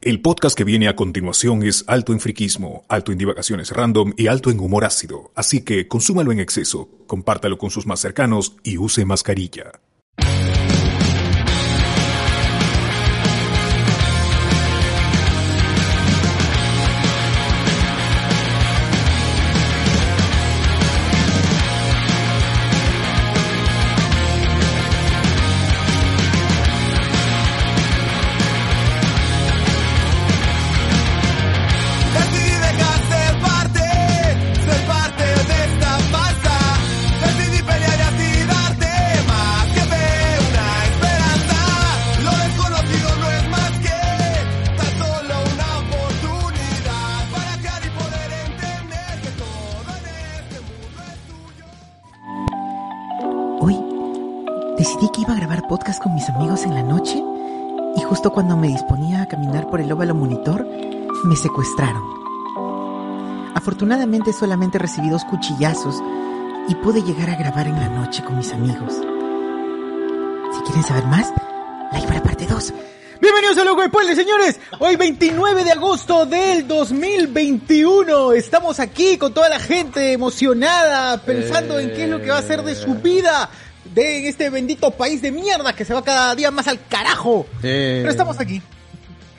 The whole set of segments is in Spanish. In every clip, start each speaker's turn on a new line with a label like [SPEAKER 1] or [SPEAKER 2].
[SPEAKER 1] El podcast que viene a continuación es alto en friquismo, alto en divagaciones random y alto en humor ácido, así que consúmalo en exceso, compártalo con sus más cercanos y use mascarilla.
[SPEAKER 2] Decidí dejar ser parte, ser parte de esta masa. Decidí pelear y así darte más que fe, una esperanza. Lo desconocido no es más que tan solo una oportunidad para crear y poder entender que todo en este mundo es tuyo.
[SPEAKER 3] Hoy decidí que iba a grabar podcast con mis amigos en la noche y justo cuando me disponía a caminar por el óvalo monitor, me secuestraron. Afortunadamente solamente recibí dos cuchillazos y pude llegar a grabar en la noche con mis amigos. Si quieren saber más, la Ibra parte 2.
[SPEAKER 4] Bienvenidos a Loco de Puebla, señores. Hoy 29 de agosto del 2021. Estamos aquí con toda la gente emocionada, pensando en qué es lo que va a hacer de su vida de en este bendito país de mierda que se va cada día más al carajo. Pero estamos aquí.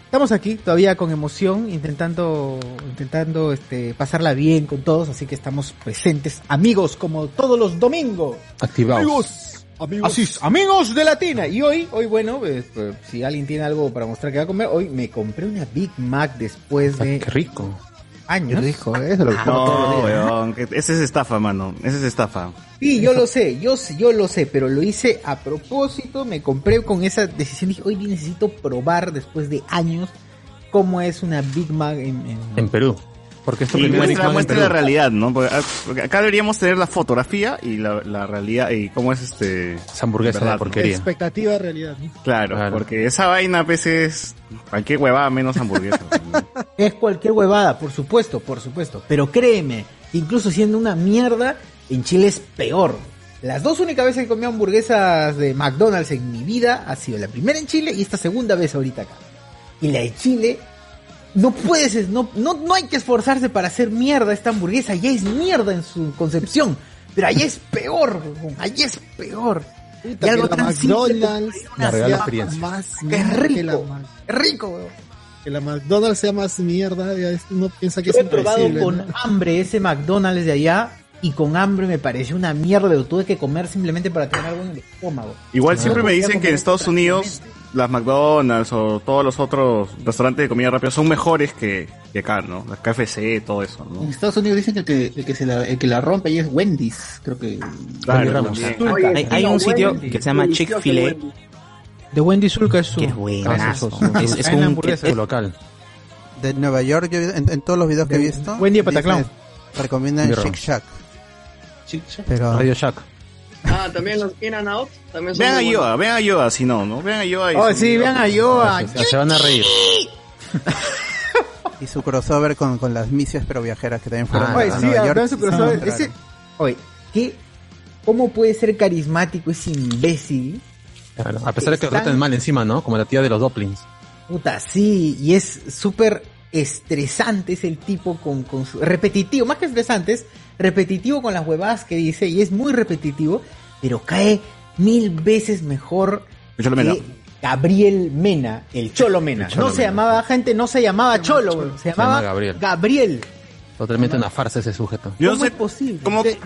[SPEAKER 4] Estamos aquí todavía con emoción, intentando, intentando este, pasarla bien con todos, así que estamos presentes, amigos, como todos los domingos. Amigos, amigos. Así es, amigos de Latina. Y hoy, hoy bueno, pues, pues, si alguien tiene algo para mostrar que va a comer, hoy me compré una Big Mac después de
[SPEAKER 5] rico.
[SPEAKER 4] años.
[SPEAKER 6] Ah,
[SPEAKER 4] Ah,
[SPEAKER 6] No, weón, que- esa es estafa, mano. Esa es estafa.
[SPEAKER 4] Sí, yo lo sé, yo, sé- yo lo sé, pero lo hice a propósito, me compré con esa decisión, dije, hoy necesito probar después de años cómo es una Big Mac en... en-
[SPEAKER 5] En Perú. Porque esto
[SPEAKER 6] Y
[SPEAKER 5] primero
[SPEAKER 6] muestra,
[SPEAKER 5] en
[SPEAKER 6] muestra
[SPEAKER 5] Perú.
[SPEAKER 6] la realidad, ¿no? Porque, ah, porque acá deberíamos tener la fotografía y la, la realidad y cómo es este.
[SPEAKER 5] Esa hamburguesa de
[SPEAKER 6] ¿Verdad?
[SPEAKER 5] porquería.
[SPEAKER 7] Expectativa de realidad. ¿no?
[SPEAKER 6] Claro,
[SPEAKER 5] Claro.
[SPEAKER 6] porque esa vaina, pues, es cualquier huevada menos hamburguesa. ¿no?
[SPEAKER 4] Es cualquier huevada, por supuesto, por supuesto, pero créeme, incluso siendo una mierda, en Chile es peor. Las dos únicas veces que comí hamburguesas de McDonald's en mi vida ha sido la primera en Chile y esta segunda vez ahorita acá. Y la de Chile, no puedes, no, no, no hay que esforzarse para hacer mierda esta hamburguesa, ya es mierda en su concepción, pero allá es peor, huevón, allá es peor. Y algo
[SPEAKER 7] que la
[SPEAKER 4] tan simple como
[SPEAKER 7] McDonald's,
[SPEAKER 4] pedir
[SPEAKER 5] la
[SPEAKER 4] unas
[SPEAKER 5] real
[SPEAKER 4] papas,
[SPEAKER 5] experiencia.
[SPEAKER 7] Más
[SPEAKER 4] que es
[SPEAKER 7] mierda que la,
[SPEAKER 4] rico,
[SPEAKER 7] Mac-
[SPEAKER 4] es rico, huevón.
[SPEAKER 7] que la McDonald's sea más mierda, ya es- uno piensa que
[SPEAKER 4] Yo
[SPEAKER 7] es
[SPEAKER 4] he probado
[SPEAKER 7] imposible.
[SPEAKER 4] con
[SPEAKER 7] ¿no?
[SPEAKER 4] hambre ese McDonald's de allá y con hambre me pareció una mierda, lo tuve que comer simplemente para tener algo en el estómago.
[SPEAKER 6] Igual siempre me dicen que en
[SPEAKER 4] Claro.
[SPEAKER 6] Estados Unidos las McDonald's o todos los otros restaurantes de comida rápida son mejores que, que acá, ¿no? Las KFC, todo eso,
[SPEAKER 8] En
[SPEAKER 6] ¿no?
[SPEAKER 8] Estados Unidos dicen que el que, el que, se la, el que la rompe ahí es Wendy's, creo que.
[SPEAKER 6] Claro,
[SPEAKER 5] Ramos.
[SPEAKER 6] también.
[SPEAKER 9] Hay, hay un sitio que se llama Chick-fil-A,
[SPEAKER 4] De Wendy Zulka es su...
[SPEAKER 9] que es buenazo. Es, es
[SPEAKER 4] Hay una
[SPEAKER 9] un,
[SPEAKER 4] hamburguesa.
[SPEAKER 5] Su local.
[SPEAKER 10] de Nueva York, yo en, en todos los videos que he
[SPEAKER 4] De-
[SPEAKER 10] visto,
[SPEAKER 4] Wendy de Pataclown.
[SPEAKER 10] dicen, recomiendan
[SPEAKER 5] Birra.
[SPEAKER 10] Shake Shack.
[SPEAKER 8] Chicha.
[SPEAKER 10] Pero
[SPEAKER 5] Radio Shack.
[SPEAKER 11] Ah, también los In and Out. También son
[SPEAKER 6] Vean a
[SPEAKER 11] muy buenos.
[SPEAKER 6] Yoda, vean a Yoda, si no, ¿no? Vean a Yoda. y
[SPEAKER 4] Oh,
[SPEAKER 6] son-
[SPEAKER 4] sí, vean a Yoa.
[SPEAKER 5] Se, se van a reír.
[SPEAKER 10] y su crossover con, con las misias pero viajeras que también fueron
[SPEAKER 5] Ah,
[SPEAKER 10] a
[SPEAKER 4] Oye,
[SPEAKER 5] Nueva
[SPEAKER 4] sí,
[SPEAKER 10] Nueva York.
[SPEAKER 4] vean su crossover.
[SPEAKER 10] Sí,
[SPEAKER 4] Ese- Oye, ¿qué? ¿Cómo puede ser carismático ese imbécil?
[SPEAKER 5] Claro. A pesar de que lo
[SPEAKER 4] Están-
[SPEAKER 5] tratan mal encima, ¿no? Como la tía de los Doplings.
[SPEAKER 4] Puta, sí, y es súper estresante es el tipo con, con su... Repetitivo, más que estresante, es repetitivo con las huevadas que dice y es muy repetitivo, pero cae mil veces mejor
[SPEAKER 6] El Cholo Mena.
[SPEAKER 4] que Gabriel Mena, el Cholo Mena.
[SPEAKER 5] El Cholo
[SPEAKER 4] no se
[SPEAKER 5] Mena.
[SPEAKER 4] llamaba, gente, no se llamaba Cholo, weón, se llamaba
[SPEAKER 5] llama Gabriel.
[SPEAKER 4] Gabriel. Gabriel.
[SPEAKER 5] Totalmente una farsa ese sujeto.
[SPEAKER 6] Yo no
[SPEAKER 4] ¿Cómo
[SPEAKER 6] sé
[SPEAKER 4] es posible?
[SPEAKER 6] como-
[SPEAKER 4] De-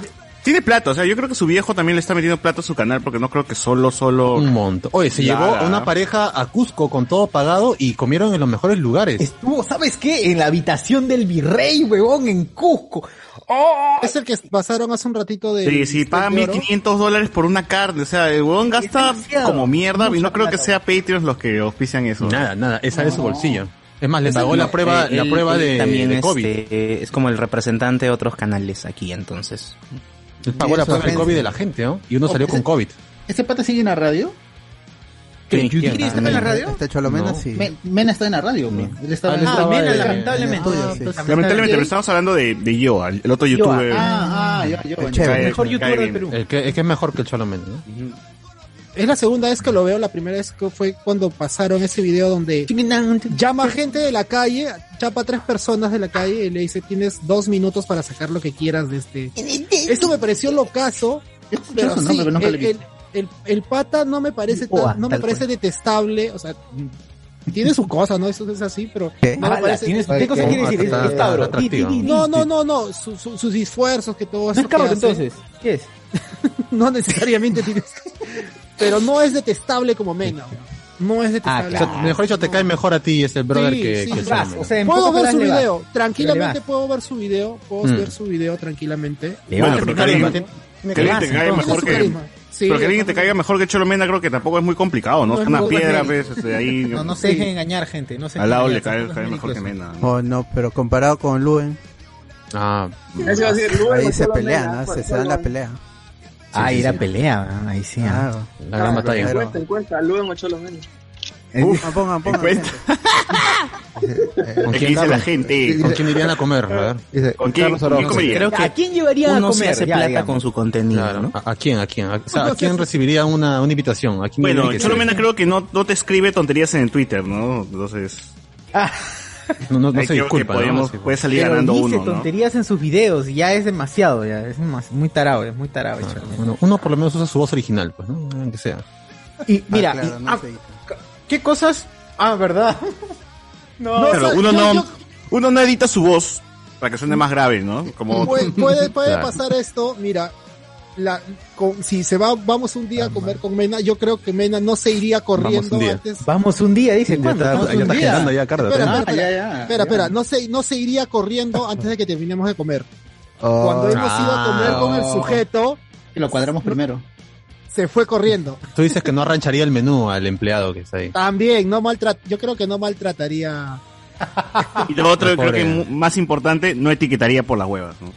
[SPEAKER 6] Tiene plata, o sea, yo creo que su viejo también le está metiendo plata a su canal porque no creo que solo, solo...
[SPEAKER 5] Un montón. Oye, se
[SPEAKER 6] Nada.
[SPEAKER 5] llevó a una pareja a Cusco con todo pagado y comieron en los mejores lugares.
[SPEAKER 4] Estuvo, ¿sabes qué? En la habitación del virrey, huevón, en Cusco. ¡Oh!
[SPEAKER 7] Es el que pasaron hace un ratito de.
[SPEAKER 6] Sí, sí, paga 1500 dólares por una carne, o sea, el huevón gasta
[SPEAKER 4] demasiado.
[SPEAKER 6] como mierda y
[SPEAKER 4] Mucha
[SPEAKER 6] no creo que
[SPEAKER 4] plata.
[SPEAKER 6] sea Patreon los que auspician eso.
[SPEAKER 5] Nada, nada. Esa es su bolsillo. Es más, le
[SPEAKER 9] Ese
[SPEAKER 5] pagó
[SPEAKER 9] no,
[SPEAKER 5] la prueba,
[SPEAKER 9] eh,
[SPEAKER 5] la
[SPEAKER 9] él-
[SPEAKER 5] prueba
[SPEAKER 9] él
[SPEAKER 5] de,
[SPEAKER 9] también
[SPEAKER 5] de COVID.
[SPEAKER 9] este, es como el representante de otros canales aquí, entonces.
[SPEAKER 5] Él pagó la
[SPEAKER 10] Eso
[SPEAKER 5] prueba de
[SPEAKER 10] es.
[SPEAKER 5] COVID de la gente, ¿no? Y uno salió con COVID.
[SPEAKER 8] ¿Ese pata sigue en la radio?
[SPEAKER 9] Sí,
[SPEAKER 4] ¿Yudiri está en la radio?
[SPEAKER 10] Este Cholomena
[SPEAKER 5] No.
[SPEAKER 10] sí.
[SPEAKER 8] Men- Mena está en la radio, güey. Él estaba
[SPEAKER 5] Ah,
[SPEAKER 8] en
[SPEAKER 5] él
[SPEAKER 4] Ah,
[SPEAKER 5] estaba
[SPEAKER 4] Mena,
[SPEAKER 5] de-
[SPEAKER 4] lamentablemente.
[SPEAKER 7] Ah,
[SPEAKER 10] estudio,
[SPEAKER 7] pues,
[SPEAKER 10] sí.
[SPEAKER 6] Lamentablemente, pero estamos hablando de, de Yoa, el otro youtuber.
[SPEAKER 8] Ah, ah, yo, yo.
[SPEAKER 10] Es chévere.
[SPEAKER 6] Cae-
[SPEAKER 4] Mejor
[SPEAKER 6] cae
[SPEAKER 4] youtuber del
[SPEAKER 6] bien.
[SPEAKER 4] Perú.
[SPEAKER 5] El que, es que es mejor que el Cholomena, ¿no?
[SPEAKER 7] es la segunda vez que lo veo, la primera vez que fue cuando pasaron ese video donde llama gente de la calle, chapa a tres personas de la calle y le dice tienes dos minutos para sacar lo que quieras de este. Esto me pareció locazo, pero
[SPEAKER 8] eso, ¿no?
[SPEAKER 7] sí,
[SPEAKER 8] Pero nunca
[SPEAKER 7] el,
[SPEAKER 8] lo he visto.
[SPEAKER 7] el- el- el pata no me parece
[SPEAKER 12] Oh,
[SPEAKER 7] tan-
[SPEAKER 8] Oa,
[SPEAKER 7] no me
[SPEAKER 8] tal
[SPEAKER 7] parece
[SPEAKER 8] cual.
[SPEAKER 7] detestable, o sea, tiene su cosa, ¿no? Eso es así, pero no me
[SPEAKER 12] Ala,
[SPEAKER 7] parece-
[SPEAKER 12] tienes- ¿qué cosa quiere decir? Es
[SPEAKER 7] Atractivo.
[SPEAKER 12] estabro. Atractivo.
[SPEAKER 7] No, no, no, no, su- su- sus esfuerzos que todo
[SPEAKER 12] No
[SPEAKER 7] eso
[SPEAKER 12] es cabrón,
[SPEAKER 7] que hace.
[SPEAKER 12] entonces. ¿Qué es?
[SPEAKER 7] no necesariamente tienes pero no es detestable como Mena no
[SPEAKER 12] Ah,
[SPEAKER 7] es
[SPEAKER 10] Ah,
[SPEAKER 7] detestable
[SPEAKER 5] O sea, mejor dicho, te cae mejor a ti ese brother
[SPEAKER 7] Sí,
[SPEAKER 5] que,
[SPEAKER 7] sí,
[SPEAKER 5] que
[SPEAKER 7] sí.
[SPEAKER 5] Sam, ¿no?
[SPEAKER 7] puedo ver su
[SPEAKER 12] le vas.
[SPEAKER 7] video tranquilamente
[SPEAKER 12] Pero le
[SPEAKER 7] puedo ver su video puedo
[SPEAKER 5] Mm.
[SPEAKER 7] ver su video tranquilamente
[SPEAKER 6] Le Bueno, vas, pero ¿no? que alguien-
[SPEAKER 7] Tiene
[SPEAKER 6] que alguien te
[SPEAKER 7] carisma,
[SPEAKER 6] caiga
[SPEAKER 7] entonces,
[SPEAKER 6] mejor
[SPEAKER 7] su
[SPEAKER 6] que-
[SPEAKER 7] carisma. Sí,
[SPEAKER 6] Pero que alguien te caiga mejor que Cholomena creo que tampoco es muy complicado,
[SPEAKER 12] No
[SPEAKER 6] ¿no?
[SPEAKER 12] es
[SPEAKER 6] es una
[SPEAKER 12] muy
[SPEAKER 6] piedra,
[SPEAKER 12] complicado.
[SPEAKER 6] pues, este, ahí...
[SPEAKER 12] No, no se
[SPEAKER 6] sé
[SPEAKER 12] dejen engañar, gente. No se
[SPEAKER 6] Al lado
[SPEAKER 12] dejen
[SPEAKER 6] le
[SPEAKER 12] engañar,
[SPEAKER 6] cae,
[SPEAKER 12] son
[SPEAKER 6] cae
[SPEAKER 12] cosas
[SPEAKER 6] mejor que
[SPEAKER 12] ridículas.
[SPEAKER 6] Mena.
[SPEAKER 10] Oh, no, pero comparado con Luen.
[SPEAKER 5] Ah.
[SPEAKER 13] Eso iba a decir, Luen,
[SPEAKER 10] Ahí se
[SPEAKER 13] Barcelona,
[SPEAKER 10] pelean, ¿no? Se,
[SPEAKER 13] Barcelona.
[SPEAKER 10] se dan la pelea.
[SPEAKER 9] ah,
[SPEAKER 10] sí,
[SPEAKER 9] ir a
[SPEAKER 10] sí.
[SPEAKER 9] pelea, ahí sí. ah.
[SPEAKER 10] Claro.
[SPEAKER 5] La gran batalla.
[SPEAKER 10] Pero-
[SPEAKER 13] Cuenta, cuenta, luego Cholo menos.
[SPEAKER 10] Ah, pongan, pongan.
[SPEAKER 5] ¿Con
[SPEAKER 6] ¿Qué
[SPEAKER 5] quién,
[SPEAKER 6] dice la
[SPEAKER 5] Carlos?
[SPEAKER 6] gente?
[SPEAKER 5] ¿Con quién irían a comer? A ver.
[SPEAKER 8] Dice,
[SPEAKER 6] ¿Con quién?
[SPEAKER 8] Carlos
[SPEAKER 6] ¿Con quién
[SPEAKER 8] Araujo.
[SPEAKER 6] comería?
[SPEAKER 9] Creo que
[SPEAKER 12] ¿A quién llevarían
[SPEAKER 9] uno
[SPEAKER 12] a comer?
[SPEAKER 9] se hace
[SPEAKER 12] Ya,
[SPEAKER 9] plata
[SPEAKER 12] digamos.
[SPEAKER 9] con su contenido,
[SPEAKER 5] Claro,
[SPEAKER 9] ¿no?
[SPEAKER 5] ¿A, a quién? ¿A quién? O sea, ¿A quién recibiría una, una invitación? ¿A quién
[SPEAKER 6] Bueno,
[SPEAKER 5] diría que
[SPEAKER 6] Cholomena creo que no, no te escribe tonterías en el Twitter, ¿no? Entonces...
[SPEAKER 5] sí? No, no, no
[SPEAKER 6] ahí
[SPEAKER 5] se
[SPEAKER 6] creo
[SPEAKER 5] disculpa.
[SPEAKER 6] que
[SPEAKER 5] ¿no?
[SPEAKER 6] podemos,
[SPEAKER 5] Sí,
[SPEAKER 6] puede salir
[SPEAKER 12] Pero
[SPEAKER 6] ganando
[SPEAKER 12] dice
[SPEAKER 6] uno, ¿no?
[SPEAKER 12] tonterías en sus videos y ya es demasiado, ya es más- muy tarado, es muy
[SPEAKER 6] Ah.
[SPEAKER 12] tarado.
[SPEAKER 5] pues.
[SPEAKER 12] chaval.
[SPEAKER 5] Bueno, uno por lo menos usa su voz original, pues, ¿no? Aunque sea.
[SPEAKER 12] Y mira,
[SPEAKER 10] Ah, claro,
[SPEAKER 12] y-
[SPEAKER 10] no
[SPEAKER 12] ah,
[SPEAKER 10] sé.
[SPEAKER 12] ¿qué cosas? Ah, ¿verdad? No,
[SPEAKER 6] Claro,
[SPEAKER 7] o sea,
[SPEAKER 6] uno,
[SPEAKER 7] yo-
[SPEAKER 6] no,
[SPEAKER 7] yo-
[SPEAKER 6] uno no edita su voz para que suene más grave, ¿no? Como
[SPEAKER 7] puede, puede, puede
[SPEAKER 5] Claro.
[SPEAKER 7] pasar esto mira la, con- si se va vamos un
[SPEAKER 12] Ah,
[SPEAKER 7] día a comer con Mena yo creo que Mena no se iría corriendo
[SPEAKER 5] un día.
[SPEAKER 7] antes Ah,
[SPEAKER 12] Vamos un día, dice.
[SPEAKER 5] Ya
[SPEAKER 12] ¿cuándo?
[SPEAKER 5] está,
[SPEAKER 12] Vamos
[SPEAKER 5] ya
[SPEAKER 12] un
[SPEAKER 5] está
[SPEAKER 12] día.
[SPEAKER 5] agendando ya, Carlos. ¿eh?
[SPEAKER 7] Espera,
[SPEAKER 4] Ah,
[SPEAKER 5] ¿no?
[SPEAKER 7] espera,
[SPEAKER 8] ya,
[SPEAKER 7] espera,
[SPEAKER 8] ya,
[SPEAKER 7] espera,
[SPEAKER 8] ya.
[SPEAKER 7] espera, no se, no se iría corriendo antes de que terminemos de comer.
[SPEAKER 8] Oh,
[SPEAKER 7] Cuando hemos ido a comer
[SPEAKER 5] ah,
[SPEAKER 7] con el sujeto,
[SPEAKER 8] que lo cuadramos primero.
[SPEAKER 7] se fue corriendo.
[SPEAKER 5] Tú dices que no arrancharía el menú al empleado que está ahí.
[SPEAKER 7] También, no maltrat yo creo que no maltrataría.
[SPEAKER 6] Y lo otro,
[SPEAKER 5] Pobre.
[SPEAKER 6] creo que mu- más importante, no etiquetaría por las huevas, ¿no?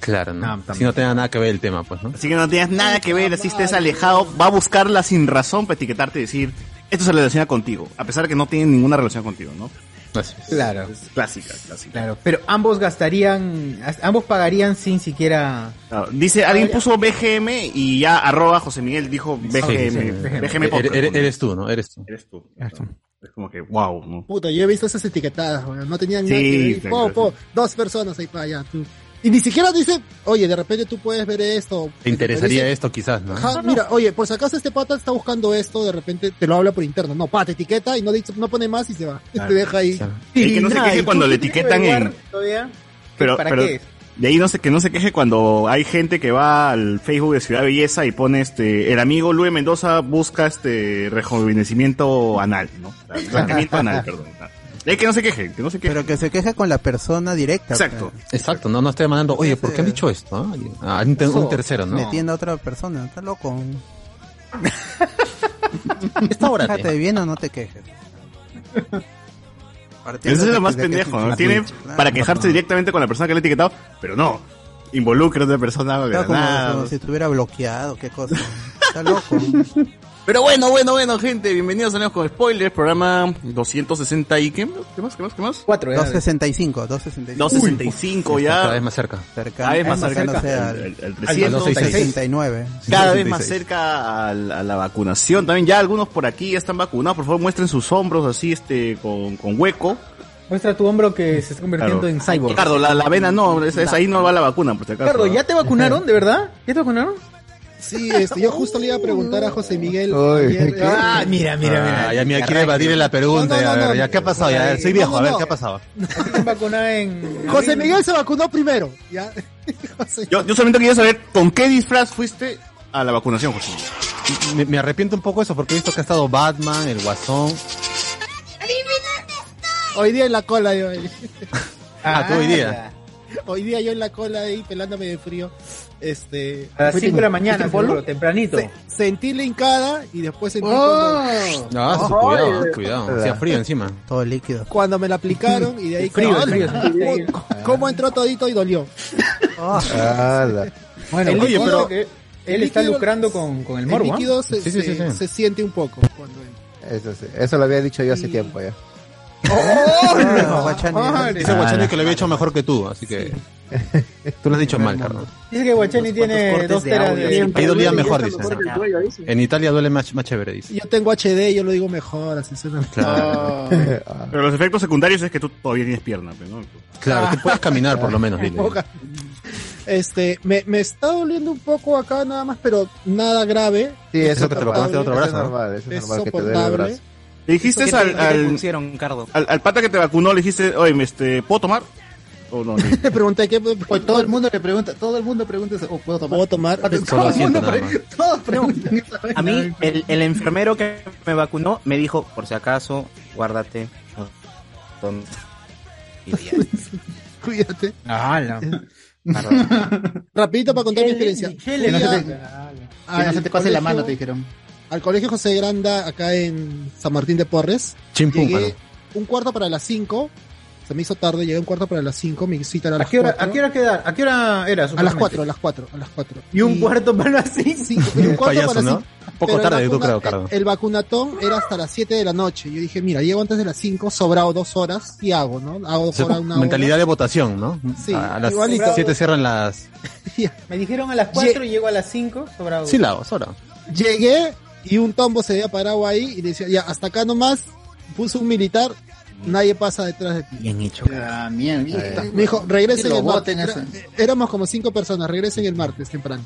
[SPEAKER 5] Claro, ¿no?
[SPEAKER 12] Ah, también.
[SPEAKER 5] si no tenga nada que ver el tema, pues, ¿no?
[SPEAKER 6] Así que no tienes nada que ver, así estés alejado, va a buscarla sin razón para etiquetarte y decir, esto se relaciona contigo, a pesar de que no tiene ninguna relación contigo, ¿no?
[SPEAKER 5] Así es.
[SPEAKER 12] Claro,
[SPEAKER 6] Es clásica, clásica.
[SPEAKER 12] claro. Pero ambos gastarían, as- ambos pagarían sin siquiera.
[SPEAKER 6] Claro. Ah, Dice, alguien puso BGM y ya arroba José Miguel dijo BGM.
[SPEAKER 5] sí, sí.
[SPEAKER 6] BGM
[SPEAKER 5] Ere-
[SPEAKER 6] podcast.
[SPEAKER 5] ere- eres tú, ¿no? Eres tú.
[SPEAKER 6] Eres tú. Es como que, wow, ¿no?
[SPEAKER 7] Puta, yo he visto esas etiquetadas, weón, no tenían
[SPEAKER 6] Sí,
[SPEAKER 7] nada que ver. Y
[SPEAKER 6] sí,
[SPEAKER 7] po,
[SPEAKER 6] sí.
[SPEAKER 7] po, dos personas ahí para allá. tú. Y ni siquiera dice, oye, de repente tú puedes ver esto.
[SPEAKER 5] Te interesaría
[SPEAKER 7] Dice,
[SPEAKER 5] esto quizás,
[SPEAKER 6] ¿Ah?
[SPEAKER 5] ¿no?
[SPEAKER 7] "Ajá, mira, oye, por si acaso este pata está buscando esto, de repente te lo habla por interno. No, pata, etiqueta y no, dice- no pone más y se va.
[SPEAKER 6] Claro.
[SPEAKER 7] Te deja ahí.
[SPEAKER 6] Y que no se
[SPEAKER 12] nada,
[SPEAKER 6] queje
[SPEAKER 12] ¿y tú
[SPEAKER 6] cuando
[SPEAKER 12] qué
[SPEAKER 6] le
[SPEAKER 12] tienes que
[SPEAKER 6] etiquetan en...
[SPEAKER 12] averiguar todavía?
[SPEAKER 6] Pero,
[SPEAKER 12] ¿Para
[SPEAKER 6] pero
[SPEAKER 12] qué es?
[SPEAKER 6] de ahí no sé que no se queje cuando hay gente que va al Facebook de Ciudad Belleza y pone este el amigo Luis Mendoza busca este rejuvenecimiento anal, ¿no? Blanqueamiento anal, perdón. De ahí que no se queje, que no se queje.
[SPEAKER 10] Pero que se queja con la persona directa.
[SPEAKER 6] Exacto.
[SPEAKER 10] pues,
[SPEAKER 5] Exacto, no, no esté mandando, oye, ¿por qué han dicho esto? ah? Ah, un, te- un tercero, ¿no?
[SPEAKER 10] Metiendo a otra persona. Está loco.
[SPEAKER 5] Esta hora.
[SPEAKER 10] Fíjate bien o no te quejes.
[SPEAKER 6] Eso es lo más pendejo, ¿no?
[SPEAKER 10] Ah,
[SPEAKER 6] Tiene para quejarse directamente con la persona que le ha etiquetado, pero no. Involucra a otra persona de
[SPEAKER 10] Está
[SPEAKER 6] la
[SPEAKER 10] como,
[SPEAKER 6] nada.
[SPEAKER 10] como si estuviera bloqueado, qué cosa. Está loco.
[SPEAKER 6] Pero bueno, bueno, bueno, gente, bienvenidos a Neos con Spoilers, programa 260 y ¿qué más? ¿Qué más? ¿Qué más? ¿Qué más?
[SPEAKER 12] Cuatro, ¿eh?
[SPEAKER 10] 265, 265.
[SPEAKER 6] 265
[SPEAKER 5] Cada vez
[SPEAKER 6] ya,
[SPEAKER 5] más cerca.
[SPEAKER 10] Cercano,
[SPEAKER 6] cada vez más
[SPEAKER 10] cercano
[SPEAKER 6] cerca
[SPEAKER 10] sea
[SPEAKER 6] al-
[SPEAKER 10] al-
[SPEAKER 6] al- al
[SPEAKER 10] al
[SPEAKER 6] 300,
[SPEAKER 10] 269.
[SPEAKER 6] cada vez más cerca a la, a la vacunación. También ya algunos por aquí ya están vacunados. Por favor, muestren sus hombros así, este, con, con hueco.
[SPEAKER 12] Muestra tu hombro que se está convirtiendo
[SPEAKER 6] Claro.
[SPEAKER 12] en cyborg.
[SPEAKER 6] Ricardo, la, la vena no, esa- esa ahí no va la vacuna, por si acaso.
[SPEAKER 12] Ricardo, ¿ya te vacunaron? ¿De verdad? ¿Ya te vacunaron?
[SPEAKER 7] Sí, este, yo justo le iba a preguntar a José Miguel.
[SPEAKER 8] Uy,
[SPEAKER 7] ayer,
[SPEAKER 8] qué-
[SPEAKER 7] eh,
[SPEAKER 12] Ah, mira, mira, mira.
[SPEAKER 5] Ah, ya, mira, quiere evadir la pregunta.
[SPEAKER 7] No, no,
[SPEAKER 5] a
[SPEAKER 7] no,
[SPEAKER 5] ver,
[SPEAKER 7] no.
[SPEAKER 5] ya, ¿qué ha pasado? Ya, a ver, soy
[SPEAKER 7] No,
[SPEAKER 5] viejo,
[SPEAKER 7] no,
[SPEAKER 5] a ver,
[SPEAKER 7] no.
[SPEAKER 5] ¿qué ha pasado?
[SPEAKER 12] Te han vacunado en.
[SPEAKER 7] José Miguel se vacunó primero. Ya. José-
[SPEAKER 6] Yo, yo solamente quería saber con qué disfraz fuiste a la vacunación, José.
[SPEAKER 5] Me, me arrepiento un poco de eso porque he visto que ha estado Batman, el Guasón.
[SPEAKER 7] Hoy día en la cola, yo. eh.
[SPEAKER 5] Ah, tú hoy día.
[SPEAKER 7] Hoy día yo en la cola ahí pelándome de frío. Este.
[SPEAKER 12] A las 5 de la mañana,
[SPEAKER 7] ¿Fuiste en
[SPEAKER 12] seguro, tempranito.
[SPEAKER 7] Se- sentí la hincada y después sentí cuando,
[SPEAKER 8] Oh,
[SPEAKER 5] No, Ah, sí, cuidado, cuidado. Hacía frío encima.
[SPEAKER 10] Todo líquido.
[SPEAKER 7] cuando me la aplicaron y de ahí
[SPEAKER 12] Frío,
[SPEAKER 7] ¡Ah!
[SPEAKER 12] frío, sentiste ahí.
[SPEAKER 7] ¿Cómo, cómo entró todito y dolió?
[SPEAKER 8] ala.
[SPEAKER 12] Bueno,
[SPEAKER 7] El
[SPEAKER 12] oye,
[SPEAKER 7] líquido-
[SPEAKER 12] pero que él
[SPEAKER 7] el
[SPEAKER 12] está
[SPEAKER 7] líquido-
[SPEAKER 12] lucrando con, con el
[SPEAKER 7] El,
[SPEAKER 12] morbo. ¿ah?
[SPEAKER 7] líquido se,
[SPEAKER 5] Sí, sí, sí,
[SPEAKER 7] se-
[SPEAKER 5] sí.
[SPEAKER 7] se siente un poco. cuando entra.
[SPEAKER 8] Eso, sí, eso lo había dicho yo hace
[SPEAKER 7] Y-
[SPEAKER 8] tiempo ya.
[SPEAKER 7] Ah,
[SPEAKER 12] Ah,
[SPEAKER 10] no, Guachani.
[SPEAKER 5] Dice Guachani ¿eh? que lo había hecho mejor que tú, así que. Ah, Tú lo has dicho mal, Carlos.
[SPEAKER 12] Dice que Guachani tiene dos teras de
[SPEAKER 4] Eh,
[SPEAKER 5] Hay dos días mejor, dice.
[SPEAKER 7] dice.
[SPEAKER 5] En Italia duele más, más chévere, dice.
[SPEAKER 7] Yo tengo HD, yo lo digo mejor, así suena.
[SPEAKER 5] Claro.
[SPEAKER 6] Pero los efectos secundarios es que tú todavía tienes pierna, pues, ¿no?
[SPEAKER 5] Claro, tú puedes caminar por lo menos, dile.
[SPEAKER 7] Este, me, me está doliendo un poco acá nada más, pero nada grave.
[SPEAKER 14] Sí, eso que te lo
[SPEAKER 7] soportable,
[SPEAKER 14] pasaste a otro brazo, ¿no?
[SPEAKER 7] Es
[SPEAKER 14] normal que te duele el
[SPEAKER 7] soportable.
[SPEAKER 14] brazo.
[SPEAKER 6] ¿Le dijiste
[SPEAKER 7] ¿Qué te-
[SPEAKER 6] al,
[SPEAKER 7] qué te
[SPEAKER 6] al-
[SPEAKER 7] pusieron, Cardo?
[SPEAKER 6] al- al pata que te vacunó, le dijiste, oye, este, ¿puedo tomar? O no, no.
[SPEAKER 7] Te pregunté qué.
[SPEAKER 8] todo el mundo le pregunta, todo el mundo pregunta, eso, oh, ¿puedo tomar?
[SPEAKER 7] ¿Puedo tomar?
[SPEAKER 8] Todo el mundo pre- todos preguntan esa
[SPEAKER 9] A
[SPEAKER 8] vaina.
[SPEAKER 9] mí, el, el enfermero que me vacunó me dijo, por si acaso, guárdate. tonto". Y ya.
[SPEAKER 7] Cuídate.
[SPEAKER 9] Perdón.
[SPEAKER 7] Rapidito para contar mi experiencia.
[SPEAKER 8] Que no se te-
[SPEAKER 7] Fui a-
[SPEAKER 8] que no Ah, se te pase la
[SPEAKER 7] al
[SPEAKER 8] mano, te
[SPEAKER 7] colegio-
[SPEAKER 8] dijeron.
[SPEAKER 7] Al colegio José Granda, acá en San Martín de Porres.
[SPEAKER 5] Chimpún,
[SPEAKER 7] Llegué
[SPEAKER 5] mano.
[SPEAKER 7] un cuarto para las 5. Se me hizo tarde, llegué un cuarto para las 5. Mi cita era
[SPEAKER 12] ¿A
[SPEAKER 7] a las
[SPEAKER 12] qué, hora,
[SPEAKER 7] 4.
[SPEAKER 12] ¿A qué hora queda? ¿A qué hora era?
[SPEAKER 7] A las
[SPEAKER 12] supuestamente?
[SPEAKER 7] 4, a las 4, a las 4.
[SPEAKER 12] Y un cuarto para las cinco.
[SPEAKER 7] Y un
[SPEAKER 5] Un
[SPEAKER 7] cuarto
[SPEAKER 5] payaso,
[SPEAKER 7] para
[SPEAKER 5] ¿no?
[SPEAKER 7] cinco.
[SPEAKER 5] Poco
[SPEAKER 7] Pero el
[SPEAKER 5] tarde, yo
[SPEAKER 7] vacuna-
[SPEAKER 5] creo, Cardo.
[SPEAKER 7] El vacunatón era hasta las 7 de la noche. Yo dije, mira, llego antes de las 5, sobrado dos horas y hago, ¿no? Hago
[SPEAKER 5] O sea,
[SPEAKER 7] sobrado una hora.
[SPEAKER 5] mentalidad de votación, ¿no?
[SPEAKER 7] Sí,
[SPEAKER 5] a las
[SPEAKER 7] igualito.
[SPEAKER 5] 7 cierran las.
[SPEAKER 12] Me dijeron a las 4 y llego a las 5, sobrado.
[SPEAKER 5] Sí, la hora.
[SPEAKER 7] Llegué y un tombo se había parado ahí y decía, ya, hasta acá nomás, puso un militar, nadie pasa detrás de ti.
[SPEAKER 9] Bien hecho.
[SPEAKER 8] Ah, bien, bien.
[SPEAKER 7] Me dijo, regresen
[SPEAKER 8] Que lo
[SPEAKER 7] el martes.
[SPEAKER 8] voten eso.
[SPEAKER 7] Era- éramos como cinco personas, regresen el martes temprano.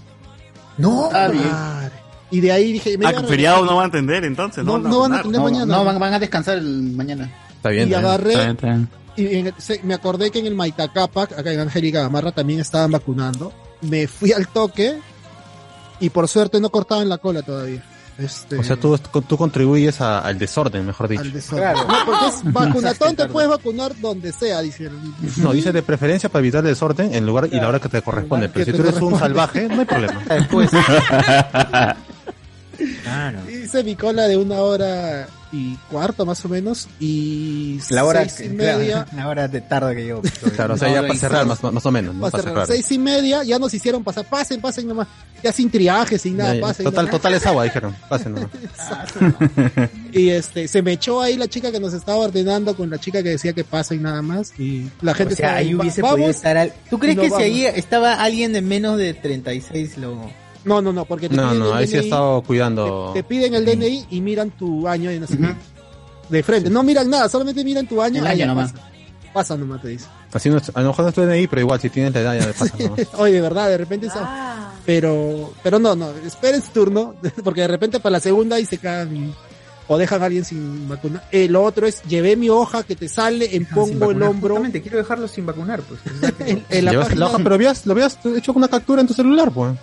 [SPEAKER 8] No, ah,
[SPEAKER 7] madre.
[SPEAKER 8] bien.
[SPEAKER 7] Y de ahí dije, me
[SPEAKER 6] Ah,
[SPEAKER 7] iba a
[SPEAKER 6] feriado no va a entender entonces, ¿no?
[SPEAKER 7] No, no van a atender mañana.
[SPEAKER 8] No, van, van a descansar el mañana.
[SPEAKER 5] Está
[SPEAKER 7] bien, Y está bien. agarré- Está bien, Y en- se- me acordé que en el Maitacapac, acá en Angélica Gamarra, también estaban vacunando. Me fui al toque y por suerte no cortaban la cola todavía. Este,
[SPEAKER 5] O sea, tú, tú contribuyes a- al desorden, mejor dicho.
[SPEAKER 7] al desorden. No, porque es vacunatón, te puedes vacunar donde sea, dijeron.
[SPEAKER 5] No, dice de preferencia para evitar el desorden en lugar y la hora que te corresponde. Pero
[SPEAKER 7] que
[SPEAKER 5] si
[SPEAKER 7] te
[SPEAKER 5] tú eres un
[SPEAKER 7] corresponde.
[SPEAKER 5] salvaje, no hay problema.
[SPEAKER 7] Después.
[SPEAKER 9] Claro.
[SPEAKER 7] Hice mi cola de una hora y cuarto más o menos y
[SPEAKER 4] La hora,
[SPEAKER 7] seis y
[SPEAKER 4] que-
[SPEAKER 7] media.
[SPEAKER 4] claro, la hora de tarde que yo.
[SPEAKER 5] Claro, o sea, ya para cerrar, más, más o menos. ¿no?
[SPEAKER 7] para cerrar, seis y media ya nos hicieron pasar, pasen, pasen nomás, ya sin triaje, sin nada,
[SPEAKER 5] Ya, ya.
[SPEAKER 7] pasen.
[SPEAKER 5] Total,
[SPEAKER 7] nomás.
[SPEAKER 5] total es agua, dijeron. Pasen nomás.
[SPEAKER 7] Y este, se me echó ahí la chica que nos estaba ordenando con la chica que decía que pasen nada más y la gente
[SPEAKER 4] o sea,
[SPEAKER 7] estaba
[SPEAKER 4] ahí
[SPEAKER 7] "Va-
[SPEAKER 4] hubiese
[SPEAKER 7] vamos".
[SPEAKER 4] podido estar al... ¿Tú crees
[SPEAKER 7] No
[SPEAKER 4] que
[SPEAKER 7] vamos.
[SPEAKER 4] si ahí estaba alguien de menos de 36 lo...
[SPEAKER 7] No, no, no, porque te
[SPEAKER 5] No,
[SPEAKER 7] piden
[SPEAKER 5] no,
[SPEAKER 7] el
[SPEAKER 5] ahí sí he
[SPEAKER 7] DNI,
[SPEAKER 5] estado cuidando.
[SPEAKER 7] te piden el DNI y miran tu año de nacimiento. De frente, no miran nada, solamente miran tu año.
[SPEAKER 8] El
[SPEAKER 7] ah,
[SPEAKER 8] año
[SPEAKER 7] ya,
[SPEAKER 8] nomás.
[SPEAKER 7] Pasa, Pasa nomás, te dice.
[SPEAKER 5] Así no, a lo mejor no estoy ahí, pero igual, si tienes la edad, ya pasa. ¿no?
[SPEAKER 7] Oye, de verdad, de repente esa- Pero, pero no, no, esperen su turno, porque de repente para la segunda y se cagan y- o dejan a alguien sin vacuna. El otro es, llevé mi hoja que te sale, empongo el hombro.
[SPEAKER 12] Justamente, quiero dejarlo sin vacunar, pues.
[SPEAKER 7] en, en la
[SPEAKER 5] Llevas
[SPEAKER 7] página-
[SPEAKER 5] la hoja, pero habías- lo habías hecho con una captura en tu celular, pues.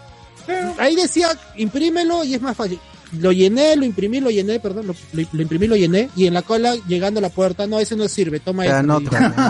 [SPEAKER 7] Ahí decía, imprímelo y es más fácil. Lo llené, lo imprimí, lo llené, perdón, lo, lo- lo imprimí, lo llené, y en la cola, llegando a la puerta, no, ese no sirve, toma
[SPEAKER 10] Te
[SPEAKER 7] este.
[SPEAKER 10] dan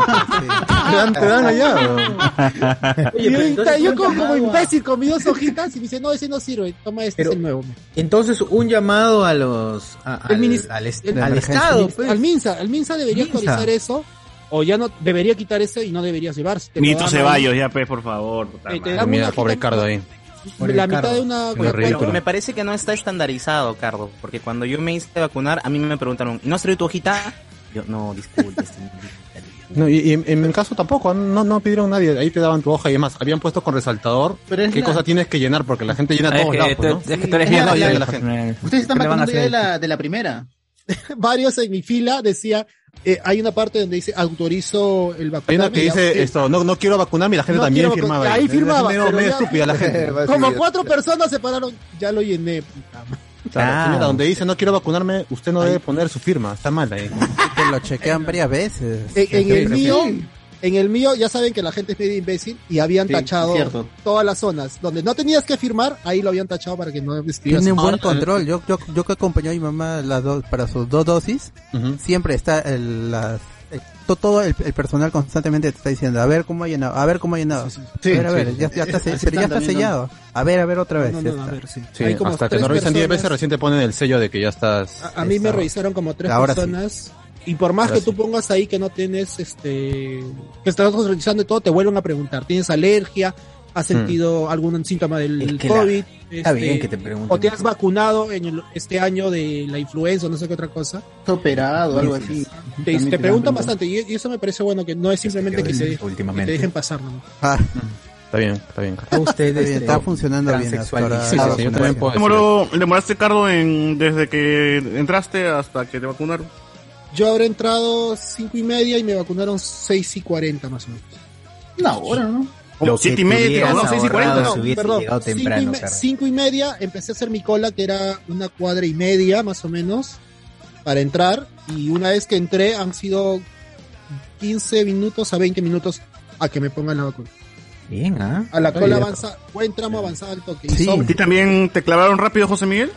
[SPEAKER 5] Te dan, te dan allá.
[SPEAKER 7] Y ahí está, yo como, como
[SPEAKER 12] Oye, pero
[SPEAKER 7] imbécil con mis dos hojitas y me dice, no, ese no sirve, toma este, es el nuevo.
[SPEAKER 4] Entonces, un llamado a los... a- al, al est-
[SPEAKER 7] El-
[SPEAKER 4] al
[SPEAKER 7] el-
[SPEAKER 4] Estado,
[SPEAKER 7] el-
[SPEAKER 4] pues.
[SPEAKER 7] Al Minsa, al Minsa debería
[SPEAKER 4] Minsa.
[SPEAKER 7] actualizar eso, o ya no, debería quitar eso y no debería llevarse. Te lo
[SPEAKER 6] Nito
[SPEAKER 7] dan
[SPEAKER 6] Ceballos, ya, pues, por favor. puta
[SPEAKER 7] Eh, te
[SPEAKER 6] madre.
[SPEAKER 7] dan
[SPEAKER 5] Mira, pobre Cardo ahí.
[SPEAKER 7] ahí, La mitad de una...
[SPEAKER 5] Qué ridículo.
[SPEAKER 9] Me parece que no está estandarizado, Cardo, porque cuando yo me hice vacunar, a mí me preguntaron, ¿y no has traído tu hojita? Yo, no, disculpe, señorita".
[SPEAKER 5] No, y, y en, en el caso tampoco, no, no pidieron a nadie, ahí te daban tu hoja y demás, habían puesto con resaltador
[SPEAKER 8] Pero es
[SPEAKER 5] qué
[SPEAKER 8] la-
[SPEAKER 5] cosa tienes que llenar, porque la gente llena
[SPEAKER 9] Es
[SPEAKER 5] todos
[SPEAKER 9] que
[SPEAKER 5] lados, pues,
[SPEAKER 9] tú-
[SPEAKER 5] ¿no?
[SPEAKER 9] es que tú eres
[SPEAKER 5] Sí,
[SPEAKER 9] mierda,
[SPEAKER 5] la mayoría de la
[SPEAKER 9] ya.
[SPEAKER 5] gente.
[SPEAKER 8] Ustedes están
[SPEAKER 9] ¿Qué le van a
[SPEAKER 8] vacunando ya de
[SPEAKER 9] hacer?
[SPEAKER 8] la, de la primera.
[SPEAKER 7] varios en mi fila decía eh, hay una parte donde dice autorizo el
[SPEAKER 5] Hay
[SPEAKER 7] vacunamiento
[SPEAKER 5] una que dice esto, no, no quiero vacunarme y la gente
[SPEAKER 7] No
[SPEAKER 5] también
[SPEAKER 7] quiero
[SPEAKER 5] firmaba.
[SPEAKER 7] vacu- ahí
[SPEAKER 5] Es
[SPEAKER 7] firmaba,
[SPEAKER 5] medio-
[SPEAKER 7] pero
[SPEAKER 5] medio
[SPEAKER 7] ya-
[SPEAKER 5] estúpida la gente.
[SPEAKER 7] como cuatro personas se pararon ya lo llené Eh, puta madre.
[SPEAKER 5] Claro,
[SPEAKER 9] Ah.
[SPEAKER 5] señora, donde dice no quiero vacunarme, usted no debe poner su firma, está mal ahí.
[SPEAKER 10] Te lo chequean varias
[SPEAKER 4] pues.
[SPEAKER 10] veces.
[SPEAKER 7] en, en el
[SPEAKER 5] Sí,
[SPEAKER 7] mío en el mío ya saben que la gente es medio imbécil y habían
[SPEAKER 8] Sí,
[SPEAKER 7] tachado
[SPEAKER 8] cierto.
[SPEAKER 7] todas las zonas donde no tenías que firmar ahí lo habían tachado para que no escribas Ah,
[SPEAKER 10] Tienen buen
[SPEAKER 7] Ahora,
[SPEAKER 10] control. Yo, yo, yo que acompañé a mi mamá las dos- para sus dos dosis,
[SPEAKER 5] Ujú.
[SPEAKER 10] siempre está el, las, el- to- todo el, el personal constantemente te está diciendo, a ver cómo ha llenado, a ver cómo ha llenado.
[SPEAKER 5] Sí,
[SPEAKER 10] a ver, a
[SPEAKER 5] sí,
[SPEAKER 10] ver,
[SPEAKER 5] sí.
[SPEAKER 10] ya, ya está,
[SPEAKER 8] Así
[SPEAKER 10] se-
[SPEAKER 8] están
[SPEAKER 10] pero ya está
[SPEAKER 8] también, ¿no?
[SPEAKER 10] sellado. A ver, a ver otra vez.
[SPEAKER 7] no,
[SPEAKER 10] ya
[SPEAKER 7] no, no, a
[SPEAKER 10] está.
[SPEAKER 7] ver, sí.
[SPEAKER 5] Sí,
[SPEAKER 7] Hay como
[SPEAKER 5] hasta que
[SPEAKER 7] tres
[SPEAKER 5] no revisan 10
[SPEAKER 7] personas-
[SPEAKER 5] veces recién te ponen el sello de que ya estás...
[SPEAKER 7] a, a mí me revisaron como tres
[SPEAKER 5] Ahora sí.
[SPEAKER 7] personas y por más
[SPEAKER 5] Ahora
[SPEAKER 7] que tú pongas ahí que no tienes este que estás revisando y todo te vuelven a preguntar tienes alergia has sentido algún síntoma del
[SPEAKER 4] Hmm. que la-
[SPEAKER 7] COVID. este,
[SPEAKER 4] está bien que te pregunten.
[SPEAKER 7] O te has vacunado en el- este año de la influenza o no sé qué otra cosa.
[SPEAKER 8] operado, algo así.
[SPEAKER 7] Sí.
[SPEAKER 8] También
[SPEAKER 7] Te, te
[SPEAKER 8] te
[SPEAKER 7] preguntan
[SPEAKER 8] preguntan.
[SPEAKER 7] bastante y, y eso me parece bueno, que no es simplemente que, se, que te
[SPEAKER 4] últimamente.
[SPEAKER 7] dejen pasar. ¿no?
[SPEAKER 10] Ah,
[SPEAKER 5] Está bien, está bien.
[SPEAKER 4] Ustedes
[SPEAKER 10] Está bien, está funcionando bien hasta ahora.
[SPEAKER 5] Sí, sí, sí, yo también puedo decir
[SPEAKER 6] Demoró, ¿Demoraste, Cardo, en, desde que entraste hasta que te vacunaron?
[SPEAKER 7] Yo habré entrado cinco y media y me vacunaron seis y cuarenta más o menos.
[SPEAKER 8] No, ahora no.
[SPEAKER 6] Como
[SPEAKER 7] Lo que
[SPEAKER 6] siete y media,
[SPEAKER 7] tuvieras
[SPEAKER 6] no, seis y cuarenta.
[SPEAKER 7] ahorrado
[SPEAKER 6] No,
[SPEAKER 7] si hubiese
[SPEAKER 6] perdón,
[SPEAKER 7] llegado
[SPEAKER 6] cinco y
[SPEAKER 7] temprano,
[SPEAKER 6] me-
[SPEAKER 7] Carlos. Cinco y media empecé a hacer mi cola, que era una cuadra y media más o menos, para entrar. Y una vez que entré, han sido 15 minutos a 20 minutos a que me pongan la vacuna.
[SPEAKER 4] Bien, ¿ah?
[SPEAKER 7] A la
[SPEAKER 4] Está
[SPEAKER 7] cola
[SPEAKER 4] bien.
[SPEAKER 7] avanza, buen tramo avanzado al toque. Y
[SPEAKER 5] Sí.
[SPEAKER 7] sobre-
[SPEAKER 6] ¿A ti también te clavaron rápido, José Miguel?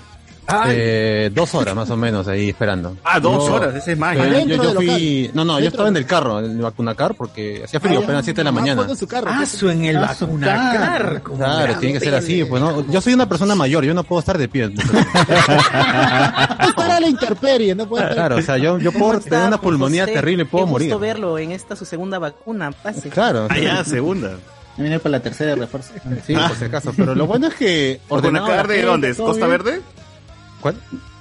[SPEAKER 5] Eh, dos horas más o menos ahí esperando.
[SPEAKER 6] Ah, dos horas, ese es más.
[SPEAKER 5] Yo, yo-
[SPEAKER 6] Dentro
[SPEAKER 5] yo
[SPEAKER 6] del
[SPEAKER 5] fui,
[SPEAKER 6] local.
[SPEAKER 5] no, no, yo
[SPEAKER 6] Dentro
[SPEAKER 5] estaba en el carro, en el vacunacar, porque hacía frío,
[SPEAKER 6] Ah,
[SPEAKER 5] pero eran 7 de la
[SPEAKER 6] ah,
[SPEAKER 5] mañana.
[SPEAKER 6] ponte en su
[SPEAKER 7] carro.
[SPEAKER 4] Paso en el
[SPEAKER 5] Ah, su
[SPEAKER 4] vacunacar. como
[SPEAKER 5] Claro,
[SPEAKER 4] grande.
[SPEAKER 5] tiene que ser así, pues no. Yo soy una persona mayor, yo no puedo estar de pie.
[SPEAKER 7] Ah, para la intemperie, no puede
[SPEAKER 5] Claro, o sea, yo, yo
[SPEAKER 9] Pues, ¿Cómo
[SPEAKER 5] puedo
[SPEAKER 9] está,
[SPEAKER 5] tener una
[SPEAKER 9] Juan
[SPEAKER 5] pulmonía
[SPEAKER 9] José?
[SPEAKER 5] terrible, puedo
[SPEAKER 9] Qué
[SPEAKER 5] morir.
[SPEAKER 9] gusto verlo en esta su segunda vacuna, pase.
[SPEAKER 5] Claro.
[SPEAKER 4] Ah,
[SPEAKER 6] Allá, segunda.
[SPEAKER 8] Viene para la tercera de refuerzo.
[SPEAKER 5] Sí, por si acaso. Pero lo bueno es que. ordenaba
[SPEAKER 6] ¿Vacunacar
[SPEAKER 5] la
[SPEAKER 6] de
[SPEAKER 5] gente,
[SPEAKER 6] dónde es?
[SPEAKER 5] todo
[SPEAKER 6] ¿Costa
[SPEAKER 5] bien.
[SPEAKER 6] Verde?
[SPEAKER 5] ¿Cuál?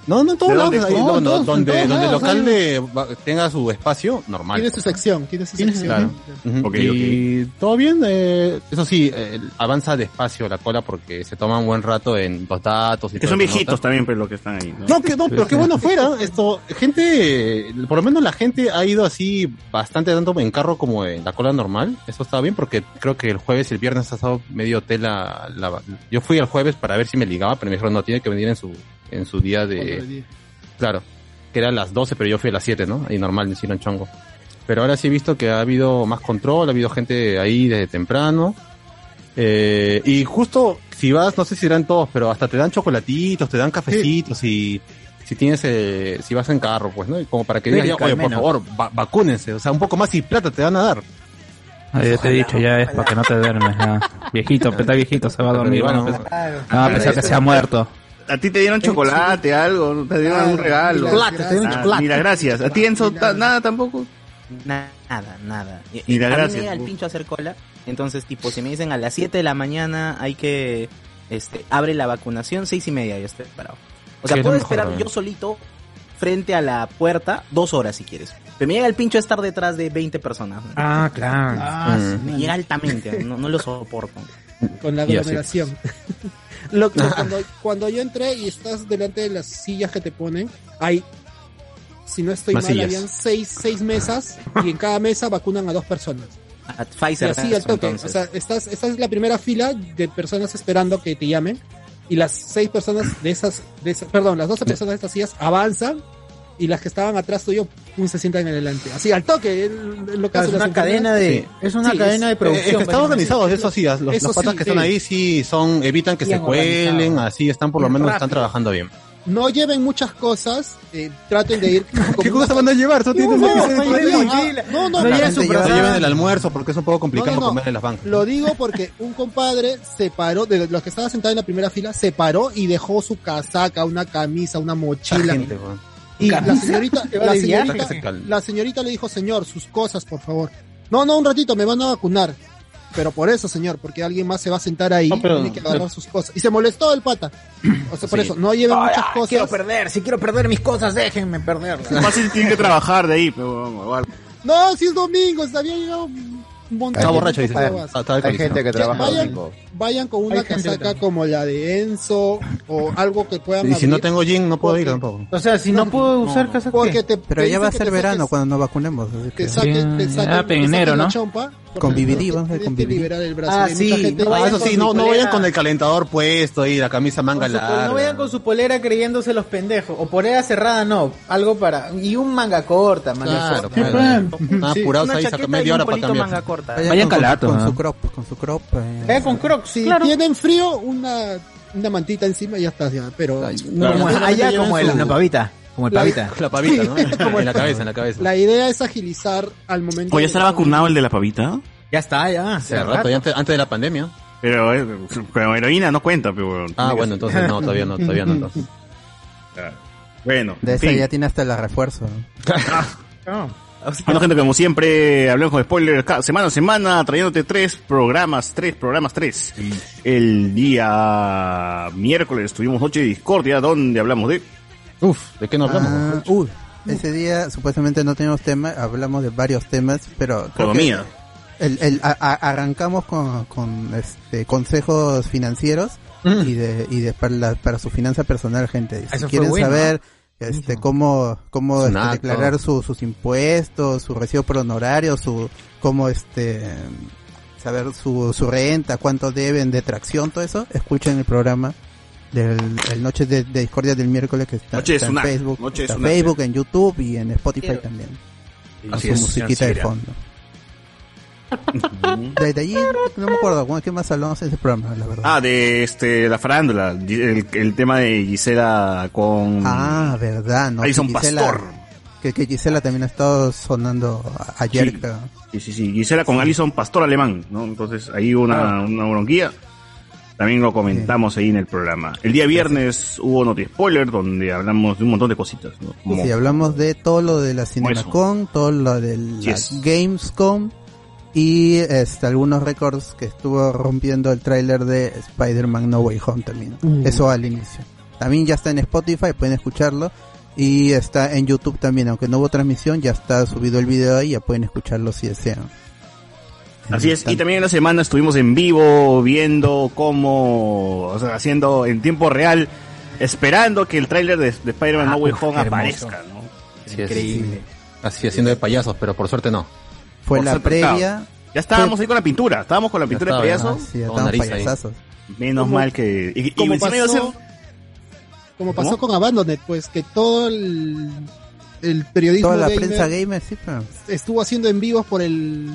[SPEAKER 5] No, no, en todos
[SPEAKER 6] ¿De
[SPEAKER 5] lados.
[SPEAKER 6] dónde?
[SPEAKER 5] ahí,
[SPEAKER 6] No,
[SPEAKER 5] donde,
[SPEAKER 6] en todos- en
[SPEAKER 5] donde,
[SPEAKER 6] todos
[SPEAKER 5] donde el
[SPEAKER 6] lados,
[SPEAKER 5] local
[SPEAKER 6] hay-
[SPEAKER 5] de, va- tenga su espacio, normal.
[SPEAKER 7] Tiene su sección, tiene su sección.
[SPEAKER 5] Claro. Ujú.
[SPEAKER 6] Ok,
[SPEAKER 5] y todo bien, eh, eso sí, eh, avanza despacio la cola porque se toma un buen rato en los datos y
[SPEAKER 6] Que
[SPEAKER 5] todo
[SPEAKER 6] son
[SPEAKER 5] eso, ¿no?
[SPEAKER 6] viejitos también, pero los que están ahí.
[SPEAKER 5] No, que no, pero qué bueno fuera. Esto, gente, eh, por lo menos la gente ha ido así bastante tanto en carro como en la cola normal. Eso estaba bien porque creo que el jueves y el viernes ha estado medio tela. la- yo fui el jueves para ver si me ligaba, pero me dijeron no, tiene que venir en su, en su día
[SPEAKER 7] Otro
[SPEAKER 5] de.
[SPEAKER 7] día.
[SPEAKER 5] Claro, que era a las 12, pero yo fui a las 7, ¿no? Y normal, me hicieron chongo. Pero ahora sí he visto que ha habido más control, ha habido gente ahí desde temprano. Eh, y justo si vas, no sé si irán todos, pero hasta te dan chocolatitos, te dan cafecitos y si tienes, eh, si vas en carro, pues, ¿no? Y como para que digas, ya,
[SPEAKER 4] Rico, al
[SPEAKER 5] oye, por
[SPEAKER 4] menos.
[SPEAKER 5] favor, va- vacúnense, o sea, un poco más y plata te van a dar.
[SPEAKER 14] Ah, yo te he dicho, ya es para que no te duermes. ya. Viejito, peta viejito, se va a dormir.
[SPEAKER 5] Pero
[SPEAKER 14] Bueno,
[SPEAKER 5] bueno,
[SPEAKER 14] pues- no, a pesar que sea muerto.
[SPEAKER 6] ¿A ti te dieron chocolate, algo? ¿Te dieron algún regalo?
[SPEAKER 9] Chocolate, te dieron
[SPEAKER 6] Ah,
[SPEAKER 9] chocolate.
[SPEAKER 6] Mira, gracias. ¿A ti, Enzo, ta- nada tampoco?
[SPEAKER 9] Nada, nada. Y-
[SPEAKER 6] Mira,
[SPEAKER 9] a mí
[SPEAKER 6] gracias.
[SPEAKER 9] me da el pincho a hacer cola. Entonces, tipo, si me dicen a las 7 de la mañana hay que... Este, abre la vacunación, seis y media, yo estoy parado. O sea,
[SPEAKER 4] Sí, es lo
[SPEAKER 9] puedo
[SPEAKER 4] mejor,
[SPEAKER 9] esperar
[SPEAKER 4] ¿no?
[SPEAKER 9] yo solito frente a la puerta dos horas si quieres. Pero me llega el pincho a estar detrás de 20 personas. ¿no?
[SPEAKER 4] Ah, claro.
[SPEAKER 9] Ah, sí,
[SPEAKER 4] Mm.
[SPEAKER 9] me llega altamente, no, no lo soporto.
[SPEAKER 7] Con la
[SPEAKER 9] Y así.
[SPEAKER 7] aglomeración.
[SPEAKER 5] Ah.
[SPEAKER 7] Lo- lo- cuando, cuando yo entré y estás delante de las sillas que te ponen, hay, si no estoy
[SPEAKER 9] Más
[SPEAKER 7] mal,
[SPEAKER 9] sillas.
[SPEAKER 7] habían seis, seis mesas y en cada mesa vacunan a dos personas.
[SPEAKER 9] A
[SPEAKER 7] Y
[SPEAKER 9] Ah, Pfizer.
[SPEAKER 7] así al toque.
[SPEAKER 9] entonces.
[SPEAKER 7] O sea, estás, estás en la primera fila de personas esperando que te llamen y las seis personas de esas, de esas perdón, las 12 personas de estas sillas avanzan y las que estaban atrás tuyo pum, se sientan en adelante. Así al toque. es lo que
[SPEAKER 4] Claro,
[SPEAKER 7] hacen
[SPEAKER 4] es una
[SPEAKER 7] las
[SPEAKER 4] cadena
[SPEAKER 7] enfermeras.
[SPEAKER 4] de- es una cadena de
[SPEAKER 5] Eh, es que están organizados, eso sí, los,
[SPEAKER 7] Eso
[SPEAKER 5] los patas
[SPEAKER 7] sí,
[SPEAKER 5] que están
[SPEAKER 7] sí.
[SPEAKER 5] ahí sí son, evitan que
[SPEAKER 7] Bien
[SPEAKER 5] se cuelen,
[SPEAKER 7] organizado.
[SPEAKER 5] así están por lo
[SPEAKER 7] Bien
[SPEAKER 5] menos, están
[SPEAKER 7] rápido.
[SPEAKER 5] trabajando bien.
[SPEAKER 7] No lleven muchas cosas, eh, traten de ir. ¿Qué
[SPEAKER 5] cosas van a llevar? Tú
[SPEAKER 7] No,
[SPEAKER 5] tienes
[SPEAKER 7] no,
[SPEAKER 5] que ser
[SPEAKER 7] no,
[SPEAKER 5] tu
[SPEAKER 7] no,
[SPEAKER 5] mochila.
[SPEAKER 7] no, no,
[SPEAKER 5] La
[SPEAKER 7] no,
[SPEAKER 5] gente
[SPEAKER 7] no,
[SPEAKER 5] lleva-
[SPEAKER 7] no,
[SPEAKER 5] se llevan
[SPEAKER 7] no,
[SPEAKER 5] el almuerzo porque es un poco complicado
[SPEAKER 7] no, no.
[SPEAKER 5] comer en las bancas.
[SPEAKER 7] Lo digo porque un compadre se paró, de los que estaba sentado en la primera fila, se paró y dejó su casaca, una camisa, una mochila. y la
[SPEAKER 5] ¿Camisa?
[SPEAKER 7] señorita,
[SPEAKER 5] ¿Se va
[SPEAKER 7] la
[SPEAKER 5] de viaje?
[SPEAKER 7] señorita,
[SPEAKER 5] Que se calme.
[SPEAKER 7] la señorita le dijo, señor, sus cosas, por favor. No, no, un ratito, me van a vacunar. Pero por eso, señor, porque alguien más se va a sentar ahí
[SPEAKER 4] No, pero-
[SPEAKER 7] tiene que agarrar sus cosas. Y se molestó el pata. O sea, por
[SPEAKER 4] Sí.
[SPEAKER 7] eso, no lleven
[SPEAKER 4] Ay,
[SPEAKER 7] muchas
[SPEAKER 4] ay,
[SPEAKER 7] cosas.
[SPEAKER 4] Quiero perder, si quiero perder mis cosas, déjenme perderlas.
[SPEAKER 6] Fácil tiene que trabajar de ahí, pero vamos, igual.
[SPEAKER 7] No, si es domingo, se había llegado un montón.
[SPEAKER 5] Está
[SPEAKER 7] de
[SPEAKER 5] borracho, dice.
[SPEAKER 7] gente para abajo.
[SPEAKER 5] Está- está alcoholizado.
[SPEAKER 7] vayan, vayan con una
[SPEAKER 4] Hay gente que
[SPEAKER 7] casaca como la de Enzo o algo que puedan
[SPEAKER 5] Y si no
[SPEAKER 7] abrir.
[SPEAKER 5] tengo gin, no puedo ir tampoco.
[SPEAKER 4] O sea, si no, puedo usar casaca.
[SPEAKER 7] Porque te,
[SPEAKER 10] Pero
[SPEAKER 7] te
[SPEAKER 10] ya va a
[SPEAKER 7] dicen que
[SPEAKER 10] ser
[SPEAKER 7] te
[SPEAKER 10] verano
[SPEAKER 7] saques-
[SPEAKER 10] cuando nos vacunemos. así que-
[SPEAKER 7] Te saquen, te saquen,
[SPEAKER 14] Ah,
[SPEAKER 7] te
[SPEAKER 14] en
[SPEAKER 7] saquen
[SPEAKER 14] enero,
[SPEAKER 7] la
[SPEAKER 14] ¿no?
[SPEAKER 7] chompa, porque
[SPEAKER 10] Convivirí, vamos a
[SPEAKER 7] tienes que
[SPEAKER 10] convivirí.
[SPEAKER 7] liberar el brazo.
[SPEAKER 4] Ah,
[SPEAKER 7] Y hay mucha
[SPEAKER 4] sí,
[SPEAKER 7] gente-
[SPEAKER 4] no
[SPEAKER 5] Ah,
[SPEAKER 4] vayan
[SPEAKER 5] eso
[SPEAKER 4] con
[SPEAKER 5] sí,
[SPEAKER 4] su
[SPEAKER 5] no, no
[SPEAKER 4] polera.
[SPEAKER 5] vayan con el calentador puesto y la camisa manga
[SPEAKER 4] Con su- no
[SPEAKER 5] larga.
[SPEAKER 4] vayan con su polera creyéndose los pendejos. O polera cerrada, no. Algo para. Y un manga corta, manga
[SPEAKER 5] Claro,
[SPEAKER 4] corta.
[SPEAKER 5] claro. Están
[SPEAKER 4] Sí,
[SPEAKER 5] apurados
[SPEAKER 4] una
[SPEAKER 5] ahí,
[SPEAKER 4] chaqueta
[SPEAKER 5] saca
[SPEAKER 4] y
[SPEAKER 5] media
[SPEAKER 4] un
[SPEAKER 5] hora para
[SPEAKER 4] polito
[SPEAKER 5] cambiar.
[SPEAKER 4] manga corta.
[SPEAKER 10] Vayan
[SPEAKER 4] Vayan
[SPEAKER 10] con, con-
[SPEAKER 4] calato,
[SPEAKER 10] Con
[SPEAKER 4] ¿no?
[SPEAKER 10] su crop, con su crop. eh.
[SPEAKER 4] Vayan con crocs,
[SPEAKER 7] Si
[SPEAKER 4] sí.
[SPEAKER 7] tienen frío, una, una mantita encima y ya estás ya. Pero
[SPEAKER 4] Como- allá como el,
[SPEAKER 7] la,
[SPEAKER 4] la pavita. Como el
[SPEAKER 7] La-
[SPEAKER 4] pavita.
[SPEAKER 5] La pavita, ¿no? en la cabeza, en la cabeza.
[SPEAKER 7] la idea es agilizar al momento.
[SPEAKER 6] ¿O ya
[SPEAKER 7] de-
[SPEAKER 6] estará vacunado el de la pavita?
[SPEAKER 4] Ya está, ya.
[SPEAKER 5] Hace rato, ya antes, antes de la pandemia.
[SPEAKER 6] Pero eh, pero heroína no cuenta, pero bueno.
[SPEAKER 5] Ah, bueno, entonces no, todavía no, todavía no. entonces.
[SPEAKER 6] Bueno,
[SPEAKER 10] De
[SPEAKER 6] Ah, en
[SPEAKER 10] esa
[SPEAKER 6] fin.
[SPEAKER 10] ya tiene hasta el refuerzo.
[SPEAKER 4] No.
[SPEAKER 6] Bueno, gente, como siempre, hablemos con spoilers cada semana a semana, trayéndote tres programas, tres programas, tres. El día miércoles tuvimos Noche de Discordia, donde hablamos de...
[SPEAKER 5] Uf, ¿de qué nos
[SPEAKER 10] Ah, uh, ese día supuestamente no teníamos tema, hablamos de varios temas, pero... creo que
[SPEAKER 6] Economía.
[SPEAKER 10] el- el- a- a- arrancamos con, con, este, consejos financieros y de, y de para, la- para su finanza personal, gente. Si
[SPEAKER 4] Mm. Eso fue
[SPEAKER 10] quieren
[SPEAKER 4] bueno.
[SPEAKER 10] saber este, cómo, cómo este,
[SPEAKER 4] Sonato.
[SPEAKER 10] declarar su- sus impuestos, su recibo por honorario, su, cómo este, saber su, su renta, cuánto deben, detracción, todo eso, escuchen el programa del el Noche de, de Discordia del miércoles que está,
[SPEAKER 6] Noche de
[SPEAKER 10] está en
[SPEAKER 6] Sunac,
[SPEAKER 10] Facebook,
[SPEAKER 6] Noche de
[SPEAKER 10] está en
[SPEAKER 6] Sunac.
[SPEAKER 10] Facebook, en YouTube y en Spotify también. Con
[SPEAKER 6] Así
[SPEAKER 10] su
[SPEAKER 6] es,
[SPEAKER 10] musiquita de
[SPEAKER 6] financiera.
[SPEAKER 10] fondo. De, de allí no me acuerdo con qué más hablamos en ese programa, la verdad.
[SPEAKER 6] Ah, de este, la farándula, el, el tema de Gisela con...
[SPEAKER 10] Ah, verdad, no.
[SPEAKER 6] Alison
[SPEAKER 10] que Gisela-
[SPEAKER 6] Pastor.
[SPEAKER 10] Que, que Gisela también ha estado sonando a- ayer,
[SPEAKER 6] Sí.
[SPEAKER 10] creo.
[SPEAKER 6] Sí, sí, sí. Gisela con Alison Pastor Alemán, ¿no? Entonces, ahí una, una bronquía. También lo comentamos ahí en el progrogramma. El día viernes hubo Noti Spoiler, donde hablamos de un montón de cositas, ¿no? Como-
[SPEAKER 10] Sí, hablamos de todo lo de la CinemaCon, todo lo de la
[SPEAKER 6] Yes.
[SPEAKER 10] Gamescom y este, algunos récords que estuvo rompiendo el tráiler de Spider-Man No Way Home también.
[SPEAKER 4] Mm.
[SPEAKER 10] Eso al inicio. También ya está en Spotify, pueden escucharlo. Y está en YouTube también, aunque no hubo transmisión, ya está subido el video ahí, ya pueden escucharlo si desean.
[SPEAKER 6] Así es, y también en la semana estuvimos en vivo viendo cómo, o sea, haciendo en tiempo real, esperando que el tráiler de, de Spider-Man
[SPEAKER 15] Ah,
[SPEAKER 6] No Way Home aparezca, ¿no?
[SPEAKER 5] Increíble. Así haciendo de payasos, pero por suerte no.
[SPEAKER 10] Fue
[SPEAKER 6] Por
[SPEAKER 10] la
[SPEAKER 6] ser
[SPEAKER 10] previa.
[SPEAKER 6] pecado. Ya estábamos ahí con la pintura, estábamos con la pintura de
[SPEAKER 5] estaba,
[SPEAKER 6] payaso.
[SPEAKER 5] ah, sí, ya estábamos Nariz ahí. payasazos.
[SPEAKER 6] Menos
[SPEAKER 7] Como-
[SPEAKER 6] mal que... Y, y
[SPEAKER 7] como
[SPEAKER 6] encima iba a ser-
[SPEAKER 7] pasó- Como pasó
[SPEAKER 6] ¿Cómo?
[SPEAKER 7] con Abandoned, pues que todo el, el periodismo
[SPEAKER 10] Toda la
[SPEAKER 7] gamer
[SPEAKER 10] prensa gamer, sí, pero...
[SPEAKER 7] estuvo haciendo en vivos por el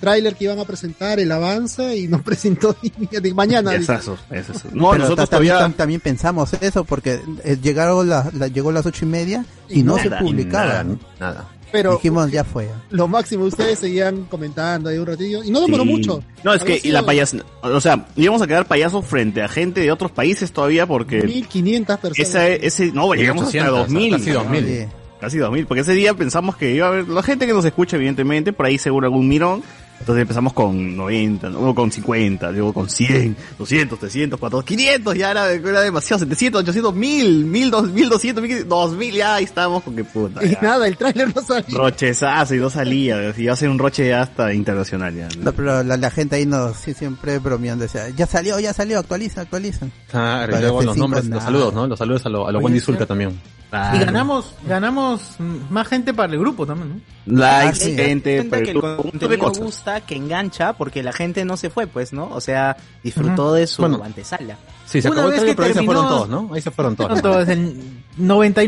[SPEAKER 7] tráiler que iban a presentar, el avance, y no presentó ni ni- de mañana. dice.
[SPEAKER 6] Payasazo, payasazo. No,
[SPEAKER 10] Pero
[SPEAKER 6] nosotros
[SPEAKER 10] ta- también,
[SPEAKER 6] todavía...
[SPEAKER 10] tam- también pensamos eso porque eh, llegaron las la- llegó las ocho y media y,
[SPEAKER 7] Y
[SPEAKER 10] no
[SPEAKER 7] nada,
[SPEAKER 10] se publicaba.
[SPEAKER 5] Nada, nada.
[SPEAKER 7] Pero-
[SPEAKER 10] dijimos ya fue.
[SPEAKER 7] Lo máximo, ustedes seguían comentando ahí un ratillo, y no demoró
[SPEAKER 6] Sí.
[SPEAKER 7] mucho.
[SPEAKER 6] No, es
[SPEAKER 7] Había
[SPEAKER 6] que y la
[SPEAKER 7] sido
[SPEAKER 6] payas, o sea, íbamos a quedar payasos frente a gente de otros países todavía porque
[SPEAKER 7] 1500 personas.
[SPEAKER 6] esa ese no, llegamos
[SPEAKER 5] 800,
[SPEAKER 6] hasta 2000.
[SPEAKER 5] casi 2000.
[SPEAKER 6] Sí. Casi 2000, porque ese día pensamos que iba a haber la gente que nos escucha evidentemente, por ahí seguro algún mirón. Entonces empezamos con 90, luego con 50, luego con 100, 200, 300, 400, 500, ya era, era demasiado, 700, 800, 1000, 1200, 1500, 2000, ya ahí estábamos con que puta.
[SPEAKER 7] Y
[SPEAKER 6] ya.
[SPEAKER 7] nada, el tráiler no salió.
[SPEAKER 6] Rochezazo y no salía, y iba a ser un roche ya hasta internacional ya.
[SPEAKER 10] No, pero la, la gente ahí nos sí, siempre bromeando decía, ya salió, ya salió, actualiza, actualiza.
[SPEAKER 5] Ah, y
[SPEAKER 10] Parece
[SPEAKER 5] luego los
[SPEAKER 10] cinco
[SPEAKER 5] nombres, los
[SPEAKER 10] nada.
[SPEAKER 5] saludos, ¿no? Los saludos a los a lo
[SPEAKER 10] Oye,
[SPEAKER 5] Wendy
[SPEAKER 10] sí.
[SPEAKER 5] Zulka también.
[SPEAKER 4] Y ganamos, ganamos mm, más gente para el grupo también, ¿no?
[SPEAKER 6] Likes,
[SPEAKER 9] Ah, Sí.
[SPEAKER 6] gente,
[SPEAKER 9] cuenta que el
[SPEAKER 6] pero un montón de
[SPEAKER 9] contenido
[SPEAKER 6] cosas.
[SPEAKER 9] gusta, que engancha, porque la gente no se fue, pues, ¿no? O sea, disfrutó de su
[SPEAKER 5] Bueno.
[SPEAKER 9] antesala.
[SPEAKER 5] Sí, se
[SPEAKER 9] Una
[SPEAKER 5] acabó el trailer,
[SPEAKER 9] vez que
[SPEAKER 5] pero ahí se fueron
[SPEAKER 9] terminó-
[SPEAKER 5] todos, ¿no? Ahí se fueron todos.
[SPEAKER 4] Entonces, el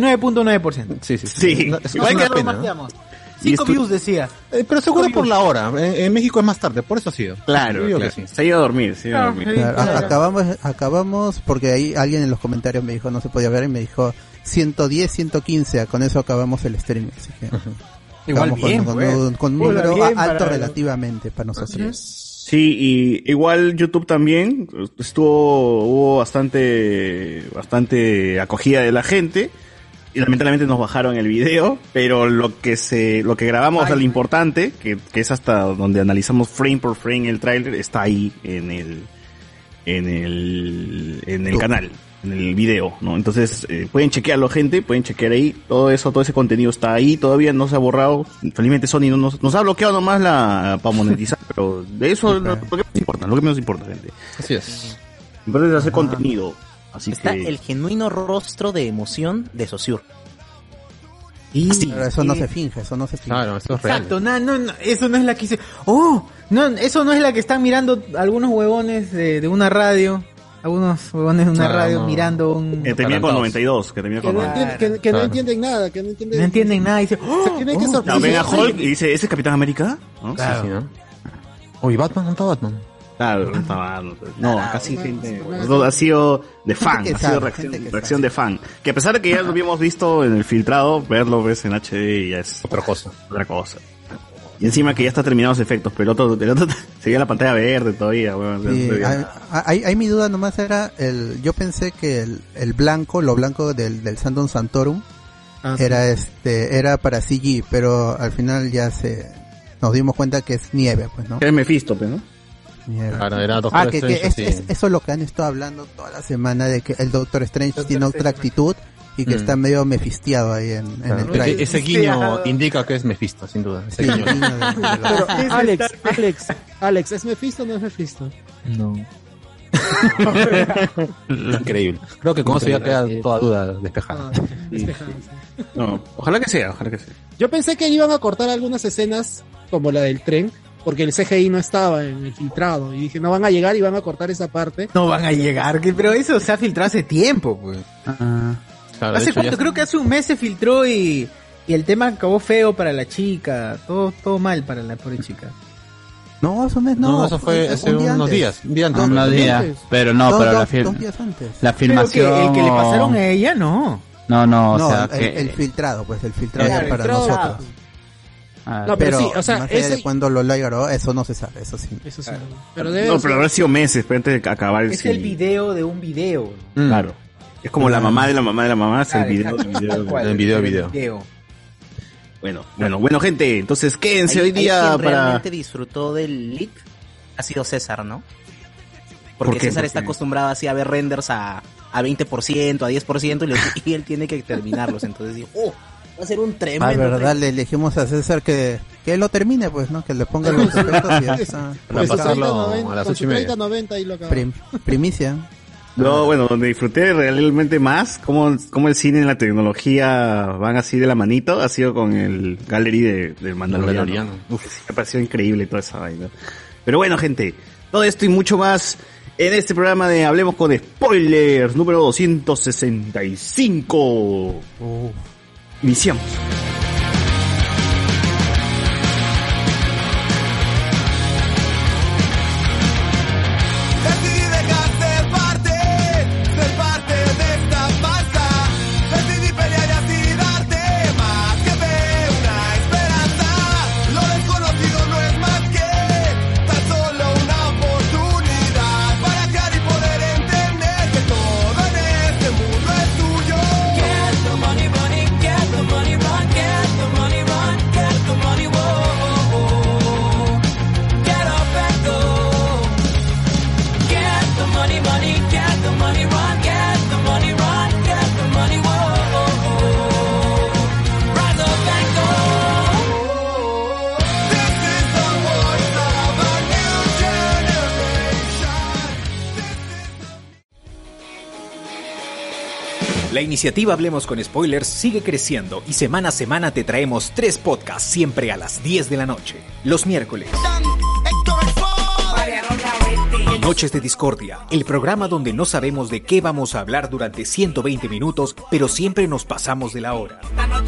[SPEAKER 4] 99.9%.
[SPEAKER 5] Sí, sí,
[SPEAKER 6] sí.
[SPEAKER 5] No, es
[SPEAKER 4] Igual
[SPEAKER 5] una
[SPEAKER 4] que
[SPEAKER 5] pena, ¿no?
[SPEAKER 4] marteamos. Cinco
[SPEAKER 5] estu-
[SPEAKER 4] views decía.
[SPEAKER 5] Eh, pero seguro por la hora. En, en México es más tarde, por eso ha sido.
[SPEAKER 6] Claro,
[SPEAKER 5] Yo digo que
[SPEAKER 6] claro. se ha ido a dormir, se ha ido a
[SPEAKER 5] Ah,
[SPEAKER 6] dormir.
[SPEAKER 5] sí,
[SPEAKER 10] Claro, a- acabamos, acabamos porque ahí alguien en los comentarios me dijo, no se podía ver y me dijo 110, 115, con eso acabamos el streaming. Así que,
[SPEAKER 6] Igual
[SPEAKER 10] acabamos
[SPEAKER 6] bien,
[SPEAKER 10] con,
[SPEAKER 6] pues.
[SPEAKER 10] con un, con un
[SPEAKER 6] Hola,
[SPEAKER 10] número
[SPEAKER 6] bien
[SPEAKER 10] a- alto
[SPEAKER 6] para-
[SPEAKER 10] relativamente para nosotros.
[SPEAKER 6] Sí, y igual YouTube también estuvo hubo bastante bastante acogida de la gente y lamentablemente nos bajaron el video, pero lo que se lo que grabamos, o sea, lo importante, que, que es hasta donde analizamos frame por frame el tráiler está ahí en el en el en el canal, en el video, ¿no? Entonces, eh, pueden chequearlo, gente, pueden chequear ahí, todo eso, todo ese contenido está ahí, todavía no se ha borrado. Felizmente Sony no nos, nos ha bloqueado nomás la para monetizar, pero de eso no- lo que menos importa, lo que menos importa, gente.
[SPEAKER 5] Así es. Ah.
[SPEAKER 6] Importante es hacer contenido. Así
[SPEAKER 9] Está
[SPEAKER 6] que
[SPEAKER 9] el genuino rostro de emoción de Sosur.
[SPEAKER 10] Pero eso no se finge, eso no se finge.
[SPEAKER 5] Claro, eso es
[SPEAKER 4] Exacto, na- no, no, eso no es la que hice. ¡Oh! No, eso no es la que están mirando algunos huevones de, de una radio. Algunos huevones de una
[SPEAKER 6] Ah,
[SPEAKER 4] radio
[SPEAKER 6] no.
[SPEAKER 4] mirando un.
[SPEAKER 6] que termina con 92, que termina
[SPEAKER 7] Que
[SPEAKER 6] con
[SPEAKER 7] no,
[SPEAKER 6] 92.
[SPEAKER 7] entiende- que- que no
[SPEAKER 6] Claro.
[SPEAKER 7] entienden nada, que no entienden,
[SPEAKER 4] No entienden nada. "Oh, Dice,
[SPEAKER 7] se tienen que
[SPEAKER 6] No, ven a
[SPEAKER 7] sorprender.
[SPEAKER 6] Hulk y dice, ¿ese es Capitán América? ¿No?
[SPEAKER 5] Claro. Uy, Batman, ¿dónde está Batman?
[SPEAKER 6] Claro, no está mal. No, acá sí, gente.
[SPEAKER 5] no,
[SPEAKER 6] nosotros Ha sido
[SPEAKER 5] Gente
[SPEAKER 6] de fan,
[SPEAKER 5] que
[SPEAKER 6] ha sido
[SPEAKER 5] sabe,
[SPEAKER 6] reacción,
[SPEAKER 5] gente que
[SPEAKER 6] reacción de fan. Que a pesar de que ya lo habíamos visto en el filtrado, verlo ves en HD ya es otra cosa. Otra cosa. Y encima que ya está terminados los efectos, pero el otro, el otro seguía la pantalla verde todavía. weón.
[SPEAKER 10] Sí,
[SPEAKER 6] Todavía.
[SPEAKER 10] ahí- ahí, ahí mi duda nomás era el yo pensé que el, el blanco lo blanco del, del Sandon Santorum
[SPEAKER 7] Ah, sí.
[SPEAKER 10] era este era para CG, pero al final ya se nos dimos cuenta que es nieve, pues, ¿no?
[SPEAKER 6] Es Mephisto, pues, ¿no?
[SPEAKER 10] Nieve.
[SPEAKER 5] Claro, era Doctor
[SPEAKER 10] ah, que, que
[SPEAKER 5] Strange,
[SPEAKER 10] es-
[SPEAKER 5] sí.
[SPEAKER 10] es- eso es lo que han estado hablando toda la semana de que el Doctor Strange tiene otra actitud y que
[SPEAKER 5] Mm.
[SPEAKER 10] está medio mefisteado ahí en, en el
[SPEAKER 5] Claro.
[SPEAKER 10] trailer.
[SPEAKER 5] Ese guiño indica que es Mephisto, sin duda. Ese
[SPEAKER 10] Sí,
[SPEAKER 5] guiño.
[SPEAKER 10] guiño de-
[SPEAKER 7] Pero Alex, Alex, Alex, ¿es Mephisto o no es Mephisto?
[SPEAKER 5] No. Increíble. Creo que con eso ya queda
[SPEAKER 9] Eh,
[SPEAKER 7] Increíble.
[SPEAKER 5] toda duda despejada.
[SPEAKER 7] despejada,
[SPEAKER 6] No, ojalá que sea, ojalá que sea.
[SPEAKER 7] Yo pensé que iban a cortar algunas escenas, como la del tren, porque el CGI no estaba en el filtrado. Y dije, no van a llegar y van a cortar esa parte.
[SPEAKER 4] No van a llegar, que- pero eso se ha filtrado hace tiempo, pues.
[SPEAKER 5] Claro, de
[SPEAKER 4] hace
[SPEAKER 5] hecho, ya
[SPEAKER 4] cuánto, creo que hace un mes se filtró y, y el tema acabó feo para la chica, todo, todo mal para la pobre chica.
[SPEAKER 10] No, eso no es
[SPEAKER 4] No, eso fue hace unos días,
[SPEAKER 10] Ah,
[SPEAKER 4] un día antes.
[SPEAKER 16] Unos
[SPEAKER 4] Dos
[SPEAKER 16] días.
[SPEAKER 4] días.
[SPEAKER 16] Pero no,
[SPEAKER 4] Dos-
[SPEAKER 16] pero la,
[SPEAKER 4] dos-
[SPEAKER 16] fir-
[SPEAKER 4] dos días antes.
[SPEAKER 16] la
[SPEAKER 4] Pero
[SPEAKER 16] filmación.
[SPEAKER 4] que el que le pasaron a ella, no.
[SPEAKER 16] No, no, o
[SPEAKER 10] No,
[SPEAKER 16] sea,
[SPEAKER 10] el,
[SPEAKER 16] que.
[SPEAKER 10] el filtrado, pues el filtrado
[SPEAKER 16] Claro,
[SPEAKER 10] es para
[SPEAKER 16] el filtrado.
[SPEAKER 10] nosotros.
[SPEAKER 16] Ah,
[SPEAKER 7] No, pero sí, o sea,
[SPEAKER 10] más allá
[SPEAKER 7] ese-
[SPEAKER 10] de cuando lo logró, eso no se sabe, eso sí.
[SPEAKER 7] Eso sí.
[SPEAKER 4] Pero
[SPEAKER 6] No, pero habrá sido meses pero antes de acabar el
[SPEAKER 4] Es el
[SPEAKER 6] cine.
[SPEAKER 4] video de un video.
[SPEAKER 6] Mm. Claro. Es como la mamá de la mamá de la mamá, es el
[SPEAKER 4] Claro,
[SPEAKER 6] video, el
[SPEAKER 4] exacto,
[SPEAKER 6] video,
[SPEAKER 4] tal cual.
[SPEAKER 6] el video, el video.
[SPEAKER 4] Video.
[SPEAKER 6] Bueno, bueno, bueno, gente, entonces quédense hoy día
[SPEAKER 9] quien
[SPEAKER 6] para
[SPEAKER 9] realmente disfrutó del leak ha sido César, ¿no? Porque
[SPEAKER 6] ¿Por qué?
[SPEAKER 9] César
[SPEAKER 6] ¿Por
[SPEAKER 9] está
[SPEAKER 6] qué?
[SPEAKER 9] acostumbrado así a ver renders a, a 20%, a 10% y, le- y él tiene que terminarlos. Entonces dijo, oh, va a ser un tremendo.
[SPEAKER 10] Ah, verdad,
[SPEAKER 9] trailer".
[SPEAKER 10] le elegimos a César que, que él lo termine, pues, ¿no? Que le ponga los efectos y ya está.
[SPEAKER 5] Para pasarlo
[SPEAKER 10] a las
[SPEAKER 7] Con
[SPEAKER 10] ocho
[SPEAKER 7] su
[SPEAKER 10] y media.
[SPEAKER 7] 30-90 y lo acabó.
[SPEAKER 10] Prim- primicia.
[SPEAKER 6] No, bueno, donde disfruté realmente más cómo, cómo el cine y la tecnología van así de la manito, ha sido con el gallery de, del Mandaloriano.
[SPEAKER 5] Mandaloriano.
[SPEAKER 6] Uf, sí, me pareció increíble toda esa vaina. Pero bueno, gente, todo esto y mucho más en este programa de Hablemos con Spoilers, número 265. Iniciamos.
[SPEAKER 15] Decidí dejar ser parte, ser parte de esta masa. Decidí pelear y así darte más que ver una esperanza. Lo desconocido no es más que tan solo una oportunidad para crear y poder entender que todo en este mundo es tuyo. Get the money, money, get the money, run, get the money, run, get the money, whoa. Get up and go. Get the money, money, get the money, run, get the money, run, get the money, whoa. Rise up and go. This is the voice of a new generation.
[SPEAKER 1] La iniciativa Hablemos con Spoilers sigue creciendo y semana a semana te traemos tres podcasts siempre a las 10 de la noche, los miércoles. Noches de Discordia, el programa donde no sabemos de qué vamos a hablar durante 120 minutos, pero siempre nos pasamos de la hora.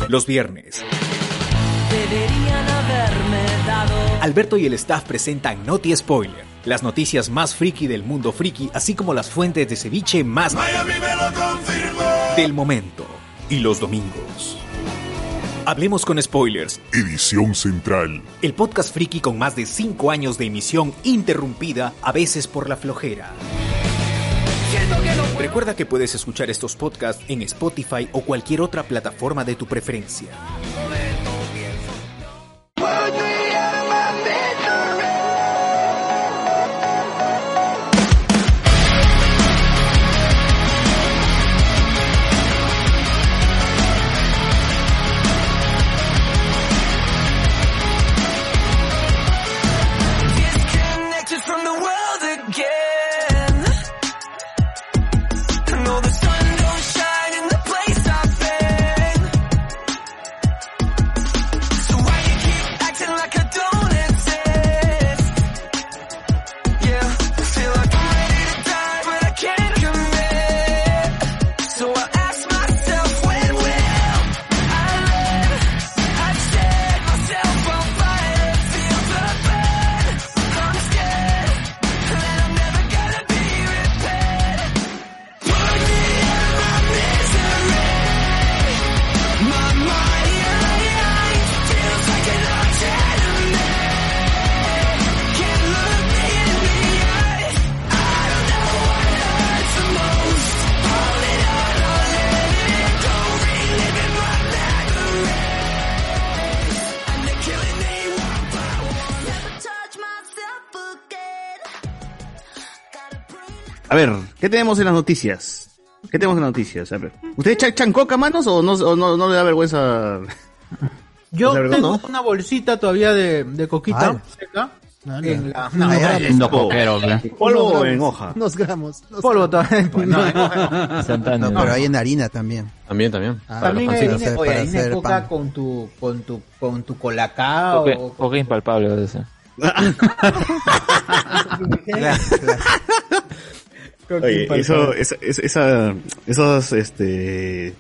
[SPEAKER 1] Los viernes,
[SPEAKER 15] Deberían haberme dado.
[SPEAKER 1] Alberto y el staff presentan Noti Spoiler, las noticias más friki del mundo friki, así como las fuentes de ceviche más del momento. Y los domingos. Hablemos con spoilers.
[SPEAKER 17] Edición central.
[SPEAKER 1] El podcast friki con más de 5 años de emisión interrumpida, a veces por la flojera. Recuerda que puedes escuchar estos podcasts en Spotify o cualquier otra plataforma de tu preferencia.
[SPEAKER 15] Disconnected from the world again. I know the sun don't shine in the place I've been.
[SPEAKER 6] A ver, ¿qué tenemos en las noticias? ¿Qué tenemos en las noticias? A ver. ¿Ustedes echan chancoca, manos, o no, o no, no le da vergüenza?
[SPEAKER 16] Yo
[SPEAKER 6] La verdad,
[SPEAKER 16] tengo
[SPEAKER 6] ¿no?
[SPEAKER 16] una bolsita todavía de, de coquita seca. En la, no,
[SPEAKER 6] no, coquero, Polvo o en hoja.
[SPEAKER 7] Unos gramos. unos
[SPEAKER 16] Polvo también. pues, no, en hoja no.
[SPEAKER 10] No, pero hay en harina también.
[SPEAKER 5] También, también.
[SPEAKER 16] También hay
[SPEAKER 10] pancitos,
[SPEAKER 16] harina-
[SPEAKER 10] eh,
[SPEAKER 16] oye,
[SPEAKER 10] para
[SPEAKER 16] harina de
[SPEAKER 10] hacer
[SPEAKER 16] coca
[SPEAKER 10] pan.
[SPEAKER 16] con tu, con tu, con tu colacao.
[SPEAKER 14] Coca coca impalpable, debe ser.
[SPEAKER 6] Oye, eso, esa, esa- esa- esos este,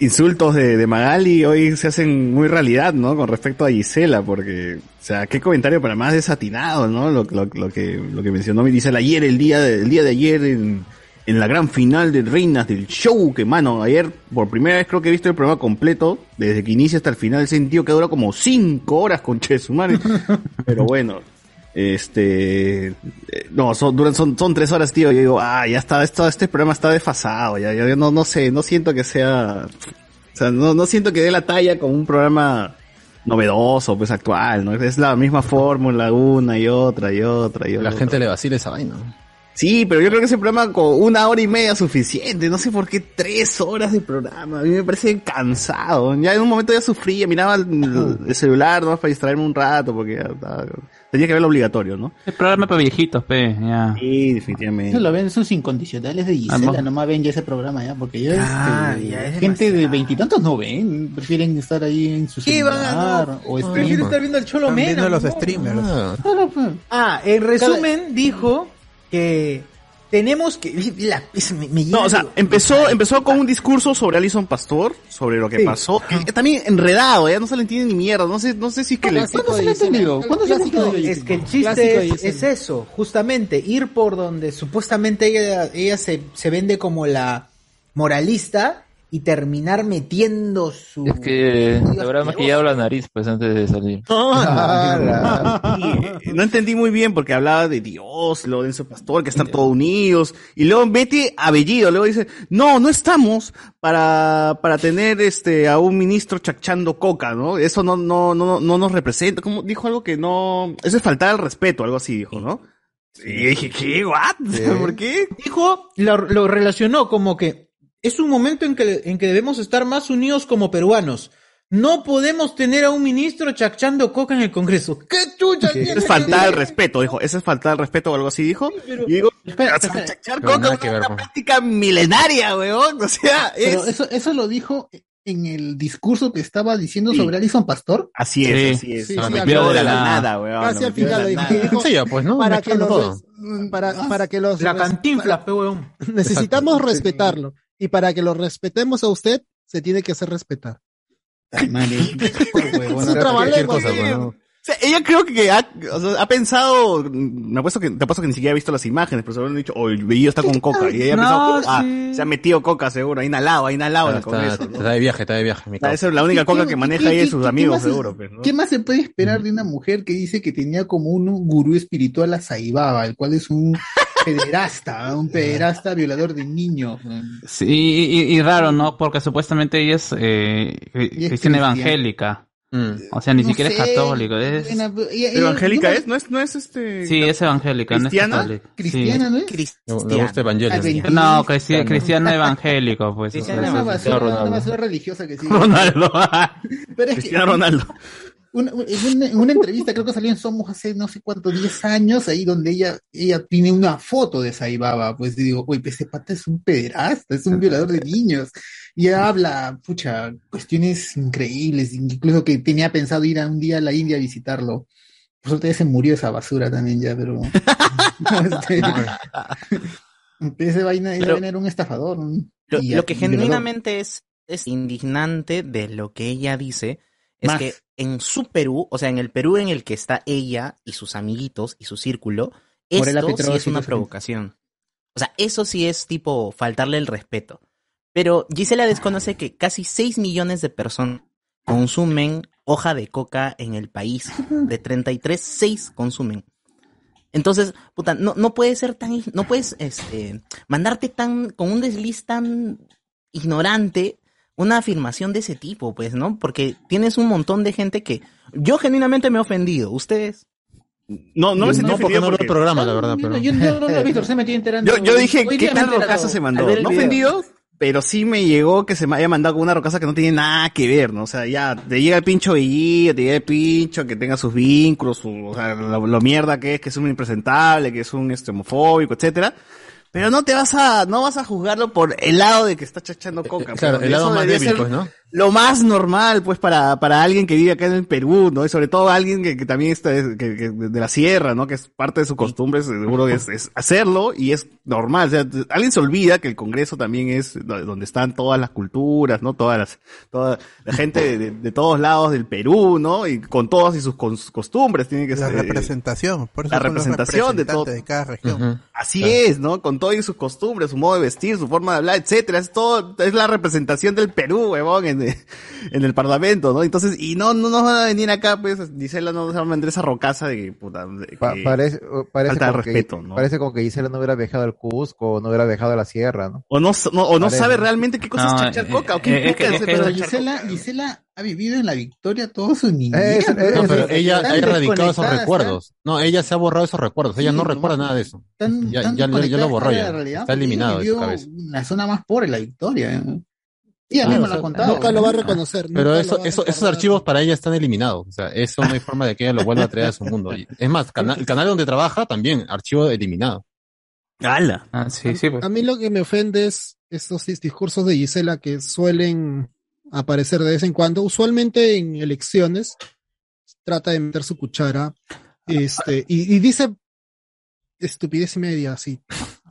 [SPEAKER 6] insultos de, de Magali hoy se hacen muy realidad, ¿no? Con respecto a Gisela, porque, o sea, qué comentario para más desatinado, ¿no? Lo, lo- lo que, lo que mencionó mi Gisela ayer, el día, de, el día de ayer en, en la gran final de Reinas del Show, que mano, ayer por primera vez creo que he visto el programa completo, desde que inicia hasta el final, sentido que dura como cinco horas con Chesumare. Pero bueno, este. eh, No, son, duran, son, son tres horas, tío. Yo digo, ah, ya está, esto, este programa está desfasado. Ya, ya- ya no, no sé, no siento que sea. O sea, no, no siento que dé la talla con un programa novedoso, pues actual, ¿no? Es la misma fórmula, una y otra y otra y otra.
[SPEAKER 5] La gente le vacila esa vaina.
[SPEAKER 6] Sí, pero yo creo que ese programa con una hora y media es suficiente. No sé por qué tres horas de programa. A mí me parece cansado. Ya en un momento ya sufría, miraba el, el celular nomás para distraerme un rato porque ya estaba- tenía que ver lo obligatorio, ¿no?
[SPEAKER 14] El programa para viejitos, pe, ya.
[SPEAKER 6] Sí, definitivamente.
[SPEAKER 4] Eso lo ven sus incondicionales de
[SPEAKER 6] Ah,
[SPEAKER 4] Gisela,
[SPEAKER 14] Vamos.
[SPEAKER 4] nomás ven ya ese programa ya, porque ya,
[SPEAKER 14] Ah,
[SPEAKER 4] este,
[SPEAKER 14] ya es
[SPEAKER 4] gente de veintitantos no ven, prefieren estar ahí en su
[SPEAKER 16] ¿Qué van a-
[SPEAKER 4] celular o este,
[SPEAKER 16] Prefiero estar viendo el Cholo Mena, ¿no?
[SPEAKER 4] Ah.
[SPEAKER 16] Ah, en resumen, dijo que tenemos que. la- me- me
[SPEAKER 6] No,
[SPEAKER 16] llena
[SPEAKER 6] o sea,
[SPEAKER 16] de-
[SPEAKER 6] empezó, empezó con un discurso sobre Alison Pastor, sobre lo que
[SPEAKER 16] Sí.
[SPEAKER 6] pasó. que También enredado, ya no se le entiende ni mierda. No sé, no sé si es que le...
[SPEAKER 16] ¿Cuándo se lo ha entendido? ¿Cuándo se lo ha entendido? Es que el chiste es, es eso, justamente, ir por donde supuestamente ella, ella se, se vende como la moralista y terminar metiendo su...
[SPEAKER 14] Es que le habrá maquillado la nariz, pues, antes de salir.
[SPEAKER 6] Y, eh, no entendí muy bien porque hablaba de Dios, lo de su pastor, que están todos unidos. Y luego mete a Bellido, luego dice, no, no estamos para, para tener este, a un ministro chachando coca, ¿no? Eso no, no, no, no nos representa. Como dijo algo que no, eso es faltar al respeto, algo así dijo, ¿no? Y yo dije, ¿qué? ¿What? ¿Por qué?
[SPEAKER 16] Dijo, lo, lo relacionó como que es un momento en que, en que debemos estar más unidos como peruanos. No podemos tener a un ministro chachando coca en el Congreso. ¿Qué chucha
[SPEAKER 6] Eso
[SPEAKER 16] tiene que
[SPEAKER 6] es faltar al
[SPEAKER 16] ver?
[SPEAKER 6] respeto, dijo. Eso es faltar al respeto o algo así, dijo. Y digo, espera, o sea, chachar
[SPEAKER 5] Pero
[SPEAKER 6] coca
[SPEAKER 5] nada
[SPEAKER 6] es
[SPEAKER 5] que ver,
[SPEAKER 6] una
[SPEAKER 5] pues.
[SPEAKER 6] práctica milenaria, weón. O sea,
[SPEAKER 4] Pero
[SPEAKER 6] es...
[SPEAKER 4] eso, eso lo dijo en el discurso que estaba diciendo sobre Alison Pastor.
[SPEAKER 6] Así
[SPEAKER 14] Sí.
[SPEAKER 6] es, así es.
[SPEAKER 14] Sí,
[SPEAKER 6] No,
[SPEAKER 14] sí,
[SPEAKER 6] me
[SPEAKER 14] habló
[SPEAKER 6] pido
[SPEAKER 14] de
[SPEAKER 6] de la
[SPEAKER 14] la-
[SPEAKER 6] nada, weón.
[SPEAKER 7] Casi
[SPEAKER 6] no
[SPEAKER 7] al
[SPEAKER 6] me pido de
[SPEAKER 7] final
[SPEAKER 6] la
[SPEAKER 7] le
[SPEAKER 6] nada.
[SPEAKER 7] dijo,
[SPEAKER 5] Sí, ya, pues, ¿no?
[SPEAKER 7] para que
[SPEAKER 5] Mezclando
[SPEAKER 7] los
[SPEAKER 5] todo.
[SPEAKER 7] res-
[SPEAKER 4] Ah,
[SPEAKER 7] para, para que los
[SPEAKER 16] La
[SPEAKER 7] res-
[SPEAKER 16] cantinflas, pe weón.
[SPEAKER 7] para- necesitamos respetarlo y para que lo respetemos a usted se tiene que hacer respetar.
[SPEAKER 6] Es un trabalenguas, oye. O sea, ella creo que ha, o sea, ha pensado, mm, me apuesto que, te apuesto que ni siquiera ha visto las imágenes, pero se han dicho, oh, el bellido está con coca. Y ella ha
[SPEAKER 16] No,
[SPEAKER 6] pensado, ah,
[SPEAKER 16] sí.
[SPEAKER 6] se ha metido coca seguro, ha inhalado, ha inhalado en el
[SPEAKER 5] Está,
[SPEAKER 6] congreso. ¿no?
[SPEAKER 5] está de viaje, está de viaje. Mi
[SPEAKER 6] Esa
[SPEAKER 5] causa.
[SPEAKER 6] es la única coca que
[SPEAKER 4] ¿Qué-
[SPEAKER 6] maneja ahí de
[SPEAKER 4] qué-
[SPEAKER 6] sus
[SPEAKER 4] qué
[SPEAKER 6] amigos,
[SPEAKER 4] más es-
[SPEAKER 6] seguro, pues, ¿no?
[SPEAKER 4] ¿Qué más se puede esperar de una mujer que dice que tenía como un gurú espiritual a Saibaba, el cual es un pederasta, un pederasta violador de niños?
[SPEAKER 14] Sí, y, y- y raro, ¿no? Porque supuestamente ella es, eh, cristiana evangélica. O sea, ni
[SPEAKER 4] No
[SPEAKER 14] siquiera es
[SPEAKER 4] sé,
[SPEAKER 14] católica. Es...
[SPEAKER 4] Elena, ella- ella-
[SPEAKER 6] ¿Evangélica
[SPEAKER 4] yo-
[SPEAKER 6] es? ¿No es, no es este?
[SPEAKER 14] Sí, es evangélica,
[SPEAKER 6] ¿Cristiana?
[SPEAKER 14] no es católica. Sí.
[SPEAKER 4] Cristiana, ¿no es?
[SPEAKER 5] Me gusta Evangelion.
[SPEAKER 14] No, que sí, cristiano evangélico, pues. o
[SPEAKER 4] Cristiana
[SPEAKER 14] sea,
[SPEAKER 4] es una basura,
[SPEAKER 14] Cristiano
[SPEAKER 4] una
[SPEAKER 14] Ronaldo.
[SPEAKER 4] basura religiosa que sí.
[SPEAKER 14] Ronaldo.
[SPEAKER 4] Pero es que-
[SPEAKER 6] Cristiano Ronaldo.
[SPEAKER 4] Una, en una- en una entrevista, creo que salió en Somos hace no sé cuánto, 10 años, ahí donde ella, ella tiene una foto de Saibaba, pues y digo, uy, ese pata es un pederasta, es un violador de niños. Y ella habla, pucha, cuestiones increíbles, incluso que tenía pensado ir a un día a la India a visitarlo. Por suerte ya se murió esa basura también ya, pero... Este, ese vaina, esa
[SPEAKER 9] Pero-
[SPEAKER 4] vaina era un estafador. un-
[SPEAKER 9] Lo,
[SPEAKER 4] y-
[SPEAKER 9] lo que
[SPEAKER 4] y violador.
[SPEAKER 9] genuinamente es, es indignante de lo que ella dice es
[SPEAKER 4] Más.
[SPEAKER 9] que en su Perú, o sea, en el Perú en el que está ella y sus amiguitos y su círculo,
[SPEAKER 4] Morela
[SPEAKER 9] esto sí
[SPEAKER 4] Petrov y
[SPEAKER 9] es una
[SPEAKER 4] toda esa
[SPEAKER 9] provocación. O sea, eso sí es tipo faltarle el respeto. Pero Gisela desconoce que casi 6 millones de personas consumen hoja de coca en el país. De 33, 6 consumen. Entonces, puta, no, no puede ser tan, ig- no puedes, este, mandarte tan, con un desliz tan ignorante una afirmación de ese tipo, pues, ¿no? Porque tienes un montón de gente que, yo genuinamente me he ofendido, ustedes,
[SPEAKER 6] No, no me sentí
[SPEAKER 5] No, porque
[SPEAKER 6] ofendido
[SPEAKER 5] no veo el programa, la verdad. pero-
[SPEAKER 8] Yo no, no lo he visto, se me estoy enterando.
[SPEAKER 6] Yo, yo dije,
[SPEAKER 8] Hoy
[SPEAKER 6] ¿qué
[SPEAKER 8] día me he
[SPEAKER 6] tal
[SPEAKER 8] enterado
[SPEAKER 6] rocaza se mandó?
[SPEAKER 8] al ver el
[SPEAKER 6] No
[SPEAKER 8] video.
[SPEAKER 6] ofendido, pero sí me llegó que se me haya mandado con una rocaza que no tiene nada que ver, ¿no? O sea, ya, te llega el pincho bellillo, te llega el pincho que tenga sus vínculos, su- o sea, lo, lo mierda que es, que es un impresentable, que es un este, homofóbico, etcétera. Pero no te vas a, no vas a juzgarlo por el lado de que está chachando coca.
[SPEAKER 5] Eh, claro,
[SPEAKER 6] porque
[SPEAKER 5] el lado
[SPEAKER 6] eso
[SPEAKER 5] más
[SPEAKER 6] debería
[SPEAKER 5] débil,
[SPEAKER 6] ser
[SPEAKER 5] pues, ¿no?
[SPEAKER 6] Lo más normal, pues, para, para alguien que vive acá en el Perú, ¿no? Y sobre todo alguien que, que también está, es- que, que de la sierra, ¿no? Que es parte de su costumbre, seguro que es, es hacerlo y es normal. O sea, t- alguien se olvida que el Congreso también es do- donde están todas las culturas, ¿no? Todas las, toda la gente de, de todos lados del Perú, ¿no? Y con todas y sus cons- costumbres tiene que
[SPEAKER 10] La
[SPEAKER 6] ser. eh,
[SPEAKER 10] representación, por eso
[SPEAKER 6] la
[SPEAKER 10] son los
[SPEAKER 6] representación de todo.
[SPEAKER 10] representantes de cada región.
[SPEAKER 6] Así es, ¿no? Con todo y sus costumbres, su modo de vestir, su forma de hablar, etcétera. Es todo, es la representación del Perú, huevón, en, en el parlamento, ¿no? Entonces, y no, no nos van a venir acá, pues, Gisela no nos va a mandar esa rocaza de que, puta, de que-
[SPEAKER 18] Pa- parece, o- parece
[SPEAKER 6] falta de
[SPEAKER 18] como que-
[SPEAKER 6] respeto, ¿no?
[SPEAKER 18] Parece como que Gisela no hubiera viajado al Cusco, no hubiera viajado a la sierra, ¿no?
[SPEAKER 6] O no, no- o no
[SPEAKER 18] Parece.
[SPEAKER 6] sabe realmente qué cosa
[SPEAKER 18] No,
[SPEAKER 6] es chachar
[SPEAKER 18] eh,
[SPEAKER 6] coca, o qué
[SPEAKER 18] eh, es que-
[SPEAKER 6] puta
[SPEAKER 18] es
[SPEAKER 6] es
[SPEAKER 18] que-
[SPEAKER 6] chachar
[SPEAKER 8] Pero
[SPEAKER 6] coca.
[SPEAKER 8] Gisela, Gisela ha vivido en la victoria todo su
[SPEAKER 5] Eh,
[SPEAKER 8] niñez.
[SPEAKER 5] es- no, pero ella
[SPEAKER 8] Tan
[SPEAKER 5] ha erradicado esos
[SPEAKER 8] desconectada está.
[SPEAKER 5] recuerdos. No, ella se ha borrado esos recuerdos. Ella
[SPEAKER 8] Sí,
[SPEAKER 5] no
[SPEAKER 8] no,
[SPEAKER 5] recuerda nada de eso.
[SPEAKER 8] Tan-
[SPEAKER 5] Ya,
[SPEAKER 8] tan
[SPEAKER 5] ya, lo- ya
[SPEAKER 8] conectada
[SPEAKER 5] lo borró
[SPEAKER 8] a la
[SPEAKER 5] ya.
[SPEAKER 8] realidad, porque
[SPEAKER 5] Está
[SPEAKER 8] ella
[SPEAKER 5] eliminado de su
[SPEAKER 8] vivió
[SPEAKER 5] cabeza.
[SPEAKER 8] en la zona más pobre, la victoria. ¿eh? Ella misma
[SPEAKER 5] Ah,
[SPEAKER 8] Ah.
[SPEAKER 5] o
[SPEAKER 8] lo
[SPEAKER 5] sea,
[SPEAKER 8] ha contado.
[SPEAKER 5] nunca lo va a
[SPEAKER 10] reconocer.
[SPEAKER 5] Pero eso, eso, esos archivos para ella están eliminados. O sea, eso no hay forma de que ella lo vuelva a traer a su mundo. Y Es más, cana- el canal donde trabaja también, archivo eliminado.
[SPEAKER 6] ¡Hala!
[SPEAKER 14] sí, sí, pues.
[SPEAKER 7] A mí lo que me ofende es estos dis- discursos de Gisela que suelen aparecer de vez en cuando, usualmente en elecciones, trata de meter su cuchara este, y, y dice estupidez y media, así.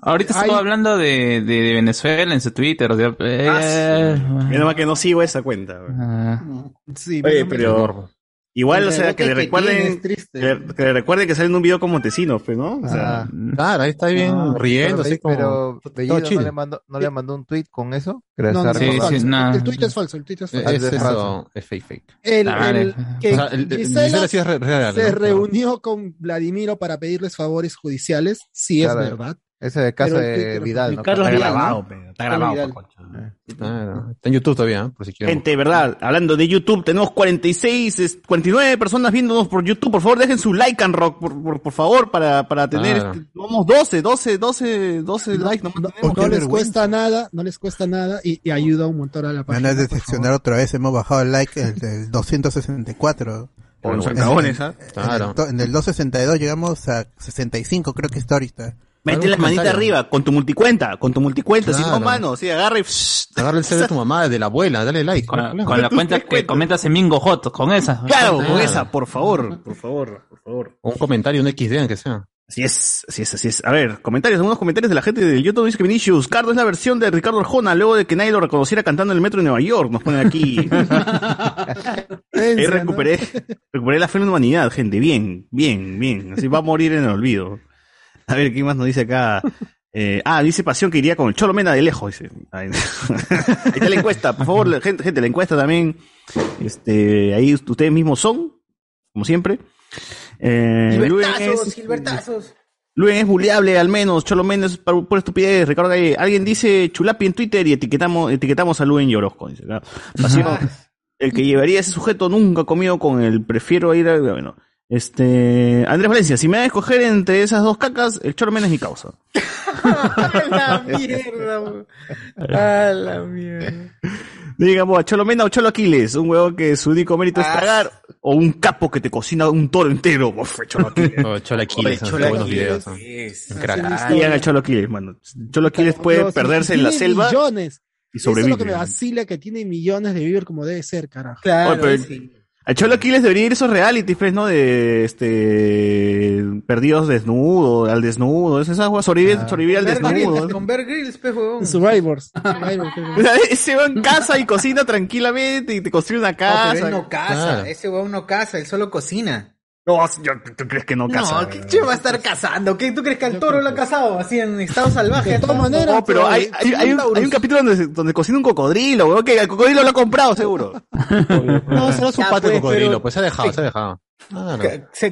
[SPEAKER 14] Ahorita
[SPEAKER 7] Ay.
[SPEAKER 14] estuvo hablando de, de, de Venezuela en su Twitter. o sea, eh,
[SPEAKER 18] Ah,
[SPEAKER 6] Ah, Menos mal que no sigo esa cuenta, weón.
[SPEAKER 14] ah.
[SPEAKER 7] Sí,
[SPEAKER 6] Oye,
[SPEAKER 7] menos mal.
[SPEAKER 6] pero igual,
[SPEAKER 7] El
[SPEAKER 6] o sea, que le
[SPEAKER 7] rebote que tiene
[SPEAKER 6] recuerden,
[SPEAKER 7] es
[SPEAKER 6] que, le- que le recuerden que salen un video como Tecino, pues, ¿no? O sea,
[SPEAKER 18] Ah.
[SPEAKER 5] eh,
[SPEAKER 14] Mm.
[SPEAKER 5] claro, ahí está bien riendo, así como-
[SPEAKER 18] Pero
[SPEAKER 5] todo
[SPEAKER 18] Bellido
[SPEAKER 5] chill.
[SPEAKER 18] no le mandó, no le mandó un tweet con eso. Que
[SPEAKER 5] No, no,
[SPEAKER 18] está
[SPEAKER 5] sí, sí,
[SPEAKER 18] recordando.
[SPEAKER 5] no.
[SPEAKER 7] El tweet es falso, el tweet es falso.
[SPEAKER 5] Es,
[SPEAKER 18] Ah, es
[SPEAKER 5] eso,
[SPEAKER 18] falso.
[SPEAKER 5] es fake, fake.
[SPEAKER 7] El- el- que
[SPEAKER 5] o sea, el- el-
[SPEAKER 7] Gisela
[SPEAKER 5] Gisela sí es re- real.
[SPEAKER 7] se
[SPEAKER 5] ¿no?
[SPEAKER 7] reunió con Vladimiro para pedirles favores judiciales, si
[SPEAKER 18] Claro,
[SPEAKER 7] es verdad.
[SPEAKER 18] Ese de caso
[SPEAKER 7] Pero el
[SPEAKER 18] de
[SPEAKER 7] Twitter-
[SPEAKER 18] Vidal, ¿no?
[SPEAKER 7] Carlos
[SPEAKER 6] Está
[SPEAKER 7] Vidal,
[SPEAKER 6] grabado,
[SPEAKER 7] ¿no?
[SPEAKER 6] pe, está
[SPEAKER 7] Carlos
[SPEAKER 6] grabado,
[SPEAKER 7] Vidal. Ah,
[SPEAKER 5] Claro, Ah, está en YouTube todavía, ¿eh? por si quieren.
[SPEAKER 6] Gente, ¿verdad? Hablando de YouTube, tenemos 46, es- 49 personas viéndonos por YouTube. Por favor, dejen su like and rock, por, por, por favor, para, para tener...
[SPEAKER 5] Claro.
[SPEAKER 6] este- vamos, 12, 12, 12, 12 likes. nomás tenemos.
[SPEAKER 7] No les cuesta nada, no les cuesta nada y, y ayuda un montón a
[SPEAKER 10] Me
[SPEAKER 7] la
[SPEAKER 10] van a
[SPEAKER 7] página.
[SPEAKER 10] decepcionar otra vez, hemos bajado el like el del 264.
[SPEAKER 6] Por los
[SPEAKER 10] En-
[SPEAKER 6] cagones, ¿ah?
[SPEAKER 10] en- En
[SPEAKER 6] Claro.
[SPEAKER 10] el, to- en el 262 llegamos a 65, creo que está ahorita.
[SPEAKER 6] Mete la manita arriba, con tu multicuenta, con tu multicuenta, si no,
[SPEAKER 10] Claro.
[SPEAKER 6] mano, sí, agarra y...
[SPEAKER 5] Agarra el cel de tu mamá, de la abuela, dale like.
[SPEAKER 14] Con, con la cuenta que comentas en Mingo Hot, con esa.
[SPEAKER 6] Claro, con
[SPEAKER 14] Ah.
[SPEAKER 6] esa, por favor, por favor, por favor.
[SPEAKER 5] O un comentario, un XD, aunque sea.
[SPEAKER 6] Así es, así es, así es. A ver, comentarios, algunos comentarios de la gente del YouTube. Dice que Vinicius, Cardo es la versión de Ricardo Arjona luego de que nadie lo reconociera cantando en el metro de Nueva York. Nos ponen aquí. Ahí recuperé, recuperé la fe en la humanidad, gente. Bien, bien, bien. Así va a morir en el olvido. A ver, ¿qué más nos dice acá? Eh, ah, dice Pasión que iría con el Cholo Mena de lejos. Dice. Ahí, ahí está la encuesta. Por favor, la gente, gente, la encuesta también. Este, ahí ustedes mismos son, como siempre. Eh, Luen
[SPEAKER 12] Gilbertazos,
[SPEAKER 6] es-
[SPEAKER 12] Gilbertazos.
[SPEAKER 6] Luen es buleable, al menos. Cholo Méndez, por pura estupidez. Ricardo Galle. Alguien dice chulapi en Twitter y etiquetamos, etiquetamos a Luen y Orozco. Dice, claro. Pasión. El que llevaría ese sujeto nunca ha comido con el prefiero ir a. Bueno. Este. Andrés Valencia, si me van a escoger entre esas dos cacas, el Cholo Méndez es mi causa.
[SPEAKER 12] A la mierda, weón. A la mierda.
[SPEAKER 6] Digamos, a Cholo Mena o Cholo Aquiles, un huevo que su único mérito es cagar, o un capo que te cocina un toro entero. Uf, Cholo Aquiles.
[SPEAKER 5] O Chola Oh, Aquiles,
[SPEAKER 6] Oye,
[SPEAKER 5] qué
[SPEAKER 6] Chola
[SPEAKER 5] buenos
[SPEAKER 6] Aquiles,
[SPEAKER 5] videos. ¿no?
[SPEAKER 6] es-
[SPEAKER 5] Un crack.
[SPEAKER 6] Ah, Digan al Cholo Aquiles, mano. Cholo Aquiles puede
[SPEAKER 7] Los
[SPEAKER 6] perderse en la
[SPEAKER 7] 17
[SPEAKER 6] selva
[SPEAKER 7] millones.
[SPEAKER 6] y
[SPEAKER 7] Eso es lo que
[SPEAKER 6] sobrevivir.
[SPEAKER 7] me vacila que tiene millones de vivir como debe ser, carajo.
[SPEAKER 6] Oye, pero el- Al Cholo Aquiles debería ir esos realities, pues, ¿no? De, este, perdidos desnudo, al desnudo, esas aguas, sobrevivir, sobrevivir al
[SPEAKER 12] Bear
[SPEAKER 6] desnudo.
[SPEAKER 12] Grylls, Con Bear Grylls, pe, huevón.
[SPEAKER 7] Survivors.
[SPEAKER 6] Ese va en casa y cocina tranquilamente y te construye una
[SPEAKER 12] No,
[SPEAKER 6] casa.
[SPEAKER 12] pero él no casa,
[SPEAKER 6] Claro.
[SPEAKER 4] Eh,
[SPEAKER 12] ese huevón no casa, él solo cocina.
[SPEAKER 6] No, yo- ¿tú crees que no casa?
[SPEAKER 12] No, ¿qué che va a estar cazando? ¿Qué, ¿Tú crees que al toro lo ha cazado? Así en estado salvaje. De todas
[SPEAKER 7] maneras.
[SPEAKER 6] No, pero hay, hay, hay un, hay un capítulo donde, se- donde cocina un cocodrilo, weón, que el cocodrilo lo ha comprado seguro.
[SPEAKER 5] No, solo es un
[SPEAKER 6] Ya,
[SPEAKER 5] pato de
[SPEAKER 6] pues,
[SPEAKER 5] cocodrilo,
[SPEAKER 6] pero-
[SPEAKER 5] pues se ha dejado, se ha dejado.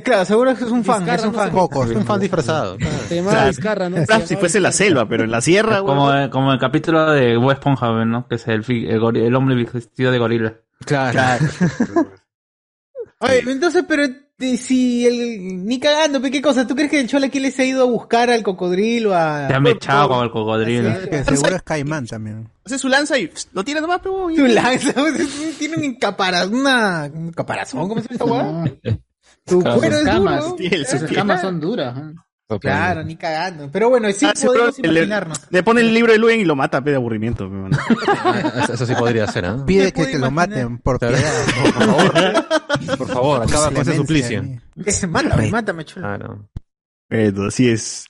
[SPEAKER 12] claro, seguro que es un fan, es un fan.
[SPEAKER 5] es un fan disfrazado.
[SPEAKER 7] Te
[SPEAKER 6] O sea,
[SPEAKER 7] Vizcarra, ¿no?
[SPEAKER 6] Fran, si fuese en la selva, pero en la sierra, weón.
[SPEAKER 14] Como, el- como el capítulo de Bob Esponja, ¿no? Que es el, fi- el gori- el hombre vestido de gorila.
[SPEAKER 5] Claro.
[SPEAKER 4] Oye, entonces, pero eh, si el. Ni cagando, pe, ¿qué cosa? ¿Tú crees que el Chola aquí les ha ido a buscar al cocodrilo? A...
[SPEAKER 14] Te han mechado con el cocodrilo.
[SPEAKER 10] Que seguro es Caimán también.
[SPEAKER 4] Hace su lanza y lo tira nomás, pero. Su lanza, tiene un caparazón, una... un caparazón, ¿cómo se llama esta hueá? Su
[SPEAKER 19] Claro,
[SPEAKER 4] cuero
[SPEAKER 19] sus
[SPEAKER 4] es
[SPEAKER 19] camas,
[SPEAKER 4] duro.
[SPEAKER 19] tiene el-
[SPEAKER 4] Claro,
[SPEAKER 19] sus camas son duras. ¿eh?
[SPEAKER 4] Claro, ni cagando. Pero bueno, sí
[SPEAKER 6] Ah, sí,
[SPEAKER 4] podemos
[SPEAKER 6] pero le,
[SPEAKER 4] imaginarnos.
[SPEAKER 6] le pone el libro de Luen y lo mata, pe, de aburrimiento. pe, mano.
[SPEAKER 5] Ah, Eso, eso sí podría ser, ¿ah?
[SPEAKER 10] Pide que, que lo maten por piedad.
[SPEAKER 5] Por favor, acaba con ese
[SPEAKER 10] Clemencia,
[SPEAKER 5] suplicio.
[SPEAKER 4] Mátame, mátame, Chola.
[SPEAKER 5] Ah,
[SPEAKER 6] Bueno, así es.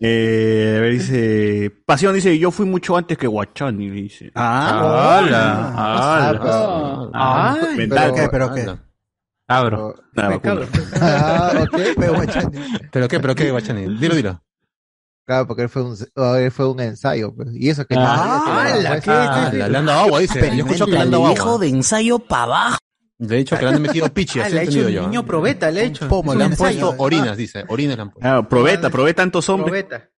[SPEAKER 6] Eh, a ver, dice. Pasión dice: Yo fui mucho antes que Guachani. Dice.
[SPEAKER 14] Ah, ala,
[SPEAKER 6] Ah,
[SPEAKER 14] ala,
[SPEAKER 6] ah,
[SPEAKER 14] ala.
[SPEAKER 6] ah,
[SPEAKER 14] Ay,
[SPEAKER 6] mental.
[SPEAKER 10] pero qué, pero
[SPEAKER 6] Ala.
[SPEAKER 14] Abro.
[SPEAKER 6] La vacuna.
[SPEAKER 18] Ah, ok, pero
[SPEAKER 5] ¿Pero qué, pero qué, Guachani? Dilo, dilo.
[SPEAKER 18] Claro, porque él fue un, ah, él fue un ensayo. pues. Y eso que.
[SPEAKER 5] Ah,
[SPEAKER 18] que-
[SPEAKER 5] ala,
[SPEAKER 18] pues,
[SPEAKER 5] ¿qué? Ala, le han dado agua, dice. Yo escucho que le han dado agua.
[SPEAKER 9] hijo de ensayo para abajo.
[SPEAKER 5] De hecho, que le han metido pichi,
[SPEAKER 9] Ah,
[SPEAKER 5] así
[SPEAKER 9] le
[SPEAKER 5] he
[SPEAKER 9] ha hecho
[SPEAKER 5] entendido
[SPEAKER 9] un
[SPEAKER 5] yo.
[SPEAKER 9] niño
[SPEAKER 5] ¿ah?
[SPEAKER 4] probeta, le he hecho.
[SPEAKER 5] Pomo,
[SPEAKER 4] Es
[SPEAKER 5] le
[SPEAKER 4] un
[SPEAKER 5] han
[SPEAKER 4] ensayo.
[SPEAKER 5] puesto orinas, dice. Orinas le han puesto.
[SPEAKER 6] Ah, probeta, probeta tantos hombres.
[SPEAKER 4] Probeta.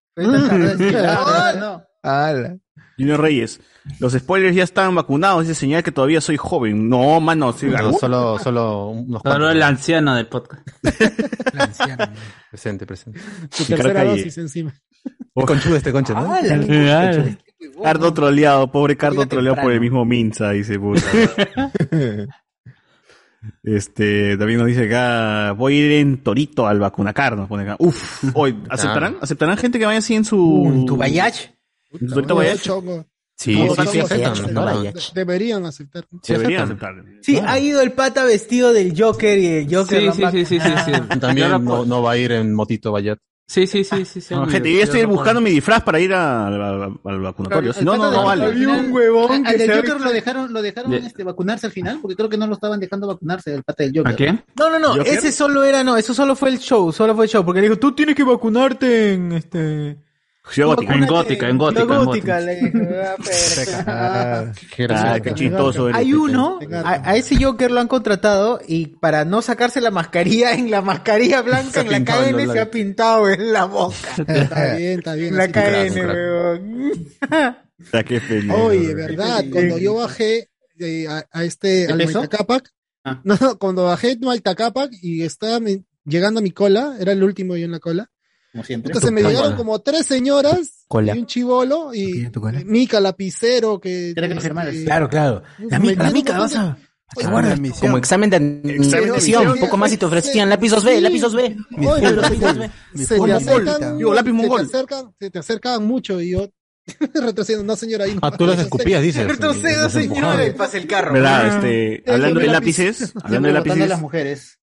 [SPEAKER 4] Probeta. No.
[SPEAKER 6] Junior Reyes. Los spoilers ya están vacunados. Dice señal que todavía soy joven. No, mano. Sí,
[SPEAKER 5] No,
[SPEAKER 6] ¿algún?
[SPEAKER 5] solo, solo unos
[SPEAKER 14] Solo el anciano del podcast.
[SPEAKER 5] Presente, presente.
[SPEAKER 14] Su tercera
[SPEAKER 6] Caray.
[SPEAKER 14] dosis
[SPEAKER 7] encima.
[SPEAKER 5] Es conchudo este concha,
[SPEAKER 14] Ah,
[SPEAKER 5] ¿no?
[SPEAKER 6] Ala,
[SPEAKER 5] Es
[SPEAKER 6] ala.
[SPEAKER 5] conchudo.
[SPEAKER 6] Cardo troleado, pobre Cardo troleado por el mismo Minza, dice puta. Este, también nos dice acá, voy a ir en Torito al vacunacar, nos pone acá. Uf, hoy,
[SPEAKER 5] Ah.
[SPEAKER 6] ¿aceptarán? ¿Aceptarán gente que vaya así en su... En tu
[SPEAKER 4] bayach?
[SPEAKER 6] ¿En su Torito Bayach?
[SPEAKER 7] Chongo.
[SPEAKER 6] Sí,
[SPEAKER 7] Como
[SPEAKER 6] sí, sí,
[SPEAKER 7] chongo,
[SPEAKER 6] aceptan,
[SPEAKER 7] de-
[SPEAKER 6] no,
[SPEAKER 7] de-
[SPEAKER 6] ya.
[SPEAKER 7] Deberían aceptar.
[SPEAKER 6] Deberían aceptar.
[SPEAKER 4] Sí, ha ido el pata vestido del Joker y el Joker.
[SPEAKER 14] Sí,
[SPEAKER 4] lo
[SPEAKER 14] sí,
[SPEAKER 4] han
[SPEAKER 14] sí, sí, sí, sí.
[SPEAKER 4] vacunado.
[SPEAKER 5] También
[SPEAKER 14] Yo
[SPEAKER 5] no, no va a ir en motito Bayat.
[SPEAKER 14] Sí, sí, sí, sí. sí
[SPEAKER 6] No,
[SPEAKER 14] amigo,
[SPEAKER 6] gente, yo
[SPEAKER 14] yo
[SPEAKER 6] ya estoy
[SPEAKER 14] recuerdo.
[SPEAKER 6] buscando mi disfraz para ir a- al- al al vacunatorio. Si no, no, no vale.
[SPEAKER 19] Al- al
[SPEAKER 4] que
[SPEAKER 19] del
[SPEAKER 4] se ha
[SPEAKER 19] Joker lo dejaron, lo dejaron
[SPEAKER 6] De-
[SPEAKER 19] este, vacunarse al final, porque creo que no lo estaban dejando vacunarse el pata del Joker.
[SPEAKER 14] ¿A quién?
[SPEAKER 4] No, no, no,
[SPEAKER 19] ¿Joker?
[SPEAKER 4] ese solo era, no, eso solo fue el show, solo fue el show, porque le dijo, tú tienes que vacunarte en este...
[SPEAKER 6] Ciudad
[SPEAKER 4] tú
[SPEAKER 6] Gótica.
[SPEAKER 4] vacúnate
[SPEAKER 6] En Gótica, en Gótica,
[SPEAKER 4] Ciudad
[SPEAKER 6] en
[SPEAKER 4] Gótica, le dije, ah,
[SPEAKER 6] Qué gracioso. Ah, qué chistoso eres.
[SPEAKER 4] Hay uno, a, a ese Joker lo han contratado y para no sacarse la mascarilla en la mascarilla blanca en la
[SPEAKER 7] pintado en
[SPEAKER 4] KN
[SPEAKER 7] los
[SPEAKER 4] se ha pintado en la boca.
[SPEAKER 7] Está bien, está bien.
[SPEAKER 4] En la
[SPEAKER 7] así.
[SPEAKER 4] KN, weón.
[SPEAKER 6] Ah, qué feliz.
[SPEAKER 7] Oye, verdad, cuando yo bajé eh, a, a este,
[SPEAKER 19] ¿De
[SPEAKER 7] al
[SPEAKER 19] peso? Ah.
[SPEAKER 7] Maltacapac, no, no, cuando bajé al Maltacapac y estaba mi- llegando a mi cola, era el último yo en la cola,
[SPEAKER 19] Como siempre.
[SPEAKER 7] entonces me llegaron como tres señoras
[SPEAKER 19] Cola.
[SPEAKER 7] y un chivolo y Mica Lapicero que... este,
[SPEAKER 19] Era que nos hermanas.
[SPEAKER 9] Claro, claro. La
[SPEAKER 7] Me
[SPEAKER 9] mica, la
[SPEAKER 7] dieron
[SPEAKER 9] mica, vas
[SPEAKER 7] bastante-
[SPEAKER 9] a.
[SPEAKER 7] Oye,
[SPEAKER 9] Ahora,
[SPEAKER 7] la misión.
[SPEAKER 9] como examen de admisión, un poco más y te ofrecían lápices B,
[SPEAKER 7] Sí.
[SPEAKER 9] lápices B.
[SPEAKER 7] Oye, pero se te-
[SPEAKER 9] Mi
[SPEAKER 7] se
[SPEAKER 9] full
[SPEAKER 7] te
[SPEAKER 9] mongol.
[SPEAKER 7] acercan,
[SPEAKER 9] Digo, lápiz
[SPEAKER 7] se te
[SPEAKER 9] mongol.
[SPEAKER 7] acercan- Se te acercaban mucho y yo retrocediendo, no señora, ahí no
[SPEAKER 5] Ah, tú las escupías, dices.
[SPEAKER 4] Retrocedo,
[SPEAKER 5] Las Ah. empujabas.
[SPEAKER 4] señores, pasa el carro.
[SPEAKER 6] ¿Verdad? Este, hablando de
[SPEAKER 19] lápiz.
[SPEAKER 6] lápices, hablando de
[SPEAKER 19] Siempre votando a
[SPEAKER 6] lápices,
[SPEAKER 19] las mujeres.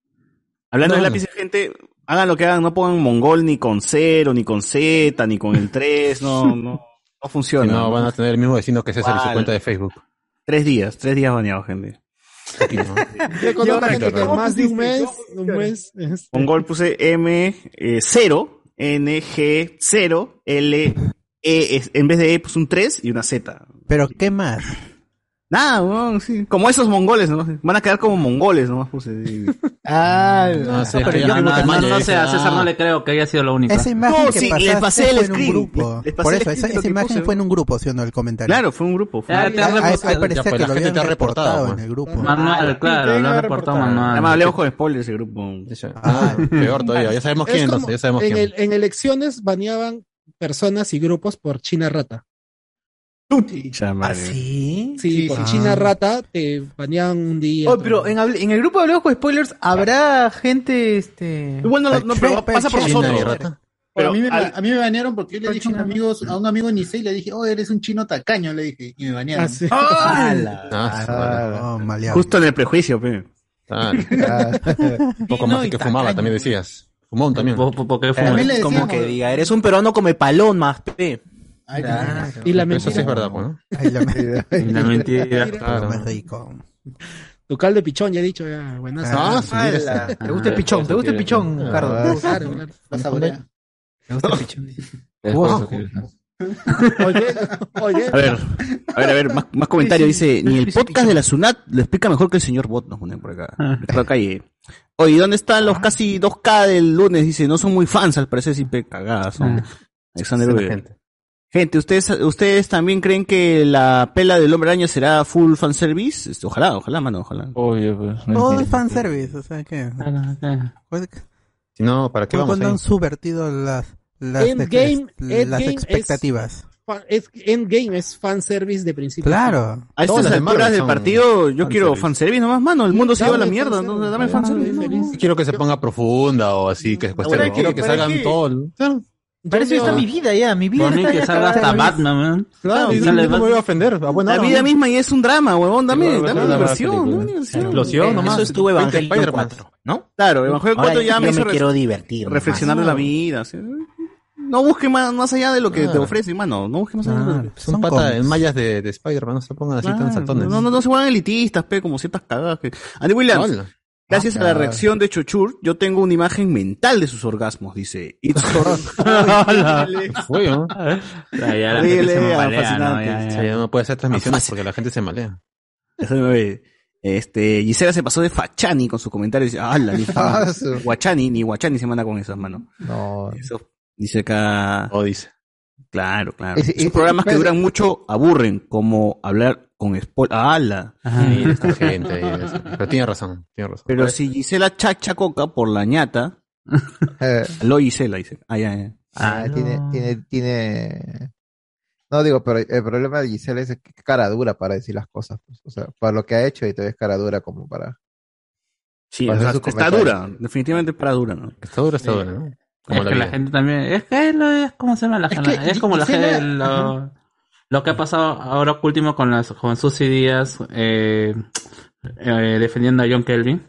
[SPEAKER 6] hablando de
[SPEAKER 19] No.
[SPEAKER 6] lápices, gente, hagan lo que hagan, no pongan mongol ni con cero, ni con Z, ni con el 3, no, no, no
[SPEAKER 5] Si
[SPEAKER 6] funciona.
[SPEAKER 5] no, van a tener el mismo vecino que César en su
[SPEAKER 6] Vale.
[SPEAKER 5] cuenta de Facebook.
[SPEAKER 6] Tres días, tres días baneados, gente.
[SPEAKER 7] Yo conozco
[SPEAKER 5] ahora
[SPEAKER 7] gente
[SPEAKER 5] qué,
[SPEAKER 7] que
[SPEAKER 5] ¿no?
[SPEAKER 7] más de un mes, un mes, es-
[SPEAKER 6] Mongol puse M, 0, N, G, 0, L, E, es- en vez de E puse un 3 y una Z.
[SPEAKER 10] Pero ¿qué más?
[SPEAKER 6] Nada, weón, sí. Como esos mongoles, ¿no? Van a quedar como mongoles, nomás puse.
[SPEAKER 4] Ah,
[SPEAKER 14] No,
[SPEAKER 6] sé, pero
[SPEAKER 14] no,
[SPEAKER 6] yo creo que
[SPEAKER 14] no,
[SPEAKER 6] Maya
[SPEAKER 14] no
[SPEAKER 6] dice,
[SPEAKER 14] sé, a César
[SPEAKER 6] ah.
[SPEAKER 14] no le creo que haya sido lo único.
[SPEAKER 10] Esa imagen que pasaste fue en un
[SPEAKER 14] screen.
[SPEAKER 10] grupo.
[SPEAKER 14] Les pasé
[SPEAKER 10] Por
[SPEAKER 14] el
[SPEAKER 10] eso, esa,
[SPEAKER 14] screen lo
[SPEAKER 10] esa
[SPEAKER 14] que
[SPEAKER 10] imagen
[SPEAKER 14] puse.
[SPEAKER 10] fue en un grupo, ¿sí o no? El comentario.
[SPEAKER 6] Claro, fue un grupo.
[SPEAKER 14] fue un Ah, grupo. te han reportado.
[SPEAKER 10] parece
[SPEAKER 14] Ya, pues,
[SPEAKER 10] que
[SPEAKER 14] la
[SPEAKER 10] lo
[SPEAKER 14] gente
[SPEAKER 10] habían
[SPEAKER 14] te ha reportado,
[SPEAKER 10] reportado en
[SPEAKER 14] pues.
[SPEAKER 10] el grupo.
[SPEAKER 14] Manual, claro, lo han reportado manual.
[SPEAKER 6] Además, hablemos con spoilers ese grupo.
[SPEAKER 5] Ah, peor todavía, ya sabemos
[SPEAKER 7] Es
[SPEAKER 5] quién
[SPEAKER 7] como
[SPEAKER 5] entonces, ya sabemos
[SPEAKER 7] en,
[SPEAKER 5] quién.
[SPEAKER 7] el- en elecciones baneaban personas y grupos por China Rata.
[SPEAKER 6] ¿Ah,
[SPEAKER 4] sí?
[SPEAKER 7] Sí, por
[SPEAKER 4] Ah.
[SPEAKER 7] China Rata te baneaban un día.
[SPEAKER 4] Oh, pero en, habl- en el grupo de Hablemos con Spoilers habrá gente, este...
[SPEAKER 6] Bueno,
[SPEAKER 7] no, pero pasa por nosotros.
[SPEAKER 19] a, mí me,
[SPEAKER 7] al-
[SPEAKER 19] a mí me banearon porque yo le dije a un amigo, a un amigo Nisei, le dije, oh, eres un chino tacaño, le dije, y me banearon.
[SPEAKER 10] Ah, sí.
[SPEAKER 19] ¡Hala!
[SPEAKER 5] Ah,
[SPEAKER 10] Oh,
[SPEAKER 6] Ya.
[SPEAKER 10] maleado.
[SPEAKER 6] Justo en el prejuicio, pe.
[SPEAKER 5] Un poco más de que fumaba, también decías. Fumón también.
[SPEAKER 14] ¿Por qué
[SPEAKER 9] También le como que diga, eres un peruano come palón más, pe.
[SPEAKER 7] Y la
[SPEAKER 5] Eso sí
[SPEAKER 7] mentira.
[SPEAKER 5] es verdad, pues, ¿no?
[SPEAKER 10] Ay, la mentira.
[SPEAKER 14] La mentira,
[SPEAKER 10] Lo
[SPEAKER 14] claro.
[SPEAKER 10] más rico.
[SPEAKER 7] Tu caldo de pichón, ya he dicho, ya, buenas.
[SPEAKER 10] Ah,
[SPEAKER 7] Ah,
[SPEAKER 10] sí, ala.
[SPEAKER 4] ¿Te
[SPEAKER 5] Ah,
[SPEAKER 4] gusta el pichón? ¿Te gusta el pichón,
[SPEAKER 7] Ah,
[SPEAKER 4] Cardo?
[SPEAKER 7] claro, claro.
[SPEAKER 4] ¿Te gusta el pichón?
[SPEAKER 6] Wow.
[SPEAKER 7] Oye, oye.
[SPEAKER 6] A ver, a ver, a ver, más, más comentarios. Dice, ni el podcast de la SUNAT lo explica mejor que el señor Bot, nos ponen por acá.
[SPEAKER 10] Ah.
[SPEAKER 6] Ricardo Calle. Oye, ¿dónde están los casi
[SPEAKER 10] Ah.
[SPEAKER 6] 2K del lunes? Dice, no son muy fans, al parecer, siempre cagadas son. Alexander
[SPEAKER 5] Esa
[SPEAKER 6] Weber.
[SPEAKER 5] gente.
[SPEAKER 6] Gente, ¿ustedes, ¿ustedes también creen que la pela del hombre araña será full fanservice? Este, Ojalá, ojalá, mano, ojalá.
[SPEAKER 10] Obvio, pues. Todo es fanservice, o sea que.
[SPEAKER 5] Si no, ¿para qué vamos
[SPEAKER 1] Pues
[SPEAKER 10] Fue cuando
[SPEAKER 5] ahí?
[SPEAKER 10] han subvertido las, las,
[SPEAKER 7] Endgame,
[SPEAKER 10] las
[SPEAKER 7] Endgame
[SPEAKER 10] expectativas.
[SPEAKER 7] Es, fa- es- Endgame es fanservice de principio.
[SPEAKER 10] Claro.
[SPEAKER 6] A estas alturas del partido, yo quiero fanservice nomás, mano. El mundo se lleva a la
[SPEAKER 7] Dame
[SPEAKER 6] mierda. No, dame
[SPEAKER 4] Ah,
[SPEAKER 6] fanservice. no, no.
[SPEAKER 5] Quiero que se ponga profunda o así, que se cuestione.
[SPEAKER 6] ¿para qué?
[SPEAKER 5] Quiero que
[SPEAKER 6] ¿Para
[SPEAKER 5] salgan
[SPEAKER 6] qué?
[SPEAKER 5] todos.
[SPEAKER 4] Para eso está mi vida ya, mi vida
[SPEAKER 14] Ponen
[SPEAKER 4] está
[SPEAKER 14] que
[SPEAKER 4] ya
[SPEAKER 14] salga
[SPEAKER 4] acabada.
[SPEAKER 14] hasta Batman, man.
[SPEAKER 5] Claro,
[SPEAKER 14] Y
[SPEAKER 5] yo
[SPEAKER 14] no le
[SPEAKER 5] no me
[SPEAKER 14] va-
[SPEAKER 5] voy a ofender. A buena
[SPEAKER 6] La
[SPEAKER 5] hora,
[SPEAKER 6] vida
[SPEAKER 5] ¿no?
[SPEAKER 6] misma y es un drama, huevón.
[SPEAKER 5] Sí,
[SPEAKER 6] Dame,
[SPEAKER 5] bueno,
[SPEAKER 6] dame
[SPEAKER 5] bueno,
[SPEAKER 6] diversión.
[SPEAKER 5] película.
[SPEAKER 6] dame diversión.
[SPEAKER 5] Explosión nomás.
[SPEAKER 6] Eso estuvo
[SPEAKER 5] Veinte
[SPEAKER 6] Evangelion
[SPEAKER 5] Spider-Man.
[SPEAKER 6] 4, ¿no? Claro, Evangelion 4
[SPEAKER 9] Ahora
[SPEAKER 6] ya
[SPEAKER 9] yo
[SPEAKER 6] me hizo
[SPEAKER 9] me
[SPEAKER 6] re-
[SPEAKER 9] quiero divertir. nomás.
[SPEAKER 6] reflexionar de la vida. ¿sí? No busques más, más allá de lo que
[SPEAKER 5] Claro.
[SPEAKER 6] te ofrece, mano. No busques más allá de lo que
[SPEAKER 5] Son patas en mallas de, de Spider-Man, no se pongan así tan
[SPEAKER 6] Claro,
[SPEAKER 5] saltones.
[SPEAKER 6] No, no, no se vuelvan elitistas, pe, como ciertas cagadas. Que... Andy Williams,
[SPEAKER 5] Hola.
[SPEAKER 6] gracias a la
[SPEAKER 5] Claro.
[SPEAKER 6] reacción de Chochur, yo tengo una imagen mental de sus orgasmos, dice. It's
[SPEAKER 5] Hola. ¿Qué Ah, fue, no?
[SPEAKER 6] Ya, ya la gente Horrible, se malea, fascinante. ¿no? Ya, ya.
[SPEAKER 5] Sí, ya no puede hacer transmisiones porque la gente se malea.
[SPEAKER 6] Este, Gisela se pasó de Fachani con su comentario. Dice, ah, la
[SPEAKER 18] Ah,
[SPEAKER 6] lista.
[SPEAKER 18] su-
[SPEAKER 6] Guachani, ni Guachani se manda con esas manos.
[SPEAKER 18] No.
[SPEAKER 6] Eso dice acá.
[SPEAKER 5] O dice.
[SPEAKER 6] Claro, claro.
[SPEAKER 18] Ese-
[SPEAKER 6] Esos
[SPEAKER 18] ese-
[SPEAKER 6] programas que
[SPEAKER 18] parece-
[SPEAKER 6] duran mucho aburren, como hablar con spoiler. ¡Hala!
[SPEAKER 5] Sí, esta gente ahí, es- Pero tiene razón, tiene razón.
[SPEAKER 6] Pero si Gisela chacha coca por la ñata, lo Gisela dice. Ah, ya, ya.
[SPEAKER 18] Ah, tiene, tiene, tiene. No digo, pero el problema de Giselle es que es cara dura para decir las cosas. pues. O sea, para lo que ha hecho y todavía es cara dura como para.
[SPEAKER 6] Sí,
[SPEAKER 18] para
[SPEAKER 6] o
[SPEAKER 18] hacer
[SPEAKER 6] sea,
[SPEAKER 18] sus
[SPEAKER 6] está
[SPEAKER 18] comentarios.
[SPEAKER 6] dura. Definitivamente para dura, ¿no?
[SPEAKER 5] Está dura,
[SPEAKER 18] está dura,
[SPEAKER 5] ¿no?
[SPEAKER 14] Es que la gente también. Es que es, lo- es como se llama la
[SPEAKER 7] Es
[SPEAKER 14] gente.
[SPEAKER 7] que
[SPEAKER 14] Es como la
[SPEAKER 7] Gisela-
[SPEAKER 14] gente. Lo, lo que ha pasado ahora último con las con Susy Díaz eh, eh, defendiendo a John Kelvin.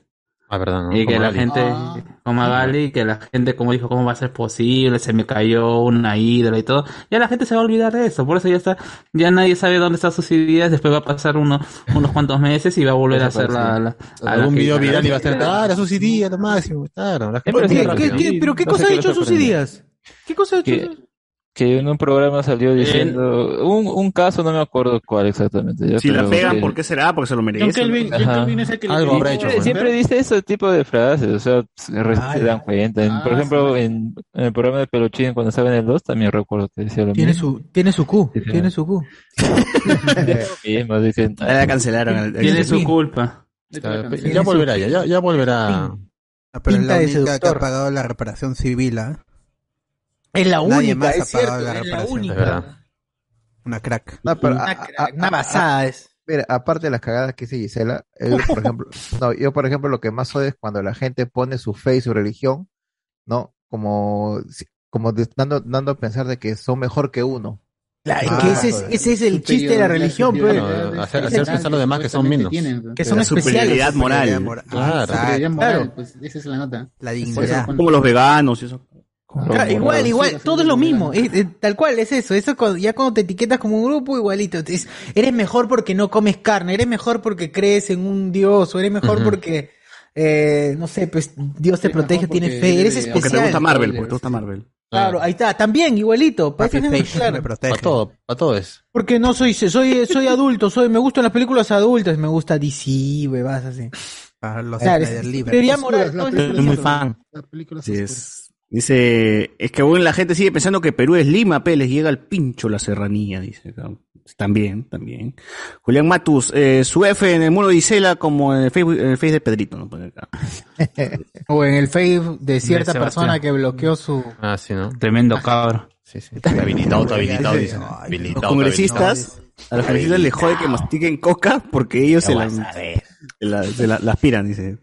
[SPEAKER 5] Ah, verdad, ¿no?
[SPEAKER 14] Y que
[SPEAKER 5] Como
[SPEAKER 14] la
[SPEAKER 5] Ali.
[SPEAKER 14] gente,
[SPEAKER 5] Ah.
[SPEAKER 14] como Magali, que la gente como dijo, ¿cómo va a ser posible? Se me cayó una ídola y todo. Ya la gente se va a olvidar de eso. Por eso ya está, ya nadie sabe dónde está sus ideas. Después va a pasar uno, unos cuantos meses y va a volver a hacer la, la- a la
[SPEAKER 5] Algún
[SPEAKER 14] que-
[SPEAKER 5] video
[SPEAKER 14] a la-
[SPEAKER 5] viral iba a estar. Ah, la Susi Díaz, lo máximo. Claro, la gente
[SPEAKER 1] ¿Qué-
[SPEAKER 5] se
[SPEAKER 1] qué-
[SPEAKER 5] rápido.
[SPEAKER 1] qué- Eh, pero qué
[SPEAKER 5] No
[SPEAKER 1] cosa
[SPEAKER 5] sé
[SPEAKER 1] ha
[SPEAKER 5] qué
[SPEAKER 1] dicho
[SPEAKER 5] les
[SPEAKER 1] Susy
[SPEAKER 5] sorprende.
[SPEAKER 1] Díaz? ¿Qué cosa ha hecho?
[SPEAKER 16] Que- Que en un programa salió diciendo un, un caso, no me acuerdo cuál exactamente. ya,
[SPEAKER 6] Si la
[SPEAKER 16] pero
[SPEAKER 6] pegan,
[SPEAKER 16] que-
[SPEAKER 6] ¿por qué será? Porque se lo merece.
[SPEAKER 16] Kelvin- John Kelvin es el que le-
[SPEAKER 6] Algo habrá hecho.
[SPEAKER 16] siempre, siempre dice ese tipo de frases, o sea, pues, se re-
[SPEAKER 6] Ah,
[SPEAKER 16] se
[SPEAKER 6] ya.
[SPEAKER 16] dan cuenta. En- por
[SPEAKER 6] Ah,
[SPEAKER 16] ejemplo, en, en el programa de Peluchín, cuando estaban en el 2, también recuerdo que decía lo
[SPEAKER 1] Tiene
[SPEAKER 16] mismo.
[SPEAKER 1] su, tiene su Q, tiene su Q.
[SPEAKER 16] Mismo, dicen,
[SPEAKER 6] la cancelaron. al- al-
[SPEAKER 14] Tiene su culpa.
[SPEAKER 5] Está- Ya volverá, ya, ya, ya volverá.
[SPEAKER 10] Ah, pero es la
[SPEAKER 5] Pinta de
[SPEAKER 10] única que
[SPEAKER 5] seductor.
[SPEAKER 10] ha pagado la reparación civil, ¿ah?
[SPEAKER 4] Es la
[SPEAKER 10] Nadie
[SPEAKER 4] única,
[SPEAKER 10] más
[SPEAKER 4] es
[SPEAKER 10] ha pagado
[SPEAKER 4] cierto,
[SPEAKER 10] la
[SPEAKER 4] es la
[SPEAKER 10] reparación.
[SPEAKER 4] única.
[SPEAKER 10] Es verdad. Una crack.
[SPEAKER 18] No, pero
[SPEAKER 10] Una
[SPEAKER 18] a-
[SPEAKER 10] crack,
[SPEAKER 18] a-
[SPEAKER 10] una
[SPEAKER 18] a-
[SPEAKER 10] basada
[SPEAKER 18] a-
[SPEAKER 4] es.
[SPEAKER 18] Mira, aparte de las cagadas que dice Gisela, yo, por ejemplo, no, yo por ejemplo lo que más odio es cuando la gente pone su fe y su religión, ¿no? Como, si- como de- dando, dando a pensar de que son mejor que uno.
[SPEAKER 4] La- es
[SPEAKER 18] Ah,
[SPEAKER 4] que ese, es, ese es el chiste de la religión, pues.
[SPEAKER 5] Bueno, hacer, hacer pensar a los demás que son menos.
[SPEAKER 4] Que son
[SPEAKER 6] superioridad
[SPEAKER 4] especiales.
[SPEAKER 6] moral.
[SPEAKER 5] Claro.
[SPEAKER 20] Superioridad moral,
[SPEAKER 4] claro.
[SPEAKER 20] pues esa es la nota.
[SPEAKER 10] La
[SPEAKER 20] dignidad.
[SPEAKER 6] Como los veganos y eso.
[SPEAKER 4] Claro, igual, igual, todo es lo mismo, es- es tal cual, es eso, eso cuando- ya cuando te etiquetas como un grupo, igualito, es- eres mejor porque no comes carne, eres mejor porque crees en un dios, o eres mejor
[SPEAKER 5] Ujú.
[SPEAKER 4] porque, eh, no sé, pues Dios te protege, tienes fe, eres especial.
[SPEAKER 6] Porque te gusta Marvel, pues. porque te gusta Marvel.
[SPEAKER 4] Claro, ahí está, también, igualito, pues, es- claro.
[SPEAKER 5] Para todo, para todo es.
[SPEAKER 4] porque no soy, soy, soy adulto, soy, me gustan las películas adultas, me gusta DC, huevas así.
[SPEAKER 10] Para ah, los
[SPEAKER 4] Claro,
[SPEAKER 10] Snyder
[SPEAKER 4] es-
[SPEAKER 10] Libres.
[SPEAKER 4] prioridad moral, todo es-
[SPEAKER 6] Soy muy fan. Así es. Dice, es que bueno, la gente sigue pensando que Perú es Lima, pe, les llega al pincho la serranía, dice. acá. También, también. Julián Matus, eh, su F en el muro de Isela como en el Facebook, en el Face de Pedrito, ¿no? Pues, Por acá.
[SPEAKER 4] O en el Facebook de cierta
[SPEAKER 14] Sebastián.
[SPEAKER 4] persona que bloqueó su...
[SPEAKER 5] Ah, sí, ¿no?
[SPEAKER 14] Tremendo cabro.
[SPEAKER 5] Sí, sí. Habilitado, está habilitado,
[SPEAKER 6] Sí.
[SPEAKER 5] dice.
[SPEAKER 6] Los
[SPEAKER 5] Habilitado,
[SPEAKER 6] congresistas, a los congresistas les jode que mastiquen coca porque ellos se
[SPEAKER 5] Ya
[SPEAKER 6] la,
[SPEAKER 5] vas a
[SPEAKER 6] se la, se la- la aspiran, dice.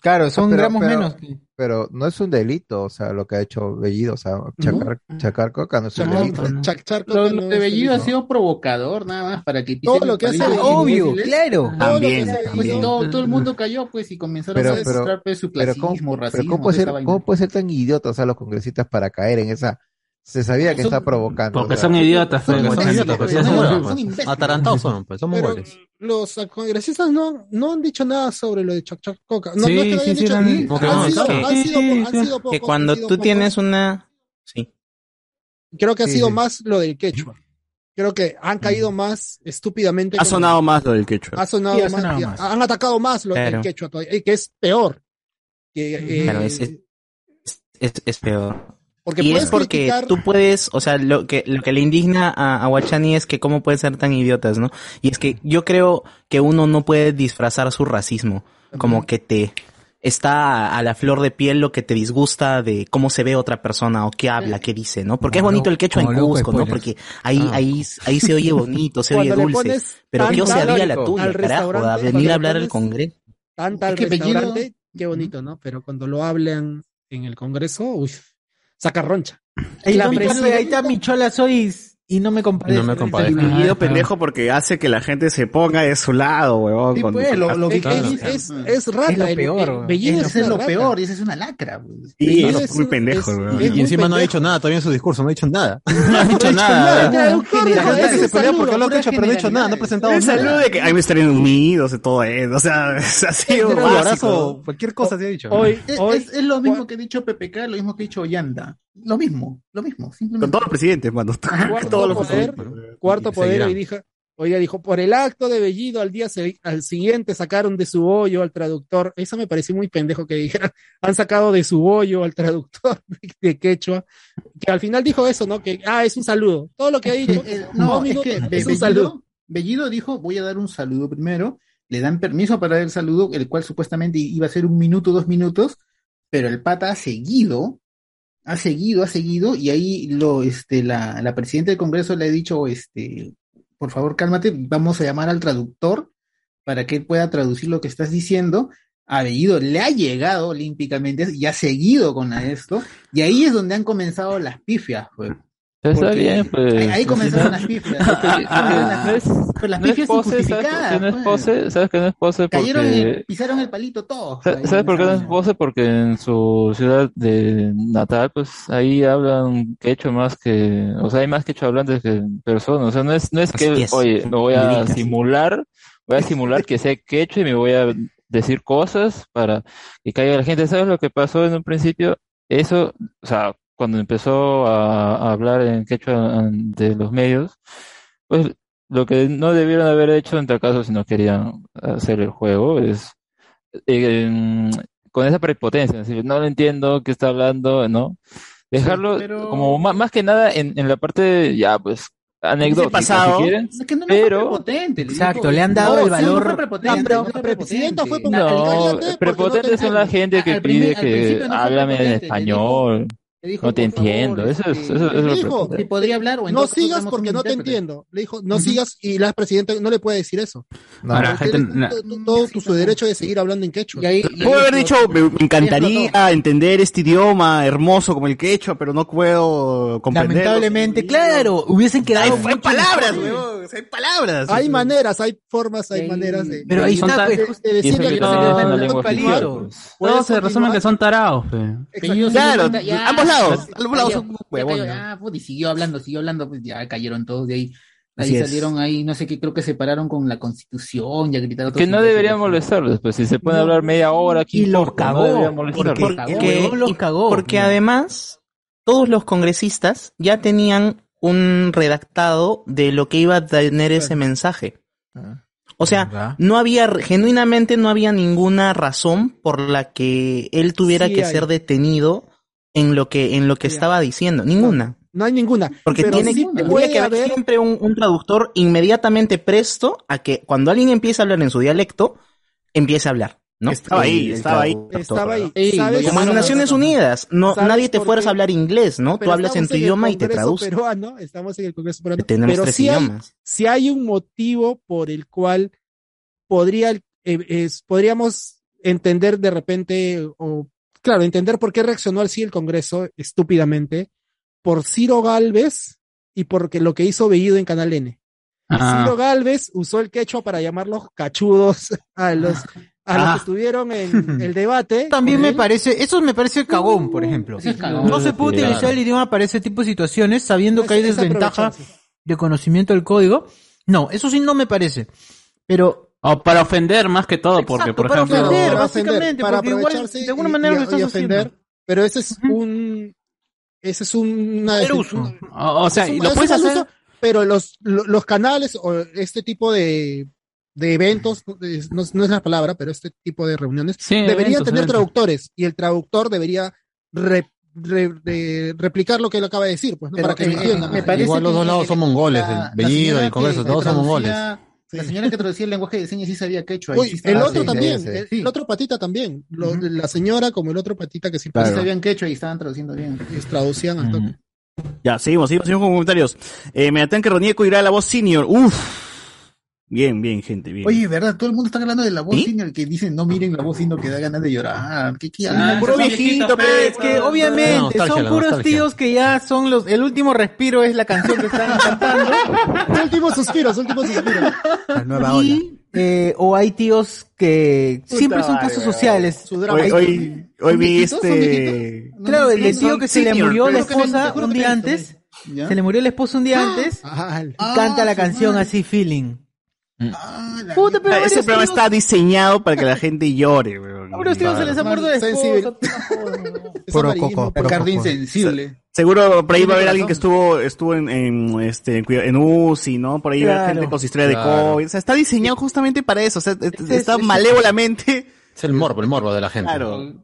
[SPEAKER 4] claro,
[SPEAKER 18] son
[SPEAKER 4] gramos
[SPEAKER 18] menos. Pero no es un delito, o sea, lo que ha hecho Bellido, o sea, chacar, chacar coca no es un delito.
[SPEAKER 20] Lo, lo de Bellido ha sido provocador, nada más, para que
[SPEAKER 18] Todo lo que hace
[SPEAKER 20] pisen los
[SPEAKER 18] Bellido,
[SPEAKER 20] imbéciles.
[SPEAKER 18] obvio,
[SPEAKER 4] claro.
[SPEAKER 20] Todo lo que
[SPEAKER 18] También,
[SPEAKER 20] hace Bellido,
[SPEAKER 4] pues,
[SPEAKER 18] también.
[SPEAKER 20] Todo, todo el mundo cayó, pues, y comenzaron
[SPEAKER 18] Pero,
[SPEAKER 20] a
[SPEAKER 18] pero,
[SPEAKER 20] demostrar pues, su
[SPEAKER 18] pero
[SPEAKER 20] clasismo,
[SPEAKER 18] ¿cómo, pero
[SPEAKER 20] racismo.
[SPEAKER 18] ¿cómo, puede
[SPEAKER 20] esa
[SPEAKER 18] ser,
[SPEAKER 20] vaina.
[SPEAKER 18] cómo puede ser tan idiota, o sea, los congresistas para caer en esa? Se sabía que
[SPEAKER 20] Son-
[SPEAKER 18] está provocando.
[SPEAKER 14] Porque
[SPEAKER 18] o sea.
[SPEAKER 14] son idiotas,
[SPEAKER 5] Son
[SPEAKER 14] pues.
[SPEAKER 5] idiotas, pues, son mongoles.
[SPEAKER 18] imbéciles.
[SPEAKER 5] Atarantados son, pues, son
[SPEAKER 7] Pero-
[SPEAKER 5] mongoles.
[SPEAKER 7] Los congresistas no, no han dicho nada sobre lo de Chac Chac Coca. No,
[SPEAKER 9] Sí,
[SPEAKER 7] no es que lo
[SPEAKER 9] sí,
[SPEAKER 7] hayan
[SPEAKER 9] sí,
[SPEAKER 7] dicho.
[SPEAKER 9] lo han-
[SPEAKER 7] Mm,
[SPEAKER 9] como que no,
[SPEAKER 7] han, sido,
[SPEAKER 9] sí.
[SPEAKER 7] han sido po- han sido
[SPEAKER 9] Que
[SPEAKER 7] pocos,
[SPEAKER 9] cuando
[SPEAKER 7] han sido
[SPEAKER 9] tú
[SPEAKER 7] pocos.
[SPEAKER 9] tienes una... Sí.
[SPEAKER 7] Creo que ha
[SPEAKER 9] Sí,
[SPEAKER 7] sido
[SPEAKER 9] sí. Mm.
[SPEAKER 7] más lo del quechua. Creo que han caído más estúpidamente.
[SPEAKER 6] Ha
[SPEAKER 7] con-
[SPEAKER 6] sonado más lo del quechua.
[SPEAKER 7] ha sonado
[SPEAKER 6] Sí, ha
[SPEAKER 7] más,
[SPEAKER 6] sonado
[SPEAKER 7] y
[SPEAKER 6] más.
[SPEAKER 7] Han atacado más lo
[SPEAKER 9] Claro.
[SPEAKER 7] del quechua todavía, y que es peor. Que, eh,
[SPEAKER 9] Claro, es, es, es- es peor.
[SPEAKER 7] Porque
[SPEAKER 9] y
[SPEAKER 7] puedes
[SPEAKER 9] es porque
[SPEAKER 7] criticar-
[SPEAKER 9] tú puedes, o sea, lo que, lo que le indigna a, a Guachani es que cómo pueden ser tan idiotas, ¿no? Y es que yo creo que uno no puede disfrazar su racismo, como que te está a la flor de piel lo que te disgusta de cómo se ve otra persona o qué habla, qué dice, ¿no? Porque es bonito el quechua en
[SPEAKER 21] como loco de
[SPEAKER 9] Cusco, ¿no?
[SPEAKER 21] spoilers.
[SPEAKER 9] Porque ahí,
[SPEAKER 21] Ah.
[SPEAKER 9] ahí, ahí se oye bonito, se oye
[SPEAKER 21] Cuando le
[SPEAKER 9] dulce.
[SPEAKER 21] pones
[SPEAKER 9] Pero
[SPEAKER 7] tan
[SPEAKER 9] yo se había la
[SPEAKER 7] calórico
[SPEAKER 9] tuya,
[SPEAKER 7] al
[SPEAKER 9] carajo, a
[SPEAKER 7] restaurante,
[SPEAKER 9] venir
[SPEAKER 7] cuando
[SPEAKER 9] a
[SPEAKER 7] le
[SPEAKER 9] hablar al
[SPEAKER 7] pones-
[SPEAKER 9] Congreso.
[SPEAKER 7] Tanta al
[SPEAKER 9] Es que Bellido-
[SPEAKER 7] restaurante, qué bonito, ¿no? Pero cuando lo hablan en el Congreso, uy, saca roncha.
[SPEAKER 12] Ahí
[SPEAKER 7] La
[SPEAKER 12] está mi
[SPEAKER 7] presi-
[SPEAKER 12] chola- ahí está mi chola soy y no me compadezco.
[SPEAKER 6] No me compadezco.
[SPEAKER 12] Dividido,
[SPEAKER 6] pendejo porque hace que la gente se ponga de su lado, huevón.
[SPEAKER 8] Sí,
[SPEAKER 6] con-
[SPEAKER 8] pues, lo, lo que
[SPEAKER 6] Claro.
[SPEAKER 8] es, es,
[SPEAKER 7] es rata,
[SPEAKER 8] Es lo
[SPEAKER 7] el-
[SPEAKER 8] peor,
[SPEAKER 7] el
[SPEAKER 8] weón.
[SPEAKER 7] Bellido
[SPEAKER 8] Eso
[SPEAKER 7] es
[SPEAKER 8] es
[SPEAKER 7] una
[SPEAKER 8] lo
[SPEAKER 7] rata.
[SPEAKER 8] peor, y esa es una lacra. weón.
[SPEAKER 6] Sí,
[SPEAKER 8] Claro,
[SPEAKER 6] es muy pendejo, huevón.
[SPEAKER 5] Y, y encima no ha dicho nada todavía en su discurso, no ha dicho nada. No ha dicho nada.
[SPEAKER 6] nada. Claro,
[SPEAKER 5] La gente
[SPEAKER 6] claro,
[SPEAKER 5] que
[SPEAKER 6] es
[SPEAKER 5] se
[SPEAKER 6] un
[SPEAKER 5] pelea
[SPEAKER 6] saludo,
[SPEAKER 5] porque lo ha
[SPEAKER 6] pura
[SPEAKER 5] hecho, pero no ha hecho nada, no ha presentado
[SPEAKER 6] El saludo
[SPEAKER 5] nada.
[SPEAKER 6] de que ahí me estarían unidos y todo eso. O sea, es así,
[SPEAKER 5] Un
[SPEAKER 6] básico.
[SPEAKER 5] abrazo, cualquier cosa se ha dicho.
[SPEAKER 8] es, es- es lo mismo que ha dicho PPK, lo mismo que ha dicho Yanda. Lo mismo, lo mismo,
[SPEAKER 6] Con
[SPEAKER 8] simplemente.
[SPEAKER 6] todos los presidentes, mano. Con todos los
[SPEAKER 7] poder, Cuarto
[SPEAKER 6] Y
[SPEAKER 7] poder
[SPEAKER 6] seguirán.
[SPEAKER 7] hoy dijo, hoy día dijo, por el acto de Bellido al día se- al siguiente sacaron de su bollo al traductor. Eso me pareció muy pendejo que dijera, han sacado de su bollo al traductor de quechua. Que al final dijo eso, ¿no? Que, ah, es un saludo. Todo lo que ha dicho.
[SPEAKER 8] Eh, No,
[SPEAKER 7] dos minutos,
[SPEAKER 8] es que Be-
[SPEAKER 7] es un
[SPEAKER 8] Bellido,
[SPEAKER 7] saludo.
[SPEAKER 8] Bellido dijo, voy a dar un saludo primero, le dan permiso para dar el saludo, el cual supuestamente iba a ser un minuto, dos minutos, pero el pata ha seguido, ha seguido, ha seguido, y ahí lo, este, la, la presidenta del Congreso le ha dicho, este, por favor, cálmate, vamos a llamar al traductor para que él pueda traducir lo que estás diciendo. A Bellido le ha llegado olímpicamente y ha seguido con esto, y ahí es donde han comenzado las pifias, pues.
[SPEAKER 16] Pero Está
[SPEAKER 8] Porque
[SPEAKER 16] bien, pues.
[SPEAKER 8] ahí- ahí comenzaron las pifias.
[SPEAKER 16] Ah, no es-
[SPEAKER 8] Pero las
[SPEAKER 16] no es
[SPEAKER 8] pifias
[SPEAKER 16] pose, ¿sabes por qué
[SPEAKER 8] injustificadas,
[SPEAKER 16] no es
[SPEAKER 8] pues.
[SPEAKER 16] pose? ¿Sabes que no es pose?
[SPEAKER 8] Cayeron
[SPEAKER 16] Porque...
[SPEAKER 8] y pisaron el palito todos.
[SPEAKER 16] Sa- ¿Sabes por qué no es pose? Porque en su ciudad de natal, pues ahí hablan quechua más que, o sea, hay más quechua hablantes que personas. O sea, no es, no es que,
[SPEAKER 1] Así es.
[SPEAKER 16] oye, me voy a
[SPEAKER 1] Dedicas.
[SPEAKER 16] simular, voy a simular que sé quechua y me voy a decir cosas para que caiga la gente. ¿Sabes lo que pasó en un principio? Eso, o sea, cuando empezó a, a hablar en quechua de los medios, pues lo que no debieron haber hecho en tal caso si no querían hacer el juego es eh, em, con esa prepotencia, es decir, no lo entiendo, qué está hablando, ¿no? Dejarlo como ma- más, que nada en, en la parte, ya, pues, anecdótica, si
[SPEAKER 15] pasado.
[SPEAKER 16] quieren,
[SPEAKER 8] Es que no, no
[SPEAKER 16] pero...
[SPEAKER 8] fue prepotente. le
[SPEAKER 16] Exacto,
[SPEAKER 8] dijo-
[SPEAKER 16] le han dado
[SPEAKER 8] No,
[SPEAKER 16] el
[SPEAKER 8] sí,
[SPEAKER 16] valor-
[SPEAKER 8] No, fue prepotente, no fue prepotente.
[SPEAKER 16] No, prepotentes son la gente que
[SPEAKER 8] Al primi-
[SPEAKER 16] pide
[SPEAKER 8] al
[SPEAKER 16] que
[SPEAKER 8] principio no fue
[SPEAKER 16] háblame en
[SPEAKER 8] prepotente, le
[SPEAKER 16] español,
[SPEAKER 8] le dijo,
[SPEAKER 16] no te
[SPEAKER 8] por favor,
[SPEAKER 16] entiendo, eso es,
[SPEAKER 8] este,
[SPEAKER 16] eso,
[SPEAKER 8] le
[SPEAKER 16] eso es lo
[SPEAKER 8] dijo,
[SPEAKER 16] prepotente.
[SPEAKER 8] si podría hablar o en
[SPEAKER 7] No
[SPEAKER 8] todo caso
[SPEAKER 7] sigas
[SPEAKER 8] usamos
[SPEAKER 7] porque
[SPEAKER 8] un
[SPEAKER 7] no te
[SPEAKER 8] intérprete.
[SPEAKER 7] entiendo. Le dijo, no sigas y la presidenta no le puede decir eso.
[SPEAKER 6] No, la
[SPEAKER 7] Porque
[SPEAKER 6] gente-
[SPEAKER 7] tienes
[SPEAKER 6] na-
[SPEAKER 7] todo- todo, tu su derecho de seguir hablando en quechua.
[SPEAKER 6] Puedo haber dicho, me, me encantaría entender este idioma hermoso como el quechua, pero no puedo comprender.
[SPEAKER 12] Lamentablemente, claro, hubiesen quedado.
[SPEAKER 6] Hay
[SPEAKER 12] mucho
[SPEAKER 6] palabras,
[SPEAKER 12] mejor.
[SPEAKER 6] huevón. Hay palabras.
[SPEAKER 7] Hay maneras, hay formas, hay maneras de.
[SPEAKER 12] Pero ahí está, pues, justo-
[SPEAKER 7] de decirle
[SPEAKER 14] que
[SPEAKER 7] que eh,
[SPEAKER 14] no
[SPEAKER 7] se
[SPEAKER 14] se
[SPEAKER 7] le
[SPEAKER 14] les
[SPEAKER 7] da
[SPEAKER 14] da
[SPEAKER 7] el
[SPEAKER 14] la lengua
[SPEAKER 7] palito.
[SPEAKER 14] oficial, pues. Todo se resume en que son tarados, pe.
[SPEAKER 8] Bellido se
[SPEAKER 6] Claro,
[SPEAKER 8] dio cuenta, ya,
[SPEAKER 6] ambos lados,
[SPEAKER 8] ya
[SPEAKER 6] ambos lados son
[SPEAKER 8] cayó, ya
[SPEAKER 6] huevones.
[SPEAKER 8] cayó, ah, puta, y siguió hablando, siguió hablando, pues ya cayeron todos de ahí. Ahí
[SPEAKER 16] Así es.
[SPEAKER 8] salieron ahí, no sé qué, creo que se pararon con la constitución, ya gritaron.
[SPEAKER 16] Que no debería molestarlos, pues si se puede hablar media hora, ¿qué
[SPEAKER 8] Y lo
[SPEAKER 16] importa?
[SPEAKER 8] cagó,
[SPEAKER 16] No debería
[SPEAKER 8] porque-
[SPEAKER 16] molestarlos.
[SPEAKER 9] Porque, y- porque
[SPEAKER 7] Mm.
[SPEAKER 9] además, todos los congresistas ya tenían un redactado de lo que iba a tener ese mensaje.
[SPEAKER 7] Ah,
[SPEAKER 9] O sea, no había, genuinamente no había ninguna razón por la que él tuviera
[SPEAKER 7] Sí
[SPEAKER 9] que
[SPEAKER 7] hay.
[SPEAKER 9] ser detenido en lo que, en lo que estaba diciendo. Ninguna.
[SPEAKER 7] No hay ninguna.
[SPEAKER 9] Porque
[SPEAKER 7] Pero
[SPEAKER 9] tiene,
[SPEAKER 7] sí
[SPEAKER 9] tendría
[SPEAKER 7] puede
[SPEAKER 9] que haber siempre un, un traductor inmediatamente presto a que cuando alguien empieza a hablar en su dialecto, empiece a hablar. ¿no?
[SPEAKER 6] Estaba ahí, estaba ahí.
[SPEAKER 7] Estaba ahí.
[SPEAKER 9] Ey,
[SPEAKER 7] ¿Sabes?
[SPEAKER 9] Como en Naciones Unidas, no,
[SPEAKER 7] ¿Sabes
[SPEAKER 9] nadie te
[SPEAKER 7] por
[SPEAKER 9] fuerza
[SPEAKER 7] qué?
[SPEAKER 9] a hablar inglés, ¿no?
[SPEAKER 7] Pero
[SPEAKER 9] Tú hablas en
[SPEAKER 7] estamos
[SPEAKER 9] tu
[SPEAKER 7] el
[SPEAKER 9] idioma y te
[SPEAKER 7] Congreso
[SPEAKER 9] traduces.
[SPEAKER 7] peruano, estamos en el Congreso peruano.
[SPEAKER 9] Tenemos
[SPEAKER 7] pero
[SPEAKER 9] tres
[SPEAKER 7] sí hay-
[SPEAKER 9] idiomas.
[SPEAKER 7] si hay un motivo por el cual podría, eh, es- podríamos entender de repente, o claro, entender por qué reaccionó así el Congreso estúpidamente por Ciro Galvez y porque lo que hizo Bellido en Canal N.
[SPEAKER 14] Ah.
[SPEAKER 7] Ciro Galvez usó el quechua para llamarlos cachudos a los, a los
[SPEAKER 4] Ah.
[SPEAKER 7] que estuvieron en el debate.
[SPEAKER 4] También
[SPEAKER 7] con
[SPEAKER 4] me
[SPEAKER 7] él.
[SPEAKER 4] parece, eso me parece cagón, por ejemplo.
[SPEAKER 7] Eso Uh, es cagón.
[SPEAKER 4] No se puede
[SPEAKER 7] Claro.
[SPEAKER 4] utilizar el idioma para ese tipo de situaciones sabiendo
[SPEAKER 7] Es-
[SPEAKER 4] que hay
[SPEAKER 7] es
[SPEAKER 4] desventaja
[SPEAKER 7] aprovecharse.
[SPEAKER 4] de conocimiento del código. No, eso sí no me parece. Pero
[SPEAKER 14] O para ofender más que todo, porque por
[SPEAKER 4] para
[SPEAKER 14] ejemplo...
[SPEAKER 4] ofender,
[SPEAKER 7] Para
[SPEAKER 4] básicamente,
[SPEAKER 7] ofender, para
[SPEAKER 4] porque igual,
[SPEAKER 7] aprovecharse
[SPEAKER 4] de alguna
[SPEAKER 7] y-
[SPEAKER 4] manera
[SPEAKER 7] y-
[SPEAKER 4] lo estás
[SPEAKER 7] y ofender,
[SPEAKER 4] haciendo.
[SPEAKER 7] Pero ese es un ese es un una
[SPEAKER 4] Pero
[SPEAKER 7] defi-
[SPEAKER 4] uso.
[SPEAKER 7] un-
[SPEAKER 14] O, o sea,
[SPEAKER 7] es un-
[SPEAKER 14] y lo
[SPEAKER 7] es
[SPEAKER 14] puedes
[SPEAKER 7] un mal
[SPEAKER 14] hacer...
[SPEAKER 7] uso, pero los lo- los canales o este tipo de de eventos, es- no, no es la palabra, pero este tipo de reuniones, deberían
[SPEAKER 4] eventos,
[SPEAKER 7] tener
[SPEAKER 4] eventos.
[SPEAKER 7] traductores y el traductor debería re- re- de replicar lo que él acaba de decir, pues, ¿no?
[SPEAKER 18] Pero
[SPEAKER 7] para que
[SPEAKER 18] me-
[SPEAKER 7] lo entiendan.
[SPEAKER 18] me parece
[SPEAKER 5] Igual los dos lados son mongoles, el Bellido y el Congreso, todos son mongoles.
[SPEAKER 18] La señora que traducía el lenguaje de señas sí sabía quechua.
[SPEAKER 7] Uy,
[SPEAKER 18] y sí
[SPEAKER 7] el
[SPEAKER 18] sabía-
[SPEAKER 7] otro
[SPEAKER 18] sí,
[SPEAKER 7] también,
[SPEAKER 18] sí,
[SPEAKER 7] el,
[SPEAKER 18] sí.
[SPEAKER 7] el otro patita también. Lo- La señora como el otro patita que siempre
[SPEAKER 18] Sí sabían quechua y estaban traduciendo bien.
[SPEAKER 7] traducían al toque.
[SPEAKER 6] Ya, seguimos, seguimos, seguimos con comentarios. Eh, me que Ronieco irá a la voz senior. Uf. Bien, bien, gente, bien.
[SPEAKER 18] Oye, ¿verdad? Todo el mundo está hablando de la voz senior que dicen, no miren la voz senior que da ganas de llorar. ¿Qué, qué hablan?
[SPEAKER 4] Ah,
[SPEAKER 18] pues,
[SPEAKER 4] puro viejito, pe, es que obviamente son puros tíos que ya son los. El último respiro es la canción que están cantando.
[SPEAKER 7] últimos suspiros, últimos suspiros.
[SPEAKER 22] La nueva ola.
[SPEAKER 4] Eh, o hay tíos que siempre son
[SPEAKER 6] madre,
[SPEAKER 4] casos
[SPEAKER 6] weón.
[SPEAKER 4] sociales.
[SPEAKER 6] Hoy, hoy, hoy vi este.
[SPEAKER 4] Claro, el de
[SPEAKER 6] Sí,
[SPEAKER 4] tío
[SPEAKER 6] son
[SPEAKER 4] que se le
[SPEAKER 6] senior,
[SPEAKER 4] murió la
[SPEAKER 6] pero-
[SPEAKER 4] esposa un día antes. Se le murió la esposa un
[SPEAKER 18] Ah,
[SPEAKER 4] día antes. y canta la canción así, feeling.
[SPEAKER 18] Ah,
[SPEAKER 4] Puta, pero varios
[SPEAKER 6] Ah, Ese programa
[SPEAKER 4] tíos-
[SPEAKER 6] está diseñado para que la gente llore, weón.
[SPEAKER 4] a varios tíos se les ha muerto la esposa.
[SPEAKER 6] Puro coco,
[SPEAKER 14] pues.
[SPEAKER 6] puro coco. Seguro por ahí va a haber alguien que estuvo estuvo en, en, este en cuida- en UCI, ¿no? Por ahí va a haber
[SPEAKER 5] Claro.
[SPEAKER 6] gente con su historia de
[SPEAKER 5] Claro.
[SPEAKER 6] COVID. O sea, está diseñado justamente para eso. O sea, está
[SPEAKER 5] es- es-
[SPEAKER 6] malévolamente
[SPEAKER 5] Es el morbo, el morbo de la gente.
[SPEAKER 6] Claro.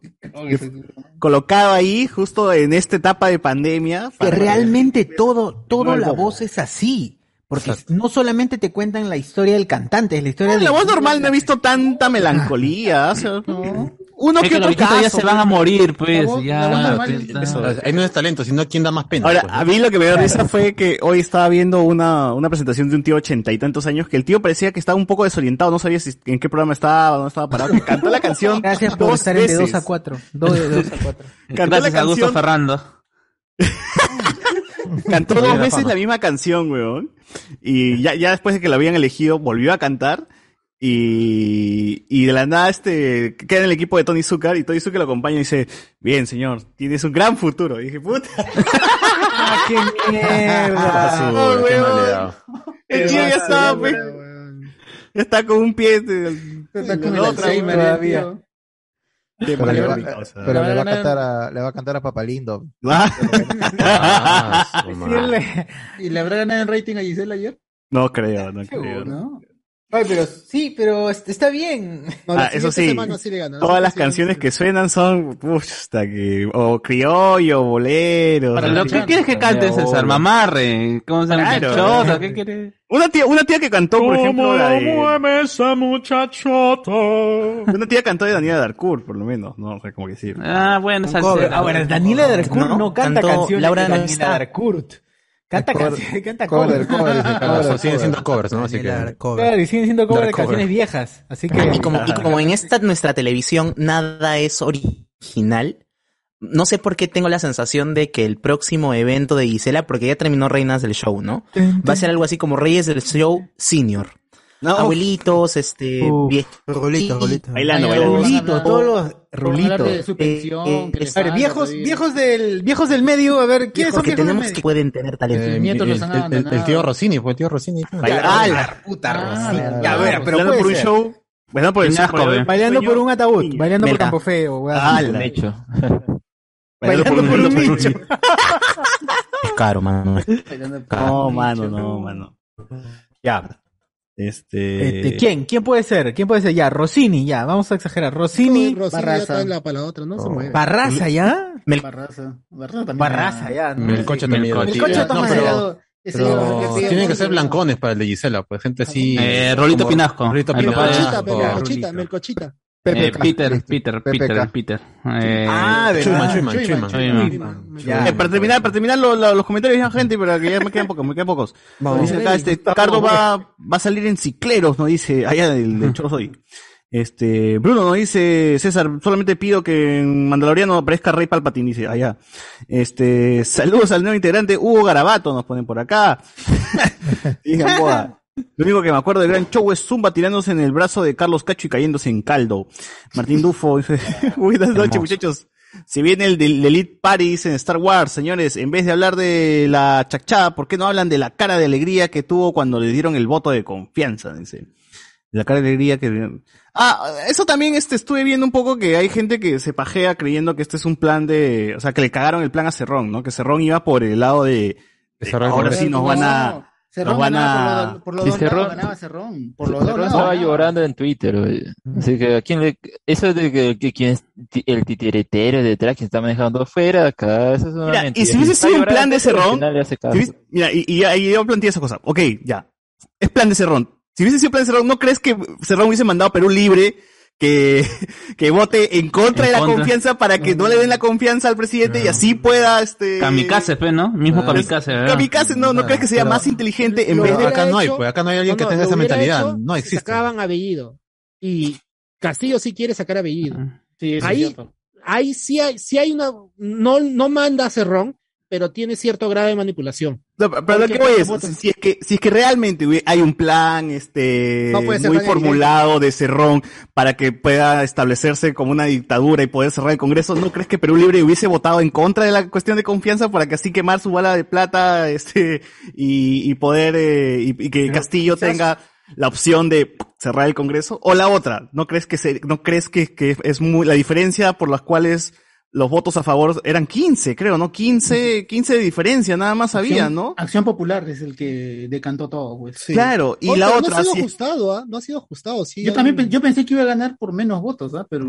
[SPEAKER 6] colocado ahí justo en esta etapa de pandemia.
[SPEAKER 23] Que
[SPEAKER 6] para-
[SPEAKER 23] realmente todo, todo
[SPEAKER 6] el
[SPEAKER 23] la
[SPEAKER 6] bobo.
[SPEAKER 23] voz es así. Porque no solamente te cuentan la historia del cantante, es la historia
[SPEAKER 6] En
[SPEAKER 23] de
[SPEAKER 6] la voz normal no he visto tanta melancolía. o sea, no. Uno
[SPEAKER 14] Es
[SPEAKER 6] que
[SPEAKER 14] que
[SPEAKER 6] otro
[SPEAKER 14] los viejitos
[SPEAKER 6] caso.
[SPEAKER 14] ya se van a morir, pues. ya,
[SPEAKER 5] pues, Eso, ahí no es talento, sino quién da más pena.
[SPEAKER 6] Ahora,
[SPEAKER 5] pues, ¿no?
[SPEAKER 6] a mí lo que me dio risa fue que hoy estaba viendo una, una presentación de un tío ochenta y tantos años que el tío parecía que estaba un poco desorientado, no sabía si, en qué programa estaba, dónde estaba parado, que cantó la canción.
[SPEAKER 4] Gracias por
[SPEAKER 6] dos
[SPEAKER 4] estar en de
[SPEAKER 6] veces.
[SPEAKER 4] 2 a 4. de 2 a 4.
[SPEAKER 6] Cantó
[SPEAKER 14] Gracias
[SPEAKER 6] la
[SPEAKER 14] a Augusto
[SPEAKER 6] canción,
[SPEAKER 14] Ferrando. Eh,
[SPEAKER 6] cantó
[SPEAKER 14] Tuviera
[SPEAKER 6] dos veces
[SPEAKER 14] fama.
[SPEAKER 6] la misma canción, weón. Y ya, ya después de que la habían elegido, volvió a cantar. Y, y de la nada, este, queda en el equipo de Tony Zucker y Tony Zucker lo acompaña y dice, bien señor, tienes un gran futuro. Y dije, puta.
[SPEAKER 4] Ah, ¡Qué Ah, mierda!
[SPEAKER 6] Oh,
[SPEAKER 15] qué
[SPEAKER 6] weón.
[SPEAKER 15] mal le he dado.
[SPEAKER 6] El tío ya estaba, pues, ya está con un pie. de-
[SPEAKER 18] Está con
[SPEAKER 6] de
[SPEAKER 18] el
[SPEAKER 6] otra,
[SPEAKER 18] Alzheimer
[SPEAKER 6] weón.
[SPEAKER 18] todavía.
[SPEAKER 6] Qué
[SPEAKER 24] Pero, le va,
[SPEAKER 6] maravilla, o sea. Ah.
[SPEAKER 24] pero le va a
[SPEAKER 4] Ahora-
[SPEAKER 24] cantar a, le va a cantar a Papalindo.
[SPEAKER 5] Ah,
[SPEAKER 18] ¿Y le habrá ganado el rating a Giselle ayer?
[SPEAKER 6] No creo, no creo.
[SPEAKER 18] ¿No?
[SPEAKER 4] Ay, pero sí, pero est- está bien.
[SPEAKER 6] Ah, eso sí, todas las canciones que suenan son, uf, hasta que, o criollo, bolero.
[SPEAKER 14] Para
[SPEAKER 6] o
[SPEAKER 14] lo
[SPEAKER 6] sea,
[SPEAKER 14] que quieres que cante, César, mamarre. ¿Cómo se llama?
[SPEAKER 6] Claro.
[SPEAKER 14] Chota, ¿Qué quieres?
[SPEAKER 6] Una tía, una tía que cantó, por ejemplo, la de-
[SPEAKER 15] esa muchachota?
[SPEAKER 6] Una tía cantó de Daniela Darcourt, por lo menos, ¿no? O sea, como que sí.
[SPEAKER 14] Ah, bueno,
[SPEAKER 6] Un cover.
[SPEAKER 14] salsero.
[SPEAKER 6] Ah, bueno,
[SPEAKER 4] Daniela Darcourt no, canta
[SPEAKER 6] Cantó
[SPEAKER 4] canciones.
[SPEAKER 6] Laura
[SPEAKER 4] de
[SPEAKER 6] Nasta.
[SPEAKER 4] Daniela Darcourt. Canta
[SPEAKER 6] Cover-
[SPEAKER 4] canciones, canta
[SPEAKER 6] cover,
[SPEAKER 4] cover.
[SPEAKER 6] cover, cover,
[SPEAKER 5] Claro, so- siguen siendo covers, ¿no? Así que.
[SPEAKER 4] Claro, y siguen siendo cover de
[SPEAKER 5] Dark cover.
[SPEAKER 4] canciones viejas. Así que.
[SPEAKER 9] Y como, y como en esta nuestra televisión nada es original, no sé por qué tengo la sensación de que el próximo evento de Gisela, porque ya terminó Reinas del Show, ¿no? Va a ser algo así como Reyes del Show Senior. Abuelitos, este,
[SPEAKER 22] Uf,
[SPEAKER 9] viejitos.
[SPEAKER 22] Rulito, rulito.
[SPEAKER 9] Bailando,
[SPEAKER 4] Rulito, todos los rulitos. eh,
[SPEAKER 9] de su pensión, que les
[SPEAKER 4] a ver,
[SPEAKER 9] pagan
[SPEAKER 4] viejos,
[SPEAKER 9] todavía.
[SPEAKER 4] viejos del, viejos del medio, a ver, ¿quiénes
[SPEAKER 9] Porque
[SPEAKER 4] son viejos del
[SPEAKER 9] tenemos
[SPEAKER 4] medio?
[SPEAKER 9] que pueden tener talento.
[SPEAKER 5] Eh, mi- el, el- el- el tío Rossini, fue el tío Rossini. pues.
[SPEAKER 4] ¡Ah, la puta Rosina! Ya, a ver, pero
[SPEAKER 5] Bailando
[SPEAKER 4] puede
[SPEAKER 5] por un
[SPEAKER 4] ser.
[SPEAKER 5] show,
[SPEAKER 6] pues,
[SPEAKER 5] pues,
[SPEAKER 6] bailando
[SPEAKER 5] por el
[SPEAKER 4] Qué asco,
[SPEAKER 5] sueño,
[SPEAKER 4] eh.
[SPEAKER 5] el
[SPEAKER 4] Bailando
[SPEAKER 5] sueño
[SPEAKER 4] por un ataúd, bailando por
[SPEAKER 5] Melga.
[SPEAKER 4] Campo Feo, weón.
[SPEAKER 5] Ah, la-
[SPEAKER 25] hecho.
[SPEAKER 4] Bailando por un nicho.
[SPEAKER 9] Es caro, mano.
[SPEAKER 6] No, mano, no, mano. Ya. Este.
[SPEAKER 4] Este, ¿Quién? ¿Quién puede ser? ¿Quién puede ser? Ya, Rossini, ya, vamos a exagerar. Rossini,
[SPEAKER 7] Rosina ya está en la para la otra, ¿no?
[SPEAKER 5] Oh.
[SPEAKER 7] Se mueve.
[SPEAKER 4] Barraza, ¿ya?
[SPEAKER 18] Barraza. Barraza también.
[SPEAKER 4] Barraza, ya. ¿no?
[SPEAKER 5] Melcocha
[SPEAKER 4] Sí,
[SPEAKER 5] también.
[SPEAKER 4] Melcocha.
[SPEAKER 5] era tío. No,
[SPEAKER 4] Melcocha toma
[SPEAKER 5] pero,
[SPEAKER 4] helado.
[SPEAKER 18] Ese
[SPEAKER 5] pero
[SPEAKER 18] helado que hacía-
[SPEAKER 5] tienen que ser blancones para el de Gisela, pues gente así.
[SPEAKER 14] Eh, Rolito
[SPEAKER 5] como-
[SPEAKER 14] Pinasco.
[SPEAKER 5] Rolito
[SPEAKER 14] Ahí lo
[SPEAKER 5] Pinasco.
[SPEAKER 14] pones.
[SPEAKER 7] Melcochita, Melcochita, Melcochita.
[SPEAKER 14] Eh, Peter, Peter, Peter, Peter. Eh,
[SPEAKER 6] Ah, ¿verdad?
[SPEAKER 14] Chuyman,
[SPEAKER 6] Chuyman,
[SPEAKER 14] Chuyman,
[SPEAKER 6] Chuyman.
[SPEAKER 14] Chuyman.
[SPEAKER 6] Eh, para terminar, para terminar lo- lo- los comentarios, ya, gente, pero que ya me quedan pocos, me quedan pocos.
[SPEAKER 14] Vamos.
[SPEAKER 6] Dice acá, este, Cardo va, va a salir en cicleros, nos dice, allá del, del chorro soy. Este, Bruno nos dice, César, solamente pido que en Mandaloriano aparezca Rey Palpatine, dice, allá. Este, saludos al nuevo integrante, Hugo Garabato, nos ponen por acá. Digan, boa. Lo único que me acuerdo del gran show es Zumba tirándose en el brazo de Carlos Cacho y cayéndose en caldo. Martín Dufo dice, buenas noches muchachos. Si viene el del Elite Paris en Star Wars, señores, en vez de hablar de la chachada, ¿por qué no hablan de la cara de alegría que tuvo cuando le dieron el voto de confianza? Dice. La cara de alegría que... Ah, eso también este, estuve viendo un poco que hay gente que se pajea creyendo que este es un plan de... O sea, que le cagaron el plan a Cerrón, ¿no? Que Cerrón iba por el lado de... de,
[SPEAKER 5] Cerrón
[SPEAKER 6] ahora sí nos van a...
[SPEAKER 4] Cerrón
[SPEAKER 16] Nos van
[SPEAKER 4] ganaba
[SPEAKER 16] a-
[SPEAKER 4] por los, por los
[SPEAKER 16] Sí,
[SPEAKER 4] dos lados,
[SPEAKER 16] Cerrón-
[SPEAKER 4] ganaba Cerrón. Por los
[SPEAKER 16] Cerrón
[SPEAKER 4] dos lados
[SPEAKER 16] estaba
[SPEAKER 4] ganaba.
[SPEAKER 16] llorando en Twitter, oye. Así que a quién le... Eso de que, que quien es ti- el titiretero detrás que está manejando fuera de acá, eso es una
[SPEAKER 6] Mira,
[SPEAKER 16] mentira.
[SPEAKER 6] y si hubiese
[SPEAKER 16] Está
[SPEAKER 6] sido un
[SPEAKER 16] llorando,
[SPEAKER 6] plan de
[SPEAKER 16] pero al
[SPEAKER 6] Cerrón,
[SPEAKER 16] final le hace
[SPEAKER 6] si
[SPEAKER 16] caso.
[SPEAKER 6] hubiese- mira, y, y- y yo planteé esa cosa. Ok, ya. Es plan de Cerrón. Si hubiese sido plan de Cerrón, ¿no crees que Cerrón hubiese mandado a Perú libre que, que vote en contra
[SPEAKER 14] En
[SPEAKER 6] de la
[SPEAKER 14] contra.
[SPEAKER 6] confianza para que no, le den la confianza al presidente y así pueda, este...
[SPEAKER 14] Kamikaze, pues, ¿no? Mismo kamikaze, ¿verdad?
[SPEAKER 6] Kamikaze, no, ¿no crees que sea
[SPEAKER 14] pero-
[SPEAKER 6] más inteligente en
[SPEAKER 14] Lo
[SPEAKER 6] vez de...
[SPEAKER 14] hubiera
[SPEAKER 6] Acá no hay,
[SPEAKER 14] hecho-
[SPEAKER 6] pues,
[SPEAKER 26] acá no hay
[SPEAKER 6] alguien que
[SPEAKER 7] No,
[SPEAKER 6] tenga
[SPEAKER 7] lo
[SPEAKER 6] esa
[SPEAKER 7] hubiera
[SPEAKER 6] mentalidad.
[SPEAKER 7] hecho
[SPEAKER 6] No
[SPEAKER 7] si
[SPEAKER 6] existe.
[SPEAKER 7] Sacaban a Bellido. Y Castillo sí quiere sacar a Bellido.
[SPEAKER 27] eso es
[SPEAKER 7] ahí,
[SPEAKER 27] cierto.
[SPEAKER 7] ahí sí hay, sí hay una. No, no manda a Cerrón, pero tiene cierto grado de manipulación.
[SPEAKER 6] No, pero lo que voy es, si- si es que, si es que realmente hubie- hay un plan este
[SPEAKER 7] No puede ser
[SPEAKER 6] muy
[SPEAKER 7] tan
[SPEAKER 6] formulado de Cerrón para que pueda establecerse como una dictadura y poder cerrar el Congreso, ¿no crees que Perú Libre hubiese votado en contra de la cuestión de confianza para que así quemar su bala de plata este y, y poder eh, y, y que Castillo tenga la opción de cerrar el Congreso? O la otra, ¿no crees que se, no crees que, que es muy la diferencia por las cuales los votos a favor eran 15, creo, ¿no? 15, 15 de diferencia, nada más había,
[SPEAKER 4] Acción-
[SPEAKER 6] ¿no?
[SPEAKER 4] Acción Popular es el que decantó todo, pues.
[SPEAKER 6] Claro, y la
[SPEAKER 4] pero
[SPEAKER 6] otra,
[SPEAKER 4] No ha sido
[SPEAKER 6] sí.
[SPEAKER 4] ajustado, ¿ah? No ha sido ajustado, sí.
[SPEAKER 6] Yo
[SPEAKER 4] Yo
[SPEAKER 6] también
[SPEAKER 4] también yo pensé que iba a ganar por menos votos, ¿ah? Pero.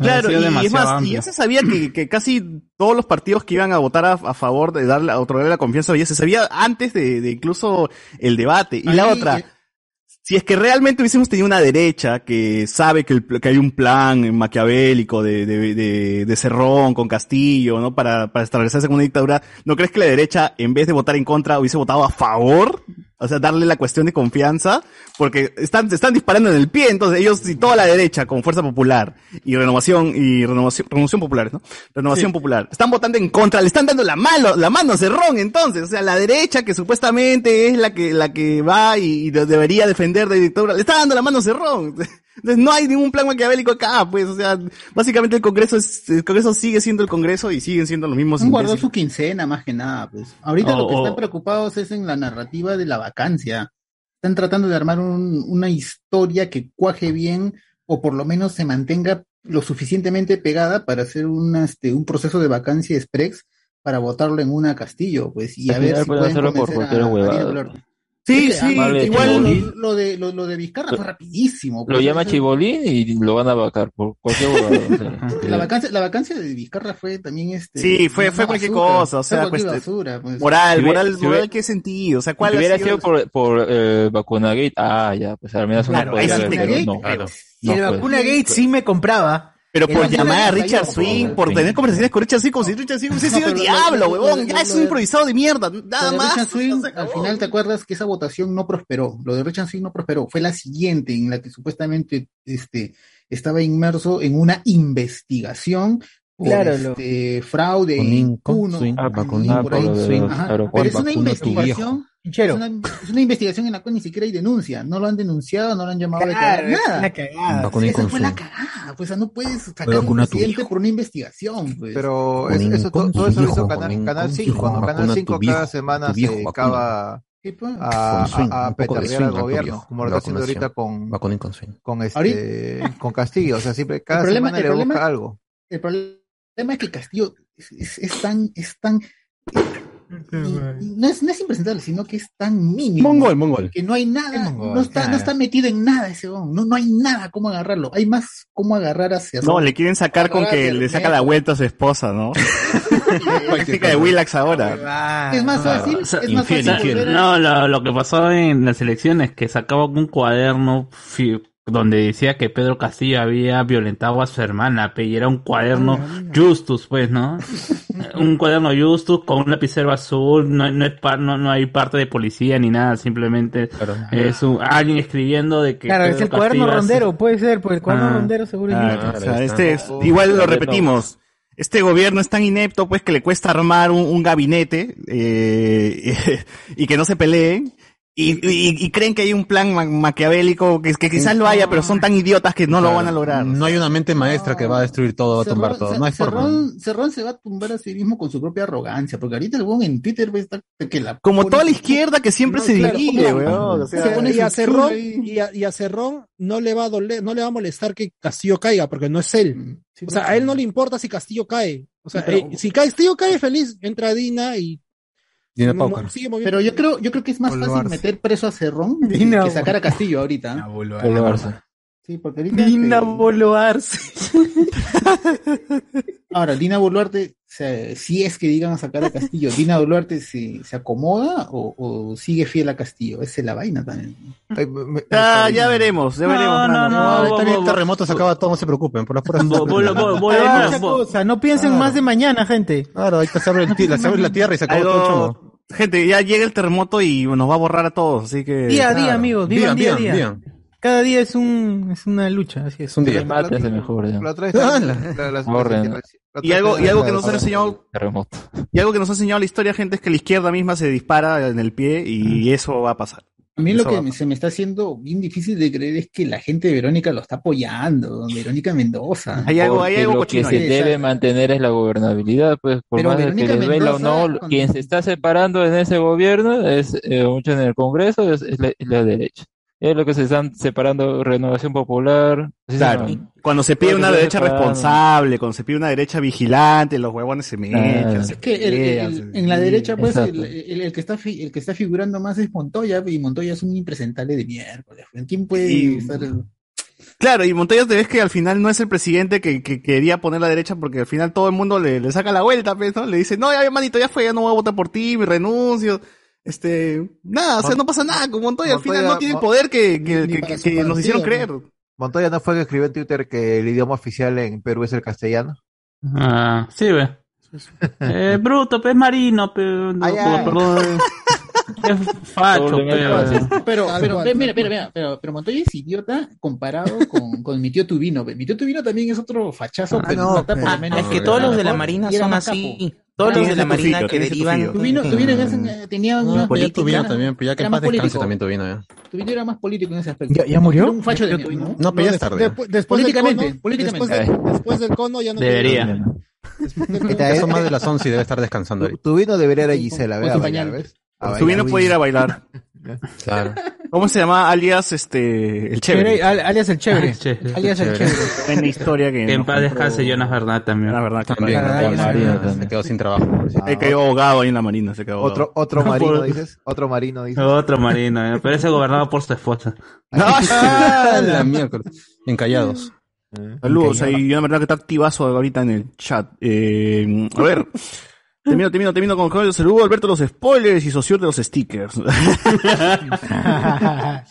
[SPEAKER 6] Claro, y es más, y ya se sabía que, que casi todos los partidos que iban a votar a, a favor de darle, a otorgarle la confianza, ya se sabía antes de, de incluso el debate. Y la
[SPEAKER 4] Ahí,
[SPEAKER 6] otra,
[SPEAKER 4] eh.
[SPEAKER 6] si es que realmente hubiésemos tenido una derecha que sabe que, el pl- que hay un plan maquiavélico de, de, de, de Cerrón con Castillo, ¿no? Para, para establecerse como una dictadura, ¿no crees que la derecha, en vez de votar en contra, hubiese votado a favor? O sea, darle la cuestión de confianza, porque están, se están disparando en el pie, entonces ellos y toda la derecha con Fuerza Popular y Renovación, y Renovación, Renovación Popular, ¿no? Renovación Popular. Están votando en contra, le están dando la mano, la mano a Cerrón, entonces. O sea, la derecha que supuestamente es la que, la que va y, y de- debería defender de dictadura, le está dando la mano a Cerrón. Entonces no hay ningún plan maquiavélico acá, pues, o sea, básicamente el Congreso es, el Congreso sigue siendo el Congreso y siguen siendo los mismos.
[SPEAKER 4] guardó
[SPEAKER 6] imbéciles.
[SPEAKER 4] su quincena, más que nada, pues.
[SPEAKER 16] Oh,
[SPEAKER 4] Ahorita lo que
[SPEAKER 6] O-
[SPEAKER 4] están
[SPEAKER 6] o-
[SPEAKER 4] preocupados es en la narrativa de la vacancia. Están tratando de armar un- una historia que cuaje bien o por lo menos se mantenga lo suficientemente pegada para hacer un, este, un proceso de vacancia express para votarlo en una a Castillo, pues, y a
[SPEAKER 16] Al
[SPEAKER 4] ver
[SPEAKER 16] final
[SPEAKER 4] si
[SPEAKER 16] pueden
[SPEAKER 4] pueden
[SPEAKER 16] hacerlo por
[SPEAKER 4] convencer
[SPEAKER 16] cualquier
[SPEAKER 4] a Marina
[SPEAKER 16] huevada.
[SPEAKER 4] Boluarte.
[SPEAKER 6] Sí,
[SPEAKER 4] Es que,
[SPEAKER 16] sí,
[SPEAKER 4] ah,
[SPEAKER 16] igual-
[SPEAKER 4] lo, lo de, lo, lo de Vizcarra fue rapidísimo.
[SPEAKER 16] Lo
[SPEAKER 4] pues,
[SPEAKER 16] llama
[SPEAKER 4] eso-
[SPEAKER 16] Chibolín y lo van a vacar por cualquier huevada. O sea,
[SPEAKER 4] La vacancia, la vacancia de Vizcarra fue también este.
[SPEAKER 6] Eh, Sí, fue, fue
[SPEAKER 4] una
[SPEAKER 6] cualquier
[SPEAKER 4] basura,
[SPEAKER 6] cosa, o
[SPEAKER 4] fue
[SPEAKER 6] sea,
[SPEAKER 4] cualquier
[SPEAKER 6] cueste-
[SPEAKER 4] basura, pues.
[SPEAKER 6] moral,
[SPEAKER 16] Si hubiera-
[SPEAKER 6] moral,
[SPEAKER 16] si
[SPEAKER 6] moral,
[SPEAKER 16] hubiera-
[SPEAKER 6] ¿qué sentido? O sea,
[SPEAKER 16] Si
[SPEAKER 6] ¿cuál ha
[SPEAKER 16] hubiera
[SPEAKER 6] sido
[SPEAKER 16] sido por, por eh, Vacunagate, ah, ya, pues al menos
[SPEAKER 27] Claro,
[SPEAKER 16] uno podría
[SPEAKER 27] ahí sí
[SPEAKER 16] ver,
[SPEAKER 27] te
[SPEAKER 16] pero
[SPEAKER 27] creo.
[SPEAKER 16] no.
[SPEAKER 27] Claro.
[SPEAKER 16] No,
[SPEAKER 27] el
[SPEAKER 16] pues.
[SPEAKER 27] vacuna Gates sí me compraba.
[SPEAKER 6] Pero
[SPEAKER 27] El
[SPEAKER 6] por
[SPEAKER 27] vacuna
[SPEAKER 6] llamar a
[SPEAKER 27] Gates
[SPEAKER 6] Richard
[SPEAKER 27] salió, por
[SPEAKER 6] Swing,
[SPEAKER 27] favor.
[SPEAKER 6] por tener conversaciones con Richard Swing, como si Richard Swing hubiese
[SPEAKER 4] No,
[SPEAKER 6] sido el
[SPEAKER 4] pero lo- lo-
[SPEAKER 6] diablo,
[SPEAKER 4] lo-
[SPEAKER 6] huevón.
[SPEAKER 4] lo-
[SPEAKER 6] Ya es
[SPEAKER 4] lo-
[SPEAKER 6] un improvisado de mierda, nada
[SPEAKER 4] Lo de
[SPEAKER 6] más.
[SPEAKER 4] Richard Swing, al final te acuerdas que esa votación no prosperó. Lo de Richard Swing no prosperó. Fue la siguiente en la que supuestamente este, estaba inmerso en una investigación por
[SPEAKER 27] Claro, lo-
[SPEAKER 4] este, fraude
[SPEAKER 27] Con
[SPEAKER 4] e impuno.
[SPEAKER 27] Swing,
[SPEAKER 4] Ah,
[SPEAKER 27] vacuno,
[SPEAKER 4] por ahí,
[SPEAKER 27] por ahí,
[SPEAKER 4] ajá.
[SPEAKER 27] Swing,
[SPEAKER 4] Pero
[SPEAKER 27] vacuno
[SPEAKER 4] es una
[SPEAKER 27] tu viejo.
[SPEAKER 4] investigación. Es una, es una investigación en la cual ni siquiera hay denuncia. No lo han denunciado, no lo han llamado a
[SPEAKER 27] Claro,
[SPEAKER 4] declarar nada.
[SPEAKER 27] una cagada.
[SPEAKER 4] Vacuna
[SPEAKER 27] y
[SPEAKER 4] Esa fue
[SPEAKER 27] consumo.
[SPEAKER 4] la cagada. Pues o sea, no puedes sacar
[SPEAKER 27] Pero
[SPEAKER 4] a un
[SPEAKER 27] vacuna a tu
[SPEAKER 4] presidente por una investigación. Pues.
[SPEAKER 18] Pero es- eso, todo, todo eso lo hizo Canal, Canal 5, ¿no? Canal 5 cada semana se cava
[SPEAKER 4] ¿Qué pasa?
[SPEAKER 18] a,
[SPEAKER 5] Con swing,
[SPEAKER 18] a,
[SPEAKER 5] un
[SPEAKER 18] a
[SPEAKER 5] poco de
[SPEAKER 18] petardear
[SPEAKER 5] swing,
[SPEAKER 18] al
[SPEAKER 5] rato
[SPEAKER 18] gobierno,
[SPEAKER 5] viejo,
[SPEAKER 18] como lo está haciendo
[SPEAKER 5] vacunación.
[SPEAKER 18] ahorita con,
[SPEAKER 5] Vacunen con swing.
[SPEAKER 18] con este
[SPEAKER 4] Ahorita-
[SPEAKER 18] con Castillo, o sea, siempre cada
[SPEAKER 4] El problema-
[SPEAKER 18] semana
[SPEAKER 4] el
[SPEAKER 18] le
[SPEAKER 4] problema-
[SPEAKER 18] busca algo.
[SPEAKER 4] El problema es que Castillo es, es- es tan, es tan, no es, no es impresentable, sino que es tan mínimo.
[SPEAKER 26] Mongol, mongol.
[SPEAKER 4] Que no hay nada,
[SPEAKER 26] mongol,
[SPEAKER 4] no está,
[SPEAKER 26] claro.
[SPEAKER 4] no está metido en nada ese huevón, no, no hay nada cómo agarrarlo, hay más cómo agarrar a Cerrón.
[SPEAKER 6] No, le quieren sacar con que
[SPEAKER 4] Agarrar a
[SPEAKER 6] le saca
[SPEAKER 4] Cerrón.
[SPEAKER 6] la vuelta a su esposa, ¿no? Práctica de Willax ahora.
[SPEAKER 4] Es más
[SPEAKER 6] Ah,
[SPEAKER 4] fácil,
[SPEAKER 14] O sea,
[SPEAKER 4] es más
[SPEAKER 14] infiel,
[SPEAKER 4] fácil
[SPEAKER 14] infiel.
[SPEAKER 4] volver a-
[SPEAKER 14] No, lo, lo que pasó en las elecciones que sacaba un cuaderno fi- donde decía que Pedro Castillo había violentado a su hermana, pe, y era un cuaderno Justus, pues, ¿no? un cuaderno Justus con un lapicero azul, no, no, es par- no, no hay parte de policía ni nada, simplemente es un- alguien escribiendo de que...
[SPEAKER 27] Claro, es
[SPEAKER 14] Pedro
[SPEAKER 27] el cuaderno
[SPEAKER 14] Castillo hace-
[SPEAKER 27] rondero, puede ser, porque el cuaderno
[SPEAKER 14] Ah.
[SPEAKER 27] rondero seguro es
[SPEAKER 6] Ah,
[SPEAKER 27] Newton.
[SPEAKER 6] o sea, este es- igual lo repetimos. Este gobierno es tan inepto, pues, que le cuesta armar un, un gabinete eh, y que no se peleen. Y, y- y creen que hay un plan ma- maquiavélico que, que quizás lo haya, pero son tan idiotas que no lo van a lograr.
[SPEAKER 5] No hay una mente maestra que va a destruir todo, va a tumbar todo. No hay forma.
[SPEAKER 4] Cerrón, Cerrón se va a tumbar a sí mismo con su propia arrogancia, porque ahorita el huevón en Twitter va a estar que la
[SPEAKER 6] Como toda la izquierda que siempre
[SPEAKER 4] No,
[SPEAKER 6] se
[SPEAKER 4] claro,
[SPEAKER 6] divide,
[SPEAKER 4] como-
[SPEAKER 6] weón. O sea,
[SPEAKER 4] se pone
[SPEAKER 7] y, a
[SPEAKER 4] su
[SPEAKER 7] Cerrón,
[SPEAKER 4] churro ahí.
[SPEAKER 7] y, a, y a Cerrón no le va a doler, no le va a molestar que Castillo caiga, porque no es
[SPEAKER 8] Mm,
[SPEAKER 7] él. O sea, a él no le importa si Castillo cae. O sea,
[SPEAKER 4] Sí, pero-
[SPEAKER 7] eh, si Castillo cae feliz, entra Dina y
[SPEAKER 5] Dina
[SPEAKER 8] No, no,
[SPEAKER 5] Paucar.
[SPEAKER 8] sigue moviendo. Pero yo creo, yo creo que es más fácil
[SPEAKER 5] Boluarte.
[SPEAKER 8] meter preso a Cerrón que-
[SPEAKER 5] Dina
[SPEAKER 8] que sacar a Castillo ahorita. ¿eh? Sí, porque ahorita.
[SPEAKER 5] Dina
[SPEAKER 8] Ahora, Dina Boluarte, o sea, si es que digan a sacar a Castillo, ¿Dina Boluarte se, se acomoda o, o sigue fiel a Castillo? Esa es la vaina también.
[SPEAKER 6] Ah, ya veremos, ya veremos.
[SPEAKER 8] no,
[SPEAKER 6] mano.
[SPEAKER 8] no,
[SPEAKER 6] Está bien,
[SPEAKER 8] vos-
[SPEAKER 6] está re-
[SPEAKER 21] Terremotos acaba todo, no se preocupen. Por las puras.
[SPEAKER 4] Hay mucha Ah, cosa, no piensen más de mañana, gente.
[SPEAKER 21] Claro, ahí se abre, el ti- se abre la tierra y se acabó
[SPEAKER 6] Algo-
[SPEAKER 21] todo el chongo.
[SPEAKER 6] Gente, ya llega el terremoto y nos va a borrar a todos, así que.
[SPEAKER 4] Día a
[SPEAKER 6] Claro.
[SPEAKER 4] día, amigos, vivan día a día. Cada día es un es una lucha, así es.
[SPEAKER 6] Es un día.
[SPEAKER 16] Mate es el mejor. ya.
[SPEAKER 18] La otra vez-
[SPEAKER 4] Ah, la-
[SPEAKER 18] la- la-
[SPEAKER 16] Borren.
[SPEAKER 18] la- la-
[SPEAKER 6] Y algo, y algo que nos ha
[SPEAKER 16] Ahora,
[SPEAKER 6] enseñado,
[SPEAKER 16] Terremoto.
[SPEAKER 6] y algo que nos ha enseñado la historia, gente, es que la izquierda misma se dispara en el pie y eso va a pasar.
[SPEAKER 8] A mí lo
[SPEAKER 6] Eso
[SPEAKER 8] que
[SPEAKER 6] va
[SPEAKER 8] me- se me está haciendo bien difícil de creer es que la gente de Verónica lo está apoyando, Verónica Mendoza.
[SPEAKER 16] Porque lo que se debe mantener es la gobernabilidad, pues por
[SPEAKER 8] Pero
[SPEAKER 16] más de que
[SPEAKER 8] Verónica
[SPEAKER 16] les duela o
[SPEAKER 8] Mendoza,
[SPEAKER 16] no,
[SPEAKER 8] cuando-
[SPEAKER 16] quien se está separando en ese gobierno es eh, mucho en el Congreso es, es la, es la derecha. Es lo que se están separando Renovación Popular. así se
[SPEAKER 6] Claro.
[SPEAKER 16] llaman.
[SPEAKER 6] Cuando se pide
[SPEAKER 16] Todo lo
[SPEAKER 6] una
[SPEAKER 16] que se
[SPEAKER 6] derecha
[SPEAKER 16] separa,
[SPEAKER 6] responsable, cuando se pide una derecha vigilante, los huevones se
[SPEAKER 16] Claro.
[SPEAKER 6] meten. se
[SPEAKER 16] Es
[SPEAKER 8] que el- el-
[SPEAKER 6] pelean,
[SPEAKER 8] el-
[SPEAKER 6] se-
[SPEAKER 8] en la derecha, pues,
[SPEAKER 6] Exacto.
[SPEAKER 8] el, el- el que está fi- el que está figurando más es Montoya, y Montoya es un impresentable de miércoles. ¿Quién puede
[SPEAKER 6] Y-
[SPEAKER 8] estar el-
[SPEAKER 6] Claro, y Montoya te ves que al final no es el presidente que, que quería poner la derecha porque al final todo el mundo le, le saca la vuelta, pues, ¿no? Le dice, no, ya manito, ya fue, ya no voy a votar por ti, me renuncio. Este, nada, o sea,
[SPEAKER 18] Mon-
[SPEAKER 6] no pasa nada con Montoya, al final
[SPEAKER 18] Montoya-
[SPEAKER 6] no tiene el
[SPEAKER 18] Mon-
[SPEAKER 6] poder que, que-
[SPEAKER 18] ni
[SPEAKER 6] que-
[SPEAKER 18] para
[SPEAKER 6] que-
[SPEAKER 18] su
[SPEAKER 6] que nos hicieron creer.
[SPEAKER 18] partido, Montoya no fue el que escribió en Twitter que el idioma oficial en Perú es el castellano.
[SPEAKER 14] Ah, sí, ve. Eh, bruto, pez marino, pe, no,
[SPEAKER 8] Ay, ay.
[SPEAKER 14] perdón. Es facho, pe.
[SPEAKER 8] Pero,
[SPEAKER 14] Tal
[SPEAKER 8] pero,
[SPEAKER 14] cual,
[SPEAKER 8] pero,
[SPEAKER 14] tal
[SPEAKER 8] mira, mira, mira, pero, pero Montoya es idiota comparado con, con mi tío Tubino. pe. Mi tío Tubino también es otro fachazo, pero
[SPEAKER 9] no,
[SPEAKER 8] está por lo
[SPEAKER 9] ah,
[SPEAKER 8] menos-
[SPEAKER 9] es que todos los de la
[SPEAKER 8] mejor,
[SPEAKER 9] Marina
[SPEAKER 8] y era
[SPEAKER 9] son
[SPEAKER 8] más
[SPEAKER 9] así.
[SPEAKER 8] capo.
[SPEAKER 9] Todos los
[SPEAKER 8] Tiene
[SPEAKER 9] de la
[SPEAKER 8] su
[SPEAKER 9] Marina
[SPEAKER 8] tufillo,
[SPEAKER 9] que
[SPEAKER 8] tiene su
[SPEAKER 9] derivan- este
[SPEAKER 8] tufillo. Tubino, Tubino en ese- tenía una
[SPEAKER 5] Pues ya
[SPEAKER 8] política-
[SPEAKER 5] tuvieron también, pues ya que
[SPEAKER 8] era
[SPEAKER 5] en
[SPEAKER 8] más
[SPEAKER 5] paz descanse
[SPEAKER 8] político.
[SPEAKER 5] también Tubino, ya.
[SPEAKER 8] Tubino era más político en ese aspecto.
[SPEAKER 5] ¿Ya- ya murió?
[SPEAKER 8] Era un facho de mierda, ¿no?
[SPEAKER 5] No, pero ya es tarde.
[SPEAKER 7] Despu- después del
[SPEAKER 8] Políticamente,
[SPEAKER 7] cono-
[SPEAKER 8] políticamente.
[SPEAKER 7] Después, de- después del cono ya no
[SPEAKER 5] Debería.
[SPEAKER 18] Ya
[SPEAKER 5] Ya son
[SPEAKER 18] es-
[SPEAKER 5] más de las 11 y debe estar descansando ahí.
[SPEAKER 18] Tu vino debería ir a Gisela,
[SPEAKER 5] con su
[SPEAKER 18] ¿verdad?
[SPEAKER 5] pañal.
[SPEAKER 18] A bailar.
[SPEAKER 6] Su vino puede ir a bailar.
[SPEAKER 5] Claro.
[SPEAKER 6] ¿Cómo se llama? Alias, este, el chévere.
[SPEAKER 4] Chévere, al- alias el chévere. Alias el chévere.
[SPEAKER 6] Buena historia que.
[SPEAKER 14] Que en
[SPEAKER 6] nos
[SPEAKER 14] paz
[SPEAKER 6] contó.
[SPEAKER 14] descanse, Jonas Verdad también. La
[SPEAKER 6] verdad,
[SPEAKER 14] también.
[SPEAKER 5] Se quedó sin trabajo.
[SPEAKER 6] Se quedó ahogado ahí en la marina, se quedó.
[SPEAKER 18] Otro,
[SPEAKER 6] ahogado.
[SPEAKER 18] otro
[SPEAKER 6] No,
[SPEAKER 18] marino,
[SPEAKER 6] por-
[SPEAKER 18] dices. Otro marino, dices.
[SPEAKER 14] Otro marino, eh, pero ese gobernado por su esposa.
[SPEAKER 5] Ah, la miércoles. Encallados.
[SPEAKER 7] Eh,
[SPEAKER 6] Saludos, ahí yo la verdad que está activazo ahorita en el chat. Eh, a ver, termino, termino, termino con el saludo Alberto de los spoilers y socio de los stickers.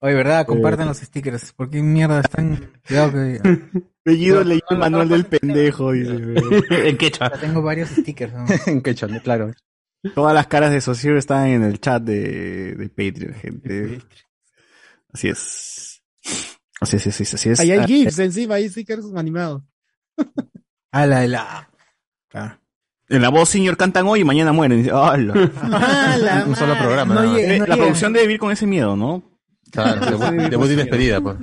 [SPEAKER 4] Oye, ¿verdad? Compartan los stickers. ¿Por qué mierda están? Cuidado que.
[SPEAKER 6] Bellido leyó el manual del pendejo, dice.
[SPEAKER 14] en quechua.
[SPEAKER 4] Tengo varios stickers. ¿no?
[SPEAKER 5] en quechua, claro.
[SPEAKER 6] Todas las caras de socio están en el chat de, de Patreon, gente. Así es. Así es, así es, así es.
[SPEAKER 7] Ahí
[SPEAKER 6] Ah,
[SPEAKER 7] hay GIFs encima, hay stickers animados.
[SPEAKER 4] A Ah, la, la.
[SPEAKER 6] En la voz señor cantan hoy y mañana mueren. Dice, ¡Hala!
[SPEAKER 5] Un solo programa.
[SPEAKER 6] No
[SPEAKER 5] nada más.
[SPEAKER 6] llega, no Eh, La llega. producción debe vivir con ese miedo, ¿no?
[SPEAKER 5] Claro, debut- debut y despedida, pues.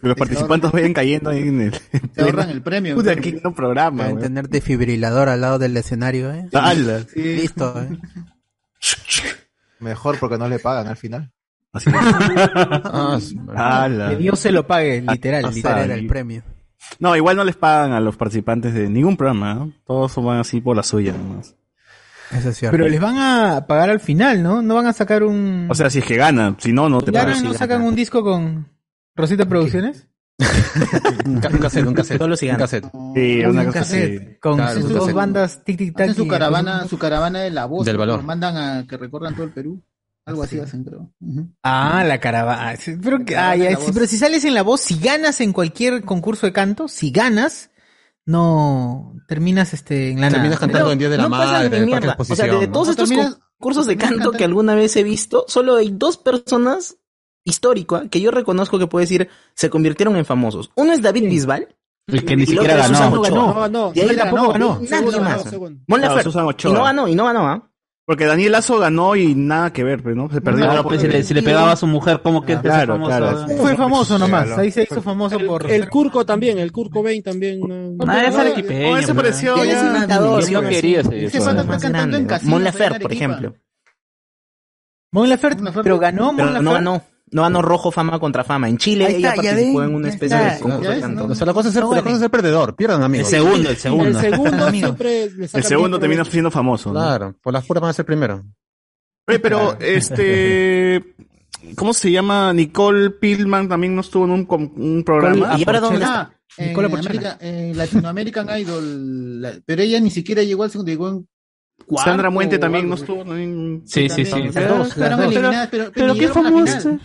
[SPEAKER 6] Que los participantes vayan cayendo ahí en el.
[SPEAKER 8] Se ahorran el premio.
[SPEAKER 6] Puta, qué lindo programa,
[SPEAKER 10] Pueden
[SPEAKER 6] weón.
[SPEAKER 10] tener desfibrilador al lado del escenario, ¿eh?
[SPEAKER 6] ¡Hala!
[SPEAKER 10] Listo, ¿eh?
[SPEAKER 18] Mejor porque no le pagan al final.
[SPEAKER 6] ¡Hala!
[SPEAKER 4] Ah, Que Dios se lo pague, literal.
[SPEAKER 6] Ah,
[SPEAKER 4] literal.
[SPEAKER 6] ah, el premio. No, igual no les pagan a los participantes de ningún programa. ¿no? Todos van así por la suya nomás.
[SPEAKER 10] Eso es cierto.
[SPEAKER 4] Pero les van a pagar al final, ¿no? No van a sacar un.
[SPEAKER 6] O sea, si es que ganan, si no, no te
[SPEAKER 4] ¿Ganan
[SPEAKER 6] pagan.
[SPEAKER 4] no sacan un disco con Rosita Producciones?
[SPEAKER 5] Un ca- un cassette, un cassette.
[SPEAKER 9] Solo si
[SPEAKER 5] un
[SPEAKER 9] gana.
[SPEAKER 5] cassette.
[SPEAKER 6] Sí,
[SPEAKER 4] Un cassette Con
[SPEAKER 5] Claro,
[SPEAKER 4] sus
[SPEAKER 5] un
[SPEAKER 4] dos
[SPEAKER 5] cassette.
[SPEAKER 4] bandas tic tic tac.
[SPEAKER 8] Hacen su caravana, su caravana de la voz.
[SPEAKER 5] Del
[SPEAKER 8] que
[SPEAKER 5] valor.
[SPEAKER 8] lo mandan a que recorran todo el Perú. Algo así hacen, creo. Ujú.
[SPEAKER 4] Ah, la caravana. Sí, Pero, que-
[SPEAKER 8] caravana
[SPEAKER 4] ah, ya,
[SPEAKER 8] en la
[SPEAKER 4] sí,
[SPEAKER 8] voz.
[SPEAKER 4] pero si sales en la voz, si ganas en cualquier concurso de canto, si ganas, no terminas este en la nada.
[SPEAKER 5] Terminas cantando en Día de la
[SPEAKER 4] no pasas
[SPEAKER 5] Madre,
[SPEAKER 4] ni
[SPEAKER 5] en el
[SPEAKER 4] mierda.
[SPEAKER 5] Parque de
[SPEAKER 4] O sea,
[SPEAKER 9] O sea, de
[SPEAKER 5] Exposición,
[SPEAKER 9] todos
[SPEAKER 5] ¿no?
[SPEAKER 9] estos
[SPEAKER 5] Terminas-
[SPEAKER 9] concursos de canto que alguna vez he visto, solo hay dos personas histórico ah, que yo reconozco que puedo decir se convirtieron en famosos. Uno es David Bisbal.
[SPEAKER 14] El
[SPEAKER 6] que ni siquiera
[SPEAKER 9] otro es Susana
[SPEAKER 6] ganó.
[SPEAKER 9] Ochoa.
[SPEAKER 6] No,
[SPEAKER 7] no,
[SPEAKER 9] Y ahí
[SPEAKER 7] Susana
[SPEAKER 9] tampoco
[SPEAKER 7] ganó.
[SPEAKER 9] ganó. Nadie
[SPEAKER 7] Segundo,
[SPEAKER 9] más.
[SPEAKER 7] ganó, segundo.
[SPEAKER 9] Mon
[SPEAKER 6] Claro,
[SPEAKER 9] Laferte.
[SPEAKER 6] Susana
[SPEAKER 9] Y
[SPEAKER 6] Ochoa.
[SPEAKER 9] no ganó, y no ganó, ¿ah?
[SPEAKER 6] Porque Daniel Lazo ganó y nada que ver, pero no se perdió.
[SPEAKER 14] Claro, pues, si, le, si le pegaba a su mujer, ¿cómo que empezó
[SPEAKER 6] Claro,
[SPEAKER 14] famoso?
[SPEAKER 6] claro.
[SPEAKER 14] Ah,
[SPEAKER 4] Fue famoso nomás, ahí se hizo
[SPEAKER 7] Fue-
[SPEAKER 4] famoso por...
[SPEAKER 7] Pues, El Curco también, el Curco Bain también. No,
[SPEAKER 14] Ah, es arequipeño,
[SPEAKER 6] No, ese
[SPEAKER 14] man.
[SPEAKER 6] pareció
[SPEAKER 9] Él es
[SPEAKER 6] ya-
[SPEAKER 9] imitador.
[SPEAKER 6] ¿Quién no quería ser
[SPEAKER 9] Es que
[SPEAKER 6] eso,
[SPEAKER 9] cuando
[SPEAKER 6] además?
[SPEAKER 9] está cantando en Mon Laferte, por ejemplo.
[SPEAKER 4] Mon Laferte, pero ganó Mon
[SPEAKER 9] Pero no
[SPEAKER 4] Laferte.
[SPEAKER 9] ganó. No ganó rojo fama contra fama. En Chile
[SPEAKER 4] Ahí está,
[SPEAKER 9] ella
[SPEAKER 4] ya
[SPEAKER 9] participó
[SPEAKER 4] ven,
[SPEAKER 9] en una
[SPEAKER 4] ya
[SPEAKER 9] especie
[SPEAKER 4] está.
[SPEAKER 9] de concurso de
[SPEAKER 4] Ya ves,
[SPEAKER 9] canto.
[SPEAKER 4] no-
[SPEAKER 5] O sea, la cosa es ser,
[SPEAKER 4] No
[SPEAKER 5] la
[SPEAKER 4] ganen.
[SPEAKER 5] cosa es ser perdedor. Pierdan, amigos.
[SPEAKER 14] El segundo, el segundo.
[SPEAKER 7] El segundo siempre le
[SPEAKER 6] Ah, El
[SPEAKER 7] sacan
[SPEAKER 6] segundo
[SPEAKER 7] bien
[SPEAKER 6] termina
[SPEAKER 7] provecho.
[SPEAKER 6] siendo famoso. ¿no?
[SPEAKER 5] Claro, por las puras van a ser primero.
[SPEAKER 6] Oye, pero este. ¿Cómo se llama? Nicole Pillman también no estuvo en un, com- un programa.
[SPEAKER 4] ¿Y ahora dónde está?
[SPEAKER 6] en
[SPEAKER 4] en América, en Latino American Idol, la- pero ella ni siquiera llegó al segundo, llegó en cuarto
[SPEAKER 6] Ah, Sandra Muente
[SPEAKER 4] o
[SPEAKER 6] también
[SPEAKER 4] algo.
[SPEAKER 6] no estuvo. también-
[SPEAKER 4] Sí, sí, sí. Las dos, las dos.
[SPEAKER 1] Pero,
[SPEAKER 4] pero
[SPEAKER 1] qué
[SPEAKER 4] llegaron a la
[SPEAKER 1] famosa.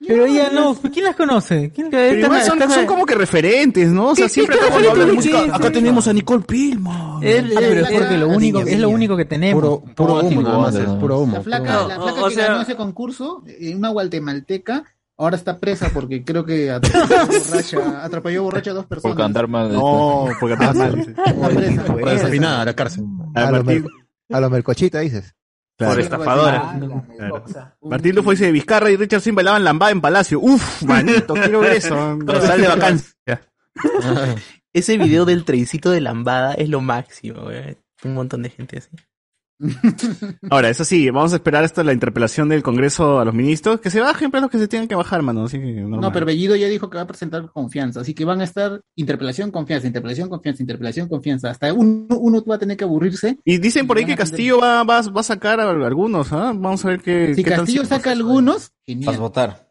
[SPEAKER 1] Pero ella no, ¿quién las conoce? ¿Quién
[SPEAKER 6] Pero igual son, son como que referentes, ¿no? O sea,
[SPEAKER 1] Sí,
[SPEAKER 6] siempre
[SPEAKER 1] sí,
[SPEAKER 6] acá cuando
[SPEAKER 1] sí,
[SPEAKER 6] hablan de
[SPEAKER 1] sí,
[SPEAKER 6] música,
[SPEAKER 1] sí,
[SPEAKER 6] acá
[SPEAKER 1] sí.
[SPEAKER 6] tenemos a Nicole Ah, Pillman.
[SPEAKER 1] pero es porque lo único, es lo único que tenemos. Puro,
[SPEAKER 5] humo, nada más, es puro humo.
[SPEAKER 4] La flaca,
[SPEAKER 5] No,
[SPEAKER 4] la
[SPEAKER 5] o-
[SPEAKER 4] flaca
[SPEAKER 5] o
[SPEAKER 4] que
[SPEAKER 5] sea-
[SPEAKER 4] ganó ese concurso, eh, una guatemalteca, ahora está presa porque creo que atropelló borracha, atropelló borracha a dos personas.
[SPEAKER 16] Por cantar mal.
[SPEAKER 6] No, por
[SPEAKER 16] cantar mal.
[SPEAKER 5] Para desafinar a la cárcel.
[SPEAKER 18] A lo, mer- a lo mercochita, dices.
[SPEAKER 6] Por estafadora. Claro. Martín Lufo dice, Vizcarra y Richard Sim bailaban lambada en Palacio. Uf, manito, quiero ver eso. Cuando sale de vacancia.
[SPEAKER 9] Ese video del trencito de lambada es lo máximo, güey. Un montón de gente así.
[SPEAKER 6] Ahora, eso sí, vamos a esperar hasta la interpelación del Congreso a los ministros. Que se bajen, pero los que se tengan que bajar, mano. Así que normal.
[SPEAKER 4] No, pero Bellido ya dijo que va a presentar confianza, así que van a estar interpelación, confianza, interpelación, confianza, interpelación, confianza. Hasta uno, uno va a tener que aburrirse.
[SPEAKER 6] Y dicen por ahí
[SPEAKER 4] van
[SPEAKER 6] que
[SPEAKER 4] a tener-
[SPEAKER 6] Castillo va, va, va a sacar a algunos, ¿ah? Vamos a ver qué,
[SPEAKER 4] Si
[SPEAKER 6] qué tal
[SPEAKER 4] Castillo
[SPEAKER 6] si-
[SPEAKER 4] saca algunos,
[SPEAKER 28] Vas a
[SPEAKER 4] genial.
[SPEAKER 28] votar.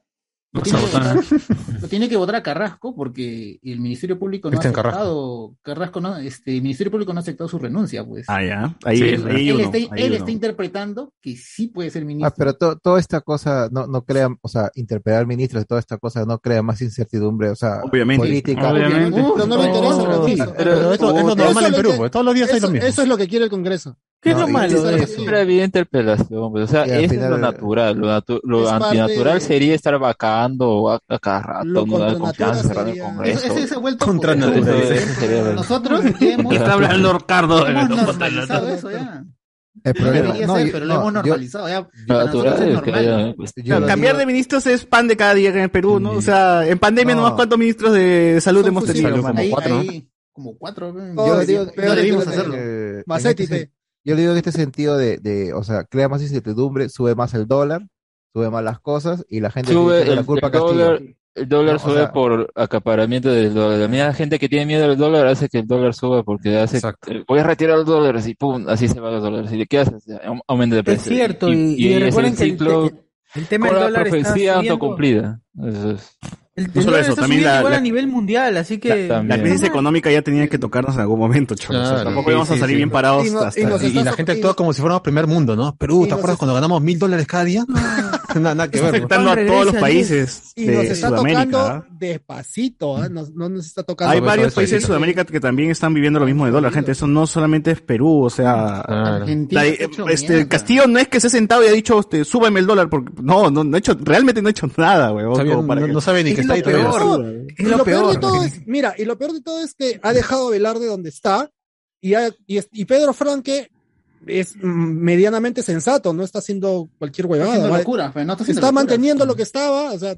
[SPEAKER 4] Lo
[SPEAKER 28] Vas a
[SPEAKER 4] tiene, que
[SPEAKER 28] votar.
[SPEAKER 4] votar, lo tiene que votar a Carrasco porque el Ministerio Público no ha
[SPEAKER 28] Cristian
[SPEAKER 4] aceptado,
[SPEAKER 28] Carrasco.
[SPEAKER 4] Carrasco, no, este, el Ministerio Público no ha aceptado su renuncia, pues.
[SPEAKER 6] Ah, ya. Ahí,
[SPEAKER 4] Sí,
[SPEAKER 6] ahí
[SPEAKER 4] él
[SPEAKER 6] hay uno,
[SPEAKER 4] está,
[SPEAKER 6] ahí
[SPEAKER 4] él
[SPEAKER 6] uno.
[SPEAKER 4] está interpretando que sí puede ser ministro.
[SPEAKER 18] Ah, pero to- toda esta cosa, no, no crea, o sea, interpelar ministros, toda esta cosa no crea más incertidumbre, o sea,
[SPEAKER 6] Obviamente.
[SPEAKER 18] política.
[SPEAKER 6] Obviamente.
[SPEAKER 18] Uf,
[SPEAKER 7] No me interesa lo que dice.
[SPEAKER 18] Pero eso-
[SPEAKER 7] Eso
[SPEAKER 18] eso es normal en
[SPEAKER 7] lo
[SPEAKER 18] Perú,
[SPEAKER 7] que-
[SPEAKER 18] pues, todos los días hay lo
[SPEAKER 7] eso-
[SPEAKER 18] mismo.
[SPEAKER 7] Eso es lo que quiere el Congreso.
[SPEAKER 16] ¿Qué
[SPEAKER 7] es lo malo de eso?
[SPEAKER 16] Siempre había interpelación, pues, o sea,
[SPEAKER 7] Y al
[SPEAKER 16] eso es lo
[SPEAKER 7] final-
[SPEAKER 16] natural. Lo, natu- lo
[SPEAKER 7] Es parte
[SPEAKER 16] antinatural
[SPEAKER 7] de-
[SPEAKER 16] sería estar vacando a, a cada rato, no dar confianza para el Congreso.
[SPEAKER 4] Ese- ese se ha vuelto
[SPEAKER 16] Contra
[SPEAKER 4] poder.
[SPEAKER 16] natura, ese sería lo-
[SPEAKER 4] Nosotros ya hemos-
[SPEAKER 16] Está hablando
[SPEAKER 6] eh,
[SPEAKER 16] Ricardo.
[SPEAKER 4] Hemos normalizado eso ya.
[SPEAKER 18] El problema,
[SPEAKER 4] Debería
[SPEAKER 18] no,
[SPEAKER 4] ser,
[SPEAKER 18] yo-
[SPEAKER 4] pero lo
[SPEAKER 18] no,
[SPEAKER 4] hemos
[SPEAKER 18] yo-
[SPEAKER 4] normalizado ya.
[SPEAKER 6] Para
[SPEAKER 4] nosotros
[SPEAKER 6] natural,
[SPEAKER 4] es
[SPEAKER 6] es que
[SPEAKER 4] normal.
[SPEAKER 6] haya- Claro, cambiar de ministros es pan de cada día en el Perú, ¿no? O sea, en pandemia
[SPEAKER 18] No.
[SPEAKER 6] nomás cuántos ministros de salud hemos
[SPEAKER 18] fusiles,
[SPEAKER 6] tenido.
[SPEAKER 18] como
[SPEAKER 6] mano?
[SPEAKER 18] cuatro, ¿no?
[SPEAKER 4] Como cuatro. ¿no?
[SPEAKER 18] Yo
[SPEAKER 4] No,
[SPEAKER 18] le digo,
[SPEAKER 4] no
[SPEAKER 18] yo le digo
[SPEAKER 4] debimos
[SPEAKER 18] en
[SPEAKER 4] hacerlo.
[SPEAKER 18] el- en
[SPEAKER 4] Macetti,
[SPEAKER 18] este
[SPEAKER 4] pe.
[SPEAKER 18] sen- yo le digo en este sentido de, de, o sea, crea más incertidumbre, sube más el dólar, sube más las cosas y la gente
[SPEAKER 16] Sube
[SPEAKER 18] le echa
[SPEAKER 16] el,
[SPEAKER 18] la culpa a
[SPEAKER 16] el
[SPEAKER 18] Castillo.
[SPEAKER 16] dólar, el dólar
[SPEAKER 18] No, o
[SPEAKER 16] sube
[SPEAKER 18] sea-
[SPEAKER 16] por acaparamiento del dólar. La misma gente que tiene miedo al dólar hace que el dólar suba porque hace, eh, voy a retirar los dólares y pum, así se va los dólares. ¿Y qué haces? Ya, aum- Aumenta de precio.
[SPEAKER 1] cierto, y- y
[SPEAKER 16] ahí es
[SPEAKER 1] recuerden
[SPEAKER 16] el
[SPEAKER 1] que el
[SPEAKER 16] ciclo
[SPEAKER 1] te- el tema
[SPEAKER 16] con
[SPEAKER 1] del
[SPEAKER 16] la
[SPEAKER 1] dólar está
[SPEAKER 16] profecía
[SPEAKER 1] subiendo.
[SPEAKER 16] autocumplida. Eso es.
[SPEAKER 1] No solo eso, también
[SPEAKER 6] la-
[SPEAKER 1] igual
[SPEAKER 6] la-
[SPEAKER 1] a nivel mundial, así que...
[SPEAKER 6] La crisis económica ya tenía que tocarnos en algún momento, cholo. O sea,
[SPEAKER 5] Claro.
[SPEAKER 6] tampoco
[SPEAKER 5] Sí,
[SPEAKER 6] íbamos a
[SPEAKER 5] sí,
[SPEAKER 6] salir
[SPEAKER 5] sí.
[SPEAKER 6] bien parados
[SPEAKER 5] Y, no-
[SPEAKER 6] hasta...
[SPEAKER 5] y nos
[SPEAKER 6] hasta-
[SPEAKER 5] y la gente actúa como si fuéramos primer mundo, ¿no? Perú, ¿te acuerdas cuando ganamos mil dólares cada día? No, nada, nada que
[SPEAKER 6] Está
[SPEAKER 5] ver. ¿no?
[SPEAKER 6] afectando a todos los países
[SPEAKER 7] Y nos
[SPEAKER 6] de
[SPEAKER 7] está
[SPEAKER 6] Sudamérica.
[SPEAKER 7] tocando despacito, ¿ah? Nos- no nos está tocando.
[SPEAKER 6] Hay varios países de Sudamérica que también están viviendo lo mismo de dólar, gente. Eso no solamente es Perú, o sea,
[SPEAKER 4] Argentina
[SPEAKER 6] la-
[SPEAKER 4] se ha hecho
[SPEAKER 6] este
[SPEAKER 4] mierda.
[SPEAKER 6] Castillo no es que se ha sentado y ha dicho, este, súbeme el dólar, porque no, no, no ha hecho, realmente no ha hecho nada, weón.
[SPEAKER 5] Sabía-
[SPEAKER 6] como para
[SPEAKER 5] no-
[SPEAKER 6] que-
[SPEAKER 5] no sabe ni
[SPEAKER 6] Es
[SPEAKER 5] que está
[SPEAKER 6] lo
[SPEAKER 5] ahí todavía.
[SPEAKER 6] peor.
[SPEAKER 7] Y lo, peor, de todo es, mira, y lo peor de todo es que ha dejado a Velarde donde está y, ha- y, es- y Pedro Franque es mm, medianamente sensato, no está haciendo cualquier huevada.
[SPEAKER 4] haciendo
[SPEAKER 7] ¿vale?
[SPEAKER 4] locura, pues, no está
[SPEAKER 7] Se
[SPEAKER 4] haciendo
[SPEAKER 7] está
[SPEAKER 4] locura.
[SPEAKER 7] manteniendo lo que estaba, o sea,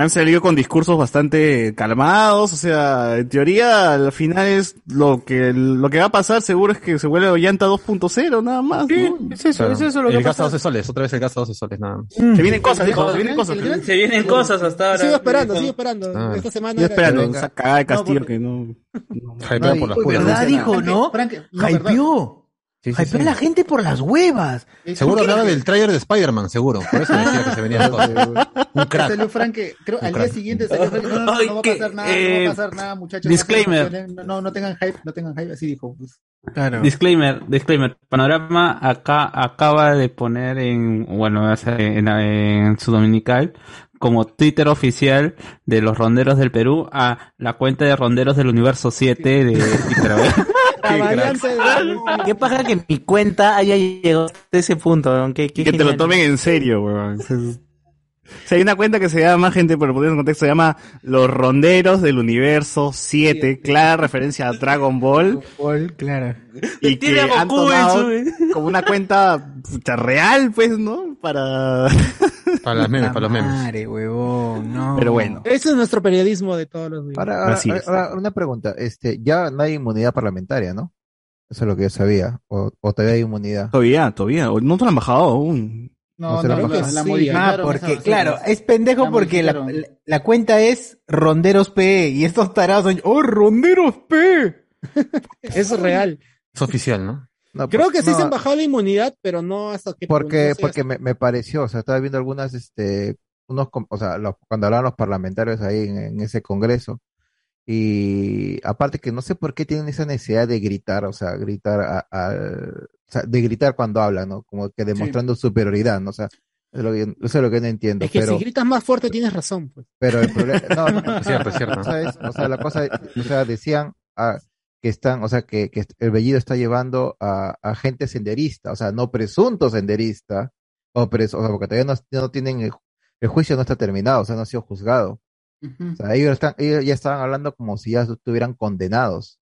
[SPEAKER 6] Han salido con discursos bastante calmados, o sea, en teoría al final es lo que lo que va a pasar seguro es que se vuelve Ollanta 2.0 nada más. ¿no?
[SPEAKER 1] Es eso, es eso lo que
[SPEAKER 5] El gasto
[SPEAKER 1] pasa.
[SPEAKER 5] 12 soles, otra vez el gasto 12 soles, nada más.
[SPEAKER 6] Se vienen cosas, dijo, se vienen cosas.
[SPEAKER 14] Se vienen cosas hasta ahora. eh,
[SPEAKER 7] sigo esperando,
[SPEAKER 14] Dijo.
[SPEAKER 7] sigo esperando.
[SPEAKER 5] Ah.
[SPEAKER 7] Esta semana
[SPEAKER 6] Yo
[SPEAKER 7] era-
[SPEAKER 6] esperando,
[SPEAKER 7] Venga.
[SPEAKER 6] saca de Castillo que no.
[SPEAKER 5] Hypeado por las puras.
[SPEAKER 1] ¿Verdad, dijo, no?
[SPEAKER 4] eh,
[SPEAKER 1] Hypeó.
[SPEAKER 5] Sí, sí,
[SPEAKER 1] Hypeó a
[SPEAKER 5] sí.
[SPEAKER 1] la gente por las huevas.
[SPEAKER 4] Eh,
[SPEAKER 5] Seguro
[SPEAKER 1] ¿Por qué?
[SPEAKER 5] hablaba del tráiler de Spider-Man, seguro. Por eso decía que se venía todo. Un crack.
[SPEAKER 4] Salió Franque, creo,
[SPEAKER 5] Un
[SPEAKER 4] al día
[SPEAKER 5] crack.
[SPEAKER 4] siguiente salió Franque, no, no, no, no va a pasar nada, no va a pasar nada, muchachos.
[SPEAKER 14] disclaimer.
[SPEAKER 4] No, se emocionen, no, no tengan hype, no tengan hype, así dijo. pues.
[SPEAKER 14] Disclaimer, disclaimer. Panorama acá acaba de poner en, bueno, es, eh, en, en su dominical como Twitter oficial de los ronderos del Perú a la cuenta de ronderos del universo 7 de Twitter.
[SPEAKER 9] Qué paja que mi cuenta haya llegado hasta ese punto, aunque
[SPEAKER 6] Que te lo tomen en serio, weón. O sea, hay una cuenta que se llama, gente, por poner en contexto, se llama Los Ronderos del Universo 7, clara referencia a Dragon Ball. Y que
[SPEAKER 14] Tiene a
[SPEAKER 6] han
[SPEAKER 14] Goku en
[SPEAKER 6] tomado
[SPEAKER 14] su-
[SPEAKER 6] como una cuenta puta, real, pues, ¿no? Para...
[SPEAKER 5] Para las memes, para los memes.
[SPEAKER 1] Madre, huevón, no.
[SPEAKER 6] Pero bueno.
[SPEAKER 7] Ese es nuestro periodismo de todos los días.
[SPEAKER 18] Ahora, ahora- ahora, una pregunta, este, ya no hay inmunidad parlamentaria, ¿no? Eso es lo que yo sabía, o, o todavía hay inmunidad.
[SPEAKER 6] Todavía, todavía, no te lo han bajado aún.
[SPEAKER 4] No,
[SPEAKER 18] se
[SPEAKER 4] no,
[SPEAKER 18] lo han
[SPEAKER 4] la-
[SPEAKER 18] bajado.
[SPEAKER 4] la
[SPEAKER 1] Sí,
[SPEAKER 4] modificaron,
[SPEAKER 1] ah, porque,
[SPEAKER 4] esa-
[SPEAKER 1] claro,
[SPEAKER 4] esa-
[SPEAKER 1] es pendejo
[SPEAKER 4] la
[SPEAKER 1] porque la,
[SPEAKER 4] modificaron.
[SPEAKER 1] la- la cuenta es Ronderos P y estos tarados son, ¡Oh, Ronderos P!
[SPEAKER 7] Eso es real.
[SPEAKER 5] Es oficial, ¿no?
[SPEAKER 18] No,
[SPEAKER 7] Creo
[SPEAKER 18] por-
[SPEAKER 7] que sí se
[SPEAKER 18] no,
[SPEAKER 7] han bajado la inmunidad, pero no hasta que...
[SPEAKER 18] Porque,
[SPEAKER 7] no sé
[SPEAKER 18] porque me, me pareció, o sea, estaba viendo algunas, este, unos, com- o sea, los- cuando hablaban los parlamentarios ahí en, en ese congreso, y aparte que no sé por qué tienen esa necesidad de gritar, o sea, gritar a- al- o sea, de gritar cuando hablan, ¿no? Como que demostrando superioridad, ¿no? O sea, es lo que, eso es lo que no entiendo,
[SPEAKER 7] Es que
[SPEAKER 18] pero...
[SPEAKER 7] si gritas más fuerte tienes razón. Pues.
[SPEAKER 18] Pero el problema. No, no, no.
[SPEAKER 7] Cierto, cierto.
[SPEAKER 18] La cosa es- o sea, la cosa, o sea, decían ah, que están, o sea, que, que el Bellido está llevando a, a gente senderista, o sea, no presunto senderista, o, preso, o sea, porque todavía no, no tienen, el, ju- el juicio no está terminado, o sea, no ha sido juzgado. O sea, ellos, están, ellos ya estaban hablando como si ya estuvieran condenados.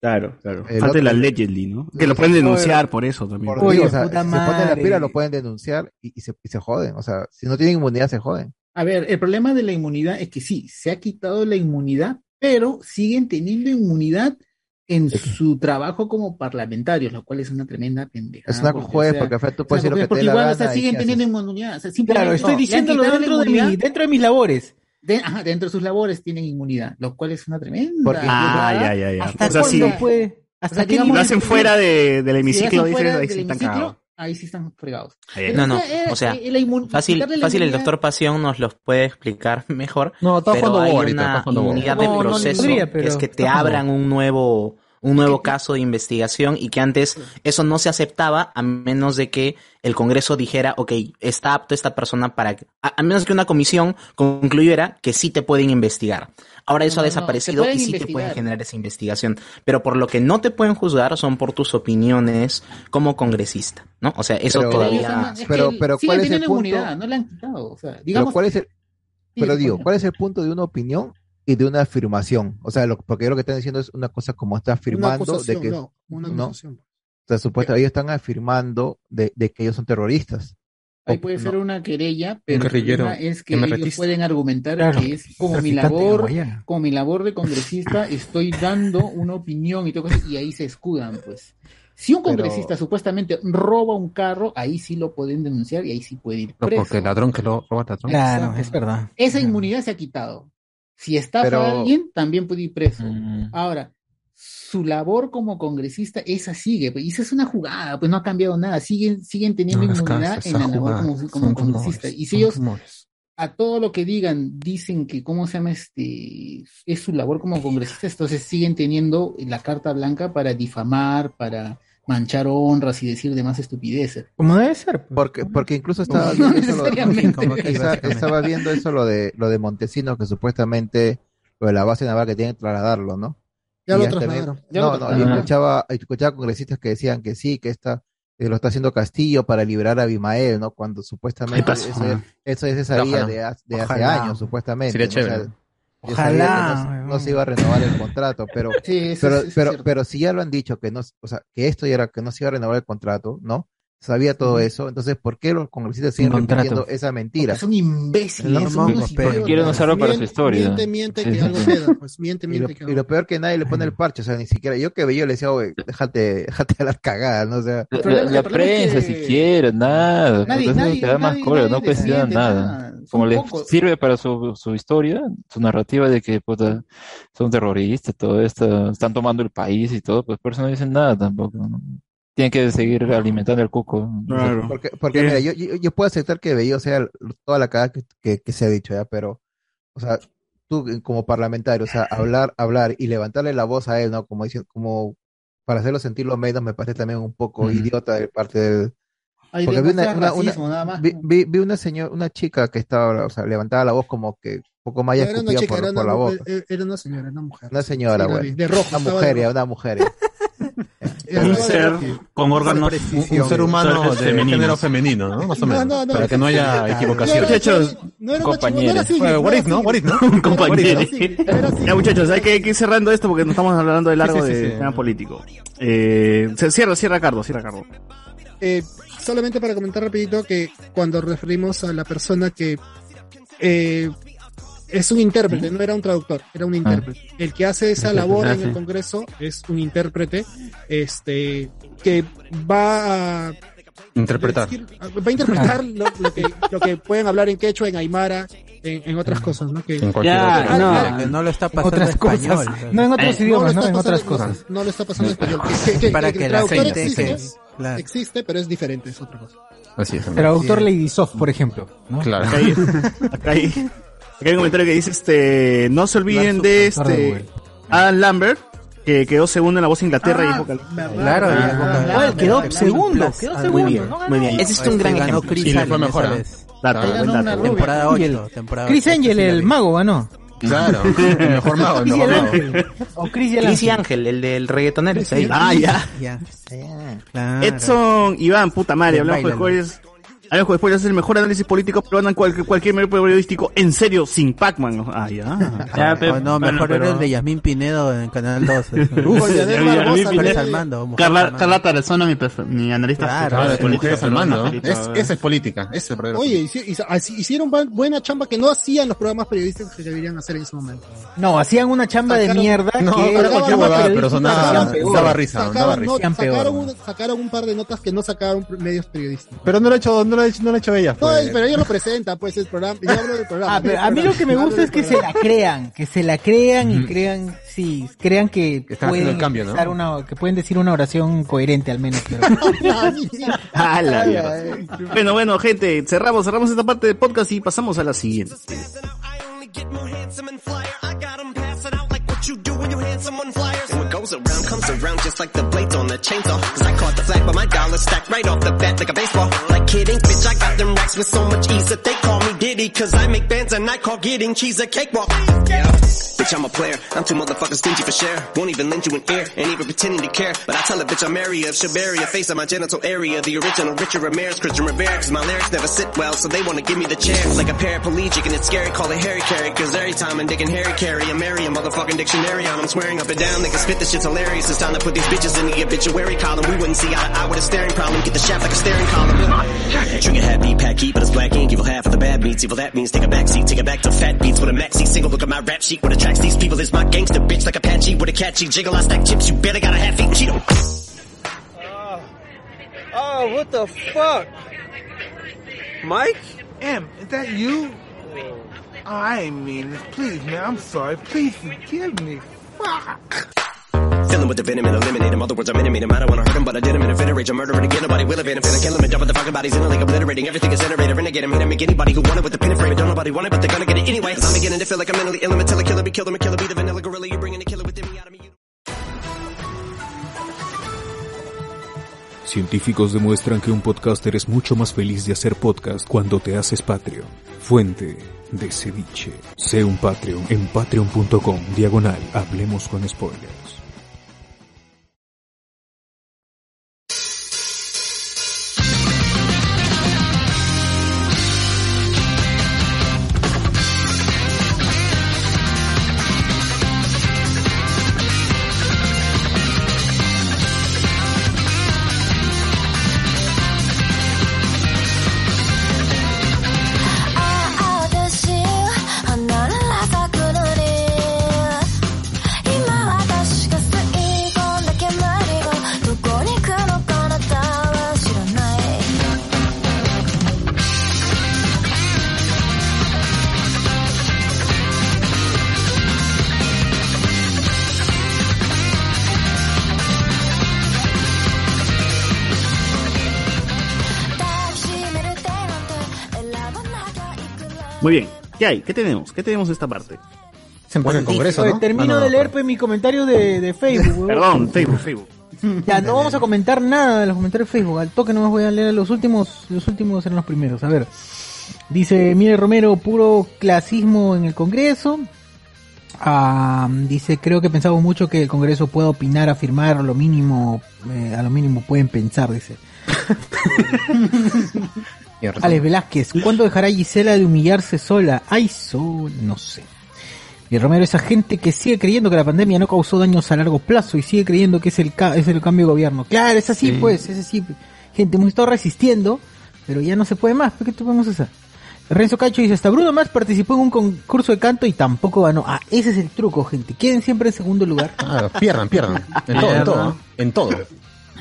[SPEAKER 6] Claro, claro.
[SPEAKER 18] El
[SPEAKER 6] Falta
[SPEAKER 18] otro-
[SPEAKER 6] el allegedly, ¿no? Que lo pueden
[SPEAKER 18] Oye,
[SPEAKER 6] denunciar por eso también.
[SPEAKER 18] Por Dios, o sea, se ponen la pila, lo pueden denunciar y, y se, y se joden. O sea, si no tienen inmunidad, se joden.
[SPEAKER 4] A ver, el problema de la inmunidad es que sí, se ha quitado la inmunidad, pero siguen teniendo inmunidad en su trabajo como parlamentarios, lo cual es una tremenda pendeja.
[SPEAKER 18] Es una juez, porque al final tú puedes decir lo que te dé
[SPEAKER 4] porque
[SPEAKER 18] la
[SPEAKER 4] igual,
[SPEAKER 18] gana.
[SPEAKER 4] o sea,
[SPEAKER 18] y
[SPEAKER 4] siguen
[SPEAKER 18] ¿qué haces?
[SPEAKER 4] teniendo inmunidad. O sea, simplemente-
[SPEAKER 29] Claro, estoy
[SPEAKER 4] no, le han
[SPEAKER 29] diciéndolo
[SPEAKER 4] quitado la
[SPEAKER 29] dentro de, mi-
[SPEAKER 4] inmunidad.
[SPEAKER 29] dentro de mis labores.
[SPEAKER 4] De- ajá, dentro de sus labores tienen inmunidad, lo cual es una tremenda.
[SPEAKER 6] Porque- Ah, ya, ya, ya. O sea, sí.
[SPEAKER 4] puede?
[SPEAKER 6] O sea, digamos, lo hacen fuera de- del
[SPEAKER 4] Si lo
[SPEAKER 6] hemiciclo,
[SPEAKER 4] hacen
[SPEAKER 6] dices,
[SPEAKER 4] fuera
[SPEAKER 6] ahí
[SPEAKER 4] del
[SPEAKER 6] sí están
[SPEAKER 4] hemiciclo,
[SPEAKER 6] cagados.
[SPEAKER 4] Ahí sí están fregados.
[SPEAKER 9] No, no,
[SPEAKER 4] Entonces, era-
[SPEAKER 9] o sea,
[SPEAKER 4] eh, la inmun-
[SPEAKER 9] fácil,
[SPEAKER 4] quitarle la
[SPEAKER 9] fácil el
[SPEAKER 4] inmunidad-
[SPEAKER 9] doctor Pasión nos los puede explicar mejor.
[SPEAKER 4] No, está
[SPEAKER 9] pero
[SPEAKER 4] jugando
[SPEAKER 9] hay una
[SPEAKER 4] bobo ahorita, está jugando bobo.
[SPEAKER 9] inmunidad
[SPEAKER 4] No,
[SPEAKER 9] de
[SPEAKER 4] no, no
[SPEAKER 9] proceso
[SPEAKER 4] podría,
[SPEAKER 9] que es
[SPEAKER 4] pero
[SPEAKER 9] que te
[SPEAKER 4] está jugando
[SPEAKER 9] abran un nuevo un nuevo caso de investigación y que antes eso no se aceptaba a menos de que el Congreso dijera, ok, está apto esta persona para... que-". A, a menos que una comisión concluyera que sí te pueden investigar. Ahora eso ha desaparecido
[SPEAKER 4] pueden
[SPEAKER 9] y sí te
[SPEAKER 4] investigar.
[SPEAKER 9] pueden generar esa investigación. Pero por lo que no te pueden juzgar son por tus opiniones como congresista, ¿no? O sea, eso
[SPEAKER 18] Pero-
[SPEAKER 9] todavía...
[SPEAKER 4] Es que
[SPEAKER 18] Pero- pero
[SPEAKER 4] siguen
[SPEAKER 18] ¿cuál es el
[SPEAKER 4] teniendo
[SPEAKER 18] punto?
[SPEAKER 4] inmunidad, no la han quitado. O sea,
[SPEAKER 18] pero
[SPEAKER 4] digamos,
[SPEAKER 18] cuál es el pero
[SPEAKER 4] sí,
[SPEAKER 18] digo,
[SPEAKER 4] cuéntame.
[SPEAKER 18] ¿cuál es el punto de una opinión y de una afirmación? O sea, lo, porque yo lo que están diciendo es una cosa como está afirmando de
[SPEAKER 7] acusación,
[SPEAKER 18] que
[SPEAKER 7] no, una acusación.
[SPEAKER 18] O sea, supuesto, ellos están afirmando de, de que ellos son terroristas.
[SPEAKER 4] ahí puede ser una querella, pero el
[SPEAKER 18] guerrillero
[SPEAKER 4] problema es que
[SPEAKER 18] MRTista.
[SPEAKER 4] ellos pueden argumentar
[SPEAKER 18] Claro,
[SPEAKER 4] que es como mi
[SPEAKER 18] traficante de
[SPEAKER 4] labor,
[SPEAKER 18] guayaba.
[SPEAKER 4] como mi labor de congresista, estoy dando una opinión y todo eso, y ahí se escudan, pues. Si un
[SPEAKER 5] Pero-
[SPEAKER 4] congresista supuestamente roba un carro, ahí sí lo pueden denunciar y ahí sí puede ir
[SPEAKER 5] No,
[SPEAKER 4] preso.
[SPEAKER 5] porque el ladrón que lo roba ladrón.
[SPEAKER 4] Claro,
[SPEAKER 5] es verdad.
[SPEAKER 4] Esa inmunidad se ha quitado. Si estafa
[SPEAKER 5] Pero- Mm.
[SPEAKER 4] a alguien, también puede ir preso. Ahora, su labor como congresista, esa sigue. pues, Y esa es una jugada, pues no ha cambiado nada. Siguen, siguen teniendo
[SPEAKER 5] No, es que
[SPEAKER 4] inmunidad
[SPEAKER 5] esas
[SPEAKER 4] en la labor
[SPEAKER 5] jugadas
[SPEAKER 4] como,
[SPEAKER 5] son
[SPEAKER 4] como
[SPEAKER 5] rumores,
[SPEAKER 4] congresista. Y si
[SPEAKER 5] son
[SPEAKER 4] ellos
[SPEAKER 5] rumores.
[SPEAKER 4] a todo lo que digan dicen que, ¿cómo se llama este? Es su labor como congresista, entonces siguen teniendo la carta blanca para difamar, para manchar honras y decir demás estupideces.
[SPEAKER 29] Como debe ser.
[SPEAKER 18] Porque, porque incluso
[SPEAKER 4] No,
[SPEAKER 18] estaba
[SPEAKER 4] no
[SPEAKER 18] viendo, eso, lo,
[SPEAKER 4] necesariamente.
[SPEAKER 18] como que esa- estaba viendo eso lo de lo de Montesinos, que supuestamente lo de la base naval que tienen que trasladarlo, ¿no?
[SPEAKER 7] Ya
[SPEAKER 18] Y
[SPEAKER 7] lo
[SPEAKER 18] hasta vi-
[SPEAKER 7] trasladaron. Ya
[SPEAKER 18] No,
[SPEAKER 7] lo
[SPEAKER 18] no, yo
[SPEAKER 7] trasladaron.
[SPEAKER 18] escuchaba, escuchaba congresistas que decían que sí, que está, que lo está haciendo Castillo para liberar a Abimael, ¿no? Cuando
[SPEAKER 6] Ahí
[SPEAKER 18] supuestamente
[SPEAKER 6] pasó.
[SPEAKER 18] eso, ya- eso ya se sabía
[SPEAKER 6] Ojalá.
[SPEAKER 18] de, ha- de hace
[SPEAKER 6] Ojalá.
[SPEAKER 18] años, supuestamente.
[SPEAKER 6] Sería
[SPEAKER 18] ¿no?
[SPEAKER 6] chévere.
[SPEAKER 18] ya sabía
[SPEAKER 6] Ojalá,
[SPEAKER 18] que No, no se iba a renovar el contrato, pero,
[SPEAKER 4] Sí, eso es-
[SPEAKER 18] pero,
[SPEAKER 4] eso es
[SPEAKER 18] pero,
[SPEAKER 4] cierto.
[SPEAKER 18] pero si ya lo han dicho que no, o sea, que esto ya era que no se iba a renovar el contrato, ¿no? Sabía todo eso, entonces ¿por qué los congresistas siguen
[SPEAKER 4] Un contrato.
[SPEAKER 18] repitiendo esa mentira?
[SPEAKER 4] Porque son imbéciles,
[SPEAKER 18] No,
[SPEAKER 4] son
[SPEAKER 18] no,
[SPEAKER 4] unos
[SPEAKER 18] papel.
[SPEAKER 4] idiotas. Quieren usarlo para su Miente, historia. miente, miente, que algo queda, pues, miente,
[SPEAKER 18] Y
[SPEAKER 4] miente,
[SPEAKER 18] lo-
[SPEAKER 4] que
[SPEAKER 18] y lo,
[SPEAKER 4] algo-
[SPEAKER 18] peor que nadie le pone el parche, o sea, ni siquiera yo que veía le decía, oye, déjate, déjate a las cagadas, ¿no? O sea,
[SPEAKER 16] La, la- la prensa, siquiera, nada.
[SPEAKER 18] Nadie-
[SPEAKER 16] Entonces
[SPEAKER 18] nadie-
[SPEAKER 16] te da más
[SPEAKER 18] nadie-
[SPEAKER 16] cólera, no
[SPEAKER 18] nadie
[SPEAKER 16] presionan
[SPEAKER 18] defiende
[SPEAKER 16] nada.
[SPEAKER 18] nada. Son
[SPEAKER 16] Como les
[SPEAKER 18] pocos.
[SPEAKER 16] sirve para su, su historia, su narrativa de que puta, son terroristas, todo esto, están tomando el país y todo, pues por eso no dicen nada tampoco. ¿no? Tienen que seguir alimentando el cuco.
[SPEAKER 18] Porque, porque mira, yo, yo, yo puedo aceptar que Bellido sea el- toda la cagada que, que- que se ha dicho, ¿ya? Pero, o sea, tú eh, como parlamentario, o sea, hablar, hablar y levantarle la voz a él, ¿no? Como dicen, como para hacerlo sentir lo menos, me parece también un poco idiota de parte del...
[SPEAKER 4] Ahí
[SPEAKER 18] Porque vi una,
[SPEAKER 4] demuestra
[SPEAKER 18] una- una-
[SPEAKER 4] racismo, nada más.
[SPEAKER 18] vi, vi- vi una señora, una chica que estaba, o sea, levantaba la voz como que un poco más
[SPEAKER 7] No,
[SPEAKER 18] ya
[SPEAKER 7] era una
[SPEAKER 18] escupía
[SPEAKER 7] chica,
[SPEAKER 18] por,
[SPEAKER 7] era
[SPEAKER 18] por la
[SPEAKER 7] una,
[SPEAKER 18] boca.
[SPEAKER 7] era- era una señora, una mujer.
[SPEAKER 18] Una señora,
[SPEAKER 7] Sí, la
[SPEAKER 18] güey.
[SPEAKER 7] vi, de rojo,
[SPEAKER 18] Una
[SPEAKER 7] estaba de
[SPEAKER 18] mujer, ya,
[SPEAKER 7] rojo.
[SPEAKER 18] una mujer.
[SPEAKER 14] Un ser con órganos.
[SPEAKER 5] Un, un ser humano
[SPEAKER 14] Órganos
[SPEAKER 7] eh,
[SPEAKER 5] de
[SPEAKER 14] femeninos.
[SPEAKER 5] género femenino, ¿no? Más o menos.
[SPEAKER 14] No, no, no.
[SPEAKER 5] Para que no haya
[SPEAKER 14] Claro.
[SPEAKER 5] equivocación.
[SPEAKER 14] No era- Muchachos,
[SPEAKER 7] no
[SPEAKER 14] era una compañero. chica, no era
[SPEAKER 5] Eh, what if, ¿no? What if, ¿no?
[SPEAKER 6] compañero. Ya, muchachos, hay que, hay que ir cerrando esto porque nos estamos hablando de largo
[SPEAKER 7] Sí, sí, sí,
[SPEAKER 6] de
[SPEAKER 7] sí.
[SPEAKER 6] tema político. Eh, se- cierra, cierra, Cardo, cierra, Cardo.
[SPEAKER 7] Eh, solamente para comentar rapidito que cuando referimos a la persona que eh, es un intérprete, no era un traductor, era un intérprete.
[SPEAKER 4] Ah.
[SPEAKER 7] El que hace esa labor
[SPEAKER 14] Ah,
[SPEAKER 7] en el
[SPEAKER 14] sí.
[SPEAKER 7] Congreso es un intérprete este que va a
[SPEAKER 5] Interpretar.
[SPEAKER 7] ah, Va a interpretar lo, lo que, lo que pueden hablar en quechua, en aymara, en, en otras cosas, ¿no? Que,
[SPEAKER 10] En cualquier Ya, otro no. idioma. Que no lo está pasando
[SPEAKER 7] otras
[SPEAKER 10] en español.
[SPEAKER 7] cosas.
[SPEAKER 10] No, en
[SPEAKER 4] Eh,
[SPEAKER 10] otros idiomas,
[SPEAKER 7] Eh, lo
[SPEAKER 10] ¿no?
[SPEAKER 7] está
[SPEAKER 10] En
[SPEAKER 7] pasando-
[SPEAKER 10] otras cosas.
[SPEAKER 7] No, lo está pasando en español. Que- que- que-
[SPEAKER 10] Para que
[SPEAKER 7] el
[SPEAKER 10] la
[SPEAKER 7] traductor
[SPEAKER 10] gente
[SPEAKER 7] existe, ¿eh?
[SPEAKER 10] se- claro.
[SPEAKER 7] existe, pero es diferente, es otra cosa.
[SPEAKER 5] Así es.
[SPEAKER 4] Traductor Ladysoft, por ejemplo. ¿no?
[SPEAKER 5] Claro.
[SPEAKER 6] Acá hay, acá hay- acá hay un comentario que dice, este, no se olviden de
[SPEAKER 4] superstar de
[SPEAKER 6] este Adam Lambert, que quedó segundo en la voz de Inglaterra y dijo que-
[SPEAKER 10] Claro, y la Coca-
[SPEAKER 6] Ah, él quedó
[SPEAKER 10] la- la-
[SPEAKER 6] segundo,
[SPEAKER 10] la-
[SPEAKER 6] quedó
[SPEAKER 10] ah,
[SPEAKER 6] segundo,
[SPEAKER 10] Muy bien,
[SPEAKER 6] no ganó.
[SPEAKER 10] muy bien.
[SPEAKER 6] Ese es un gran
[SPEAKER 10] ganó
[SPEAKER 6] ejemplo.
[SPEAKER 10] Chris
[SPEAKER 6] Sí, le fue
[SPEAKER 10] Allen
[SPEAKER 6] mejor,
[SPEAKER 10] esa
[SPEAKER 6] ¿ah?
[SPEAKER 10] vez.
[SPEAKER 6] Dato,
[SPEAKER 10] Ah,
[SPEAKER 6] buen dato.
[SPEAKER 10] rubia. Temporada
[SPEAKER 4] Angel.
[SPEAKER 10] 8, temporada
[SPEAKER 4] Chris
[SPEAKER 10] 8,
[SPEAKER 4] Angel,
[SPEAKER 10] sí, la
[SPEAKER 4] el
[SPEAKER 10] vi.
[SPEAKER 4] mago, ganó.
[SPEAKER 5] Claro, el mejor mago, el
[SPEAKER 4] Chris
[SPEAKER 5] mejor
[SPEAKER 4] y
[SPEAKER 5] mago.
[SPEAKER 4] el Ángel. O Chris y el
[SPEAKER 9] Chris y
[SPEAKER 4] Ángel.
[SPEAKER 9] Ángel, el del reggaetonero. es ahí.
[SPEAKER 6] Ah, ya. Edson Iván, puta madre,
[SPEAKER 9] Bien,
[SPEAKER 6] hablamos de
[SPEAKER 9] bailalo.
[SPEAKER 6] spoilers. Hablamos de spoilers, es el mejor análisis político peruano en cual- cualquier medio periodístico, en serio, sin Pac-Man. Ah, ya.
[SPEAKER 10] Ah, oh, no, mejor era el de Yasmín Pinedo en Canal este. 2.
[SPEAKER 14] Uf, ya de Barbosa,
[SPEAKER 10] Mujeres
[SPEAKER 14] ya
[SPEAKER 10] al
[SPEAKER 14] de-
[SPEAKER 10] mando. mujeres al
[SPEAKER 14] Carla,
[SPEAKER 10] mando.
[SPEAKER 14] Carla Tarazona, mi, perfe- mi analista.
[SPEAKER 10] Claro,
[SPEAKER 14] favorita.
[SPEAKER 10] claro,
[SPEAKER 14] Mujeres al mando, ¿no?
[SPEAKER 10] Es-
[SPEAKER 14] esa es política. ese es el verdadero
[SPEAKER 7] Oye, hici- hici- así- hicieron ba- buena chamba que no hacían los programas periodísticos que deberían hacer en su momento.
[SPEAKER 4] No, hacían una chamba de
[SPEAKER 7] Sacaron-
[SPEAKER 4] mierda.
[SPEAKER 7] No,
[SPEAKER 4] que
[SPEAKER 7] era cualquier huevada,
[SPEAKER 4] periodística,
[SPEAKER 7] pero sonaba-
[SPEAKER 4] hacían peor.
[SPEAKER 7] daba
[SPEAKER 30] risa,
[SPEAKER 7] Sacaron,
[SPEAKER 4] Pues
[SPEAKER 30] risa.
[SPEAKER 7] no-
[SPEAKER 30] Sean peor,
[SPEAKER 7] sacaron,
[SPEAKER 30] ¿no?
[SPEAKER 7] un, sacaron un par de notas que no sacaron pr- medios periodísticos.
[SPEAKER 30] Pero no lo ha hecho, no lo ha hecho, no lo ha hecho ella.
[SPEAKER 7] No,
[SPEAKER 30] pues.
[SPEAKER 7] pero ella lo presenta, pues el programa. Yo hablo del programa.
[SPEAKER 4] Ah, pero a mí lo que me
[SPEAKER 7] Hablo
[SPEAKER 4] gusta
[SPEAKER 7] del
[SPEAKER 4] es que se
[SPEAKER 7] programa.
[SPEAKER 4] la crean, que se la crean y
[SPEAKER 5] Ujú.
[SPEAKER 4] crean, sí, crean que,
[SPEAKER 5] están haciendo el cambio, ¿no?
[SPEAKER 4] expresar una, que pueden decir una oración coherente al menos. pero-
[SPEAKER 6] Ah, la mierda. Bueno, bueno, gente, cerramos, cerramos esta parte del podcast y pasamos a la siguiente.
[SPEAKER 31] what you do when you hand someone flyers. And what goes around comes around just like the blades on the chainsaw. Cause I caught the flag, but my dollar stacked right off the bat like a baseball. Like kidding, bitch, I got them racks with so much ease that they call me Diddy. Cause I make bands and I call getting cheese a cakewalk. Yeah. Bitch, I'm a player. I'm too motherfucking stingy for share. Won't even lend you an ear, ain't even pretending to care. But I tell a bitch I'm area of Shabaria, face of my genital area. The original Richard Ramirez, Christian Rivera. Cause my lyrics never sit well, so they wanna give me the chair. Like a paraplegic and it's scary, call it Harry Carry. Cause every time I'm digging Harry Carry, I'm Mary, a motherfucking dictionary on. I'm swearing up and down, they can spit this shit's hilarious. It's time to put these bitches in the obituary column. We wouldn't see eye to eye with a staring problem. Get the shaft like a staring column. Trigger happy, pack heat, but it's black ink. Evil half of the bad beats. Evil that means take a backseat. Take it back to fat beats with a maxi single. Look at my rap sheet. What attracts these people is my gangster bitch like Apache with a catchy jiggle. I stack chips. You better got a half eat Cheeto.
[SPEAKER 15] Oh, what the fuck? Mike? M, Em, is that you? I mean, please, man, I'm sorry. Please forgive me.
[SPEAKER 31] Filling with the venom and eliminate 'em. Other words, I'm intimate 'em. I don't want to hurt 'em, but I did 'em in a fit rage. I'm murdering again. Nobody will evade him. Finna kill him and dump the fucking bodies in a lake. Obliterating everything is iterator. Renegade him. Hit 'em. Make anybody who want it with the pin and frame. it. Don't nobody want it, but they're gonna get it anyway. 'Cause I'm beginning to feel like I'm mentally ill. I'm a killer, killer, be killer, be killer, be the vanilla gorilla. You're bringing the killer within me out of me.
[SPEAKER 1] Científicos demuestran que un podcaster es mucho más feliz de hacer podcast cuando te haces Patreon. Fuente de ceviche. Sé un Patreon en patreon.com diagonal. Hablemos con spoilers.
[SPEAKER 31] あ私離れたくなり今私が吸い込んだ煙がどこに行くのかあなたは知らない抱きしめる手なんて選ばなきゃいくら
[SPEAKER 6] Muy bien, ¿qué hay? ¿Qué tenemos? ¿Qué tenemos esta parte?
[SPEAKER 4] Se
[SPEAKER 6] empezó el Congreso,
[SPEAKER 4] Oye,
[SPEAKER 5] Ah,
[SPEAKER 4] Termino de leer pues, mi comentario de, de Facebook. huevón.
[SPEAKER 6] Perdón, Facebook, Facebook.
[SPEAKER 4] Ya, no vamos a comentar nada de los comentarios de Facebook. Al toque nomás voy a leer los últimos. Los últimos eran los primeros. A ver. Dice, mire Romero, puro clasismo en el Congreso. Ah, dice, creo que pensamos mucho que el Congreso pueda opinar, afirmar, a lo mínimo, eh, a lo mínimo pueden pensar, dice. Alex Velázquez, ¿cuándo dejará Gisela de humillarse sola? Ay, sol, no sé. Y Romero, esa gente que sigue creyendo que la pandemia no causó daños a largo plazo y sigue creyendo que es el, ca- es el cambio de gobierno. Claro, es así,
[SPEAKER 32] Sí.
[SPEAKER 4] pues, es así. Gente, hemos estado resistiendo, pero ya no se puede más. ¿Qué tú podemos hacer? Renzo Cacho dice, hasta Bruno Mars participó en un concurso de canto y tampoco ganó. Ah, ese es el truco, gente. Quieren siempre en segundo lugar.
[SPEAKER 5] Claro, pierdan, pierdan. En todo, en todo. En todo.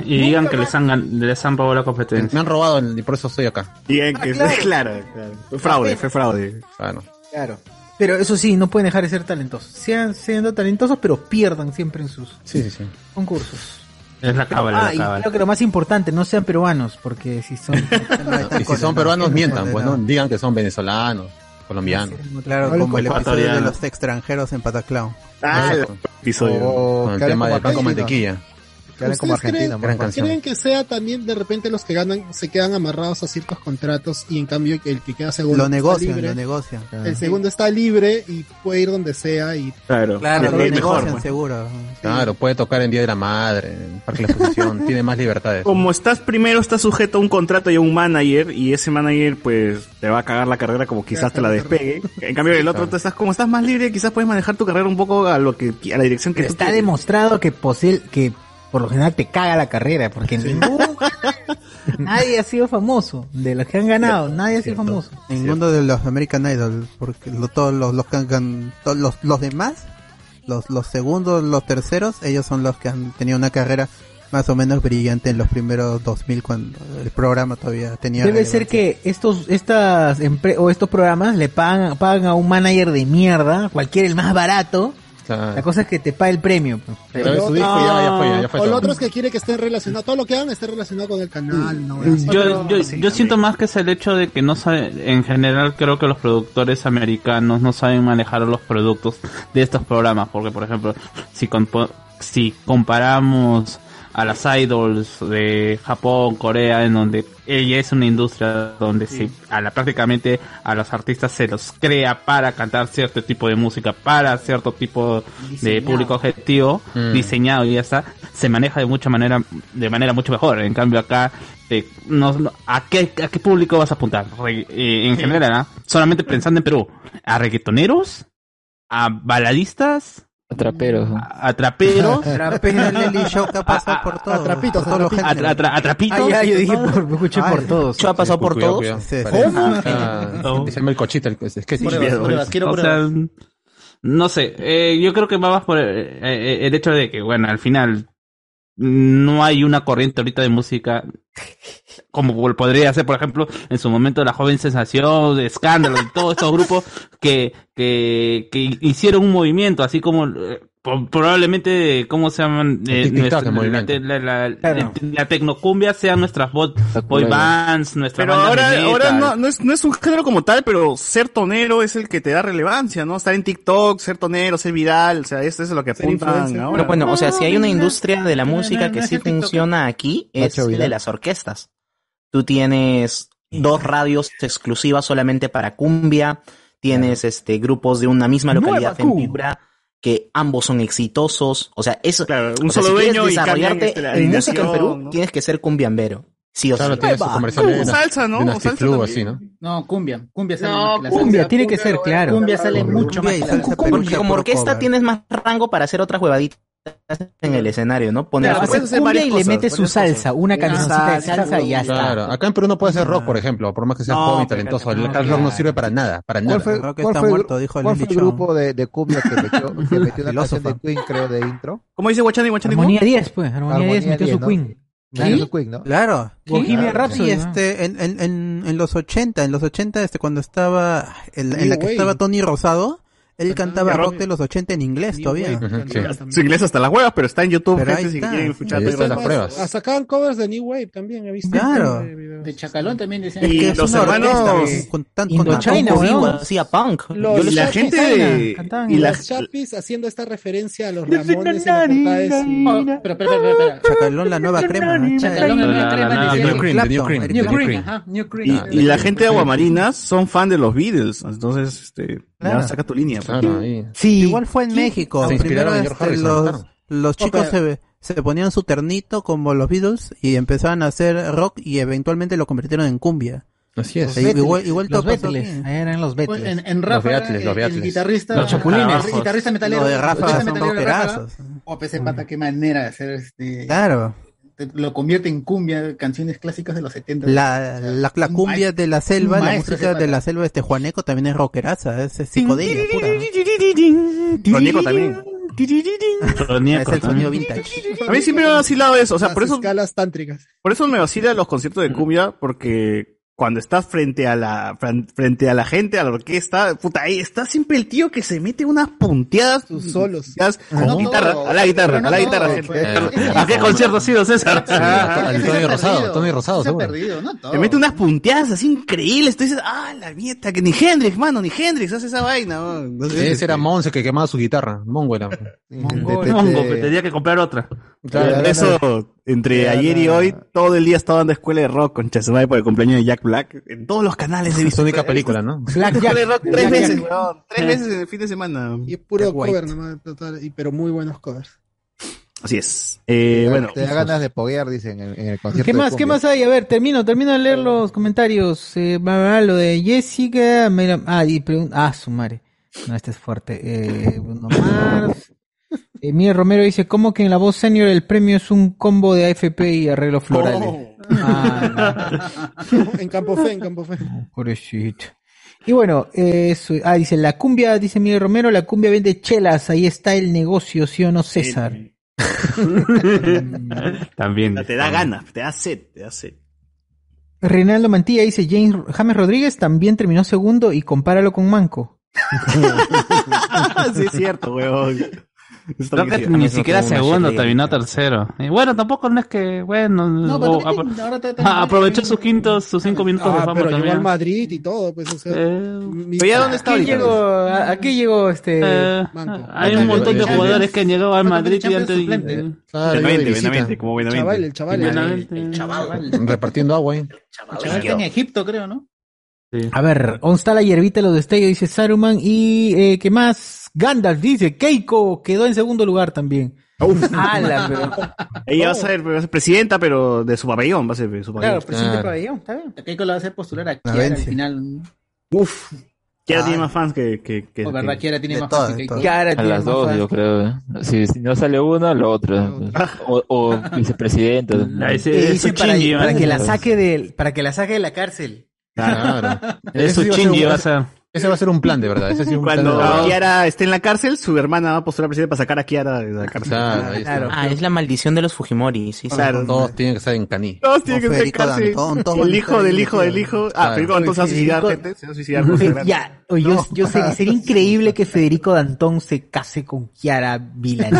[SPEAKER 14] Y digan que les han, gan- les han robado la competencia.
[SPEAKER 5] Me han robado el- y por eso estoy acá.
[SPEAKER 15] Bien, que
[SPEAKER 12] Ah, claro. Ah,
[SPEAKER 15] claro, claro. Fue fraude, fue fraude.
[SPEAKER 5] Claro.
[SPEAKER 12] Claro. Pero eso sí, no pueden dejar de ser talentosos. Sean siendo talentosos, pero pierdan siempre en sus
[SPEAKER 5] Sí, sí, sí.
[SPEAKER 12] concursos.
[SPEAKER 14] Es la cábala,
[SPEAKER 12] Ah,
[SPEAKER 14] la
[SPEAKER 12] y
[SPEAKER 14] cábala.
[SPEAKER 12] creo que lo más importante, no sean peruanos, porque si son...
[SPEAKER 5] Y si son peruanos, mientan, pues no, digan que son venezolanos, colombianos.
[SPEAKER 10] Claro, como el episodio de
[SPEAKER 5] Ecuatoriano.
[SPEAKER 10] los extranjeros en Pataclown.
[SPEAKER 5] Ah, el episodio.
[SPEAKER 10] O
[SPEAKER 5] Con el
[SPEAKER 10] que hablan
[SPEAKER 5] tema
[SPEAKER 10] como
[SPEAKER 5] de pan con
[SPEAKER 10] apellido.
[SPEAKER 5] mantequilla.
[SPEAKER 10] hablan como
[SPEAKER 7] ¿Ustedes creen-
[SPEAKER 10] argentino, por favor.
[SPEAKER 7] ¿Creen que sea también de repente los que ganan se quedan amarrados a ciertos contratos y en cambio el que queda segundo
[SPEAKER 10] Lo
[SPEAKER 7] está
[SPEAKER 10] negocian,
[SPEAKER 7] libre?
[SPEAKER 10] lo negocian.
[SPEAKER 7] El segundo está libre y puede ir donde sea y
[SPEAKER 15] Claro,
[SPEAKER 10] Claro, lo
[SPEAKER 5] Mejor,
[SPEAKER 10] negocian
[SPEAKER 5] pues.
[SPEAKER 10] seguro.
[SPEAKER 5] Claro, puede tocar en Día de la Madre, en Parque de la Exposición, tiene más libertades.
[SPEAKER 15] Como estás primero, estás sujeto a un contrato y a un manager, y ese manager, pues, te va a cagar la carrera como quizás te la despegue. En cambio, el otro, tú estás como estás más libre, quizás puedes manejar tu carrera un poco a lo que a la dirección que tú
[SPEAKER 4] Está
[SPEAKER 15] quieres.
[SPEAKER 4] demostrado que posee, que por lo general te caga la carrera, porque ningún- nadie ha sido famoso. De los que han ganado, nadie ha sido famoso.
[SPEAKER 10] Ninguno de los American Idol, porque lo- todos los, los, que han gan- todos los, los demás, los, los segundos, los terceros, ellos son los que han tenido una carrera más o menos brillante en los primeros 2000 cuando el programa todavía tenía...
[SPEAKER 4] Debe ser que estos, estas empre- o estos programas le pagan, pagan a un manager de mierda, cualquiera el más barato. La cosa es que te paga el premio. pues.
[SPEAKER 5] Pero su disco ya, ya fue, ya, ya fue
[SPEAKER 7] o lo
[SPEAKER 5] todo.
[SPEAKER 7] otro es que quiere que estén relacionados, todo lo que hagan esté relacionado con el canal, ¿no?
[SPEAKER 14] Yo, yo, yo siento más que es el hecho de que no saben, en general creo que los productores americanos no saben manejar los productos de estos programas, porque por ejemplo, si, compo- si comparamos a las idols de Japón, Corea, en donde ella es una industria donde
[SPEAKER 15] Sí.
[SPEAKER 14] se, a la, prácticamente a los artistas se los crea para cantar cierto tipo de música, para cierto tipo de
[SPEAKER 15] Diseñado.
[SPEAKER 14] público objetivo,
[SPEAKER 15] Mm.
[SPEAKER 14] diseñado y ya está, se maneja de mucha manera, de manera mucho mejor. En cambio acá, eh, no, no- ¿a, qué, ¿a qué público vas a apuntar? Re- eh, en general, ¿ah? solamente pensando en Perú, ¿a reggaetoneros? ¿A baladistas?
[SPEAKER 16] A traperos.
[SPEAKER 14] A, a traperos. Ah,
[SPEAKER 10] Trapero, Lely Shock ha pasado por todo.
[SPEAKER 14] A trapitos,
[SPEAKER 10] por todos los
[SPEAKER 14] a tra-
[SPEAKER 10] géneros.
[SPEAKER 14] a tra- a trapitos. Ah, ya, yo dije por- me escuché por todos. pues,
[SPEAKER 10] ¿Cho ha pasado por
[SPEAKER 5] Cuidado,
[SPEAKER 10] todos?
[SPEAKER 5] cuidado.
[SPEAKER 10] Sí, sí.
[SPEAKER 5] Parece-
[SPEAKER 10] ¿Cómo?
[SPEAKER 5] Ah, Es el melcochita, el- es que sí,
[SPEAKER 14] Pruebas,
[SPEAKER 5] miedo,
[SPEAKER 14] pruebas,
[SPEAKER 5] es-
[SPEAKER 14] quiero
[SPEAKER 5] o sea,
[SPEAKER 14] pruebas. No sé, eh, yo creo que va más por eh, eh, el hecho de que, bueno, al final no hay una corriente ahorita de música como podría ser, por ejemplo, en su momento la joven sensación, de escándalo y todos estos grupos que, que, que hicieron un movimiento, así como eh, po- probablemente, ¿cómo se llaman? Eh,
[SPEAKER 5] El tic-tac,
[SPEAKER 14] nuestra-
[SPEAKER 5] el
[SPEAKER 14] la,
[SPEAKER 5] movimiento.
[SPEAKER 14] te- la, la- la tecnocumbia sean nuestras bot- boy bands, nuestras
[SPEAKER 15] Pero
[SPEAKER 14] bandas
[SPEAKER 15] ahora,
[SPEAKER 14] de
[SPEAKER 15] ahora
[SPEAKER 5] eh.
[SPEAKER 14] metal.
[SPEAKER 15] no, no, es, no es un género como tal, pero ser tonero es el que te da relevancia, ¿no? Estar en TikTok, ser tonero, ser viral, o sea, eso es lo que apuntan ahora.
[SPEAKER 9] Pero bueno, o sea, si hay una industria de la música que sí funciona aquí, es
[SPEAKER 15] Nacho
[SPEAKER 9] la de
[SPEAKER 15] Vidal.
[SPEAKER 9] las orquestas. Tú tienes dos radios exclusivas solamente para cumbia, tienes este grupos de una misma
[SPEAKER 15] Nueva
[SPEAKER 9] localidad en
[SPEAKER 15] cumbia.
[SPEAKER 9] Piura que ambos son exitosos, o sea, eso
[SPEAKER 15] un
[SPEAKER 9] o sea,
[SPEAKER 15] solo
[SPEAKER 9] si quieres
[SPEAKER 15] dueño y cambian,
[SPEAKER 9] desarrollarte
[SPEAKER 15] este, la
[SPEAKER 9] en música en
[SPEAKER 15] alineación,
[SPEAKER 9] Perú,
[SPEAKER 15] ¿no?
[SPEAKER 9] tienes que ser cumbiambero. Sí o
[SPEAKER 5] Claro,
[SPEAKER 9] sí.
[SPEAKER 5] tiene sus comerciales de unas-
[SPEAKER 15] salsa, ¿no?
[SPEAKER 5] de unas
[SPEAKER 15] O salsa
[SPEAKER 5] Tiflu,
[SPEAKER 15] también.
[SPEAKER 5] así, ¿no?
[SPEAKER 13] No, cumbia. Cumbia sale
[SPEAKER 9] No,
[SPEAKER 13] más que la
[SPEAKER 9] cumbia,
[SPEAKER 13] salsa.
[SPEAKER 9] tiene que ser, claro.
[SPEAKER 13] Cumbia sale mucho más.
[SPEAKER 9] Cumbia y
[SPEAKER 13] que la
[SPEAKER 9] salsa
[SPEAKER 13] salsa.
[SPEAKER 9] Porque como orquesta tienes más rango para hacer otras huevaditas en el escenario, ¿no? Poner
[SPEAKER 4] Claro,
[SPEAKER 6] pues,
[SPEAKER 4] hace cumbia y le mete su salsa, una cancioncita de salsa y ya está.
[SPEAKER 5] Claro, acá en Perú no puede hacer rock, por ejemplo, por más que sea
[SPEAKER 4] No,
[SPEAKER 5] joven y
[SPEAKER 4] pero-
[SPEAKER 5] talentoso. El
[SPEAKER 4] no,
[SPEAKER 5] rock no sirve para nada, para nada.
[SPEAKER 18] ¿Cuál fue, cuál fue el gru- cuál fue el grupo de, de cumbia que metió, que metió una canción de Queen, creo, de intro?
[SPEAKER 15] ¿Cómo dice Guachani Guachani?
[SPEAKER 18] Armonía
[SPEAKER 15] ¿cómo?
[SPEAKER 18] 10, pues, Armonía 10 metió su Queen. Metió su Queen, ¿no?
[SPEAKER 10] Claro.
[SPEAKER 18] Bohemian
[SPEAKER 10] Claro.
[SPEAKER 18] Rhapsody,
[SPEAKER 10] Y
[SPEAKER 18] ¿no?
[SPEAKER 10] este, en, en, en, en los 80, en los 80, este, cuando estaba, en, en la que
[SPEAKER 15] Wave.
[SPEAKER 10] estaba Tony Rosado, él cantaba
[SPEAKER 15] Y Rob-
[SPEAKER 10] rock de los 80 en inglés todavía.
[SPEAKER 15] Ujú, sí. Su inglés hasta las huevas, pero está en YouTube,
[SPEAKER 10] Pero
[SPEAKER 15] gente,
[SPEAKER 10] ahí
[SPEAKER 15] si
[SPEAKER 10] está.
[SPEAKER 15] quieren escuchar.
[SPEAKER 10] Ahí están
[SPEAKER 15] todo.
[SPEAKER 10] las pruebas.
[SPEAKER 7] Ah, sacaban covers de New Wave también, he visto.
[SPEAKER 10] Claro.
[SPEAKER 13] De Chacalón también decían.
[SPEAKER 10] Es que es una orquesta con tan- con
[SPEAKER 9] Indochina,
[SPEAKER 10] tanto
[SPEAKER 9] weón.
[SPEAKER 10] vivo,
[SPEAKER 9] hacía punk.
[SPEAKER 7] Los
[SPEAKER 9] Yo les-
[SPEAKER 7] Chapis,
[SPEAKER 9] de-
[SPEAKER 7] cantaban,
[SPEAKER 9] y
[SPEAKER 7] y
[SPEAKER 9] las-
[SPEAKER 7] las Chapis haciendo esta referencia a los Ramones y a los Portales.
[SPEAKER 13] Pero, pero, pero, pero.
[SPEAKER 10] Chacalón, la nueva crema. ¿no?
[SPEAKER 13] Chacalón, la nueva
[SPEAKER 10] Chacalón,
[SPEAKER 13] crema,
[SPEAKER 10] la
[SPEAKER 13] decía.
[SPEAKER 10] nueva
[SPEAKER 15] New
[SPEAKER 10] crema.
[SPEAKER 15] Cream,
[SPEAKER 10] Clapton,
[SPEAKER 15] New
[SPEAKER 10] Eric
[SPEAKER 15] Cream.
[SPEAKER 10] Claro.
[SPEAKER 13] Ajá, Ah, New Cream.
[SPEAKER 10] Ah,
[SPEAKER 15] Y, y la gente de Aguamarinas son fan de los Beatles, entonces, este, ya saca tu línea. pues.
[SPEAKER 10] Sí. Igual fue en México.
[SPEAKER 15] Se inspiraron
[SPEAKER 10] Primero
[SPEAKER 15] en George
[SPEAKER 10] este,
[SPEAKER 15] Harrison,
[SPEAKER 10] los,
[SPEAKER 15] claro.
[SPEAKER 10] los chicos
[SPEAKER 15] pero-
[SPEAKER 10] se, se ponían su ternito como los Beatles y empezaban a hacer rock y eventualmente lo convirtieron en cumbia.
[SPEAKER 5] Así
[SPEAKER 10] es. igual igual
[SPEAKER 4] los
[SPEAKER 10] todo pasó
[SPEAKER 4] Beatles,
[SPEAKER 10] aquí.
[SPEAKER 4] ahí eran los Beatles.
[SPEAKER 13] Pues, En, en Rafa,
[SPEAKER 10] Los Beatles, los
[SPEAKER 13] el- el
[SPEAKER 10] Beatles.
[SPEAKER 13] guitarrista,
[SPEAKER 10] Los Chapulines.
[SPEAKER 13] El guitarrista metalero.
[SPEAKER 10] Lo de Rafa
[SPEAKER 13] guitarrista
[SPEAKER 10] son
[SPEAKER 13] metalero de Rafa,
[SPEAKER 10] rockerazos.
[SPEAKER 13] O PC Pata, qué manera de hacer este.
[SPEAKER 10] Claro.
[SPEAKER 13] te- Lo convierte en cumbia, canciones clásicas de los 70.
[SPEAKER 10] La, la, la
[SPEAKER 13] Un
[SPEAKER 10] cumbia
[SPEAKER 13] maestro-
[SPEAKER 10] de la selva,
[SPEAKER 13] un
[SPEAKER 10] la
[SPEAKER 13] maestro
[SPEAKER 10] música
[SPEAKER 13] ese
[SPEAKER 10] de
[SPEAKER 13] pata.
[SPEAKER 10] la selva de este Juaneco también es rockeraza, es psicodelia pura.
[SPEAKER 15] Juaneco también.
[SPEAKER 14] Sonía
[SPEAKER 6] Es el
[SPEAKER 14] cortando.
[SPEAKER 6] sonido vintage. A mí siempre me ha vacilado eso, o sea, por eso-
[SPEAKER 7] escalas tántricas.
[SPEAKER 6] Por eso me vacila los conciertos de cumbia, porque cuando estás frente a la fran- frente a la gente, a la orquesta, puta, ahí está siempre el tío que se mete unas punteadas solos.
[SPEAKER 7] Ah, no
[SPEAKER 6] guitarra,
[SPEAKER 7] todo.
[SPEAKER 6] a la guitarra,
[SPEAKER 7] Pero no
[SPEAKER 6] a la
[SPEAKER 7] todo,
[SPEAKER 6] guitarra.
[SPEAKER 7] pues.
[SPEAKER 6] gente.
[SPEAKER 7] Eh,
[SPEAKER 6] ¿A qué concierto ha sido César?
[SPEAKER 7] Antonio
[SPEAKER 6] Rosado, Tony Rosado,
[SPEAKER 33] no
[SPEAKER 6] Te mete unas punteadas así increíbles, tú dices, ah, la mierda, que ni Hendrix, mano, ni Hendrix hace esa vaina. ¿no? Entonces,
[SPEAKER 5] Ese era Monse que quemaba su guitarra. Mongo era.
[SPEAKER 6] Mongo, que tenía
[SPEAKER 14] que comprar otra.
[SPEAKER 6] Claro, eso, entre ayer y hoy, todo el día estaba en la escuela de rock con Chasumay por el cumpleaños de Jack Black. En todos los canales he visto.
[SPEAKER 5] Su única película, ¿no?
[SPEAKER 6] Black Jack. Tres
[SPEAKER 7] Black
[SPEAKER 6] veces,
[SPEAKER 7] Jack.
[SPEAKER 6] weón. Tres veces en el fin de semana.
[SPEAKER 7] Y es puro
[SPEAKER 6] Jack White.
[SPEAKER 7] cover nomás, total, y- pero muy buenos covers.
[SPEAKER 6] Así es. Eh, bueno.
[SPEAKER 18] Te da ganas de poguear, dicen, en, en el concierto.
[SPEAKER 4] ¿Qué
[SPEAKER 18] de
[SPEAKER 4] más? ¿Qué
[SPEAKER 18] cumbia.
[SPEAKER 4] más hay? A ver, termino, termino de leer los comentarios. Eh, va, va, lo de Jessica. mira, ah, y pregun- ah, su madre. No, este es fuerte. Eh, Bruno Mars. Eh, Miguel Romero dice, ¿cómo que en la voz senior el premio es un combo de AFP y arreglos florales? Ah,
[SPEAKER 7] en Campo Fe, en Campo Fe.
[SPEAKER 4] no, pobrecito. Y bueno, eh, su- ah, dice, la cumbia, dice Miguel Romero, la cumbia vende chelas, ahí está el negocio, ¿sí o no, César?
[SPEAKER 14] También.
[SPEAKER 6] Te da ganas, te da sed, te da sed.
[SPEAKER 4] Reinaldo Mantilla dice, James, James Rodríguez también terminó segundo y compáralo con Manco.
[SPEAKER 6] sí, es cierto, weón. Está
[SPEAKER 14] Creo
[SPEAKER 6] bien,
[SPEAKER 14] que
[SPEAKER 6] sí.
[SPEAKER 14] ni
[SPEAKER 6] Eso
[SPEAKER 14] siquiera
[SPEAKER 6] tuvo una
[SPEAKER 14] segundo,
[SPEAKER 6] chirriada.
[SPEAKER 14] terminó tercero. Y bueno, tampoco no es que, bueno,
[SPEAKER 7] pero
[SPEAKER 14] o
[SPEAKER 7] también-
[SPEAKER 14] apro-
[SPEAKER 7] ahora te-
[SPEAKER 14] ah, aprovechó sus quintos, sus cinco minutos de
[SPEAKER 7] Ah,
[SPEAKER 14] fama
[SPEAKER 7] pero llegó
[SPEAKER 14] también. Eh,
[SPEAKER 7] al Madrid y todo, pues, o sea. mi-
[SPEAKER 4] ¿A qué llegó, a, a qué llegó este
[SPEAKER 14] Eh,
[SPEAKER 4] Manco?
[SPEAKER 14] Hay un montón de jugadores que han llegado al Madrid y antes.
[SPEAKER 5] Claro, Benavente, yo de visita. Benavente, como Benavente.
[SPEAKER 14] Chaval, el chaval.
[SPEAKER 5] Benavente.
[SPEAKER 14] El chaval.
[SPEAKER 5] Repartiendo agua, ¿eh?
[SPEAKER 33] Está en Egipto, creo, ¿no?
[SPEAKER 4] A ver, ¿dónde está la hierbita los destellos? Dice Saruman. ¿Y eh, qué más? Gandalf dice, Keiko quedó en segundo lugar también. Ala, pero-
[SPEAKER 6] Ella
[SPEAKER 14] Oh.
[SPEAKER 6] va a ser, va a ser presidenta, pero de su pabellón, va a ser de su pabellón.
[SPEAKER 33] Claro, presidente de pabellón,
[SPEAKER 4] está bien.
[SPEAKER 33] Keiko la va a hacer postular a
[SPEAKER 6] La
[SPEAKER 33] Kiara al
[SPEAKER 6] vence.
[SPEAKER 33] final.
[SPEAKER 6] Uf. Kiara
[SPEAKER 33] Ah.
[SPEAKER 6] tiene más fans que. que, que
[SPEAKER 33] Oh, verdad,
[SPEAKER 6] que-
[SPEAKER 33] Kiara tiene
[SPEAKER 6] de
[SPEAKER 33] más
[SPEAKER 6] todas,
[SPEAKER 33] fans que
[SPEAKER 6] de
[SPEAKER 33] Keiko.
[SPEAKER 6] todas.
[SPEAKER 16] A las dos, yo creo. ¿eh? Si, si no sale una, la otra. pues. O, o vicepresidenta.
[SPEAKER 4] Eh, dice para, para que la saque de, para que la saque de la cárcel.
[SPEAKER 5] Claro.
[SPEAKER 6] Es
[SPEAKER 5] Ese sí va
[SPEAKER 6] su
[SPEAKER 5] a ser un-
[SPEAKER 6] chingy, va a
[SPEAKER 14] ser.
[SPEAKER 5] Ese va a ser un plan, de verdad. Ese sí es un plan.
[SPEAKER 6] Cuando
[SPEAKER 5] de verdad.
[SPEAKER 6] Kiara esté en la cárcel, su hermana va a postular presidente para sacar a Kiara de la cárcel.
[SPEAKER 9] Ah, es la maldición de los Fujimori, sí, sí.
[SPEAKER 6] Claro.
[SPEAKER 9] Todos
[SPEAKER 5] tienen que estar en Caní.
[SPEAKER 6] Todos tienen que ser cárcel. El hijo del hijo del hijo. Ah, Federico Dantón se va a suicidar,
[SPEAKER 4] Federico-
[SPEAKER 6] gente. Se va a suicidar. por ser grande.
[SPEAKER 4] Ya, o yo, yo sé que sería increíble que Federico Dantón se case con Kiara Vilani.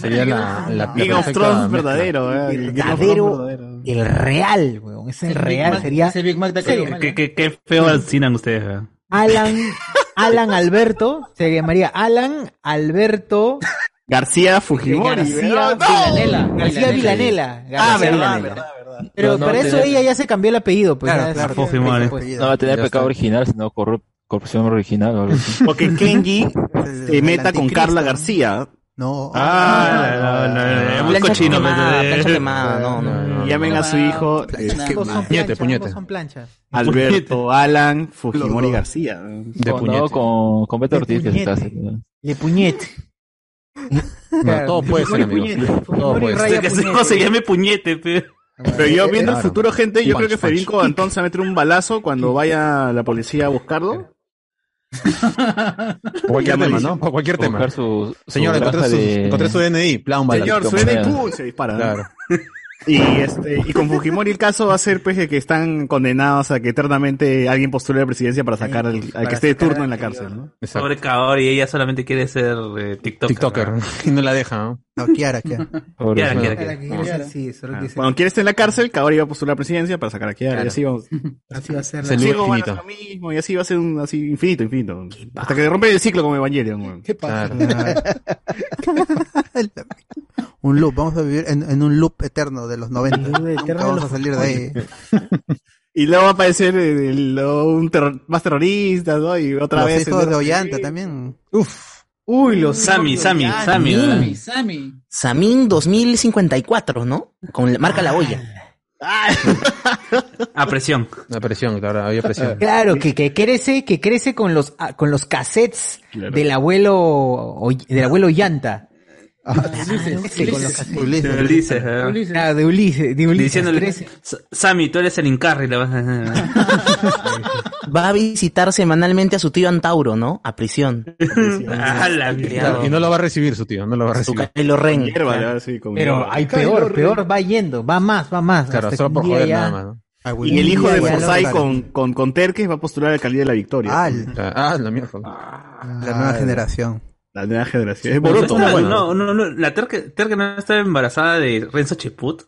[SPEAKER 5] Sería la, la, la
[SPEAKER 6] Game of
[SPEAKER 5] perfecta
[SPEAKER 6] Thrones
[SPEAKER 5] mezcla.
[SPEAKER 6] verdadero, eh.
[SPEAKER 4] El verdadero, el real, weón. Es el real, sería. sería
[SPEAKER 14] Qué, qué, qué feo alucinan ustedes, ¿verdad?
[SPEAKER 4] Alan, Alan Alberto, se llamaría Alan Alberto
[SPEAKER 6] García Fujimori.
[SPEAKER 4] García
[SPEAKER 6] ¿verdad? ¡No!
[SPEAKER 4] Vilanela. García Vilanela.
[SPEAKER 6] Ah,
[SPEAKER 4] García
[SPEAKER 6] verdad,
[SPEAKER 4] Vilanela.
[SPEAKER 6] verdad.
[SPEAKER 4] Pero
[SPEAKER 16] No, no
[SPEAKER 4] para eso
[SPEAKER 16] tenía-
[SPEAKER 4] ella ya se cambió el apellido, pues. ya es-
[SPEAKER 14] Fujimori.
[SPEAKER 16] No va a tener
[SPEAKER 14] Ya
[SPEAKER 16] pecado
[SPEAKER 14] está.
[SPEAKER 16] original, sino corrup- corrupción original. o algo así.
[SPEAKER 6] O que Kenji se
[SPEAKER 16] el
[SPEAKER 6] eh, meta con
[SPEAKER 16] anticristo.
[SPEAKER 6] Carla García.
[SPEAKER 10] No.
[SPEAKER 6] Ah, no, no, no, es muy
[SPEAKER 9] Plancha
[SPEAKER 6] cochino.
[SPEAKER 9] quemada,
[SPEAKER 6] pues, eh.
[SPEAKER 9] plancha quemada, no, no,
[SPEAKER 6] Llamen a su hijo. eh,
[SPEAKER 4] Ambos son
[SPEAKER 6] puñete,
[SPEAKER 4] planchas,
[SPEAKER 6] puñete.
[SPEAKER 4] ambos son planchas.
[SPEAKER 6] Alberto, Alan, Fujimori García.
[SPEAKER 16] De No, puñete. con, con Beto Ortiz que se está haciendo.
[SPEAKER 4] Le puñete.
[SPEAKER 5] No, todo puede ser, amigo. Todo puede
[SPEAKER 6] Raya
[SPEAKER 5] ser.
[SPEAKER 6] Que
[SPEAKER 14] Ese hijo se llame puñete, pe.
[SPEAKER 6] Pero yo viendo el
[SPEAKER 5] Claro.
[SPEAKER 6] futuro, gente, yo creo que
[SPEAKER 5] Punch, punch.
[SPEAKER 6] Federico Antón se va a meter un balazo cuando vaya la policía a buscarlo.
[SPEAKER 5] Cualquier
[SPEAKER 6] Ya me
[SPEAKER 5] tema,
[SPEAKER 6] dice.
[SPEAKER 5] ¿no? Por cualquier tema.
[SPEAKER 6] Buscar su- su
[SPEAKER 5] Señor, encontré
[SPEAKER 6] caja
[SPEAKER 5] su,
[SPEAKER 6] de-
[SPEAKER 5] encontré su DNI. Plan, un balazo.
[SPEAKER 6] Señor, su DNI, pum, se dispara.
[SPEAKER 5] Claro.
[SPEAKER 6] Y este, y con Fujimori el caso va a ser pues de que están condenados a que eternamente alguien postule la presidencia para sacar al, al
[SPEAKER 14] Para
[SPEAKER 6] que esté de
[SPEAKER 14] sacar
[SPEAKER 6] turno
[SPEAKER 14] al
[SPEAKER 6] en la
[SPEAKER 14] que-
[SPEAKER 6] cárcel, ¿no?
[SPEAKER 14] Pobre Kaori, ella solamente quiere ser eh, TikToker.
[SPEAKER 5] TikToker. Y no la deja, ¿no?
[SPEAKER 10] No, Kiara, Kiara.
[SPEAKER 14] Kiara, Kiara, Kiara.
[SPEAKER 4] Sí, solo
[SPEAKER 6] Ah,
[SPEAKER 4] que se-
[SPEAKER 6] Cuando quiere estar en la cárcel, Kaori va a postular la presidencia para sacar a Kiara y así vamos.
[SPEAKER 4] Así va a ser.
[SPEAKER 6] Es
[SPEAKER 4] la-
[SPEAKER 6] el lugar van a hacer lo mismo y así va a ser un así infinito, infinito. Hasta que rompe el ciclo como Evangelion, weón.
[SPEAKER 7] ¿Qué
[SPEAKER 10] pasa? un loop, vamos a vivir en, en un loop eterno de los 90. Nunca vamos a salir de ahí.
[SPEAKER 6] Y luego va a aparecer eh, lo- un terror- más terrorista, ¿no? Y otra
[SPEAKER 10] Los
[SPEAKER 6] vez.
[SPEAKER 10] hijos
[SPEAKER 6] ¿no?
[SPEAKER 10] de Ollanta también.
[SPEAKER 6] Uf. Uy, los
[SPEAKER 14] Sammy, Sammy, Sammy,
[SPEAKER 9] Ah, Sammy,
[SPEAKER 14] ¿verdad?
[SPEAKER 33] Sammy.
[SPEAKER 9] Samin 2054, ¿no? Con la marca La
[SPEAKER 14] Ah.
[SPEAKER 9] Olla.
[SPEAKER 14] A presión.
[SPEAKER 5] La presión, claro, había presión.
[SPEAKER 4] Claro, que, que crece, que crece con los ah, con los cassettes del abuelo Oy- del abuelo Yanta.
[SPEAKER 14] Ulises.
[SPEAKER 4] Ulises.
[SPEAKER 14] De Ulises,
[SPEAKER 6] ¿eh?
[SPEAKER 14] ¿verdad?
[SPEAKER 4] Ah, de Ulises, de Ulises.
[SPEAKER 14] Diciéndole,
[SPEAKER 4] trece.
[SPEAKER 14] "S- Sammy, tú eres el Incarri. le vas a-
[SPEAKER 9] Va a visitar semanalmente a su tío Antauro, ¿no? A prisión.
[SPEAKER 14] A Ah, la mierda.
[SPEAKER 5] Y no lo va a recibir su tío, no lo va a
[SPEAKER 9] Su
[SPEAKER 5] recibir.
[SPEAKER 9] Kylo Ren. Con
[SPEAKER 5] hierba,
[SPEAKER 9] Claro.
[SPEAKER 5] ¿no? Sí, con
[SPEAKER 4] Pero
[SPEAKER 5] hierba.
[SPEAKER 4] hay peor, peor va yendo, va más, va más.
[SPEAKER 5] Claro,
[SPEAKER 4] hasta
[SPEAKER 5] solo
[SPEAKER 4] que
[SPEAKER 5] por
[SPEAKER 4] un día
[SPEAKER 5] joder
[SPEAKER 4] ya-
[SPEAKER 5] nada más. ¿no?
[SPEAKER 6] Y el hijo de
[SPEAKER 4] Ya, ya,
[SPEAKER 6] Forsyth
[SPEAKER 4] ya.
[SPEAKER 6] con, con, con Terkes va a postular al alcalde de la victoria. Ah,
[SPEAKER 4] Ah,
[SPEAKER 5] Ah, la mierda.
[SPEAKER 10] La nueva generación.
[SPEAKER 6] La nueva generación. Es
[SPEAKER 14] Pero
[SPEAKER 6] Boruto,
[SPEAKER 14] no,
[SPEAKER 6] ¿no?
[SPEAKER 14] pues, está-
[SPEAKER 6] Bueno.
[SPEAKER 14] no, no, no, la terca, terca no está embarazada de Renzo Cheput.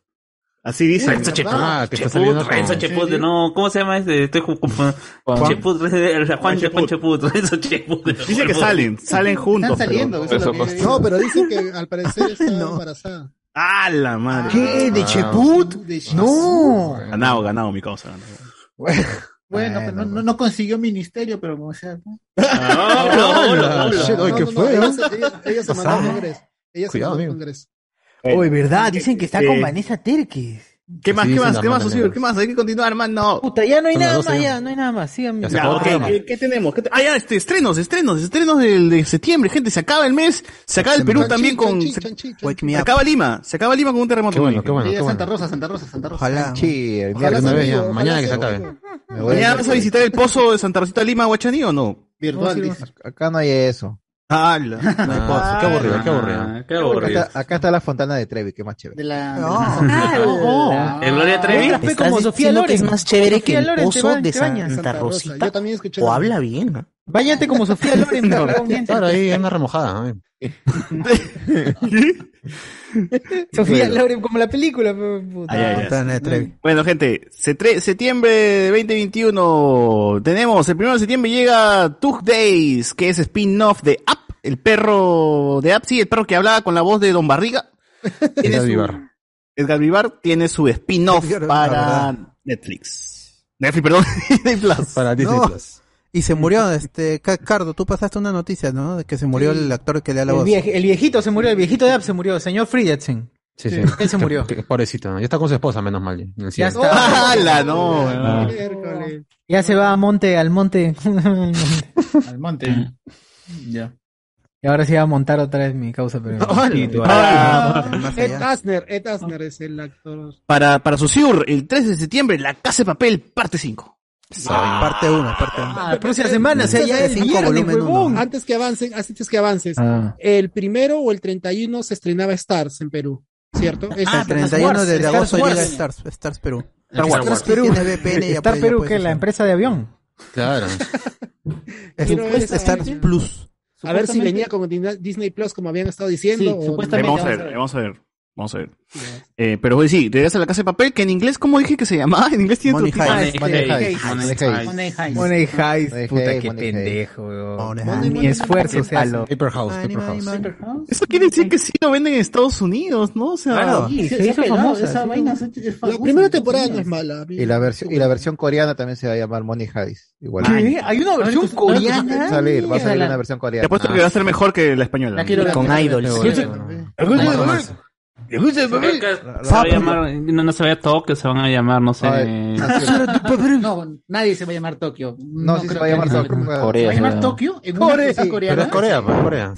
[SPEAKER 6] Así dice.
[SPEAKER 14] Renzo
[SPEAKER 6] Ah,
[SPEAKER 14] Cheput.
[SPEAKER 6] que está
[SPEAKER 14] Cheput,
[SPEAKER 6] saliendo con-
[SPEAKER 14] Renzo Cheput,
[SPEAKER 6] Sí, sí.
[SPEAKER 14] no, ¿cómo se llama este? Estoy como- como- Cheput, Juan Cheput, Cheput, Renzo Cheput.
[SPEAKER 6] Dice que salen, salen juntos.
[SPEAKER 7] Están saliendo, eso es lo que yo digo. No, pero dicen que al parecer está embarazada.
[SPEAKER 6] ¡A la madre!
[SPEAKER 7] ¿Qué? ¿De Cheput?
[SPEAKER 6] ¡No! Ganado, ganado, mi causa. ganado.
[SPEAKER 8] Bueno, pero no, no, no consiguió ministerio, pero como sea. ¿no?
[SPEAKER 6] Shit, oye, ¿qué
[SPEAKER 8] no,
[SPEAKER 6] fue,
[SPEAKER 8] ella
[SPEAKER 6] Ah, no?
[SPEAKER 8] se- Ella, ella se mandó al
[SPEAKER 4] Pasada.
[SPEAKER 8] Congreso. Ella se
[SPEAKER 4] Cuidado,
[SPEAKER 8] mandó al
[SPEAKER 4] amigo.
[SPEAKER 8] Congreso.
[SPEAKER 4] Oye, ¿verdad? Dicen que está
[SPEAKER 8] Eh,
[SPEAKER 4] con Vanessa Terques.
[SPEAKER 6] Eh, ¿Qué más,
[SPEAKER 4] Sí,
[SPEAKER 6] qué
[SPEAKER 4] sí,
[SPEAKER 6] más,
[SPEAKER 4] las
[SPEAKER 6] qué más,
[SPEAKER 4] mandan
[SPEAKER 6] socio?
[SPEAKER 4] negras.
[SPEAKER 6] ¿Qué más? Hay que continuar, man. No.
[SPEAKER 4] Puta, ya no hay nada más, ya, no hay nada más. Sigan
[SPEAKER 6] Ya, ok, ¿qué, qué tenemos? ¿Qué te- Ah, ya, este, estrenos, estrenos, estrenos del, de septiembre, gente, se acaba el mes, se acaba el Perú
[SPEAKER 8] Chanchín,
[SPEAKER 6] también con...
[SPEAKER 8] chanchín,
[SPEAKER 6] se-
[SPEAKER 8] chanchín,
[SPEAKER 6] se,
[SPEAKER 8] chanchín.
[SPEAKER 6] acaba Lima, se acaba Lima con un terremoto.
[SPEAKER 5] Qué bueno, qué bueno,
[SPEAKER 8] Ella
[SPEAKER 5] qué
[SPEAKER 8] es Santa
[SPEAKER 5] bueno.
[SPEAKER 8] Rosa, Santa Rosa, Santa Rosa.
[SPEAKER 5] Ojalá.
[SPEAKER 18] Sí, el
[SPEAKER 5] Ojalá
[SPEAKER 18] miércoles.
[SPEAKER 5] se vea,
[SPEAKER 18] Ojalá
[SPEAKER 5] mañana que se
[SPEAKER 18] se-
[SPEAKER 5] acabe.
[SPEAKER 18] Me voy
[SPEAKER 6] ¿Mañana vas a visitar el pozo de Santa Rosita de Lima, Guachani, o no?
[SPEAKER 8] Virtual, dice.
[SPEAKER 18] Acá no hay eso.
[SPEAKER 6] ¡Hala! No hay pozo, qué aburrido, qué aburrido.
[SPEAKER 14] Qué aburrido.
[SPEAKER 18] Acá, está- acá está la fontana de Trevi, que es más chévere.
[SPEAKER 8] De la...
[SPEAKER 14] ¿El Gloria Trevi?
[SPEAKER 9] Estás diciendo que es más chévere que el pozo de Santa,
[SPEAKER 8] Rosa.
[SPEAKER 9] Rosita.
[SPEAKER 8] Yo también escuché.
[SPEAKER 9] O habla bien. ¿no?
[SPEAKER 4] Báñate como Sofía Loren, cabrón.
[SPEAKER 5] Claro, ahí anda remojada. ¿no?
[SPEAKER 4] Sofía
[SPEAKER 6] Bueno.
[SPEAKER 4] Loren, como la película. pe- puta.
[SPEAKER 6] Ay, ay, ay.
[SPEAKER 4] Mm.
[SPEAKER 6] Bueno, gente, setre- septiembre de 2021 tenemos, el primero de septiembre llega Tug Days, que es spin-off de App, el perro de App, sí, el perro que hablaba con la voz de Don Barriga. Edgar Vivar. Edgar Vivar tiene su spin-off para
[SPEAKER 10] verdad.
[SPEAKER 6] Netflix. Netflix, perdón, Disney Plus. Para
[SPEAKER 10] No. Y se murió, este, Ca- Cardo, tú pasaste una noticia, ¿no? De que se murió el actor que le da la
[SPEAKER 4] El,
[SPEAKER 10] voz.
[SPEAKER 4] vieje- el viejito se murió, el viejito de App se murió, señor Friedetsen.
[SPEAKER 5] Sí, sí.
[SPEAKER 4] Él se murió.
[SPEAKER 5] Qué- qué Pobrecito, ¿no? ya está con su esposa, menos mal. en el
[SPEAKER 7] Oh,
[SPEAKER 5] cielo.
[SPEAKER 4] está.
[SPEAKER 6] ¡Hala, no!
[SPEAKER 5] Ah.
[SPEAKER 4] Ya se va a monte, al monte.
[SPEAKER 8] Al monte. Ya.
[SPEAKER 4] y ahora sí va a montar otra vez mi causa, pero.
[SPEAKER 10] Ah,
[SPEAKER 7] Ed Asner, Ed Asner es el actor.
[SPEAKER 6] Para, para su SIUR, el 3 de septiembre, La Casa de Papel, parte 5.
[SPEAKER 10] Parte 1, parte 1.
[SPEAKER 4] Ah, próxima semana, o sea, ya el viernes, huevón.
[SPEAKER 7] Antes que avancen, antes que avances.
[SPEAKER 10] Ah.
[SPEAKER 7] El primero o el 31 se estrenaba Stars en Perú, ¿cierto? Es-
[SPEAKER 10] el 31 de, agosto llega Stars, Stars Perú. Stars Perú tiene VPN y pues, ya
[SPEAKER 4] Star
[SPEAKER 10] puedes- ya
[SPEAKER 4] Perú,
[SPEAKER 10] puedes
[SPEAKER 4] que es la
[SPEAKER 10] usar.
[SPEAKER 4] empresa de avión.
[SPEAKER 5] Claro.
[SPEAKER 10] Es-
[SPEAKER 7] Quiero ver
[SPEAKER 10] es
[SPEAKER 7] esa
[SPEAKER 10] Stars
[SPEAKER 7] vaina.
[SPEAKER 10] Plus.
[SPEAKER 7] A ver si
[SPEAKER 10] Supuestamente-
[SPEAKER 7] venía con Din- Disney Plus, como habían estado diciendo. o no.
[SPEAKER 6] vamos, a ver, vamos a ver, vamos a ver. Eh, pero hoy sí, regresa a La Casa de Papel, que en inglés, ¿cómo dije que se llamaba? En inglés tiene
[SPEAKER 10] Money
[SPEAKER 6] otro
[SPEAKER 10] Heist.
[SPEAKER 6] título.
[SPEAKER 10] Money
[SPEAKER 6] Heist.
[SPEAKER 10] Heist. Money
[SPEAKER 8] Money Heist.
[SPEAKER 4] Money Heist,
[SPEAKER 18] Money
[SPEAKER 4] puta,
[SPEAKER 18] Heist,
[SPEAKER 4] qué
[SPEAKER 18] Money Heist.
[SPEAKER 4] pendejo, weón.
[SPEAKER 18] Money,
[SPEAKER 4] Ni
[SPEAKER 18] money,
[SPEAKER 4] esfuerzo
[SPEAKER 18] money,
[SPEAKER 4] se hace.
[SPEAKER 18] money.
[SPEAKER 5] Paper House, Paper House.
[SPEAKER 6] Eso quiere decir que sí lo venden en Estados Unidos, ¿no? O sea,
[SPEAKER 5] Claro.
[SPEAKER 8] Sí, se, hizo famosa. Esa vaina se- es famosa.
[SPEAKER 7] La primera temporada no es mala.
[SPEAKER 18] Y la, versión, y la versión coreana también se va a llamar Money Heist. Igual.
[SPEAKER 10] Ah,
[SPEAKER 4] ¿Qué? ¿Hay una versión
[SPEAKER 18] Va a
[SPEAKER 4] coreana?
[SPEAKER 18] salir, va a salir una versión
[SPEAKER 6] Te
[SPEAKER 18] coreana.
[SPEAKER 6] apuesto que va a ser mejor que la española.
[SPEAKER 18] La quiero ver. Con idols.
[SPEAKER 14] Se va a llamar, no, no se vaya a Tokio, se van a llamar, no sé.
[SPEAKER 8] No, nadie se va a llamar Tokio.
[SPEAKER 18] No, sí se
[SPEAKER 8] creo
[SPEAKER 18] va a
[SPEAKER 8] que
[SPEAKER 18] llamar
[SPEAKER 8] nadie.
[SPEAKER 18] Tokio.
[SPEAKER 8] ¿Se va a llamar
[SPEAKER 18] Corea.
[SPEAKER 8] Tokio? ¿En una
[SPEAKER 18] Corea,
[SPEAKER 8] cosa
[SPEAKER 18] sí,
[SPEAKER 8] coreana?
[SPEAKER 5] Pero es Corea, pues, Corea.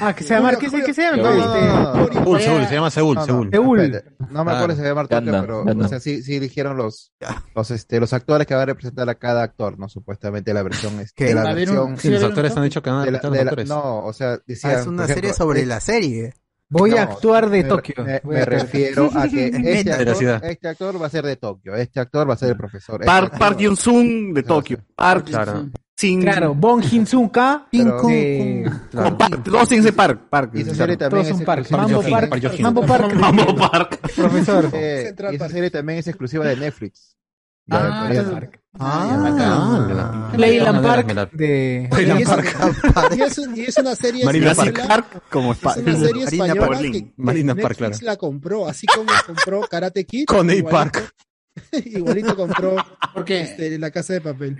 [SPEAKER 4] Ah, que se llama, que se que se llama.
[SPEAKER 18] No, no,
[SPEAKER 4] este,
[SPEAKER 18] no, no.
[SPEAKER 5] Seúl, Seúl, se llama Seúl,
[SPEAKER 18] No, no,
[SPEAKER 5] Seúl.
[SPEAKER 18] espérate. No me acuerdo si se llama Tokio,
[SPEAKER 5] Gundam,
[SPEAKER 18] pero
[SPEAKER 5] Gundam.
[SPEAKER 18] o sea, sí, sí eligieron los, los, este, los actores que van a representar a cada actor, ¿no? Supuestamente la versión este,
[SPEAKER 10] ¿Qué?
[SPEAKER 18] la
[SPEAKER 10] Va a haber
[SPEAKER 18] versión.
[SPEAKER 10] un- sí, va a haber un Tokio.
[SPEAKER 18] de la- de
[SPEAKER 10] representar los
[SPEAKER 18] la-
[SPEAKER 10] actores.
[SPEAKER 18] No, o sea, decían,
[SPEAKER 10] Ah, es una
[SPEAKER 18] por ejemplo,
[SPEAKER 10] serie sobre
[SPEAKER 18] eh,
[SPEAKER 10] la serie.
[SPEAKER 4] Voy a
[SPEAKER 18] no,
[SPEAKER 4] actuar de
[SPEAKER 18] me-
[SPEAKER 4] Tokio.
[SPEAKER 18] Me,
[SPEAKER 4] Voy
[SPEAKER 18] me
[SPEAKER 4] a actuar.
[SPEAKER 18] refiero a que este
[SPEAKER 4] Meta.
[SPEAKER 18] actor, este actor va a ser de Tokio, este actor va a ser el profesor. este
[SPEAKER 6] Park
[SPEAKER 18] actor-
[SPEAKER 6] Park Yun Sung de Tokio. Park
[SPEAKER 5] Claro.
[SPEAKER 6] Sin
[SPEAKER 4] Claro, Bong Hin-sung K.
[SPEAKER 18] Pero-
[SPEAKER 4] de-
[SPEAKER 5] Claro.
[SPEAKER 6] Dos sin ese Park. Park.
[SPEAKER 18] Y esa serie
[SPEAKER 4] Todos
[SPEAKER 18] también
[SPEAKER 4] son
[SPEAKER 18] es
[SPEAKER 4] Park.
[SPEAKER 18] exclusiva
[SPEAKER 4] Mambo
[SPEAKER 18] de-
[SPEAKER 4] Park.
[SPEAKER 5] Park Yogi.
[SPEAKER 4] Mambo Park.
[SPEAKER 5] Mambo
[SPEAKER 6] Park.
[SPEAKER 4] Profesor.
[SPEAKER 18] Eh, y esa serie también es exclusiva de Netflix.
[SPEAKER 4] Ah,
[SPEAKER 18] De-
[SPEAKER 4] Central
[SPEAKER 5] Ah,
[SPEAKER 4] Playland Park.
[SPEAKER 5] Park.
[SPEAKER 4] De...
[SPEAKER 7] Y es, y es un- y es una serie
[SPEAKER 5] Marina
[SPEAKER 7] española-
[SPEAKER 5] Park como
[SPEAKER 7] es una serie española que- que
[SPEAKER 5] Marina Park,
[SPEAKER 7] Netflix
[SPEAKER 5] claro.
[SPEAKER 7] la compró, así como compró Karate Kid.
[SPEAKER 5] Coney
[SPEAKER 7] igualito-
[SPEAKER 5] Park.
[SPEAKER 7] Igualito compró este, la casa de papel.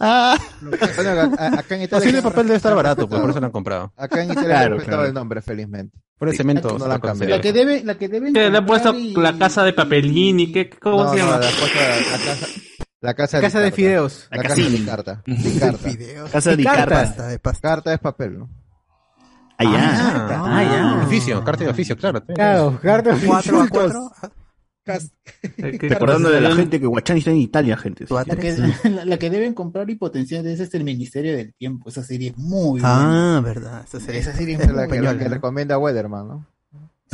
[SPEAKER 5] Ah.
[SPEAKER 18] Bueno, a- a- acá en Italia.
[SPEAKER 5] Así el papel debe estar barato, pues por eso lo han comprado.
[SPEAKER 18] Acá en Italia
[SPEAKER 5] Claro,
[SPEAKER 18] han prestado
[SPEAKER 5] claro.
[SPEAKER 18] el nombre, felizmente.
[SPEAKER 5] Por el cemento.
[SPEAKER 18] No la han cambiado.
[SPEAKER 8] La que debe, la que deben
[SPEAKER 14] Que le ha
[SPEAKER 8] comprar
[SPEAKER 14] puesto
[SPEAKER 8] y-
[SPEAKER 14] la casa de papelín y qué, qué- cómo
[SPEAKER 18] No,
[SPEAKER 14] se
[SPEAKER 18] no,
[SPEAKER 14] llama.
[SPEAKER 18] la cosa- la casa- La casa,
[SPEAKER 4] Casa de
[SPEAKER 18] Ricardo.
[SPEAKER 4] fideos.
[SPEAKER 18] La
[SPEAKER 6] La
[SPEAKER 18] casa de
[SPEAKER 6] casini.
[SPEAKER 18] Ricardo. Ricardo.
[SPEAKER 10] Videos.
[SPEAKER 6] Casa de
[SPEAKER 4] Carta.
[SPEAKER 6] Carta.
[SPEAKER 10] Pasta de pasta.
[SPEAKER 18] Carta es papel, ¿no?
[SPEAKER 5] Ah, ya. Ah, ya. Oficio, carta de oficio, claro.
[SPEAKER 34] Claro, carta de oficio.
[SPEAKER 5] Cuatro a
[SPEAKER 34] cuatro.
[SPEAKER 6] Recordando a la gente que Guachani está en Italia, gente.
[SPEAKER 4] La que, la- la que deben comprar y potenciar es este, el Ministerio del Tiempo. Esa serie es muy
[SPEAKER 10] Ah,
[SPEAKER 4] buena.
[SPEAKER 10] verdad. Esa serie,
[SPEAKER 4] Esa serie es
[SPEAKER 18] Esa es
[SPEAKER 4] muy
[SPEAKER 18] la que, la
[SPEAKER 4] española.
[SPEAKER 18] que recomienda Wederman, ¿no?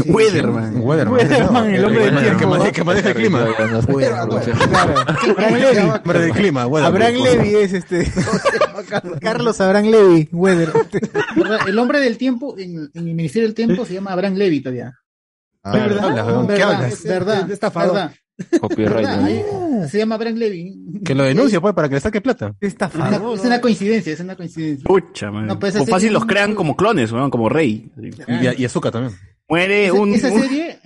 [SPEAKER 6] Wederman.
[SPEAKER 5] Weatherman.
[SPEAKER 18] Weatherman, el hombre del
[SPEAKER 5] Weatherman, que
[SPEAKER 18] tiempo.
[SPEAKER 5] maneja- que maneja el clima.
[SPEAKER 34] Abraham Levy.
[SPEAKER 5] Hombre del clima, pues, Weatherman.
[SPEAKER 34] Abraham Levy es este. Carlos Abraham Levy, Weather.
[SPEAKER 5] pues.
[SPEAKER 4] El hombre del tiempo, en, en el Ministerio del Tiempo, se llama Abraham Levy todavía.
[SPEAKER 5] Ah, ¿qué hablas, weón? ¿Qué
[SPEAKER 4] ¿Verdad?
[SPEAKER 5] hablas?
[SPEAKER 4] es ¿Verdad?
[SPEAKER 5] Estafador.
[SPEAKER 4] ¿Verdad?
[SPEAKER 5] Copyright.
[SPEAKER 4] ¿Verdad?
[SPEAKER 5] ¿no?
[SPEAKER 4] Ahí- Se llama Abraham Levy.
[SPEAKER 5] Que lo denuncie, pues, para que le saque plata.
[SPEAKER 4] Es una- es una coincidencia, es una coincidencia.
[SPEAKER 6] Pucha, man.
[SPEAKER 4] No, pues,
[SPEAKER 6] o
[SPEAKER 4] ese-
[SPEAKER 6] fácil los crean como clones, weón, como rey.
[SPEAKER 5] Y, y Azúcar también.
[SPEAKER 6] Muere
[SPEAKER 4] Esa-
[SPEAKER 6] un,
[SPEAKER 4] esa
[SPEAKER 6] un-
[SPEAKER 4] serie.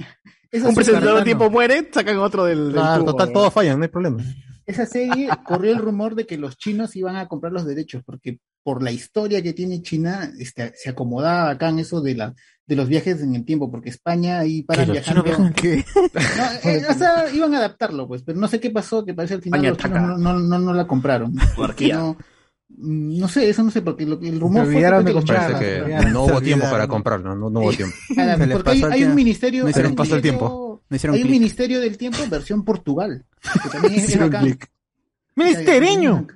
[SPEAKER 4] esa
[SPEAKER 6] un
[SPEAKER 4] serie-
[SPEAKER 6] presentador de tiempo muere, sacan otro del, del
[SPEAKER 5] Claro, pues,
[SPEAKER 6] tubo,
[SPEAKER 5] ah, total,
[SPEAKER 6] weón.
[SPEAKER 5] todos fallan, no hay problema.
[SPEAKER 4] Esa serie corrió el rumor de que los chinos iban a comprar los derechos, porque por la historia que tiene China, este, se acomodaba acá en eso de la de los viajes en el tiempo, porque España ahí para
[SPEAKER 1] los
[SPEAKER 4] viajando.
[SPEAKER 1] chinos viajan
[SPEAKER 4] No, eh, o sea, iban a adaptarlo, pues, pero no sé qué pasó, que parece al final
[SPEAKER 1] España
[SPEAKER 4] los chinos no, no, no, no la compraron.
[SPEAKER 6] Monarquía.
[SPEAKER 4] No, mm, no sé, eso no sé, porque lo- el rumor fue que los chinos la
[SPEAKER 5] Parece que
[SPEAKER 4] compraron.
[SPEAKER 5] no hubo tiempo para comprarlo, no, no hubo tiempo.
[SPEAKER 4] Claro,
[SPEAKER 5] Se les
[SPEAKER 4] porque hay,
[SPEAKER 5] pasó el
[SPEAKER 4] hay un
[SPEAKER 5] tiempo.
[SPEAKER 4] ministerio.
[SPEAKER 5] No hicieron
[SPEAKER 4] hay un
[SPEAKER 5] paso el
[SPEAKER 4] ministerio-
[SPEAKER 5] tiempo. No hicieron
[SPEAKER 4] hay un
[SPEAKER 5] clic.
[SPEAKER 4] ministerio del tiempo versión Portugal. que también es- es
[SPEAKER 5] Hicieron
[SPEAKER 4] bacán.
[SPEAKER 5] clic.
[SPEAKER 4] ¡Ministereño!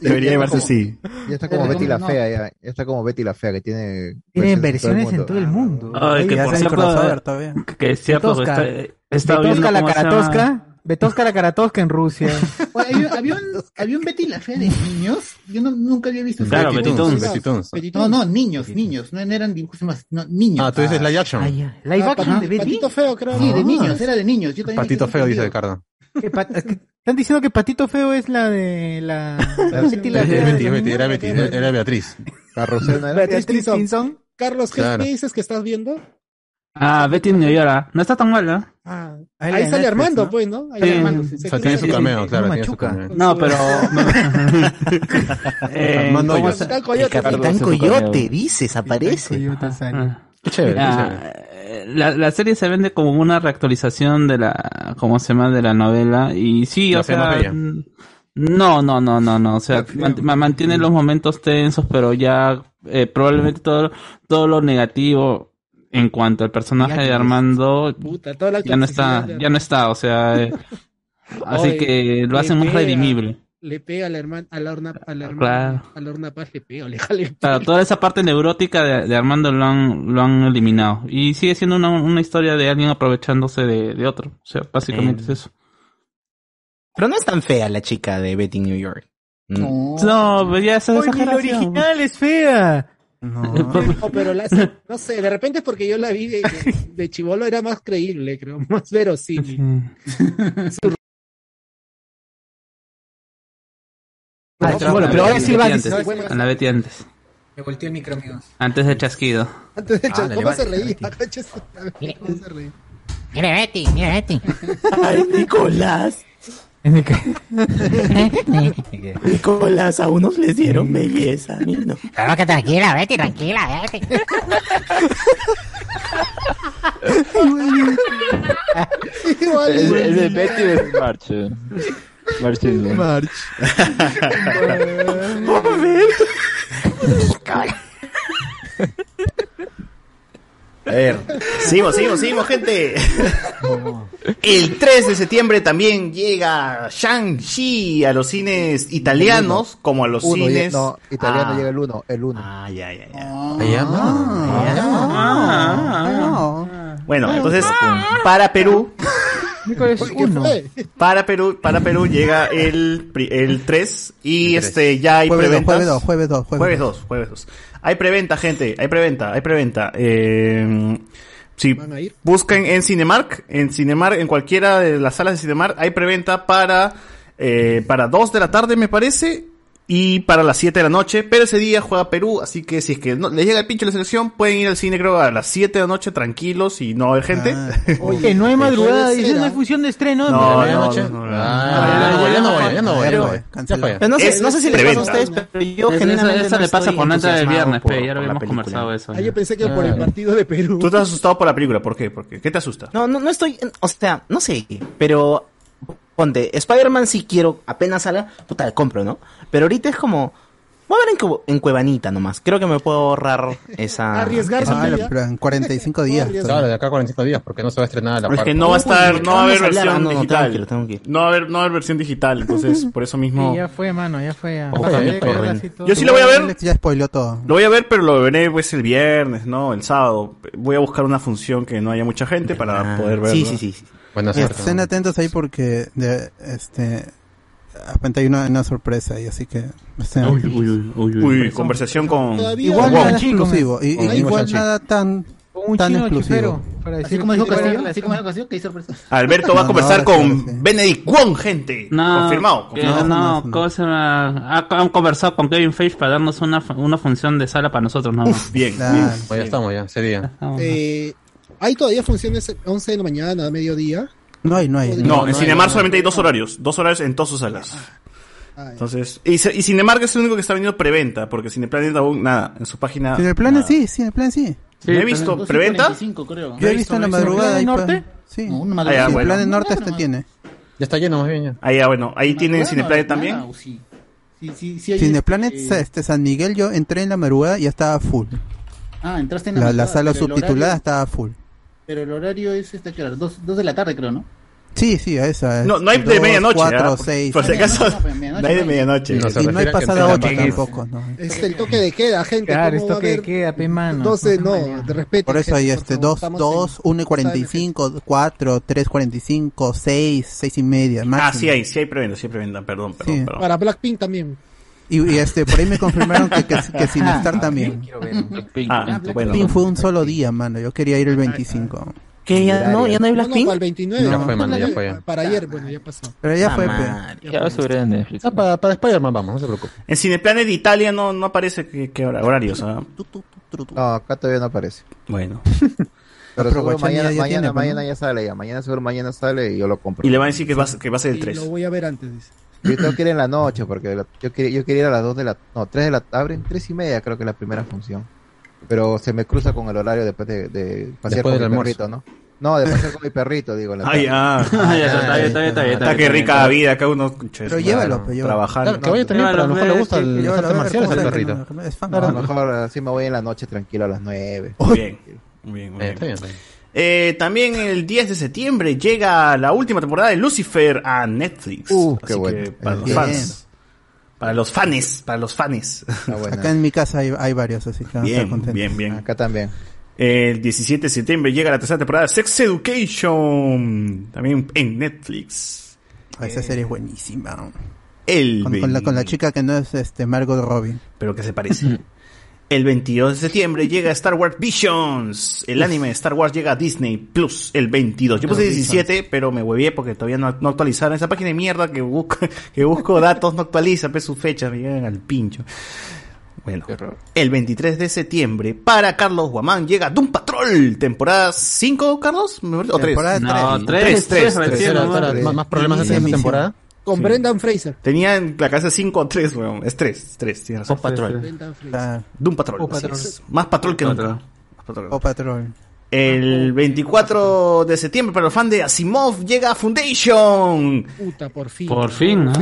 [SPEAKER 6] Debería llamarse
[SPEAKER 18] como-
[SPEAKER 6] así.
[SPEAKER 18] Ya está como
[SPEAKER 4] Pero
[SPEAKER 18] Betty la
[SPEAKER 4] no.
[SPEAKER 18] Fea, ya. Ya está como Betty la Fea, que tiene.
[SPEAKER 34] Tiene
[SPEAKER 5] Pues
[SPEAKER 34] versiones en
[SPEAKER 5] Ah,
[SPEAKER 34] todo el mundo.
[SPEAKER 14] Ay, que
[SPEAKER 34] Ya
[SPEAKER 14] por
[SPEAKER 34] hacen crossover
[SPEAKER 14] cierto,
[SPEAKER 34] todavía.
[SPEAKER 14] que- que es cierto, que
[SPEAKER 34] Betosca.
[SPEAKER 14] está, he estado
[SPEAKER 34] Betosca
[SPEAKER 14] viendo
[SPEAKER 34] la
[SPEAKER 14] cómo se llama-
[SPEAKER 34] Karatosca. Betosca la Karatosca en Rusia.
[SPEAKER 4] Oye, había, había un, había un Betty la Fea de niños. Yo no- nunca había visto.
[SPEAKER 5] Claro,
[SPEAKER 4] esa-
[SPEAKER 5] Betty Toons, Betty Toons.
[SPEAKER 4] No, no, niños, niños. No eran dibujos más. No, niños.
[SPEAKER 5] Ah, tú dices live action.
[SPEAKER 4] Live action de Betty. Patito feo, creo. Sí, de
[SPEAKER 34] Ah.
[SPEAKER 4] niños, era de niños. Yo también
[SPEAKER 5] Patito feo, dice Ricardo.
[SPEAKER 34] Que pat- es que Están diciendo que Patito Feo es la de la. Betty la
[SPEAKER 5] Es
[SPEAKER 34] Fea.
[SPEAKER 5] Betty, es Betty, era Betty, era era Beatriz.
[SPEAKER 7] Beatriz Pinzón. Carlos, ¿qué
[SPEAKER 5] Claro.
[SPEAKER 7] me dices que estás viendo?
[SPEAKER 14] Ah, Betty New York, ah. no está tan mal, ¿no?
[SPEAKER 7] Ah,
[SPEAKER 14] Ahí
[SPEAKER 7] ahí
[SPEAKER 14] la de
[SPEAKER 7] sale
[SPEAKER 14] Netflix,
[SPEAKER 7] Armando,
[SPEAKER 14] ¿no?
[SPEAKER 7] pues, ¿no? Ahí
[SPEAKER 14] Sí.
[SPEAKER 7] Armando.
[SPEAKER 14] O
[SPEAKER 7] se
[SPEAKER 5] sea,
[SPEAKER 7] escribe
[SPEAKER 5] tiene su
[SPEAKER 7] Armando.
[SPEAKER 5] cameo, claro, tiene su cameo.
[SPEAKER 14] No, pero. Eh,
[SPEAKER 9] Armando
[SPEAKER 14] ¿cómo
[SPEAKER 9] Hoyos.
[SPEAKER 14] se-
[SPEAKER 9] El Capitán Coyote, dices, aparece.
[SPEAKER 14] Qué chévere, qué Eh, la, la serie se vende como una reactualización de la, ¿cómo se llama? De la novela. Y sí,
[SPEAKER 5] La
[SPEAKER 14] o sea,
[SPEAKER 5] Fea Marbella.
[SPEAKER 14] mm, no, no, no, no, no. O sea, mant- ma- mantiene los momentos tensos, pero ya eh, probablemente todo, todo lo negativo en cuanto al personaje de Armando
[SPEAKER 7] Puta, toda la
[SPEAKER 14] ya no está,
[SPEAKER 7] toxicidad.
[SPEAKER 14] ya no está. O sea, eh, así
[SPEAKER 7] Oye,
[SPEAKER 14] que lo
[SPEAKER 7] le
[SPEAKER 14] hacen muy
[SPEAKER 7] pega,
[SPEAKER 14] redimible. Ah,
[SPEAKER 7] Le pega a la hermana, a la horna, a la hermana,
[SPEAKER 14] Claro.
[SPEAKER 7] a la horna paz le pega, le jale.
[SPEAKER 14] Claro, toda esa parte neurótica de, de Armando lo han, lo han eliminado. Y sigue siendo una, una historia de alguien aprovechándose de, de otro. O sea, básicamente
[SPEAKER 9] Eh.
[SPEAKER 14] es eso.
[SPEAKER 9] Pero no es tan fea la chica de Betty New York. Mm.
[SPEAKER 14] No, pero ya esa
[SPEAKER 34] Oye, la original es fea.
[SPEAKER 7] No, pero la hace- no sé, de repente es porque yo la vi de, chivolo era más creíble, creo, más verosímil.
[SPEAKER 14] Ah,
[SPEAKER 7] No, bueno, pero ahora sí
[SPEAKER 14] Betty
[SPEAKER 7] va a-
[SPEAKER 14] antes.
[SPEAKER 7] no, bueno,
[SPEAKER 14] A la Betty antes.
[SPEAKER 7] Me volteé el micro, amigos.
[SPEAKER 14] Antes del chasquido.
[SPEAKER 7] Antes de
[SPEAKER 14] Ah,
[SPEAKER 7] echar,
[SPEAKER 14] dale,
[SPEAKER 7] ¿cómo
[SPEAKER 14] vale,
[SPEAKER 7] se reía? Conches, ¿Cómo se reía?
[SPEAKER 1] Mira Betty, mira Betty.
[SPEAKER 9] Ay, Nicolás. Nicolás, a unos les dieron belleza, a mí no.
[SPEAKER 1] Claro que tranquila, Betty, tranquila, Betty.
[SPEAKER 16] Es, es de Betty de March. eh. March. Simpson.
[SPEAKER 6] A ver, seguimos, seguimos, seguimos, gente. El 3 de septiembre también llega Shang-Chi a los cines italianos, como a los
[SPEAKER 18] Uno, ya-
[SPEAKER 6] cines.
[SPEAKER 18] No, italiano
[SPEAKER 6] Ah.
[SPEAKER 18] llega el 1, el 1.
[SPEAKER 6] Ah, ya, ya, ya.
[SPEAKER 1] Ah,
[SPEAKER 6] Bueno, entonces,
[SPEAKER 1] ah.
[SPEAKER 6] para Perú,
[SPEAKER 34] Nicolás es uno.
[SPEAKER 6] para Perú, para Perú llega el, pri- el 3
[SPEAKER 10] El
[SPEAKER 6] y
[SPEAKER 10] tres.
[SPEAKER 6] este ya hay
[SPEAKER 10] Jueves dos,
[SPEAKER 6] preventas.
[SPEAKER 10] jueves dos, jueves dos, jueves
[SPEAKER 6] Jueves
[SPEAKER 10] dos.
[SPEAKER 6] 2, jueves 2. Hay preventa, gente, hay preventa, hay preventa. Eh, si buscan en Cinemark, en Cinemark, en cualquiera de las salas de Cinemark, hay preventa para, eh, para 2 de la tarde, me parece, y para las 7 de la noche, pero ese día juega Perú, así que si es que no, les llega el pinche la selección, pueden ir al cine creo a las 7 de la noche tranquilos y no haber gente.
[SPEAKER 10] Ah.
[SPEAKER 34] Oye, no hay madrugada, dice, no hay fusión de estreno.
[SPEAKER 6] No,
[SPEAKER 34] Mira,
[SPEAKER 6] no,
[SPEAKER 34] noche.
[SPEAKER 6] no, no, no.
[SPEAKER 34] Ah,
[SPEAKER 5] ya no voy, ya no voy, ya no
[SPEAKER 34] Pero-
[SPEAKER 5] voy. Ya fue.
[SPEAKER 9] Pero no sé,
[SPEAKER 6] Es
[SPEAKER 9] no sé si les pasa a
[SPEAKER 6] preventa.
[SPEAKER 9] ustedes, pero yo
[SPEAKER 14] Eso-
[SPEAKER 9] generalmente
[SPEAKER 14] eso
[SPEAKER 9] no
[SPEAKER 14] le pasa
[SPEAKER 9] estoy
[SPEAKER 14] por la entrada del
[SPEAKER 9] entusiasmado
[SPEAKER 14] viernes,
[SPEAKER 9] por-
[SPEAKER 14] pe, ya lo
[SPEAKER 9] por la
[SPEAKER 14] habíamos
[SPEAKER 9] película.
[SPEAKER 14] conversado eso.
[SPEAKER 7] Ah, yo pensé que por el
[SPEAKER 9] Claro.
[SPEAKER 7] partido de Perú.
[SPEAKER 6] Tú estás asustado por la película, ¿por qué? ¿Por qué? ¿Qué te asusta?
[SPEAKER 9] No, no, no estoy, o sea, no sé, pero ponte, Spider-Man sí quiero, apenas salga, puta, compro, ¿no? Pero ahorita es como, Voy a ver en, Cu- en Cuevanita nomás. Creo que me puedo ahorrar esa.
[SPEAKER 7] Arriesgarse
[SPEAKER 9] esa
[SPEAKER 7] un
[SPEAKER 9] peli.
[SPEAKER 7] día.
[SPEAKER 10] Pero Ah, en 45 días.
[SPEAKER 5] Claro, de acá a 45 días, porque no se va a estrenar la
[SPEAKER 10] Pero es
[SPEAKER 5] parte.
[SPEAKER 10] que no va a estar-
[SPEAKER 6] no va a haber
[SPEAKER 10] Vamos a hablar, Ah,
[SPEAKER 6] versión
[SPEAKER 10] no, no,
[SPEAKER 6] digital.
[SPEAKER 10] tengo que ir,
[SPEAKER 6] No va a haber, no va a haber versión digital, entonces por eso mismo.
[SPEAKER 4] Sí, ya fue, mano, ya fue. ya.
[SPEAKER 6] Ojalá,
[SPEAKER 4] Ya
[SPEAKER 6] pero-
[SPEAKER 4] quedó así todo.
[SPEAKER 6] Yo sí la voy a ver.
[SPEAKER 10] Alex ya spoileó todo.
[SPEAKER 6] Lo voy a ver, pero lo veré pues el viernes, ¿no? El sábado. Voy a buscar una función que no haya mucha gente para poder verlo.
[SPEAKER 10] Sí, sí, sí, sí.
[SPEAKER 6] Buenas
[SPEAKER 10] Est- Estén atentos ahí porque de, este de repente hay una, una sorpresa y así que estén
[SPEAKER 6] Uy,
[SPEAKER 10] atentos.
[SPEAKER 6] uy, uy, uy, uy. Uy, conversación con- Todavía
[SPEAKER 10] igual
[SPEAKER 6] no.
[SPEAKER 10] nada
[SPEAKER 6] Shang-Chi,
[SPEAKER 10] exclusivo y,
[SPEAKER 6] con-
[SPEAKER 10] y
[SPEAKER 6] con
[SPEAKER 10] igual
[SPEAKER 6] Shang-Chi.
[SPEAKER 10] nada tan
[SPEAKER 4] Un
[SPEAKER 10] tan
[SPEAKER 4] chino
[SPEAKER 10] exclusivo.
[SPEAKER 4] chipero, para
[SPEAKER 8] Así
[SPEAKER 4] decir
[SPEAKER 8] como
[SPEAKER 4] que
[SPEAKER 8] dijo
[SPEAKER 4] sí,
[SPEAKER 8] Castillo,
[SPEAKER 4] para-
[SPEAKER 8] así como dijo Castillo, que hay sorpresa.
[SPEAKER 6] Alberto va a
[SPEAKER 14] No,
[SPEAKER 6] conversar
[SPEAKER 14] no,
[SPEAKER 6] con Benedict Wong, gente.
[SPEAKER 14] No,
[SPEAKER 6] Confirmado.
[SPEAKER 14] que no,
[SPEAKER 6] confirmado.
[SPEAKER 14] ¿cómo se llama? Ha- Han conversado con Kevin Feige para darnos una, fu- una función de sala para nosotros, ¿no?
[SPEAKER 6] bien.
[SPEAKER 14] bien.
[SPEAKER 5] Pues ya estamos, ya, ese día.
[SPEAKER 7] Eh, ¿Hay todavía funciones 11 de la mañana, a mediodía?
[SPEAKER 10] No hay, no hay.
[SPEAKER 6] No, en Cinemark
[SPEAKER 7] no.
[SPEAKER 6] solamente hay dos horarios. Dos horarios en todas sus salas.
[SPEAKER 14] Ah,
[SPEAKER 6] Entonces, y, se- y Cinemark es el único que está vendiendo preventa, porque Cineplanet aún nada, en su página.
[SPEAKER 10] En el plan sí, sí, en el plan sí.
[SPEAKER 6] Sí, ¿No he visto preventa?
[SPEAKER 8] 245, creo.
[SPEAKER 10] Yo he visto en la madrugada ahí, pues. Sí.
[SPEAKER 8] No, una
[SPEAKER 6] madrugada. Ah,
[SPEAKER 10] Sí,
[SPEAKER 6] ya,
[SPEAKER 10] el
[SPEAKER 6] bueno.
[SPEAKER 10] plan norte este tiene.
[SPEAKER 5] Ya está lleno más bien ya.
[SPEAKER 6] Ah, ya, bueno, ahí tienen
[SPEAKER 10] Madrugada,
[SPEAKER 6] Cineplanet
[SPEAKER 10] madrugada,
[SPEAKER 6] también. Ah,
[SPEAKER 8] Sí, sí, sí hay-
[SPEAKER 10] Cineplanet
[SPEAKER 8] eh,
[SPEAKER 10] este, San Miguel, yo entré en la madrugada y ya estaba full.
[SPEAKER 8] Ah, entraste en la
[SPEAKER 10] La, la
[SPEAKER 8] madrugada,
[SPEAKER 10] sala
[SPEAKER 8] pero el
[SPEAKER 10] subtitulada
[SPEAKER 8] horario-
[SPEAKER 10] estaba full.
[SPEAKER 8] Pero el horario es este, claro, dos, dos de la tarde, creo, ¿no?
[SPEAKER 10] Sí, sí, a esa. eh.
[SPEAKER 8] No, no hay de medianoche, ¿ah?
[SPEAKER 10] 4,
[SPEAKER 8] Por-
[SPEAKER 10] 6.
[SPEAKER 8] por si acaso, No, no, no, no hay de medianoche.
[SPEAKER 10] Y
[SPEAKER 8] No se
[SPEAKER 10] y no hay
[SPEAKER 8] refiere a que
[SPEAKER 10] pasada
[SPEAKER 8] entre
[SPEAKER 10] 8
[SPEAKER 8] la mañana.
[SPEAKER 10] tampoco, ¿no?
[SPEAKER 7] Es el toque de queda, gente.
[SPEAKER 4] Claro,
[SPEAKER 7] ¿cómo va
[SPEAKER 4] esto
[SPEAKER 7] a
[SPEAKER 4] que
[SPEAKER 7] haber
[SPEAKER 4] queda, pe mano.
[SPEAKER 7] 12, no, de respeto.
[SPEAKER 10] Por eso
[SPEAKER 7] gente,
[SPEAKER 10] hay
[SPEAKER 7] por
[SPEAKER 10] este
[SPEAKER 7] favor,
[SPEAKER 10] 2,
[SPEAKER 7] estamos
[SPEAKER 10] 2, 1 y 45, 4, 3, 45, 6, 6 y media. Máximo.
[SPEAKER 6] Ah, sí hay, sí hay preventa, sí hay preventa, perdón, perdón,
[SPEAKER 10] Sí.
[SPEAKER 6] perdón.
[SPEAKER 7] Para Blackpink también.
[SPEAKER 10] Y, y, este, por ahí me confirmaron que, que, que Sinestar también.
[SPEAKER 6] Ah, bueno.
[SPEAKER 10] Pin fue un solo día, mano. Yo quería ir el 25.
[SPEAKER 9] ¿Qué? ¿Ya no, ya no hay
[SPEAKER 7] No,
[SPEAKER 9] Blackpink?
[SPEAKER 7] para el 29.
[SPEAKER 10] Ya fue, mano, ya fue, ya.
[SPEAKER 7] Para ayer, bueno, ya pasó.
[SPEAKER 10] Pero ya fue,
[SPEAKER 16] Ya lo subiré en Netflix.
[SPEAKER 5] Ah, para, para Spider-Man vamos, no se preocupe.
[SPEAKER 6] En Cineplanet Italia no, no aparece qué, qué hora- horarios, ¿ah?
[SPEAKER 18] No, acá todavía no aparece.
[SPEAKER 6] Bueno.
[SPEAKER 18] Pero
[SPEAKER 6] Pero
[SPEAKER 18] seguro
[SPEAKER 6] Guachani
[SPEAKER 18] mañana,
[SPEAKER 6] ya
[SPEAKER 18] mañana,
[SPEAKER 6] tiene,
[SPEAKER 18] mañana
[SPEAKER 6] ¿no?
[SPEAKER 18] ya sale ya. Mañana seguro mañana sale y yo lo compro.
[SPEAKER 6] Y le van a decir que va, a- que va a ser el 3.
[SPEAKER 7] Lo voy a ver antes, dice.
[SPEAKER 18] Yo tengo que ir en la noche porque la- yo quería, yo quería ir a las 2 de la... No, 3 de la tarde, abren 3 y media creo que es la primera función. Pero se me cruza con el horario después de, de
[SPEAKER 5] Después
[SPEAKER 18] pasear con
[SPEAKER 5] del
[SPEAKER 18] mi
[SPEAKER 5] almuerzo.
[SPEAKER 18] perrito, ¿no? No, de pasear con mi perrito, digo. en la
[SPEAKER 6] Ah, ya.
[SPEAKER 18] tarde.
[SPEAKER 6] Ah, ya, está bien, está bien, está bien, está bien,
[SPEAKER 18] qué
[SPEAKER 6] está bien.
[SPEAKER 18] rica
[SPEAKER 6] vida, acá uno...
[SPEAKER 18] Pero llévalo, pues, llévalo.
[SPEAKER 6] Trabajar.
[SPEAKER 18] Claro, que vaya también,
[SPEAKER 5] pero a lo mejor le gusta el- las artes marciales al perrito.
[SPEAKER 18] No, a lo mejor así me voy en la noche tranquilo a las 9.
[SPEAKER 6] Muy bien. Muy bien, muy bien. Eh, también el 10 de septiembre llega la última temporada de Lucifer a Netflix.
[SPEAKER 10] Uh,
[SPEAKER 6] Así
[SPEAKER 10] qué bueno.
[SPEAKER 8] Eh,
[SPEAKER 6] que para los
[SPEAKER 10] Bien.
[SPEAKER 6] fans. Para los fanes, para los fanes.
[SPEAKER 10] Acá en mi casa hay, hay varios, así que van a estar
[SPEAKER 6] Bien,
[SPEAKER 10] contentos.
[SPEAKER 6] bien, bien. Acá
[SPEAKER 18] también.
[SPEAKER 6] El 17 de septiembre llega la tercera temporada de Sex Education. También en Netflix.
[SPEAKER 10] Ah, Esa serie es buenísima.
[SPEAKER 6] El
[SPEAKER 10] Con, con la, con la chica que no es este Margot Robbie.
[SPEAKER 6] Pero que se parece. El 22 de septiembre llega Star Wars Visions. El anime de Star Wars llega a Disney Plus el 22. Yo puse
[SPEAKER 10] Los
[SPEAKER 6] 17, pero me huevié porque todavía no, no actualizaron. Esa página de mierda que busco, que busco datos no actualiza, pues sus fechas me llegan al pincho. Bueno, el 23 de septiembre para Carlos Guamán llega Doom Patrol, temporada 5, Carlos, ¿Me parece? o 3.
[SPEAKER 10] Temporada
[SPEAKER 14] No, tres. tres, tres, recién, ¿no? Más- más problemas
[SPEAKER 6] de
[SPEAKER 14] de esa temporada.
[SPEAKER 7] Con Brendan Fraser.
[SPEAKER 6] Tenía en la cabeza 5 o 3, weón. Es 3, 3, tienes razón. Patrol.
[SPEAKER 7] Brendan Fraser.
[SPEAKER 6] Doom Patrol.
[SPEAKER 7] Doom
[SPEAKER 6] así
[SPEAKER 7] Patrol.
[SPEAKER 6] es. Más patrol que nunca.
[SPEAKER 10] O Patrol.
[SPEAKER 6] El 24 de septiembre, para los fans de Asimov, llega Foundation.
[SPEAKER 7] Puta, por fin.
[SPEAKER 14] Por fin, ¿no?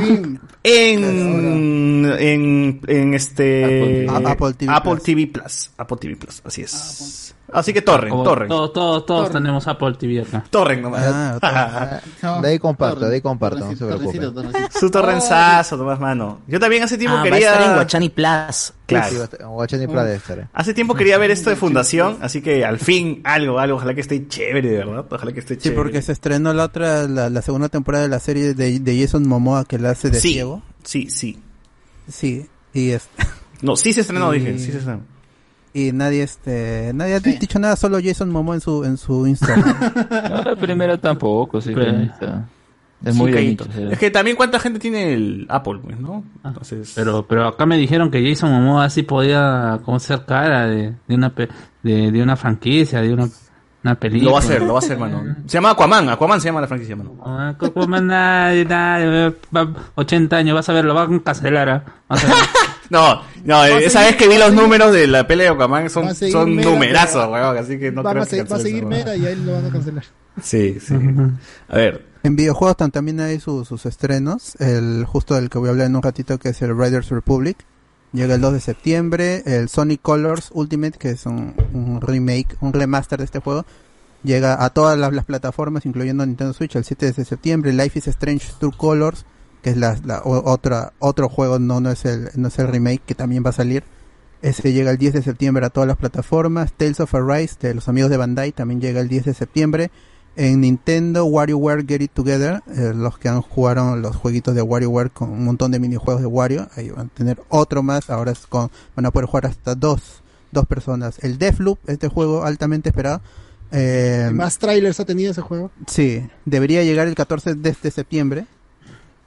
[SPEAKER 6] En, en, en este
[SPEAKER 14] Apple- Apple TV
[SPEAKER 6] Apple
[SPEAKER 14] Plus.
[SPEAKER 6] TV Plus. Apple TV Plus, así es. Así que torren,
[SPEAKER 14] Como
[SPEAKER 6] torren.
[SPEAKER 14] Todos, todos, todos tenemos Apple TV acá.
[SPEAKER 6] Torren nomás.
[SPEAKER 7] Ah,
[SPEAKER 18] De ahí comparto, de ahí comparto, no se
[SPEAKER 8] Torrencito,
[SPEAKER 18] preocupen.
[SPEAKER 8] torrencito.
[SPEAKER 6] Su torrenzazo nomás, mano. Yo también hace tiempo
[SPEAKER 9] Ah,
[SPEAKER 6] quería.
[SPEAKER 9] va a estar en Guachani Plus.
[SPEAKER 18] Sí, va a
[SPEAKER 6] Claro.
[SPEAKER 18] estar- en Guachani Plaza debe estar, eh.
[SPEAKER 6] Hace tiempo quería ver esto de Fundación, así que al fin algo, algo. Ojalá que esté chévere, de verdad. Ojalá que esté
[SPEAKER 10] Sí,
[SPEAKER 6] chévere.
[SPEAKER 10] porque se estrenó la otra, la, la segunda temporada de la serie de, de Jason Momoa que la hace de
[SPEAKER 6] Sí,
[SPEAKER 10] ciego.
[SPEAKER 6] Sí, sí.
[SPEAKER 10] Sí, y es.
[SPEAKER 6] No, sí se estrenó, dije, sí se estrenó.
[SPEAKER 10] Y nadie este, nadie ha dicho nada, solo Jason Momoa en su en su Instagram.
[SPEAKER 16] No, la primera tampoco, sí.
[SPEAKER 10] Pero-
[SPEAKER 16] ahí está. Es
[SPEAKER 6] Sí,
[SPEAKER 16] muy de nicho,
[SPEAKER 6] caído.
[SPEAKER 16] sí.
[SPEAKER 6] Es que también cuánta gente tiene el Apple, pues, ¿no? Entonces,
[SPEAKER 14] Pero, pero acá me dijeron que Jason Momoa así podía como ser cara de, de una pe- de, de una franquicia, de una, una película.
[SPEAKER 6] lo va a hacer, lo va a hacer, hermano. Se llama Aquaman, Aquaman se llama la franquicia, mano.
[SPEAKER 14] Ah, como nadie, nadie, va- 80 años, vas a ver, lo van a cancelar. ah. Vas a ver.
[SPEAKER 6] No, no,
[SPEAKER 14] a
[SPEAKER 6] esa
[SPEAKER 14] seguir-
[SPEAKER 6] vez que
[SPEAKER 14] va
[SPEAKER 6] vi
[SPEAKER 14] a
[SPEAKER 6] los
[SPEAKER 14] seguir-
[SPEAKER 6] números de la pelea de Aquaman
[SPEAKER 7] va
[SPEAKER 6] son,
[SPEAKER 7] a seguir
[SPEAKER 6] son
[SPEAKER 7] Mera,
[SPEAKER 6] numerazos,
[SPEAKER 7] pero-
[SPEAKER 6] weón, así que no
[SPEAKER 7] va,
[SPEAKER 6] creo
[SPEAKER 7] a
[SPEAKER 6] que
[SPEAKER 7] se- va a
[SPEAKER 6] cancelen
[SPEAKER 7] seguir
[SPEAKER 6] esa
[SPEAKER 7] Mera y a él lo van a cancelar.
[SPEAKER 6] huevada. Sí, sí. A ver.
[SPEAKER 10] En videojuegos tam- también hay su- sus estrenos, el justo del que voy a hablar en un ratito que es el Riders Republic. Llega el 2 de septiembre. El Sonic Colors Ultimate, que es un, un remake, un remaster de este juego. Llega a todas las, las plataformas, incluyendo Nintendo Switch, el 7 de septiembre. Life is Strange True Colors, que es la, la o- otra, otro juego, no, no, es el, no es el remake, que también va a salir. Ese llega el 10 de septiembre a todas las plataformas. Tales of Arise de los amigos de Bandai también llega el 10 de septiembre. En Nintendo, WarioWare Get It Together, eh, los que han jugado los jueguitos de WarioWare con un montón de minijuegos de Wario, ahí van a tener otro más. Ahora es con, van a poder jugar hasta dos, dos personas. El Deathloop, este juego altamente esperado. eh,
[SPEAKER 18] Em.
[SPEAKER 7] Más trailers ha tenido ese juego.
[SPEAKER 10] Sí, debería llegar el 14 de este septiembre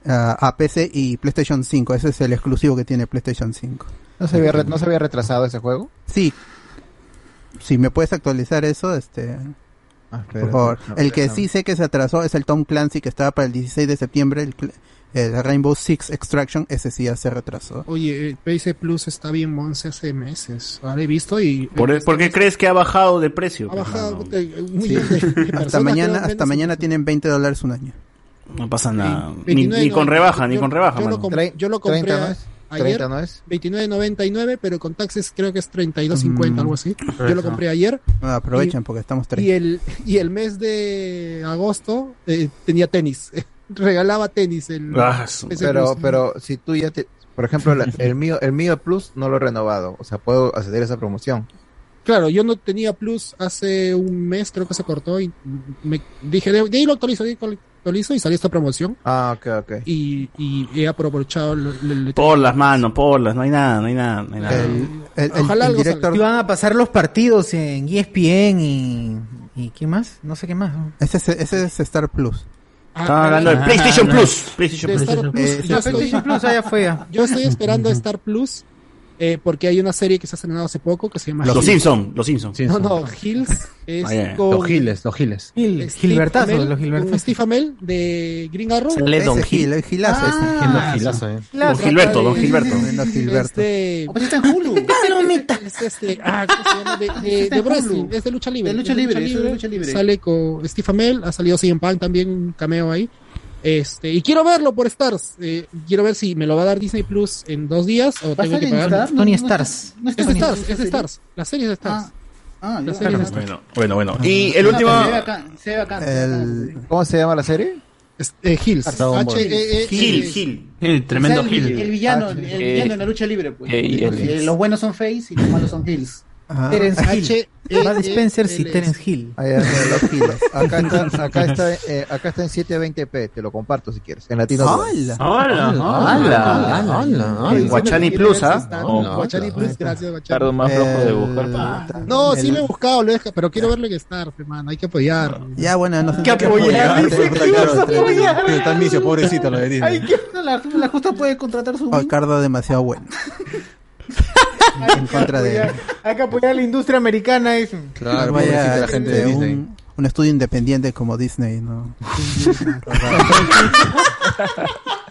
[SPEAKER 10] ah, a PC y PlayStation 5. Ese es el exclusivo que tiene PlayStation 5.
[SPEAKER 18] ¿No se había, re- no se había retrasado ese juego?
[SPEAKER 10] Sí. Si me puedes actualizar eso, este...
[SPEAKER 6] Ah,
[SPEAKER 10] por favor.
[SPEAKER 18] no,
[SPEAKER 10] el que
[SPEAKER 18] espérame.
[SPEAKER 10] sí sé que se atrasó es el Tom Clancy que estaba para el 16 de septiembre, el, cl- el Rainbow Six Extraction, ese sí ya se retrasó.
[SPEAKER 7] Oye, el PC Plus está bien once hace meses. Ahora he visto y...
[SPEAKER 6] ¿Por, por qué crees que ha bajado de precio?
[SPEAKER 7] Ha bajado puta, un
[SPEAKER 10] Sí.
[SPEAKER 7] millón de- de
[SPEAKER 10] hasta
[SPEAKER 7] personas,
[SPEAKER 10] mañana,
[SPEAKER 7] creo,
[SPEAKER 10] hasta
[SPEAKER 7] menos-
[SPEAKER 10] mañana tienen 20 dólares un año.
[SPEAKER 6] No pasa nada. Ni,
[SPEAKER 7] 29.99.
[SPEAKER 6] ni con rebaja, ni
[SPEAKER 7] Yo-
[SPEAKER 6] con rebaja,
[SPEAKER 7] yo
[SPEAKER 6] mano.
[SPEAKER 7] Lo comp- yo lo compré
[SPEAKER 18] 30 no
[SPEAKER 7] a-
[SPEAKER 18] es,
[SPEAKER 7] ayer.
[SPEAKER 18] 30 no es.
[SPEAKER 7] 29.99, pero con taxes creo que es 32.50,
[SPEAKER 18] Mm.
[SPEAKER 7] algo así. Yo lo compré ayer.
[SPEAKER 10] Ah, aprovechen
[SPEAKER 7] Y-
[SPEAKER 10] porque estamos tres.
[SPEAKER 7] Y el, y el mes de agosto eh, tenía tenis. Regalaba tenis. El
[SPEAKER 14] Ah,
[SPEAKER 6] Ah,
[SPEAKER 7] PC
[SPEAKER 18] pero,
[SPEAKER 7] Plus.
[SPEAKER 18] pero si tú ya te... Por ejemplo, la- el mío el mío Plus no lo he renovado. O sea, puedo acceder a esa promoción.
[SPEAKER 7] Claro, yo no tenía Plus hace un mes, creo que se cortó y me dije, de, de ahí lo actualizo, de ahí lo actualizo y salió esta promoción.
[SPEAKER 18] Ah, ok, ok.
[SPEAKER 7] Y, y he aprovechado... lo- lo- lo-
[SPEAKER 6] Por las manos, por las, no hay nada, no hay nada, no hay nada.
[SPEAKER 7] Ojalá algo
[SPEAKER 4] Y van a pasar los partidos en ESPN y. ¿Y qué más? No sé qué más.
[SPEAKER 18] Este
[SPEAKER 10] Ese es, ese es Star Plus.
[SPEAKER 7] Ah,
[SPEAKER 10] Estaba hablando de
[SPEAKER 4] ah,
[SPEAKER 10] PlayStation
[SPEAKER 4] no.
[SPEAKER 10] Plus.
[SPEAKER 7] de Star Plus.
[SPEAKER 10] Eh,
[SPEAKER 7] Yo estoy-
[SPEAKER 4] PlayStation Plus, ah, ya fue, ya.
[SPEAKER 7] Yo estoy esperando a Star Plus eh, porque hay una serie que se ha estrenado hace poco que se llama...
[SPEAKER 6] Los
[SPEAKER 7] Hills.
[SPEAKER 6] Simpsons, los Simpsons.
[SPEAKER 7] No, no, Hills es
[SPEAKER 6] Ah, ya, ya.
[SPEAKER 7] con-
[SPEAKER 5] Los Giles, los Giles.
[SPEAKER 7] Gil- Steve
[SPEAKER 5] Gilbertazo,
[SPEAKER 7] Amell,
[SPEAKER 5] los Gilbertazos.
[SPEAKER 7] con Steve Amell de Green Arrow.
[SPEAKER 5] Sale Don Ese Gil. Gil,
[SPEAKER 10] el Gilazo ese.
[SPEAKER 7] Ah,
[SPEAKER 5] Gil- Don
[SPEAKER 7] sí.
[SPEAKER 5] Gilazo, eh.
[SPEAKER 7] Claro,
[SPEAKER 5] Don Gilberto,
[SPEAKER 7] trata
[SPEAKER 5] Don
[SPEAKER 7] de-
[SPEAKER 5] Gilberto.
[SPEAKER 10] Don Gilberto.
[SPEAKER 7] Este,
[SPEAKER 8] pues está en Hulu.
[SPEAKER 7] Es este, ah, ¿cómo se llama? De, de-
[SPEAKER 8] Está
[SPEAKER 7] de
[SPEAKER 8] en
[SPEAKER 7] wrestling,
[SPEAKER 8] Hulu.
[SPEAKER 7] es de lucha libre.
[SPEAKER 8] De lucha
[SPEAKER 7] Es
[SPEAKER 8] libre, es de lucha libre.
[SPEAKER 7] Sale con Steve Amell, ha salido CM Punk también, un cameo ahí. Este, y quiero verlo por Stars. eh, quiero ver si me lo va a dar Disney Plus en dos días o
[SPEAKER 8] ¿Va a
[SPEAKER 7] tengo
[SPEAKER 8] estar
[SPEAKER 7] que
[SPEAKER 8] en
[SPEAKER 7] pagar.
[SPEAKER 8] Star? No, no está- no está
[SPEAKER 7] es
[SPEAKER 8] en
[SPEAKER 7] Stars,
[SPEAKER 8] Star,
[SPEAKER 7] es
[SPEAKER 8] ¿sí?
[SPEAKER 7] Stars. La serie es de Stars.
[SPEAKER 8] Ah, ya.
[SPEAKER 7] La serie es de Stars.
[SPEAKER 6] Bueno, bueno, bueno. Y el
[SPEAKER 8] Ah,
[SPEAKER 6] último...
[SPEAKER 8] pero se ve bacán, se ve bacán.
[SPEAKER 10] Eh,
[SPEAKER 18] ¿Cómo se llama la serie?
[SPEAKER 7] Hills.
[SPEAKER 8] Dragon
[SPEAKER 4] E
[SPEAKER 8] Ball.
[SPEAKER 4] eh,
[SPEAKER 8] H-E-E- Gil.
[SPEAKER 6] Gil, Gil.
[SPEAKER 14] Gil,
[SPEAKER 8] O sea, el, el villano, el, el villano en la lucha libre, pues.
[SPEAKER 14] Eh, y el-
[SPEAKER 8] Eh, los buenos son face y los malos son heels.
[SPEAKER 10] Ah.
[SPEAKER 8] Terence
[SPEAKER 7] E
[SPEAKER 4] H-
[SPEAKER 8] Hill.
[SPEAKER 7] eh,
[SPEAKER 4] Bud Spencer y Terence Hill.
[SPEAKER 18] Ah, ya, bueno, los Giles. Acá está, acá está, eh, acá está en 720p, te lo comparto si quieres. En latino.
[SPEAKER 10] ¡Hala!
[SPEAKER 18] ¡Hala!
[SPEAKER 10] ¡Hala! ¡Hala! ¡Hala!
[SPEAKER 18] En Guachani Plus, ¿ah?
[SPEAKER 7] No, Guachani Plus, gracias, Guachani.
[SPEAKER 16] Tardo
[SPEAKER 18] Eh,
[SPEAKER 16] más flojo de buscar.
[SPEAKER 7] No, sí
[SPEAKER 10] El-
[SPEAKER 7] lo he buscado, lo he dejado, pero quiero verlo en Star, hermano, hay que apoyar.
[SPEAKER 10] Ya, bueno, no sé
[SPEAKER 7] Que apoyar, dice Este, que ibas a apoyar.
[SPEAKER 10] Transmisio, pobrecito lo de Disney.
[SPEAKER 8] No, la, la justa puede contratar su.
[SPEAKER 10] Oh, Cardo demasiado bueno. en contra de él.
[SPEAKER 12] Hay que apoyar a la industria americana. Es...
[SPEAKER 10] Vaya,
[SPEAKER 5] pobrecita la gente de
[SPEAKER 10] este,
[SPEAKER 5] Disney.
[SPEAKER 10] Un, un estudio independiente como Disney, ¿no?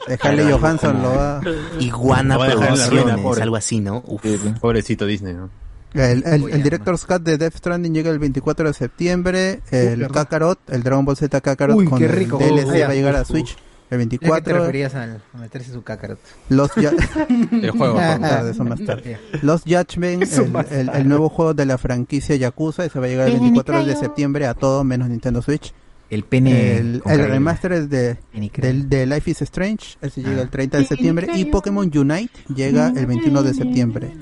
[SPEAKER 10] Dejarle Johansson lo va.
[SPEAKER 9] Iguana
[SPEAKER 5] Lo va a dejar en la
[SPEAKER 9] Producciones,
[SPEAKER 5] ruina, pobre.
[SPEAKER 9] algo así, ¿no? Uf.
[SPEAKER 5] Pobrecito Disney, ¿no?
[SPEAKER 10] El, el, el director Scott de Death Stranding llega el 24 de septiembre.
[SPEAKER 5] Uh,
[SPEAKER 10] El
[SPEAKER 4] verdad.
[SPEAKER 10] Kakarot, el Dragon Ball Z Kakarot
[SPEAKER 4] Uy,
[SPEAKER 10] con
[SPEAKER 4] qué rico.
[SPEAKER 10] el DLC
[SPEAKER 4] Oh,
[SPEAKER 10] va a llegar a
[SPEAKER 4] uf,
[SPEAKER 10] Switch el
[SPEAKER 4] Ya que te
[SPEAKER 10] 24.
[SPEAKER 4] referías al- a meterse su cacarot.
[SPEAKER 10] Los Ah, ya...
[SPEAKER 4] El juego,
[SPEAKER 10] Más
[SPEAKER 4] juego.
[SPEAKER 10] tarde, eso más tarde. Los Judgment, el, el- el nuevo juego de la franquicia Yakuza, ese va a llegar el 24 de septiembre a todo menos Nintendo Switch.
[SPEAKER 4] El pene
[SPEAKER 10] El,
[SPEAKER 4] con
[SPEAKER 10] el
[SPEAKER 4] cabello.
[SPEAKER 10] remaster es de, del- de Life is Strange, ese
[SPEAKER 4] Ah.
[SPEAKER 10] llega el 30 de septiembre. Y Pokémon Unite llega el 21 de septiembre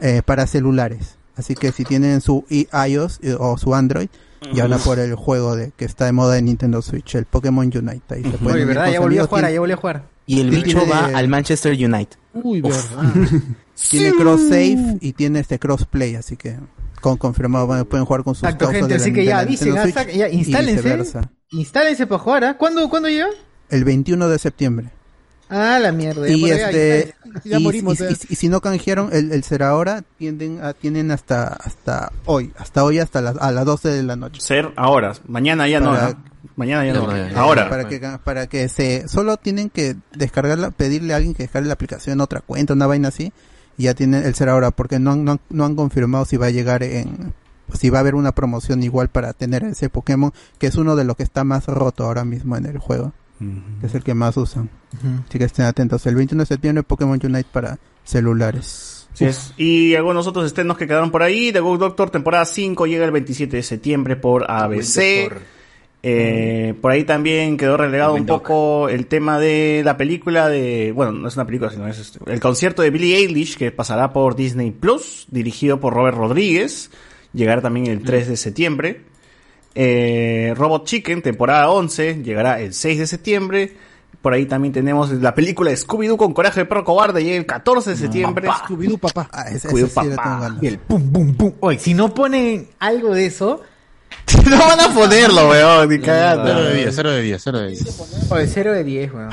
[SPEAKER 10] eh, para celulares. Así que si tienen su i- iOS eh, o su Android, ya van a por el juego de que está de moda en Nintendo Switch, el Pokémon Unite. Ahí se pueden
[SPEAKER 4] Oye,
[SPEAKER 10] unir
[SPEAKER 4] ¿verdad?
[SPEAKER 10] con
[SPEAKER 4] Ya
[SPEAKER 10] sus
[SPEAKER 4] volvió a
[SPEAKER 10] amigos.
[SPEAKER 4] jugar,
[SPEAKER 10] Tiene-
[SPEAKER 4] ya volvió a jugar.
[SPEAKER 9] Y el
[SPEAKER 10] Tiene-
[SPEAKER 9] bicho va al Manchester United.
[SPEAKER 7] Uy,
[SPEAKER 10] verdad. tiene cross save y tiene este crossplay, así que con confirmado bueno, pueden jugar con sus
[SPEAKER 4] Exacto,
[SPEAKER 10] causas
[SPEAKER 4] gente.
[SPEAKER 10] de la-
[SPEAKER 4] Así que
[SPEAKER 10] de la
[SPEAKER 4] ya avisen,
[SPEAKER 10] Nintendo
[SPEAKER 4] ah,
[SPEAKER 10] Switch
[SPEAKER 4] saquen- ya
[SPEAKER 10] y
[SPEAKER 4] instálense.
[SPEAKER 10] viceversa.
[SPEAKER 4] Instálense para jugar, ¿ah? ¿Cuándo, ¿cuándo llega?
[SPEAKER 10] El 21 de septiembre.
[SPEAKER 4] Ah, la mierda. ya
[SPEAKER 10] Y
[SPEAKER 4] por ahí,
[SPEAKER 10] este
[SPEAKER 4] ahí está. Ya
[SPEAKER 10] y-
[SPEAKER 4] morimos.
[SPEAKER 10] y-
[SPEAKER 4] ya.
[SPEAKER 10] y- y si no canjearon el, el será ahora tienden a, tienen hasta hasta hoy, hasta hoy hasta las a las 12 de la noche.
[SPEAKER 6] Ser ahora. Mañana ya no.
[SPEAKER 10] Para-
[SPEAKER 6] ¿ah? Mañana ya no.
[SPEAKER 10] Para-
[SPEAKER 6] Ahora.
[SPEAKER 10] Para que, para que se, solo tienen que descargarla, pedirle a alguien que descargue la aplicación en otra cuenta, una vaina así, y ya tienen el ser ahora, porque no han, no han, no han confirmado si va a llegar en, si va a haber una promoción igual para tener ese Pokémon, que es uno de los que está más roto ahora mismo en el juego. que Es el que más usan.
[SPEAKER 4] Ujú.
[SPEAKER 10] Así que estén atentos. El 21 de septiembre Pokémon Unite para celulares.
[SPEAKER 6] Así es. Y algunos otros estrenos que quedaron por ahí. The Good Doctor, temporada 5, llega el 27 de septiembre por ABC. Eh, por ahí también quedó relegado un poco el tema de la película de. Bueno, no es una película, sino es este, el concierto de Billie Eilish que pasará por Disney Plus, dirigido por Robert Rodríguez. Llegará también el 3 de septiembre. Eh, Robot Chicken, temporada 11, llegará el 6 de septiembre. Por ahí también tenemos la película de Scooby-Doo con coraje de perro cobarde, llega el 14 de septiembre.
[SPEAKER 7] Scooby-Doo, papá.
[SPEAKER 10] Ah,
[SPEAKER 4] ese
[SPEAKER 6] Scooby-Doo,
[SPEAKER 4] sí le tengo
[SPEAKER 6] papá.
[SPEAKER 4] ganas.
[SPEAKER 6] Y el
[SPEAKER 12] Pum, pum, pum. Oye, si no ponen algo de eso.
[SPEAKER 6] no van a ponerlo, weón, ni cagando.
[SPEAKER 5] Cero de 10, cero de 10, cero de 10.
[SPEAKER 12] Oye, 0 de 10, weón.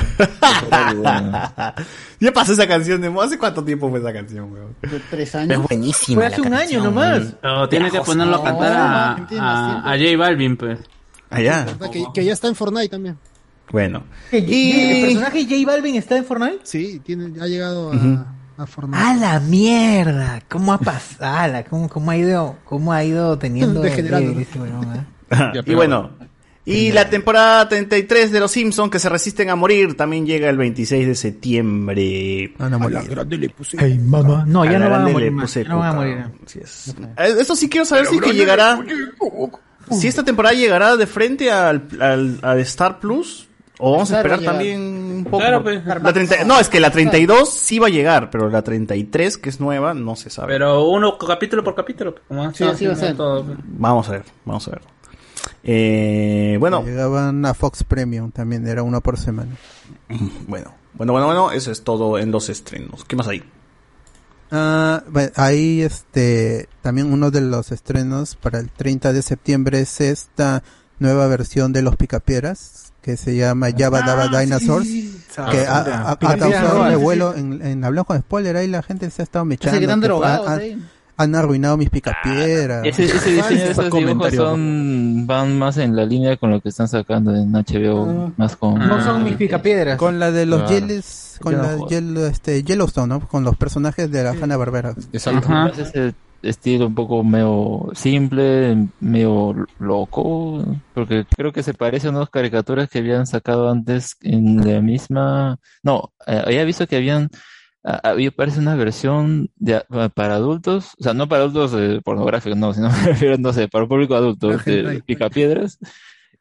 [SPEAKER 6] ya pasó esa canción de moda. ¿Hace cuánto tiempo fue esa canción, weón?
[SPEAKER 8] Tres
[SPEAKER 14] años. Es
[SPEAKER 8] buenísimo.
[SPEAKER 12] Fue hace un año nomás.
[SPEAKER 14] No, tiene que
[SPEAKER 6] Carajos,
[SPEAKER 14] ponerlo
[SPEAKER 6] no.
[SPEAKER 14] a cantar a, a, a J Balvin, pues.
[SPEAKER 6] Allá.
[SPEAKER 7] ¿Verdad? Que, que ya está en Fortnite también.
[SPEAKER 6] Bueno.
[SPEAKER 12] ¿El personaje de J Balvin está en Fortnite?
[SPEAKER 7] Sí, tiene, ha llegado a, a Fortnite.
[SPEAKER 4] A la mierda, cómo ha pasado, ala, cómo, cómo ha ido, cómo ha ido teniendo
[SPEAKER 7] Degenerando,
[SPEAKER 4] eh, ese weón, ¿eh?
[SPEAKER 6] Ajá,
[SPEAKER 4] Ya,
[SPEAKER 6] y
[SPEAKER 4] pero
[SPEAKER 6] bueno. Y la temporada 33 de Los Simpsons que se resisten a morir también llega el 26 de septiembre.
[SPEAKER 4] Ah, morir.
[SPEAKER 6] A la grande le puse.
[SPEAKER 4] Hey, mamá. No, ya
[SPEAKER 6] A la
[SPEAKER 4] no van a
[SPEAKER 6] grande
[SPEAKER 4] morir
[SPEAKER 6] le
[SPEAKER 4] más,
[SPEAKER 6] puse
[SPEAKER 4] ya no van a
[SPEAKER 6] coca.
[SPEAKER 4] morir.
[SPEAKER 6] Así es. Eh, Eso sí quiero saber
[SPEAKER 4] A la
[SPEAKER 6] si es que
[SPEAKER 4] grande
[SPEAKER 6] llegará. Si esta temporada llegará de frente al, al, al Star Plus o vamos a
[SPEAKER 14] Claro,
[SPEAKER 6] esperar
[SPEAKER 14] llegar.
[SPEAKER 6] también un poco.
[SPEAKER 14] Claro, pues.
[SPEAKER 6] La 30 no, es que la 32 sí va a llegar, pero la 33 que es nueva no se sabe.
[SPEAKER 14] Pero uno capítulo por capítulo. pues, Como han
[SPEAKER 8] Sí,
[SPEAKER 14] estado
[SPEAKER 8] así va a ser.
[SPEAKER 14] haciendo todo, pues.
[SPEAKER 6] Vamos a ver, vamos a ver. Eh, bueno.
[SPEAKER 10] Llegaban a Fox Premium también, era uno por semana.
[SPEAKER 6] Bueno, bueno, bueno, bueno, eso es todo en los estrenos. ¿Qué más hay?
[SPEAKER 10] Ah, bueno, ahí este también uno de los estrenos para el 30 de septiembre es esta nueva versión de Los Picapieras que se llama Java Dava Dinosaurs que ha, ha- ha
[SPEAKER 7] Picapieras,
[SPEAKER 10] causado
[SPEAKER 7] sí, sí,
[SPEAKER 10] un
[SPEAKER 7] sí.
[SPEAKER 10] revuelo en, en hablamos con spoiler ahí la gente se ha estado mechando
[SPEAKER 8] que están
[SPEAKER 10] que
[SPEAKER 8] drogados,
[SPEAKER 10] han-
[SPEAKER 8] sí.
[SPEAKER 10] han arruinado mis picapieras
[SPEAKER 16] Ah, Ese, ese diseño de esos dibujos
[SPEAKER 10] Comentario.
[SPEAKER 16] son, Mm. van más en la línea con lo que están sacando en HBO, más con...
[SPEAKER 10] Ah. No son mis
[SPEAKER 12] picapiedras.
[SPEAKER 10] Con la de los
[SPEAKER 16] Claro.
[SPEAKER 10] Yeles, con
[SPEAKER 16] Ya,
[SPEAKER 10] la
[SPEAKER 16] joder.
[SPEAKER 10] Yel- este, Yellowstone, ¿no? Con los personajes de la Hanna Barbera.
[SPEAKER 16] Exacto. Es ese estilo un poco medio simple, medio loco, porque creo que se parece a unas caricaturas que habían sacado antes en la misma... No, eh, había visto que habían... ah, Había, parece una versión de, a- para adultos, o sea, no para adultos eh, pornográficos, no, sino me refiero, no sé, para público adulto, de picapiedras,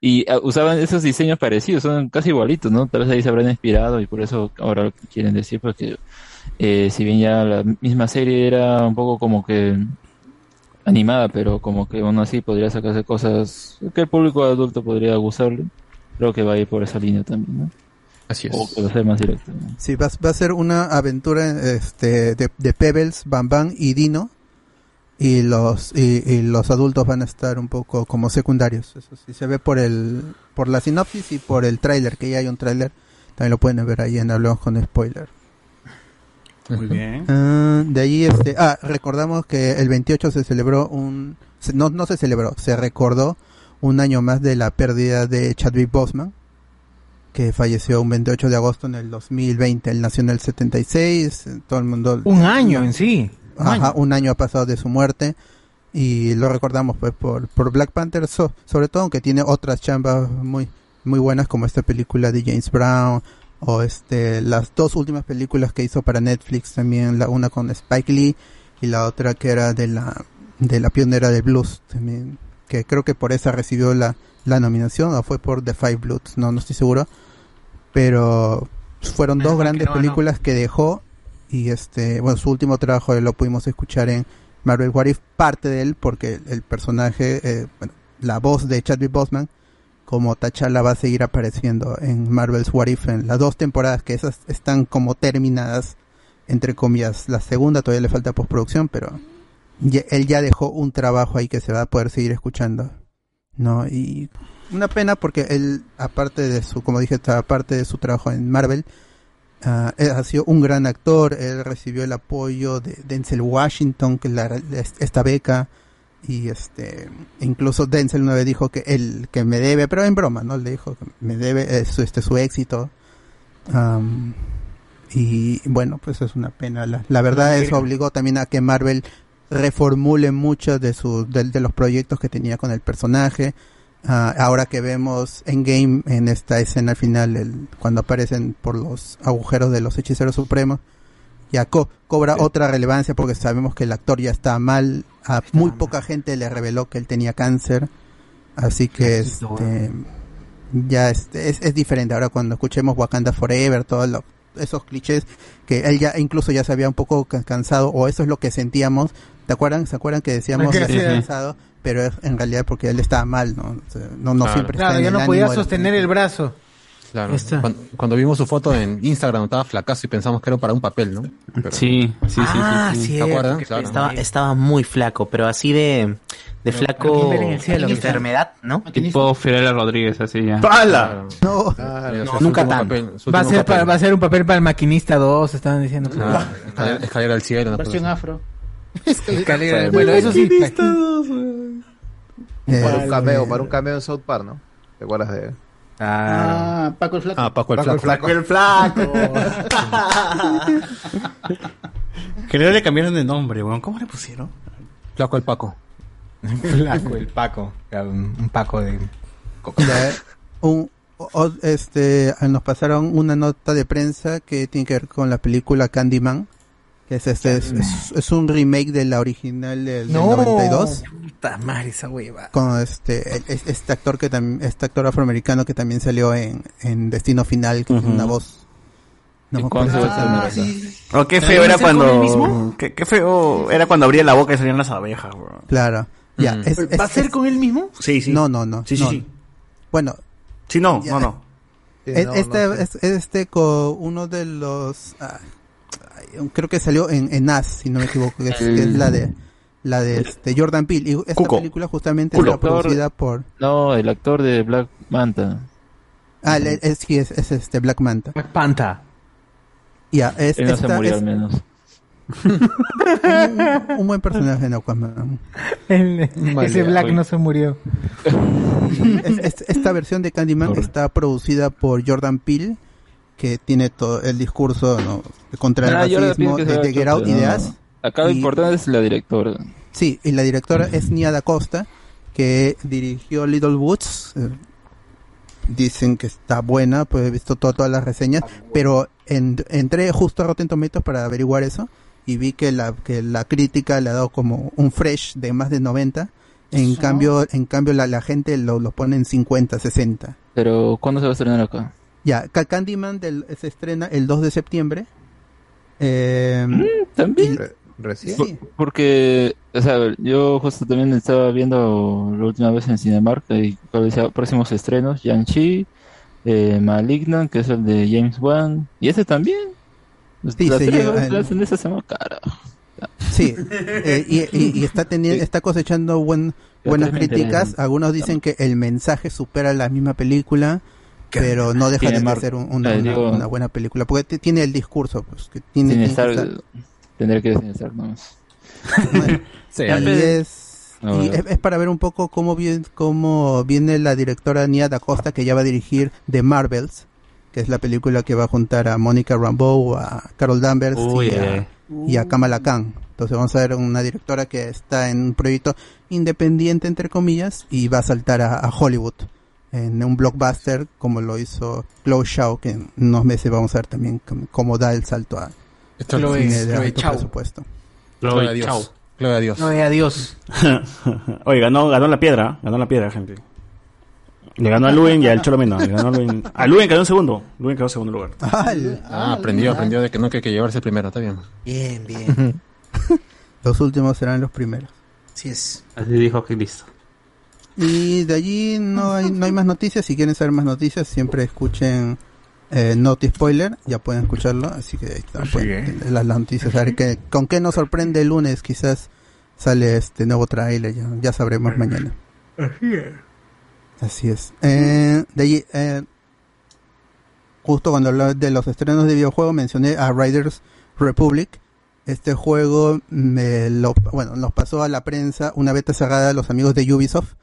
[SPEAKER 16] y ah, usaban esos diseños parecidos, son casi igualitos, ¿no? Tal vez ahí se habrán inspirado y por eso ahora quieren decir, porque eh, si bien ya la misma serie era un poco como que animada, pero como que aún así podría sacarse cosas que el público adulto podría gustarle, creo que va a ir por esa línea también, ¿no?
[SPEAKER 5] Así
[SPEAKER 10] es.
[SPEAKER 16] O que va a ser más directo.
[SPEAKER 10] Sí, va, va a ser una aventura este, de, de Pebbles, Bam Bam y Dino. Y los, y, y los adultos van a estar un poco como secundarios. Eso sí se ve por el por la sinopsis y por el tráiler, que ya hay un tráiler. También lo pueden ver ahí en Hablamos con Spoiler.
[SPEAKER 6] Muy bien.
[SPEAKER 10] Ah, de ahí, este, ah, recordamos que el 28 se celebró un, se- no, no se celebró, se recordó un año más de la pérdida de Chadwick Boseman, que falleció un 28 de agosto en el 2020. Él nació en el 76, eh, todo el mundo.
[SPEAKER 4] Un año en sí. un
[SPEAKER 10] Ajá,
[SPEAKER 4] año.
[SPEAKER 10] un año ha pasado de su muerte y lo recordamos pues por, por Black Panther, so- sobre todo aunque tiene otras chambas muy muy buenas como esta película de James Brown o este las dos últimas películas que hizo para Netflix también, la una con Spike Lee y la otra que era de la de la pionera del blues también, que creo que por esa recibió la la nominación o fue por The Five Bloods, no no estoy seguro, pero fueron dos grandes
[SPEAKER 4] no ganó.
[SPEAKER 10] películas que dejó y este bueno su último trabajo eh, lo pudimos escuchar en Marvel What If parte de él porque el, el personaje eh, bueno, la voz de Chadwick Boseman como T'Challa va a seguir apareciendo en Marvel's What If en las dos temporadas que esas están como terminadas entre comillas la segunda todavía le falta postproducción pero ya- él ya dejó un trabajo ahí que se va a poder seguir escuchando no y una pena porque él aparte de su como dije aparte de su trabajo en Marvel Ah, él ha sido un gran actor, él recibió el apoyo de Denzel Washington, que la- la- esta beca, y este, incluso Denzel una vez dijo que él, que me debe, pero en broma, ¿no? Le dijo que me debe eh, su, este, su éxito. Am, y bueno, pues es una pena. La, la verdad, eso obligó también a que Marvel reformule muchos de, sus de, de los proyectos que tenía con el personaje. Ah, ahora que vemos en game en esta escena al final, el- cuando aparecen por los agujeros de los hechiceros supremos, ya co- cobra otra relevancia porque sabemos que el actor ya está mal. A muy poca gente le reveló que él tenía cáncer. Así que este, ya este, es, es diferente. Ahora cuando escuchemos Wakanda Forever, todos los- esos clichés que él ya incluso ya se había un poco ca- cansado o eso es lo que sentíamos. ¿Te acuerdan? ¿Se acuerdan que decíamos
[SPEAKER 4] Sí,
[SPEAKER 10] que
[SPEAKER 4] sí.
[SPEAKER 10] está cansado? Pero es- en realidad porque él estaba mal, ¿no? O sea, no, no siempre está
[SPEAKER 4] Claro,
[SPEAKER 10] en
[SPEAKER 4] yo
[SPEAKER 10] el
[SPEAKER 4] no podía
[SPEAKER 10] ánimo de-
[SPEAKER 4] sostener el brazo.
[SPEAKER 5] Claro.
[SPEAKER 4] Ahí está.
[SPEAKER 5] Cuando, cuando vimos su foto en Instagram estaba flacazo y pensamos que era para un papel, ¿no?
[SPEAKER 14] Sí,
[SPEAKER 5] sí,
[SPEAKER 9] Ah,
[SPEAKER 5] ¿Te
[SPEAKER 9] cierto,
[SPEAKER 5] acuerdas?
[SPEAKER 9] que
[SPEAKER 5] Claro.
[SPEAKER 9] Estaba, estaba muy flaco, pero así de, de flaco
[SPEAKER 14] ver en el cielo,
[SPEAKER 9] enfermedad, ¿no?
[SPEAKER 14] Tipo Fiorella Rodríguez, así ya.
[SPEAKER 9] ¡Pala!
[SPEAKER 10] No,
[SPEAKER 5] Su
[SPEAKER 14] nunca
[SPEAKER 5] último
[SPEAKER 14] tan.
[SPEAKER 5] papel, su
[SPEAKER 4] Va a,
[SPEAKER 5] último
[SPEAKER 4] ser para-
[SPEAKER 5] papel.
[SPEAKER 4] va a ser un papel Ah. para el maquinista 2, estaban diciendo.
[SPEAKER 5] Claro, escalera, escalera al cielo. Pues. una cosa
[SPEAKER 13] Versión afro.
[SPEAKER 4] Ah, Escalera, bueno, eso sí.
[SPEAKER 18] Para un
[SPEAKER 13] Eh,
[SPEAKER 18] cameo, para un cameo en South Park, ¿no? ¿Te acuerdas de él?
[SPEAKER 13] Ah, Paco el Flaco.
[SPEAKER 18] Ah, Paco el Flaco.
[SPEAKER 13] Paco el Flaco.
[SPEAKER 15] Que luego le cambiaron de nombre, weón. ¿Cómo le pusieron?
[SPEAKER 5] Flaco el Paco.
[SPEAKER 4] Flaco el Paco. Un Paco de.
[SPEAKER 10] Ya, un- o- o- este, nos pasaron una nota de prensa que tiene que ver con la película Candyman, que es, este, es, es- es un remake de la original del, del
[SPEAKER 4] No.
[SPEAKER 10] 92,
[SPEAKER 4] Puta madre, esa hueva.
[SPEAKER 10] con este, el- es- este actor que también, este actor afroamericano que también salió en, en Destino Final, que tiene una voz. No me acuerdo
[SPEAKER 15] cuál
[SPEAKER 10] cuál es el nombre.
[SPEAKER 15] Oh, qué feo era cuando. Qué, qué feo era cuando abría la boca y salían las abejas, weón.
[SPEAKER 10] Claro. Ya,
[SPEAKER 4] Mm.
[SPEAKER 15] Ujú.
[SPEAKER 10] es- es-
[SPEAKER 15] ¿Va a ser
[SPEAKER 10] es-
[SPEAKER 15] con él mismo? Sí, sí.
[SPEAKER 10] No, no, no.
[SPEAKER 15] Sí, sí,
[SPEAKER 10] no.
[SPEAKER 15] sí.
[SPEAKER 10] Bueno.
[SPEAKER 15] Sí, no,
[SPEAKER 10] ya,
[SPEAKER 15] no, no.
[SPEAKER 10] eh,
[SPEAKER 15] Sí, no,
[SPEAKER 10] este,
[SPEAKER 15] no sé.
[SPEAKER 10] es- este co- uno de los ah, ay, creo que salió en, en Nas, si no me equivoco, que es, que es
[SPEAKER 15] Mm.
[SPEAKER 10] la de la de este, Jordan Peele. Y esta
[SPEAKER 16] Cuco.
[SPEAKER 10] película justamente
[SPEAKER 16] Culo.
[SPEAKER 10] está producida por
[SPEAKER 16] No, el actor de Black Manta.
[SPEAKER 10] ah, le- es, sí, es, es este Black Manta. Black
[SPEAKER 4] Panta.
[SPEAKER 10] Ya, es,
[SPEAKER 16] Él no se
[SPEAKER 10] esta-
[SPEAKER 16] murió
[SPEAKER 10] es
[SPEAKER 16] al menos.
[SPEAKER 10] un, un buen personaje en Aquaman.
[SPEAKER 4] Ese Black no se murió.
[SPEAKER 10] Es- es- esta versión de Candyman está producida por Jordan Peele, que tiene todo el discurso ¿no? contra
[SPEAKER 16] Ah,
[SPEAKER 10] el
[SPEAKER 16] yo ahora pienso
[SPEAKER 10] racismo
[SPEAKER 16] que
[SPEAKER 10] de,
[SPEAKER 16] se va
[SPEAKER 10] de
[SPEAKER 16] a
[SPEAKER 10] Get Out
[SPEAKER 16] chupar,
[SPEAKER 10] y de
[SPEAKER 16] no,
[SPEAKER 10] Us.
[SPEAKER 16] no. Acá lo
[SPEAKER 10] Y-
[SPEAKER 16] importante es la directora.
[SPEAKER 10] Sí, y la directora es Nia Da Costa, que dirigió Little Woods. eh, Dicen que está buena, pues he visto to- todas las reseñas, pero en- entré justo a Rotten Tomatoes para averiguar eso y vi que la, que la crítica le ha dado como un fresh de más de 90. En
[SPEAKER 16] Eso.
[SPEAKER 10] cambio, en cambio la, la gente lo, lo pone en 50, 60.
[SPEAKER 16] Pero, ¿cuándo se va a estrenar acá?
[SPEAKER 10] Ya, Ca- Candyman del- se estrena el 2 de septiembre. Eh,
[SPEAKER 16] También.
[SPEAKER 18] Recién.
[SPEAKER 16] Por- porque, o sea, yo justo también estaba viendo la última vez en Cinemark y cuál decía próximos estrenos, Shang-Chi, eh, Malignant, que es el de James Wan, y ese también.
[SPEAKER 10] Sí,
[SPEAKER 16] Las
[SPEAKER 10] se
[SPEAKER 16] tres
[SPEAKER 10] lleva
[SPEAKER 16] cosas
[SPEAKER 10] el-
[SPEAKER 16] las hacen esa semana, carajo.
[SPEAKER 10] Sí, eh, y, y- y está teniendo, está cosechando buen- buenas
[SPEAKER 16] Totalmente.
[SPEAKER 10] críticas. Algunos dicen que el mensaje supera la misma película, pero no deja
[SPEAKER 16] Tiene
[SPEAKER 10] de
[SPEAKER 16] mar-
[SPEAKER 10] ser un- una,
[SPEAKER 16] eh,
[SPEAKER 10] una-
[SPEAKER 16] digo-
[SPEAKER 10] una buena película, porque te- tiene el discurso, pues, que tiene,
[SPEAKER 16] Sin
[SPEAKER 10] tiene
[SPEAKER 16] estar,
[SPEAKER 10] que estar-
[SPEAKER 16] tendría que estar nomás.
[SPEAKER 10] Sí,
[SPEAKER 16] Ya,
[SPEAKER 10] y
[SPEAKER 16] pe-
[SPEAKER 10] es,
[SPEAKER 16] Ah,
[SPEAKER 10] y
[SPEAKER 16] bueno.
[SPEAKER 10] es- es para ver un poco cómo, bien, cómo viene la directora Nia Da Costa, que ya va a dirigir The Marvels, que es la película que va a juntar a Mónica Rambeau, a Carol Danvers
[SPEAKER 14] Uy,
[SPEAKER 10] y,
[SPEAKER 14] eh.
[SPEAKER 10] a, y a Kamala Khan. Entonces vamos a ver una directora que está en un proyecto independiente, entre comillas, y va a saltar a, a Hollywood en un blockbuster como lo hizo Chloe Shaw, que en unos meses vamos a ver también cómo- cómo da el salto a
[SPEAKER 5] Esto
[SPEAKER 10] al
[SPEAKER 5] lo
[SPEAKER 10] cine
[SPEAKER 5] es,
[SPEAKER 10] de
[SPEAKER 5] lo
[SPEAKER 10] alto
[SPEAKER 5] es, chao.
[SPEAKER 10] presupuesto.
[SPEAKER 5] Gloria a Dios.
[SPEAKER 15] Chao.
[SPEAKER 5] Gloria a Dios.
[SPEAKER 4] Gloria a Dios.
[SPEAKER 15] Oye, ganó, ganó la piedra, ganó la piedra, gente. Le ganó a Luen y al Cholo Mena. Le ganó a Luen. A Luen quedó en segundo. Luen quedó en segundo lugar.
[SPEAKER 5] Ah, aprendió, aprendió de que no que hay que llevarse el primero, está bien.
[SPEAKER 10] Bien, bien. los últimos serán los primeros. Así es.
[SPEAKER 14] Así dijo que listo.
[SPEAKER 10] Y de allí no hay, no hay más noticias. Si quieren saber más noticias, siempre escuchen eh, Noti Spoiler. Ya pueden escucharlo. Así que ahí está, pueden tener las, las noticias. A ver qué- con qué nos sorprende el lunes. Quizás sale este nuevo tráiler. Ya, ya sabremos mañana.
[SPEAKER 13] Así es.
[SPEAKER 10] Así es. Eh, de allí, eh, justo cuando hablaba de los estrenos de videojuegos, mencioné a Riders Republic. Este juego me lo, bueno, nos pasó a la prensa una beta cerrada a los amigos de Ubisoft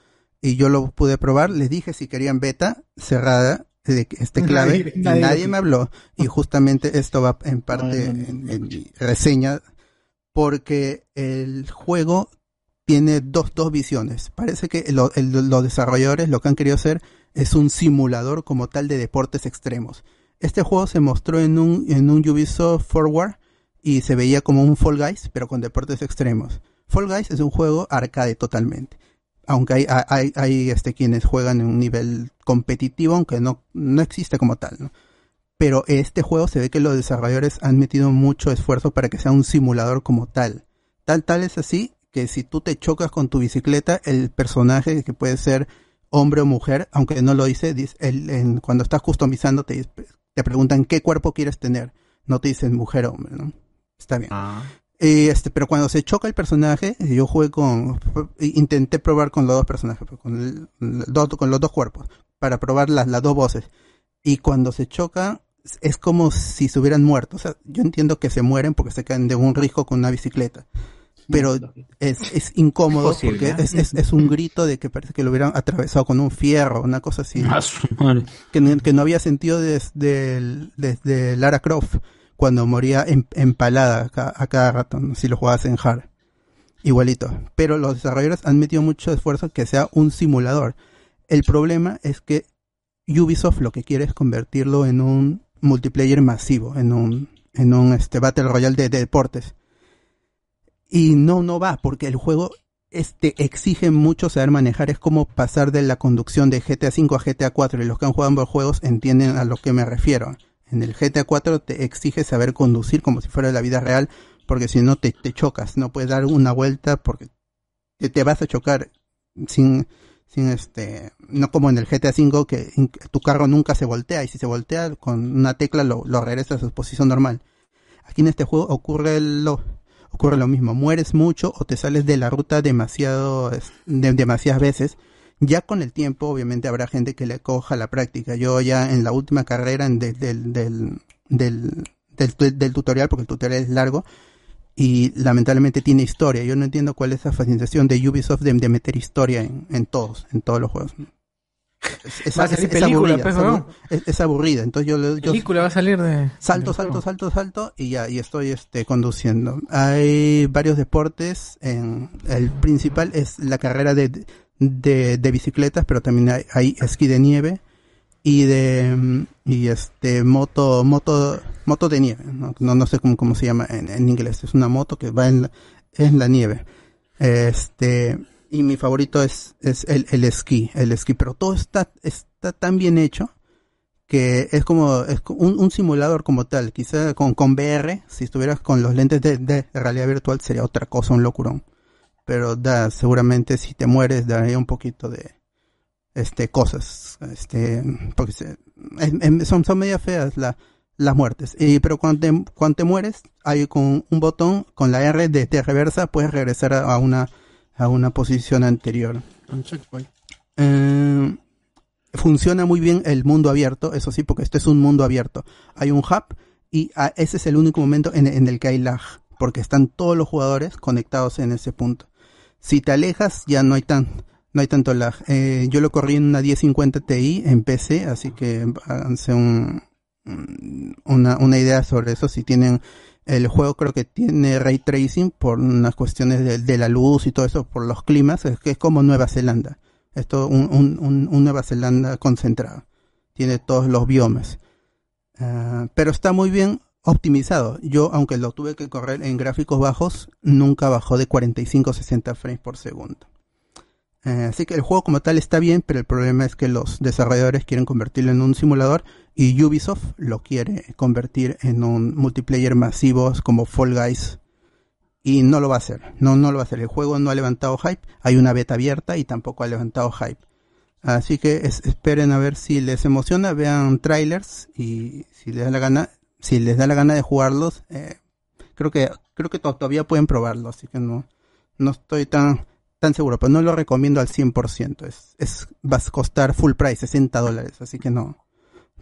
[SPEAKER 10] y yo lo pude probar. Les dije si querían beta cerrada de este clave.
[SPEAKER 4] Nadie-
[SPEAKER 10] y
[SPEAKER 4] nadie
[SPEAKER 10] nadie,
[SPEAKER 4] lo
[SPEAKER 10] me habló. Y justamente esto va en parte en- en mi reseña porque el juego tiene dos, dos visiones. Parece que lo- el- los desarrolladores lo que han querido hacer es un simulador como tal de deportes extremos. Este juego se mostró en un, en un Ubisoft Forward y se veía como un Fall Guys, pero con deportes extremos. Fall Guys es un juego arcade totalmente. Aunque hay, hay, hay este, quienes juegan en un nivel competitivo, aunque no, no existe como tal, ¿no? Pero este juego se ve que los desarrolladores han metido mucho esfuerzo para que sea un simulador como tal. Tal, tal es así que si tú te chocas con tu bicicleta, el personaje que puede ser hombre o mujer, aunque no lo dice, dice- el- en- cuando estás customizando te, te preguntan qué cuerpo quieres tener. No te dicen mujer o hombre, ¿no? Está bien. Eh, este, pero cuando se choca el personaje, yo jugué con, intenté probar con los dos personajes, con, el- dos- con los dos cuerpos, para probar las, las dos voces. Y cuando se choca, es como si se hubieran muerto. O sea, yo entiendo que se mueren porque se caen de un risco con una bicicleta. Pero es, es incómodo
[SPEAKER 14] Posible,
[SPEAKER 10] porque
[SPEAKER 14] ¿eh?
[SPEAKER 10] es, es- es un grito de que parece que lo hubieran atravesado con un fierro, una cosa así.
[SPEAKER 14] A su madre.
[SPEAKER 10] Que, no- que no había sentido desde, el- desde Lara Croft, cuando moría em- empalada a, ca- a cada rato, ¿no? si lo jugabas en hard. Igualito. Pero los desarrolladores han metido mucho esfuerzo que sea un simulador. El problema es que Ubisoft lo que quiere es convertirlo en un multiplayer masivo, en un, en un este, Battle Royale de- de deportes y no, no va, porque el juego este, exige mucho saber manejar. Es como pasar de la conducción de GTA V a GTA 4. Y los que han jugado ambos juegos entienden a lo que me refiero. En el GTA 4 te exige saber conducir como si fuera la vida real, porque si no te, te chocas. No puedes dar una vuelta porque te, te vas a chocar sin, sin este, no como en el GTA V que in- tu carro nunca se voltea y si se voltea con una tecla lo, lo regresa a su posición normal. Aquí en este juego ocurre lo, ocurre lo mismo, mueres mucho o te sales de la ruta demasiado, es- de- demasiadas veces. Ya con el tiempo, obviamente, habrá gente que le coja la práctica. Yo ya en la última carrera en de- del, del, del, del tu- del tutorial, porque el tutorial es largo, y lamentablemente tiene historia. Yo no entiendo cuál es la fascinación de Ubisoft de, de meter historia en, en todos, en todos los juegos. Es, es-
[SPEAKER 4] Va a salir
[SPEAKER 10] es
[SPEAKER 4] película,
[SPEAKER 10] aburrida,
[SPEAKER 4] pues,
[SPEAKER 10] es aburrida,
[SPEAKER 4] weón.
[SPEAKER 10] es- es aburrida. Entonces yo, le- yo
[SPEAKER 4] Película va a salir de...
[SPEAKER 10] Salto, salto, salto, salto y ya, y estoy este, conduciendo. Hay varios deportes, en, el principal es la carrera de, de, de bicicletas, pero también hay, hay esquí de nieve y de mm, y este moto moto moto de nieve, no, no, no sé cómo, cómo se llama en, en inglés, es una moto que va en la, en la nieve. Este, y mi favorito es, es el, el esquí, el esquí, pero todo está, está tan bien hecho que es como es co- un, un simulador como tal, quizá con, con VR, si estuvieras con los lentes de, de realidad virtual sería otra cosa, un locurón. Pero da, seguramente si te mueres daría un poquito de este cosas, este porque se- es- es- son, son media feas la- las muertes. Y, pero cuando te, cuando te mueres hay con un botón con la R de, de reversa puedes regresar a, a una a una posición anterior.
[SPEAKER 7] Un checkpoint.
[SPEAKER 10] Eh, funciona muy bien el mundo abierto, eso sí, porque esto es un mundo abierto. Hay un hub y ah, ese es el único momento en, en el que hay lag, porque están todos los jugadores conectados en ese punto. Si te alejas, ya no hay tan, no hay tanto lag. Eh, yo lo corrí en una 1050 Ti en PC, así que háganse un, una, una idea sobre eso. Si tienen el juego, creo que tiene ray tracing por unas cuestiones de, de la luz y todo eso, por los climas, es que es como Nueva Zelanda. Esto, un, un- un- un Nueva Zelanda concentrado. Tiene todos los biomas. Ah, pero está muy bien optimizado. Yo, aunque lo tuve que correr en gráficos bajos, nunca bajó de 45 a 60 frames por segundo. Eh, así que el juego como tal está bien, pero el problema es que los desarrolladores quieren convertirlo en un simulador y Ubisoft lo quiere convertir en un multiplayer masivo como Fall Guys y no lo va a hacer. No, no lo va a hacer. El juego no ha levantado hype. Hay una beta abierta y tampoco ha levantado hype. Así que es- esperen a ver si les emociona, vean trailers y si les da la gana, si les da la gana de jugarlos, eh, creo que creo que to- todavía pueden probarlo, así que no no estoy tan tan seguro, pero no lo recomiendo al 100%, es es va a costar full price 60 dólares, así que no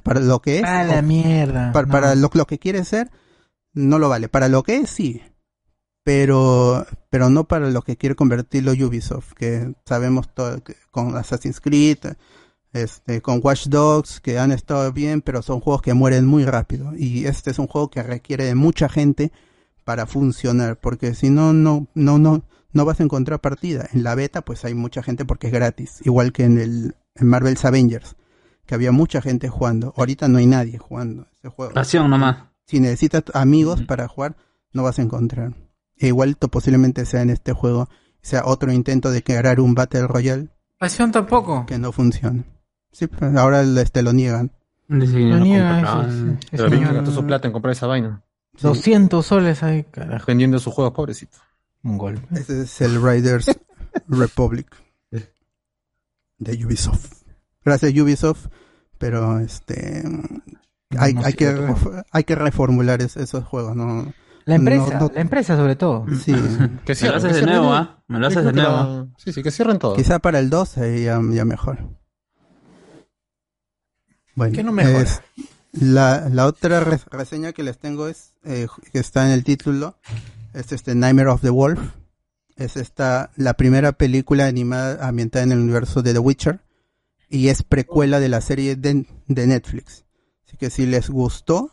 [SPEAKER 10] para lo que es
[SPEAKER 4] A la
[SPEAKER 10] o-
[SPEAKER 4] mierda,
[SPEAKER 10] para,
[SPEAKER 4] no.
[SPEAKER 10] para lo, lo que quiere ser no lo vale, para lo que es sí, pero pero no para lo que quiere convertirlo Ubisoft, que sabemos todo que- con Assassin's Creed, este con Watch Dogs que han estado bien, pero son juegos que mueren muy rápido y este es un juego que requiere de mucha gente para funcionar, porque si no no no no no vas a encontrar partida. En la beta pues hay mucha gente porque es gratis, igual que en el en Marvel's Avengers, que había mucha gente jugando. Ahorita no hay nadie jugando ese juego.
[SPEAKER 14] Pasión nomás.
[SPEAKER 10] Si necesitas amigos para jugar, no vas a encontrar. E igual to- posiblemente sea en este juego, sea otro intento de crear un Battle Royale
[SPEAKER 4] Pasión tampoco.
[SPEAKER 10] que no funciona. Sí, pues ahora este, lo niegan.
[SPEAKER 14] Lo
[SPEAKER 4] no niega, compran. sí, sí, sí.
[SPEAKER 5] Pero Ricky gastó su plata en comprar esa vaina.
[SPEAKER 4] 200 soles ahí, carajo.
[SPEAKER 5] Vendiendo sus juegos, pobrecito.
[SPEAKER 4] Un golpe.
[SPEAKER 10] Ese es el Riders Republic de Ubisoft. Gracias Ubisoft, pero este hay,
[SPEAKER 4] No
[SPEAKER 10] hay
[SPEAKER 4] sé,
[SPEAKER 10] que
[SPEAKER 4] otro.
[SPEAKER 10] ref- hay que reformular es- esos juegos, no
[SPEAKER 4] La empresa,
[SPEAKER 10] no- no-
[SPEAKER 4] la empresa sobre todo.
[SPEAKER 10] Sí.
[SPEAKER 5] Que cierren, que cierren. Yo creo que la- Sí, sí, que cierren todo.
[SPEAKER 10] Quizá para el 12 ya, ya mejor. Bueno,
[SPEAKER 4] ¿Qué no mejora?
[SPEAKER 10] es- la, la otra re- reseña que les tengo es, eh, que está en el título, es este Nightmare of the Wolf. Es esta, la primera película animada ambientada en el universo de The Witcher y es precuela de la serie de, de Netflix. Así que si les gustó,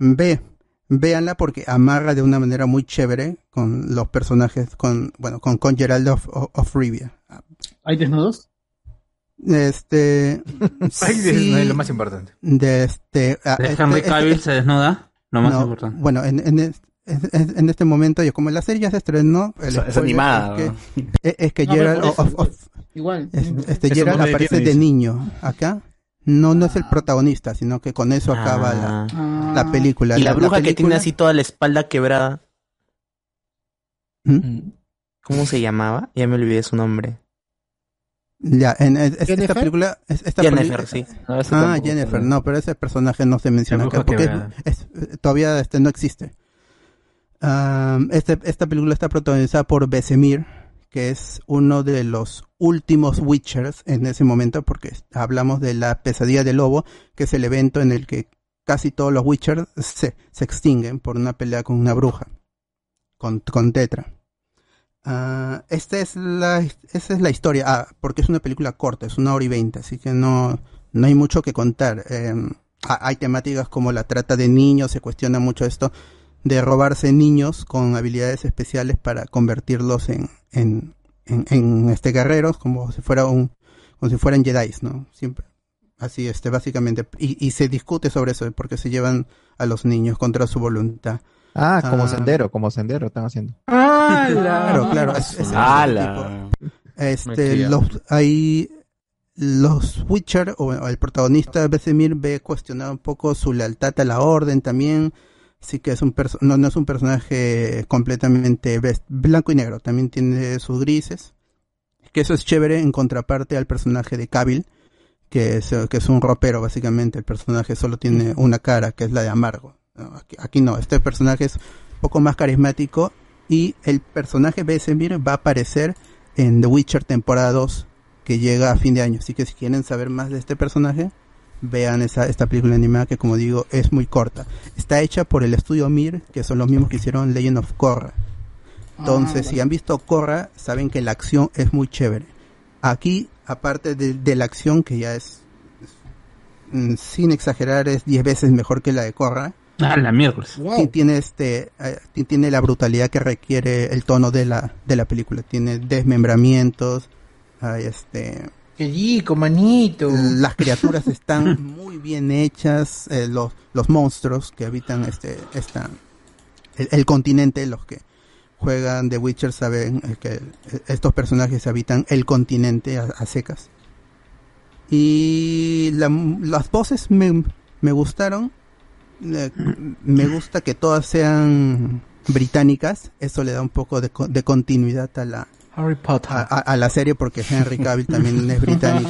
[SPEAKER 10] ve, véanla porque amarra de una manera muy chévere con los personajes, con, bueno, con, con Geraldo of, of Rivia.
[SPEAKER 13] ¿Hay desnudos?
[SPEAKER 10] Este.
[SPEAKER 13] Ay,
[SPEAKER 10] sí,
[SPEAKER 13] desnudo es
[SPEAKER 14] lo más importante.
[SPEAKER 10] De este. ah,
[SPEAKER 14] De
[SPEAKER 10] este-
[SPEAKER 14] Henry
[SPEAKER 10] este-
[SPEAKER 14] Cavill se
[SPEAKER 9] Ah,
[SPEAKER 14] desnuda, lo más
[SPEAKER 10] No,
[SPEAKER 14] importante.
[SPEAKER 10] Bueno, en, en, es- es- es- en este momento, yo como la serie ya se estrenó. el
[SPEAKER 14] Es- es
[SPEAKER 10] spoiler
[SPEAKER 14] animada,
[SPEAKER 10] Es
[SPEAKER 14] ¿no?
[SPEAKER 10] que, es, es que
[SPEAKER 14] No, pero
[SPEAKER 10] Gerald
[SPEAKER 14] por eso,
[SPEAKER 10] of- of-
[SPEAKER 13] Igual.
[SPEAKER 10] es- este
[SPEAKER 14] Eso
[SPEAKER 10] Gerald
[SPEAKER 14] no me
[SPEAKER 10] aparece de
[SPEAKER 14] detiene, dice.
[SPEAKER 10] niño. Acá no no es
[SPEAKER 14] Ah.
[SPEAKER 10] el protagonista, sino que con eso acaba la- la, película.
[SPEAKER 9] Ah. Y la bruja que tiene
[SPEAKER 10] película-
[SPEAKER 9] así toda la espalda quebrada.
[SPEAKER 10] ¿Mm?
[SPEAKER 9] ¿Cómo se llamaba? Ya me olvidé su nombre.
[SPEAKER 10] Ya, en, en- es- esta
[SPEAKER 9] ¿Jennifer?
[SPEAKER 10] película. es- esta
[SPEAKER 9] Jennifer,
[SPEAKER 10] peli-
[SPEAKER 9] sí. No,
[SPEAKER 10] Ah,
[SPEAKER 9] esa tampoco,
[SPEAKER 10] Jennifer,
[SPEAKER 9] pero-
[SPEAKER 10] no, pero ese personaje no se menciona
[SPEAKER 9] La bruja
[SPEAKER 10] acá porque es-
[SPEAKER 9] quebrada.
[SPEAKER 10] es- eh, todavía este, no existe. Am, este- esta película está protagonizada por Besemir, que es uno de los últimos Witchers en ese momento, porque hablamos de la pesadilla del lobo, que es el evento en el que casi todos los Witchers se, se extinguen por una pelea con una bruja, con, con Tetra. Ah, esta es la, esa es la historia. Ah, porque es una película corta, es una hora y veinte, así que no, no hay mucho que contar. Eh, ha- hay temáticas como la trata de niños, se cuestiona mucho esto de robarse niños con habilidades especiales para convertirlos en, en, en, en, este guerreros, como si fuera un, como si fueran Jedi, ¿no? Siempre. Así, este, básicamente. Y, y se discute sobre eso, porque se llevan a los niños contra su voluntad.
[SPEAKER 18] Ah, como
[SPEAKER 10] Ah.
[SPEAKER 18] sendero, como sendero están haciendo.
[SPEAKER 10] Claro, claro. es- es- es ese
[SPEAKER 18] ¡Hala!
[SPEAKER 10] tipo.
[SPEAKER 18] Me
[SPEAKER 10] Este,
[SPEAKER 18] criaron.
[SPEAKER 10] los, ahí, los Witcher, o, o el protagonista Besemir, ve cuestionado un poco su lealtad a la orden también. Así que es un perso- no, no es un personaje completamente bes- blanco y negro, también tiene sus grises. Que eso es chévere en contraparte al personaje de Cavill, que es, que es un ropero básicamente. El personaje solo tiene una cara, que es la de amargo. No, Aquí, aquí no, este personaje es un poco más carismático y el personaje Besemir va a aparecer en The Witcher temporada 2 que llega a fin de año. Así que si quieren saber más de este personaje, vean esa, esta película animada que como digo es muy corta. Está hecha por el estudio Mir, que son los mismos que hicieron Legend of Korra. Entonces, si han visto Korra, saben que la acción es muy chévere. Aquí, aparte de, de la acción, que ya es, mm, sin exagerar, es 10 veces mejor que la de Korra.
[SPEAKER 14] Ah, la miércoles.
[SPEAKER 10] Sí, Tiene este, eh, ti- tiene la brutalidad que requiere el tono de la, de la película. Tiene desmembramientos, hay este. manito. Las criaturas están muy bien hechas, eh, los, los monstruos que habitan este, esta, el, el continente, los que juegan The Witcher saben eh, que eh, estos personajes habitan el continente a- a secas. Y la- las voces me, me gustaron. Eh, Me gusta que todas sean británicas. Eso le da un poco de, co- de continuidad a la, A, a- a la serie porque Henry Cavill también es británico.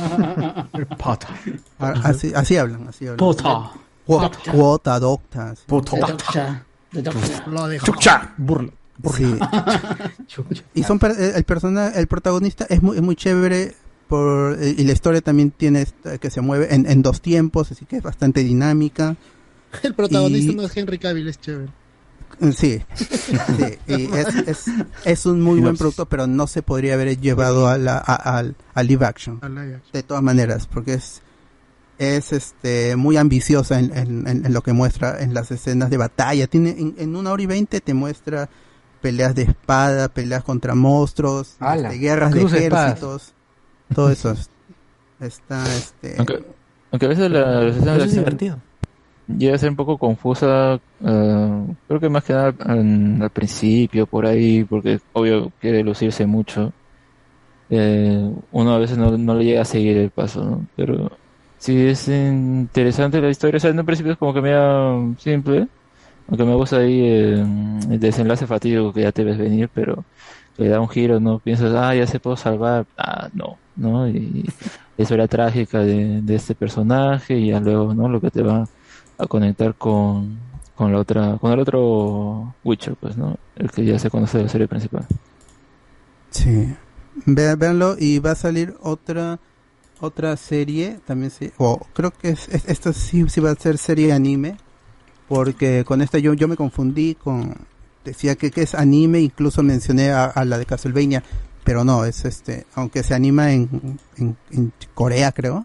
[SPEAKER 10] A- Así, así hablan, así hablan.
[SPEAKER 14] Puta.
[SPEAKER 10] Cuota, cuota, doctas.
[SPEAKER 8] Lo dejo.
[SPEAKER 10] Chucha. Burla. Y son per- el, el persona, el protagonista es muy, es muy chévere por, eh, y la historia también tiene esta- que se mueve en, en dos tiempos, así que es bastante dinámica.
[SPEAKER 7] El protagonista
[SPEAKER 10] Y- eh,
[SPEAKER 7] no es Henry Cavill, es chévere.
[SPEAKER 10] Sí, sí, y es, es, es un muy buen producto, pero no se podría haber llevado a la, a- al, al live action.
[SPEAKER 7] A la-
[SPEAKER 10] De todas maneras, porque es, es este, muy ambiciosa en, en- en- en lo que muestra en las escenas de batalla. Tiene, en, en una hora y veinte te muestra peleas de espada, peleas contra monstruos,
[SPEAKER 4] Ala.
[SPEAKER 10] este, guerras de
[SPEAKER 4] Cruz de espadas.
[SPEAKER 10] ejércitos, todo eso. Está, este,
[SPEAKER 16] Aunque, aunque a veces la, las escenas
[SPEAKER 10] Eso
[SPEAKER 16] de
[SPEAKER 10] es
[SPEAKER 16] acción-
[SPEAKER 10] divertido.
[SPEAKER 16] llega a ser un poco confusa, eh, creo que más que nada en- al principio, por ahí, porque obvio quiere lucirse mucho. Eh, uno a veces no, no le llega a seguir el paso, ¿no? Pero sí es interesante la historia, o sea, en un principio es como que medio simple, aunque me gusta ahí eh, el desenlace fatídico que ya te ves venir, pero le da un giro, ¿no? Piensas, ah, ya se puedo salvar, ah, no, ¿no? Y eso era trágica de, de este personaje y ya luego, ¿no? Lo que te va a conectar con, con la otra, con el otro Witcher, pues, ¿no? El que ya se conoce de la serie principal.
[SPEAKER 10] Sí. Vean, véanlo y va a salir otra otra serie también sí o creo que es, es- esto sí sí va a ser serie anime porque con esta yo yo me confundí con decía que, que es anime incluso mencioné a, a la de Castlevania pero no es este aunque se anima en, en, en Corea creo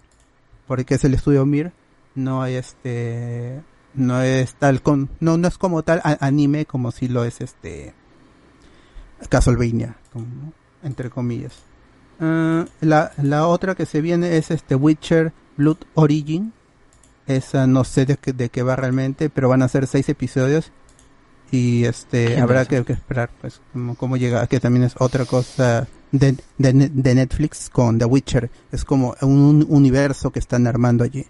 [SPEAKER 10] porque es el estudio Mir no hay este no es tal con no no es como tal a- anime como si lo es este Castlevania, como- entre comillas. Ah, la, la otra que se viene es este Witcher Blood Origin. Esa no sé de, qué- de qué va realmente, pero van a ser seis episodios. Y este
[SPEAKER 4] Qué
[SPEAKER 10] habrá que, que esperar pues cómo, cómo llega, que también es otra cosa de, de, Ne- de Netflix con The Witcher. Es como un universo que están armando allí.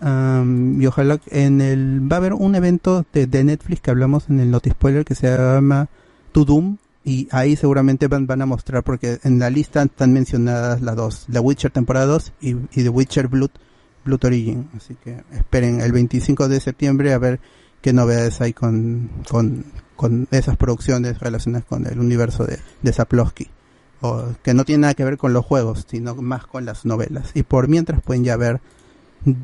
[SPEAKER 10] Am, y ojalá en el va a haber un evento de, de Netflix que hablamos en el Not Spoiler que se llama To Doom y ahí seguramente van, van a mostrar porque en la lista están mencionadas las dos, The Witcher temporada 2 y, y The Witcher Blood Blood Origin, así que esperen el 25 de septiembre a ver qué novedades hay con con, con esas producciones relacionadas con el universo de, de Saplovsky o que no tiene nada que ver con los juegos, sino más con las novelas. Y por mientras pueden ya ver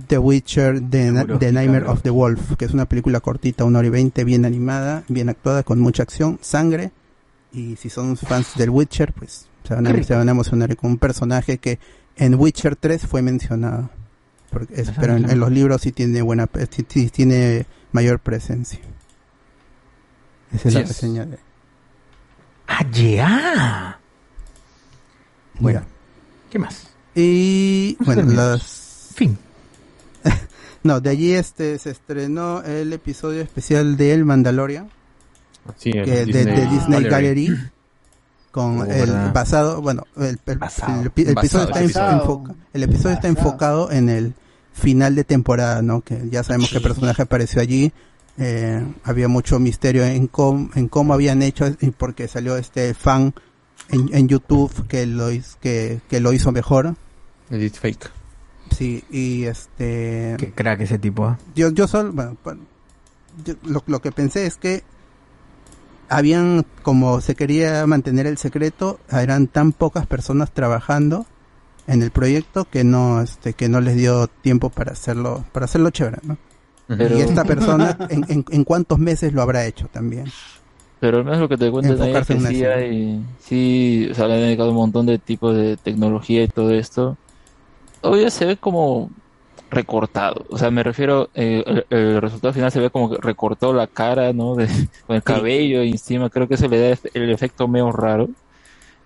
[SPEAKER 10] The Witcher, The, Na-
[SPEAKER 15] Seguro,
[SPEAKER 10] The Nightmare
[SPEAKER 15] claro.
[SPEAKER 10] of the Wolf, que es una película cortita, una hora y veinte, bien animada, bien actuada, con mucha acción, sangre. Y si son fans del Witcher, pues se van
[SPEAKER 4] Qué
[SPEAKER 10] a,
[SPEAKER 4] rico.
[SPEAKER 10] se van a emocionar con un personaje que en Witcher 3 fue mencionado. Porque es-
[SPEAKER 4] Ajá,
[SPEAKER 10] pero en,
[SPEAKER 4] ajá.
[SPEAKER 10] en los libros sí tiene buena, pre- sí- sí tiene mayor presencia. Esa es la
[SPEAKER 4] Así es.
[SPEAKER 10] reseña de.
[SPEAKER 4] ¡Ah, yeah!
[SPEAKER 10] Bueno.
[SPEAKER 4] ¿Qué más?
[SPEAKER 10] Y
[SPEAKER 4] Vamos
[SPEAKER 10] bueno,
[SPEAKER 4] terminando.
[SPEAKER 10] las...
[SPEAKER 4] Fin.
[SPEAKER 10] no, de allí este se estrenó el episodio especial de El Mandalorian,
[SPEAKER 5] Sí, el
[SPEAKER 10] que de de Disney,
[SPEAKER 5] Disney Gallery.
[SPEAKER 10] Gallery, con
[SPEAKER 5] Oh,
[SPEAKER 10] el
[SPEAKER 5] verdad.
[SPEAKER 10] basado, bueno, el, el- el epi- el episodio,
[SPEAKER 5] Basado,
[SPEAKER 10] está,
[SPEAKER 5] ese
[SPEAKER 10] enfo-
[SPEAKER 5] episodio.
[SPEAKER 10] enfoca- el episodio está enfocado en el final de temporada, ¿no? Que ya sabemos qué personaje apareció allí. Eh, había mucho misterio en, com- en cómo habían hecho, y porque salió este fan en, en YouTube que lo, hiz- que, que lo hizo mejor.
[SPEAKER 5] Edit fake.
[SPEAKER 10] Sí, y este.
[SPEAKER 4] Qué crack ese tipo. ¿ah?
[SPEAKER 10] Yo, yo solo. Bueno, pa- yo- lo, lo que pensé es que. Habían. Como se quería mantener el secreto, eran tan pocas personas trabajando en el proyecto que no este que no les dio tiempo para hacerlo para hacerlo chévere ¿no?
[SPEAKER 16] Pero-
[SPEAKER 10] y esta persona en, en, en cuántos meses lo habrá hecho también
[SPEAKER 16] Pero al menos lo que te cuentan ahí es
[SPEAKER 10] Enfocarse
[SPEAKER 16] que
[SPEAKER 10] en una
[SPEAKER 16] sí
[SPEAKER 10] escena.
[SPEAKER 16] hay, sí, o sea, le han dedicado un montón de tipos de tecnología y todo esto. Obvio se ve como recortado, o sea, me refiero, eh, el, el resultado final se ve como que recortó la cara, ¿no? De- con el cabello y encima, creo que se le da ef- el efecto medio raro.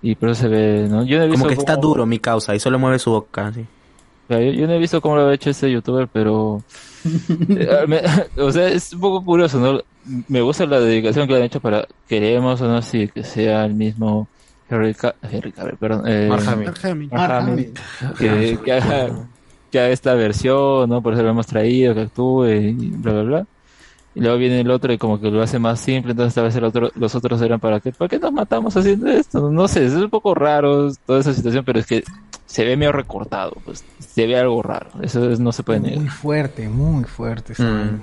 [SPEAKER 16] Y por eso se ve, ¿no? Yo no he
[SPEAKER 9] Como
[SPEAKER 16] visto
[SPEAKER 9] que está
[SPEAKER 16] cómo-
[SPEAKER 9] duro mi causa y solo mueve su boca, sí.
[SPEAKER 16] o sea, Yo, yo no he visto cómo lo ha hecho este youtuber, pero... eh, al me- o sea, es un poco curioso, ¿no? Me gusta la dedicación que le han hecho para... Queremos o no, sí, que sea el mismo Henry, Ca- Henry Cavill, perdón. eh,
[SPEAKER 14] Mark Hamill. Mark Hamill. Mark Hamill.
[SPEAKER 16] Que, que haga, que haga esta versión, ¿no? Por eso lo hemos traído, que actúe y bla, bla, bla. Y luego viene el otro y como que lo hace más simple, entonces tal vez el otro, los otros eran para que, ¿para qué nos matamos haciendo esto? No sé, es un poco raro toda esa situación, pero es que se ve medio recortado, pues se ve algo raro, eso es- no se puede negar.
[SPEAKER 4] Muy fuerte, muy fuerte. ese
[SPEAKER 6] Mm.
[SPEAKER 4] man.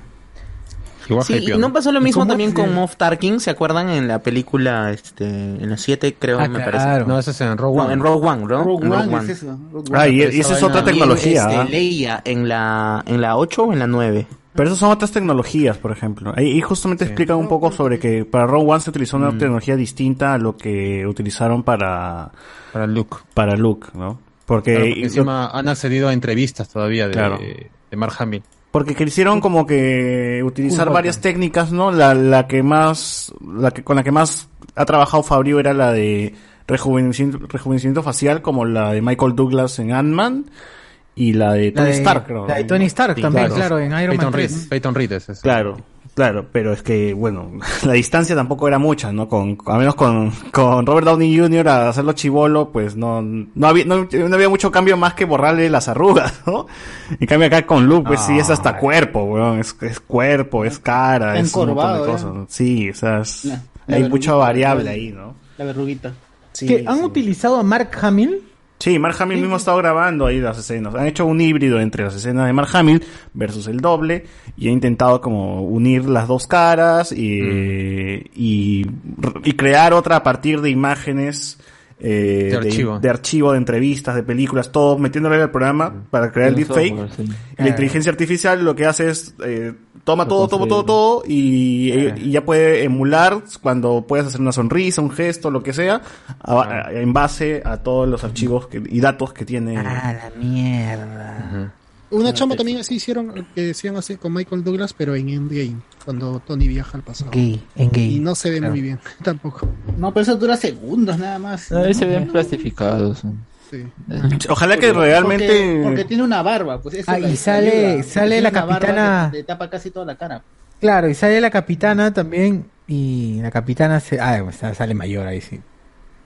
[SPEAKER 9] Sí, y no pasó lo mismo
[SPEAKER 4] ¿Cómo
[SPEAKER 9] también
[SPEAKER 4] se-
[SPEAKER 9] con Moff Tarkin, ¿se acuerdan? En la película, este, en la 7 creo,
[SPEAKER 4] Ah,
[SPEAKER 9] me
[SPEAKER 4] claro.
[SPEAKER 9] parece.
[SPEAKER 4] No, eso es en Rogue One.
[SPEAKER 9] No, en Rogue One, ¿no?
[SPEAKER 4] Rogue
[SPEAKER 9] En
[SPEAKER 4] One es eso, Rogue One.
[SPEAKER 15] Ah, y- y esa es
[SPEAKER 9] Esa
[SPEAKER 15] otra
[SPEAKER 9] vaina.
[SPEAKER 15] tecnología,
[SPEAKER 9] Y,
[SPEAKER 15] ¿ah?
[SPEAKER 9] este, Leia, en la, en la 8 o en la 9.
[SPEAKER 15] Pero eso son otras tecnologías, por ejemplo. Ahí ahí justamente explican un poco sobre que para Rogue One se utilizó una
[SPEAKER 9] Mm.
[SPEAKER 15] tecnología distinta a lo que utilizaron para...
[SPEAKER 5] Para Luke.
[SPEAKER 15] Para Luke, ¿no? Porque...
[SPEAKER 5] Claro, porque encima han accedido a entrevistas todavía de,
[SPEAKER 15] Claro.
[SPEAKER 5] de Mark Hamill.
[SPEAKER 15] Porque quisieron como que utilizar
[SPEAKER 5] Cool,
[SPEAKER 15] varias técnicas, ¿no? La, la que más, la que, con la que más ha trabajado Fabio era la de rejuvenecimiento, rejuvenecimiento facial, como la de Michael Douglas en Ant-Man.
[SPEAKER 6] y la de
[SPEAKER 4] La
[SPEAKER 6] Tony
[SPEAKER 4] de-
[SPEAKER 6] Stark, creo.
[SPEAKER 4] la de Tony Stark también, claro, en Iron Man
[SPEAKER 6] Peyton
[SPEAKER 4] 3.
[SPEAKER 6] Reed, Peyton Reed es eso. Claro, claro, pero es que, bueno, la distancia tampoco era mucha, ¿no? Con, a menos con, con Robert Downey Jr. a hacerlo chivolo, pues no, no había, no, no había mucho cambio más que borrarle las arrugas, ¿no? En cambio acá con Luke, pues sí, es hasta cuerpo, weón, es, es cuerpo, es cara,
[SPEAKER 35] Está
[SPEAKER 6] es un montón de
[SPEAKER 35] encorvado,
[SPEAKER 6] cosas. ¿no? Sí, o sea, es-
[SPEAKER 35] La- la
[SPEAKER 6] hay
[SPEAKER 35] verruguita,
[SPEAKER 6] mucha variable ahí, ¿no?
[SPEAKER 35] La verruguita.
[SPEAKER 6] Que
[SPEAKER 4] ¿Han utilizado a Mark Hamill?
[SPEAKER 6] Sí, Mark Hamill mismo ha estado grabando ahí las escenas. Han hecho un híbrido entre las escenas de Mark Hamill versus el doble y ha intentado como unir las dos caras y,
[SPEAKER 5] Mm.
[SPEAKER 6] y, y crear otra a partir de imágenes eh,
[SPEAKER 5] De archivo.
[SPEAKER 6] de archivo, de entrevistas, de películas, todo metiéndole al programa para crear el
[SPEAKER 5] Mm. Tiene un
[SPEAKER 6] deepfake.
[SPEAKER 5] software, sí.
[SPEAKER 6] Y La
[SPEAKER 5] Claro.
[SPEAKER 16] Eh,
[SPEAKER 6] inteligencia artificial lo que hace es eh, toma
[SPEAKER 5] Lo
[SPEAKER 6] todo, todo,
[SPEAKER 5] construye.
[SPEAKER 6] todo, todo y, y ya puede emular cuando puedes hacer una sonrisa, un gesto, lo que sea, a- a- en base a todos los archivos que- y datos que tiene.
[SPEAKER 4] Mierda.
[SPEAKER 7] Una chamba también así hicieron, que decían así con Michael Douglas, pero en Endgame, cuando Tony viaja al pasado.
[SPEAKER 4] Gay, en gay.
[SPEAKER 7] Y no se ve
[SPEAKER 4] Claro.
[SPEAKER 7] muy bien, tampoco.
[SPEAKER 35] No, pero eso dura segundos nada más.
[SPEAKER 13] Ah,
[SPEAKER 16] No, ahí se
[SPEAKER 4] Mm.
[SPEAKER 16] ven plastificados.
[SPEAKER 6] Mm, Ojalá que
[SPEAKER 35] Porque,
[SPEAKER 16] realmente-
[SPEAKER 35] porque tiene una barba, pues eso
[SPEAKER 4] Ah, y
[SPEAKER 35] la- la
[SPEAKER 4] sale-
[SPEAKER 35] ayuda, porque
[SPEAKER 4] sale
[SPEAKER 35] tiene
[SPEAKER 4] la
[SPEAKER 35] una barba que
[SPEAKER 4] capitana-
[SPEAKER 35] Te tapa casi toda la cara.
[SPEAKER 4] Claro, y sale la capitana también. Y la capitana se. Ah, o sea, sale mayor ahí sí.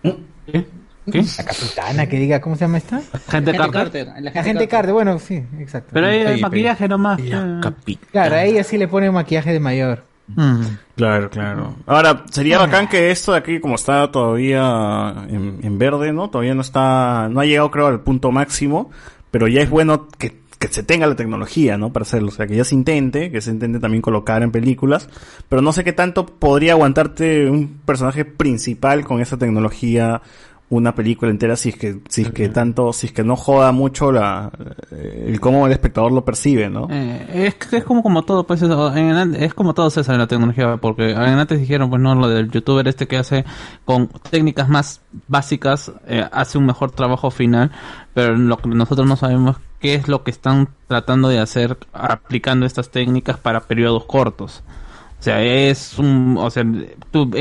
[SPEAKER 4] La capitana que diga, ¿cómo se llama esta?
[SPEAKER 14] Gente Carter. Carter,
[SPEAKER 4] La gente Carter, bueno, sí, exacto.
[SPEAKER 14] Pero ahí
[SPEAKER 4] Ahí,
[SPEAKER 14] el maquillaje nomás. eh.
[SPEAKER 4] Claro, ahí así le ponen maquillaje de mayor.
[SPEAKER 7] Mm.
[SPEAKER 6] Claro, claro. Ahora, sería bacán que esto de aquí, como está todavía en, en verde, ¿no? Todavía no está, no ha llegado creo al punto máximo, pero ya es bueno que, que se tenga la tecnología, ¿no? Para hacerlo, o sea, que ya se intente, que se intente también colocar en películas, pero no sé qué tanto podría aguantarte un personaje principal con esa tecnología una película entera si es que si es que tanto si es que no joda mucho la eh, el cómo el espectador lo percibe, ¿no?
[SPEAKER 14] Eh, es, que es como, como todo, pues eso, en an- es como todo César en la tecnología, porque en antes dijeron, pues no, lo del youtuber este que hace con técnicas más básicas, eh, hace un mejor trabajo final, pero lo que nosotros no sabemos qué es lo que están tratando de hacer aplicando estas técnicas para periodos cortos. O sea, es un. O sea, tú, eh,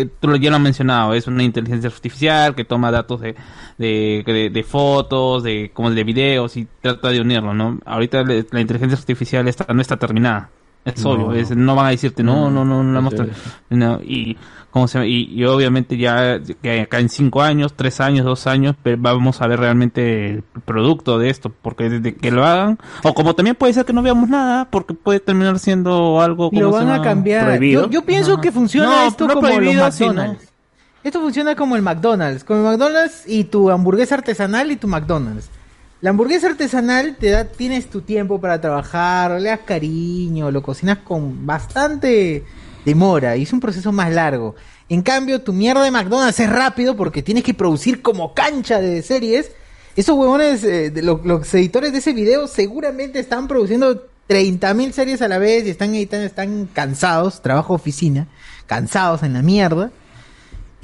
[SPEAKER 14] eh, tú lo- ya lo has mencionado, es una inteligencia artificial que toma datos de, de, de- de fotos, de como de videos y trata de unirlo, ¿no? Ahorita le- la inteligencia artificial está, no está terminada. Es
[SPEAKER 16] No.
[SPEAKER 14] obvio, es- no van a decirte, no, no, no, no la hemos
[SPEAKER 16] Sí.
[SPEAKER 14] ter- no, y, ¿cómo se llama? y, y obviamente ya que acá en cinco años, tres años, dos años, ve- vamos a ver realmente el producto de esto, porque desde que lo hagan, o como también puede ser que no veamos nada, porque puede terminar siendo algo
[SPEAKER 4] Lo van a cambiar. Yo, yo pienso que funciona
[SPEAKER 14] No,
[SPEAKER 4] esto
[SPEAKER 14] no
[SPEAKER 4] como los
[SPEAKER 14] prohibido,
[SPEAKER 4] McDonald's.
[SPEAKER 14] sí, ¿no?
[SPEAKER 4] Esto funciona como el McDonald's. Como el McDonald's y tu hamburguesa artesanal y tu McDonald's. La hamburguesa artesanal te da, tienes tu tiempo para trabajar, le das cariño, lo cocinas con bastante demora y es un proceso más largo. En cambio, tu mierda de McDonald's es rápido porque tienes que producir como cancha de series. Esos huevones, eh, de lo- los editores de ese video seguramente están produciendo 30.000 series a la vez y están editando, están cansados, trabajo de oficina, cansados en la mierda.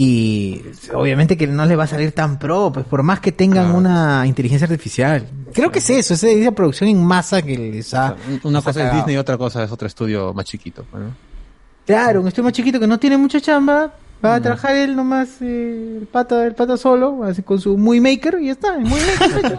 [SPEAKER 4] Y obviamente que no les va a salir tan pro, pues por más que tengan una inteligencia artificial. Creo que es eso, es esa producción en masa que les ha...
[SPEAKER 5] Una
[SPEAKER 4] les ha
[SPEAKER 5] cosa es
[SPEAKER 4] cagado.
[SPEAKER 5] Disney y otra cosa es otro estudio más chiquito. ¿no?
[SPEAKER 4] Claro, un estudio más chiquito que no tiene mucha chamba, va a trabajar él nomás, eh, el, pata, el pata solo, así con su muy maker y ya está, el muy maker.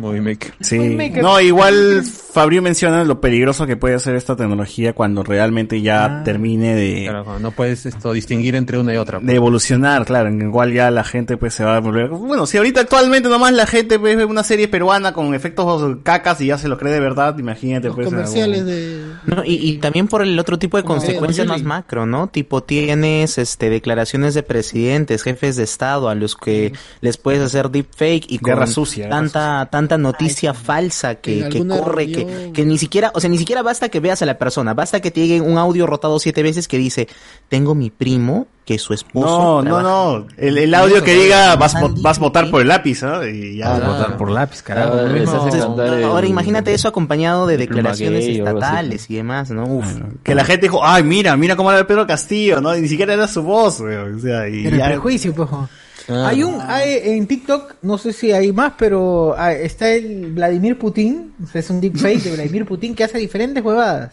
[SPEAKER 6] Movie Maker. Sí.
[SPEAKER 4] Movie Maker.
[SPEAKER 6] No, igual Fabio menciona lo peligroso que puede ser esta tecnología cuando realmente ya termine de. no puedes esto distinguir entre una y otra. pues. De evolucionar, claro. En igual ya la gente pues se va a volver. Bueno, si ahorita actualmente nomás la gente pues, ve una serie peruana con efectos cacas y ya se lo cree de verdad, imagínate pues. en algún-
[SPEAKER 7] Comerciales de.
[SPEAKER 9] No, y, y también por el otro tipo de
[SPEAKER 7] Como
[SPEAKER 9] consecuencias más
[SPEAKER 7] Jerry.
[SPEAKER 9] macro, ¿no? Tipo, tienes este declaraciones de presidentes, jefes de Estado a los que les puedes hacer deepfake y
[SPEAKER 6] Guerra
[SPEAKER 9] con
[SPEAKER 6] sucia, guerra
[SPEAKER 9] tanta, tanta noticia falsa
[SPEAKER 6] En
[SPEAKER 9] que, que
[SPEAKER 6] alguna
[SPEAKER 9] corre, que, que ni siquiera, o sea, ni siquiera basta que veas a la persona, basta que te llegue un audio rotado siete veces que dice, tengo mi primo que su esposo.
[SPEAKER 6] No, no, no. El, el audio que diga vas, vo- vas a votar por el lápiz, ¿ah? Y ya.
[SPEAKER 9] Vas a votar por
[SPEAKER 6] lápiz,
[SPEAKER 9] carajo. Entonces, ahora imagínate eso acompañado de declaraciones
[SPEAKER 6] gay o algo así.
[SPEAKER 9] estatales y demás, ¿no? Uf.
[SPEAKER 6] Que la gente dijo, ay, mira, mira cómo era Pedro Castillo, ¿no? Y Ni siquiera era su voz, weón. O sea, y
[SPEAKER 4] Pero el
[SPEAKER 6] ya-
[SPEAKER 4] prejuicio, pues. jo.
[SPEAKER 6] Claro.
[SPEAKER 4] Hay un, hay- en TikTok, no sé si hay más, pero ah, está el Vladimir Putin, o sea, es un deepfake de Vladimir Putin que hace diferentes huevadas.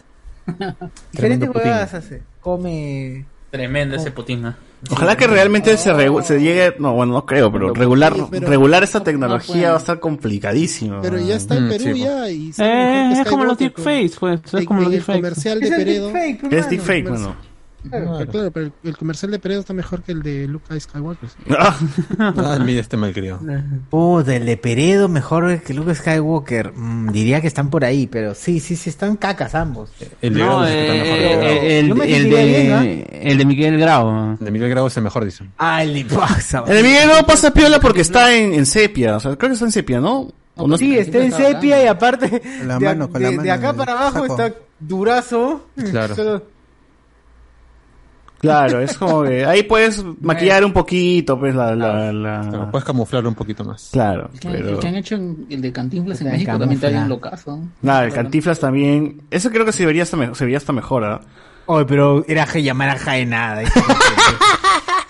[SPEAKER 4] diferentes
[SPEAKER 14] Putin.
[SPEAKER 4] huevadas hace. Come.
[SPEAKER 14] Tremendo ese Putin. ¿no?
[SPEAKER 6] Ojalá que realmente se, regu- se llegue, no, bueno, no creo, pero regular,
[SPEAKER 7] Sí, pero-
[SPEAKER 6] regular esta
[SPEAKER 7] no pueden.
[SPEAKER 6] tecnología va a estar complicadísimo.
[SPEAKER 7] Pero ya está en
[SPEAKER 6] Mm,
[SPEAKER 7] Perú
[SPEAKER 6] sí,
[SPEAKER 7] ya y
[SPEAKER 14] Eh,
[SPEAKER 7] mejor que
[SPEAKER 14] es como los
[SPEAKER 7] Skywalker
[SPEAKER 14] deepfakes, pues, es
[SPEAKER 7] en-
[SPEAKER 14] como
[SPEAKER 7] en
[SPEAKER 14] los
[SPEAKER 7] el
[SPEAKER 14] deepfakes.
[SPEAKER 7] comercial
[SPEAKER 14] Es
[SPEAKER 7] de
[SPEAKER 14] el
[SPEAKER 7] Peredo.
[SPEAKER 14] deepfake, Es hermano. deepfake,
[SPEAKER 7] Comerci-
[SPEAKER 14] mano.
[SPEAKER 7] Claro, pero claro, pero el comercial de Peredo está mejor que el de Luca Skywalker.
[SPEAKER 5] Ah, mira este malcriado.
[SPEAKER 4] Oh, del de Peredo mejor que Luke Skywalker. Mm, diría que están por ahí, pero sí, sí, sí, están cacas ambos.
[SPEAKER 5] El de
[SPEAKER 14] No,
[SPEAKER 5] Grau es el que está
[SPEAKER 14] eh,
[SPEAKER 5] mejor.
[SPEAKER 14] eh, el-
[SPEAKER 4] Yo me
[SPEAKER 14] el
[SPEAKER 4] sentiría bien,
[SPEAKER 14] de el de Miguel Grau.
[SPEAKER 5] El de Miguel Grau es el mejor, dicen.
[SPEAKER 4] Ah, el de pasa.
[SPEAKER 6] El de Miguel no pasa piola porque está en, en sepia, o sea, creo que está en sepia,
[SPEAKER 7] pues,
[SPEAKER 6] ¿no? ¿O no
[SPEAKER 4] Sí, está en sepia y aparte
[SPEAKER 6] la
[SPEAKER 4] de,
[SPEAKER 6] mano,
[SPEAKER 4] ac-
[SPEAKER 6] con la
[SPEAKER 4] de- de
[SPEAKER 6] mano
[SPEAKER 4] acá
[SPEAKER 6] del
[SPEAKER 4] para abajo
[SPEAKER 6] saco.
[SPEAKER 4] está durazo.
[SPEAKER 6] Claro.
[SPEAKER 4] Solo-
[SPEAKER 6] Claro, es como que ahí puedes maquillar un poquito, pues la, la, la...
[SPEAKER 5] Puedes camuflar un poquito más.
[SPEAKER 6] Claro,
[SPEAKER 8] El que-
[SPEAKER 6] pero...
[SPEAKER 8] El que han hecho en- el de Cantinflas en
[SPEAKER 5] Está
[SPEAKER 8] México también está
[SPEAKER 5] camuflado.
[SPEAKER 8] bien locazo.
[SPEAKER 6] Nada, el Cantiflas también. Eso creo que se vería hasta, me- se vería hasta mejor, ¿ah?
[SPEAKER 4] Oye, pero era que llamar a Jaenada.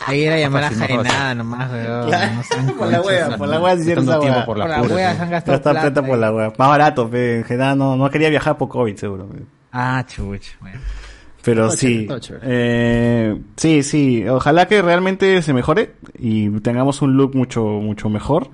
[SPEAKER 4] Ahí era llamar a Jaenada nomás, weón. Ah, No sean
[SPEAKER 6] Por la
[SPEAKER 4] conchas,
[SPEAKER 6] wea,
[SPEAKER 4] hermano.
[SPEAKER 6] por la wea se hicieron esa wea.
[SPEAKER 4] Por la wea se han gastado
[SPEAKER 6] Gastar
[SPEAKER 4] plata.
[SPEAKER 6] plata por la wea. Más barato, pe. En general no, no quería viajar por COVID, seguro. pe.
[SPEAKER 4] Ah, chuch. Bueno.
[SPEAKER 6] Pero
[SPEAKER 4] Está
[SPEAKER 6] sí.
[SPEAKER 4] chévere, está chévere.
[SPEAKER 6] Eh, sí, sí. Ojalá que realmente se mejore y tengamos un look mucho, mucho mejor.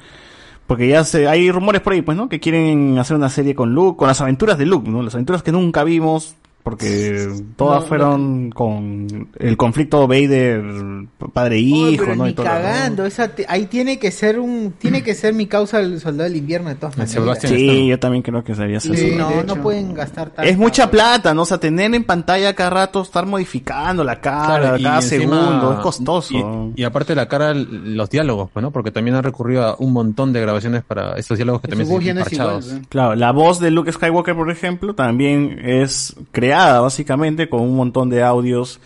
[SPEAKER 6] Porque ya se, hay rumores por ahí, pues, ¿no? Que quieren hacer una serie con Luke, con las aventuras de Luke, ¿no? Las aventuras que nunca vimos, porque todas
[SPEAKER 4] No, no.
[SPEAKER 6] fueron con el conflicto Vader,
[SPEAKER 4] Oye,
[SPEAKER 6] padre-hijo,
[SPEAKER 4] pero
[SPEAKER 6] ¿no? Y
[SPEAKER 4] ni
[SPEAKER 6] todo lo-
[SPEAKER 4] cagando, esa te- ahí tiene que ser un, tiene que ser mi causa el soldado del invierno de todas maneras.
[SPEAKER 6] Sí, yo también creo que sería
[SPEAKER 4] Sí,
[SPEAKER 6] eso.
[SPEAKER 4] no, no pueden gastar tanto.
[SPEAKER 6] Es mucha plata, ¿no? O sea, tener en pantalla cada rato, estar modificando la cara,
[SPEAKER 5] Claro, y
[SPEAKER 6] cada
[SPEAKER 5] encima-
[SPEAKER 6] segundo, es costoso.
[SPEAKER 5] Y, y aparte de la cara, l- los diálogos, pues, ¿no? Porque también han recurrido a un montón de grabaciones para esos diálogos que también se parchados.
[SPEAKER 6] Claro, la voz de Luke Skywalker, por ejemplo, también es creada básicamente con un montón de audios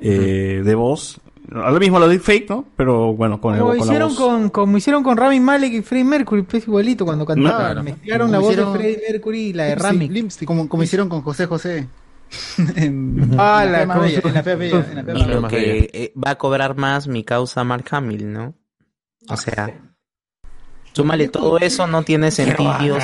[SPEAKER 6] eh, de voz. Ahora mismo lo deepfake, ¿no? Pero bueno, con, el,
[SPEAKER 4] Como
[SPEAKER 6] con la
[SPEAKER 4] hicieron
[SPEAKER 6] voz.
[SPEAKER 4] con, como hicieron con Rami Malek y Freddie Mercury, pues igualito cuando cantaban.
[SPEAKER 8] Claro.
[SPEAKER 4] Mezclaron
[SPEAKER 8] Como
[SPEAKER 4] la voz
[SPEAKER 8] hicieron-
[SPEAKER 4] de Freddie Mercury y la de
[SPEAKER 8] Sí,
[SPEAKER 4] Rami.
[SPEAKER 8] Lipstick, como, como hicieron con José José.
[SPEAKER 4] Ah, la-
[SPEAKER 8] en la,
[SPEAKER 4] con
[SPEAKER 8] Fea Bella,
[SPEAKER 4] su-
[SPEAKER 8] en la Fea Bella, en la Fea
[SPEAKER 9] Y
[SPEAKER 8] Bella.
[SPEAKER 9] lo que eh, va a cobrar más mi causa Mark Hamill, ¿no? O sea, súmale todo eso, no tiene sentido.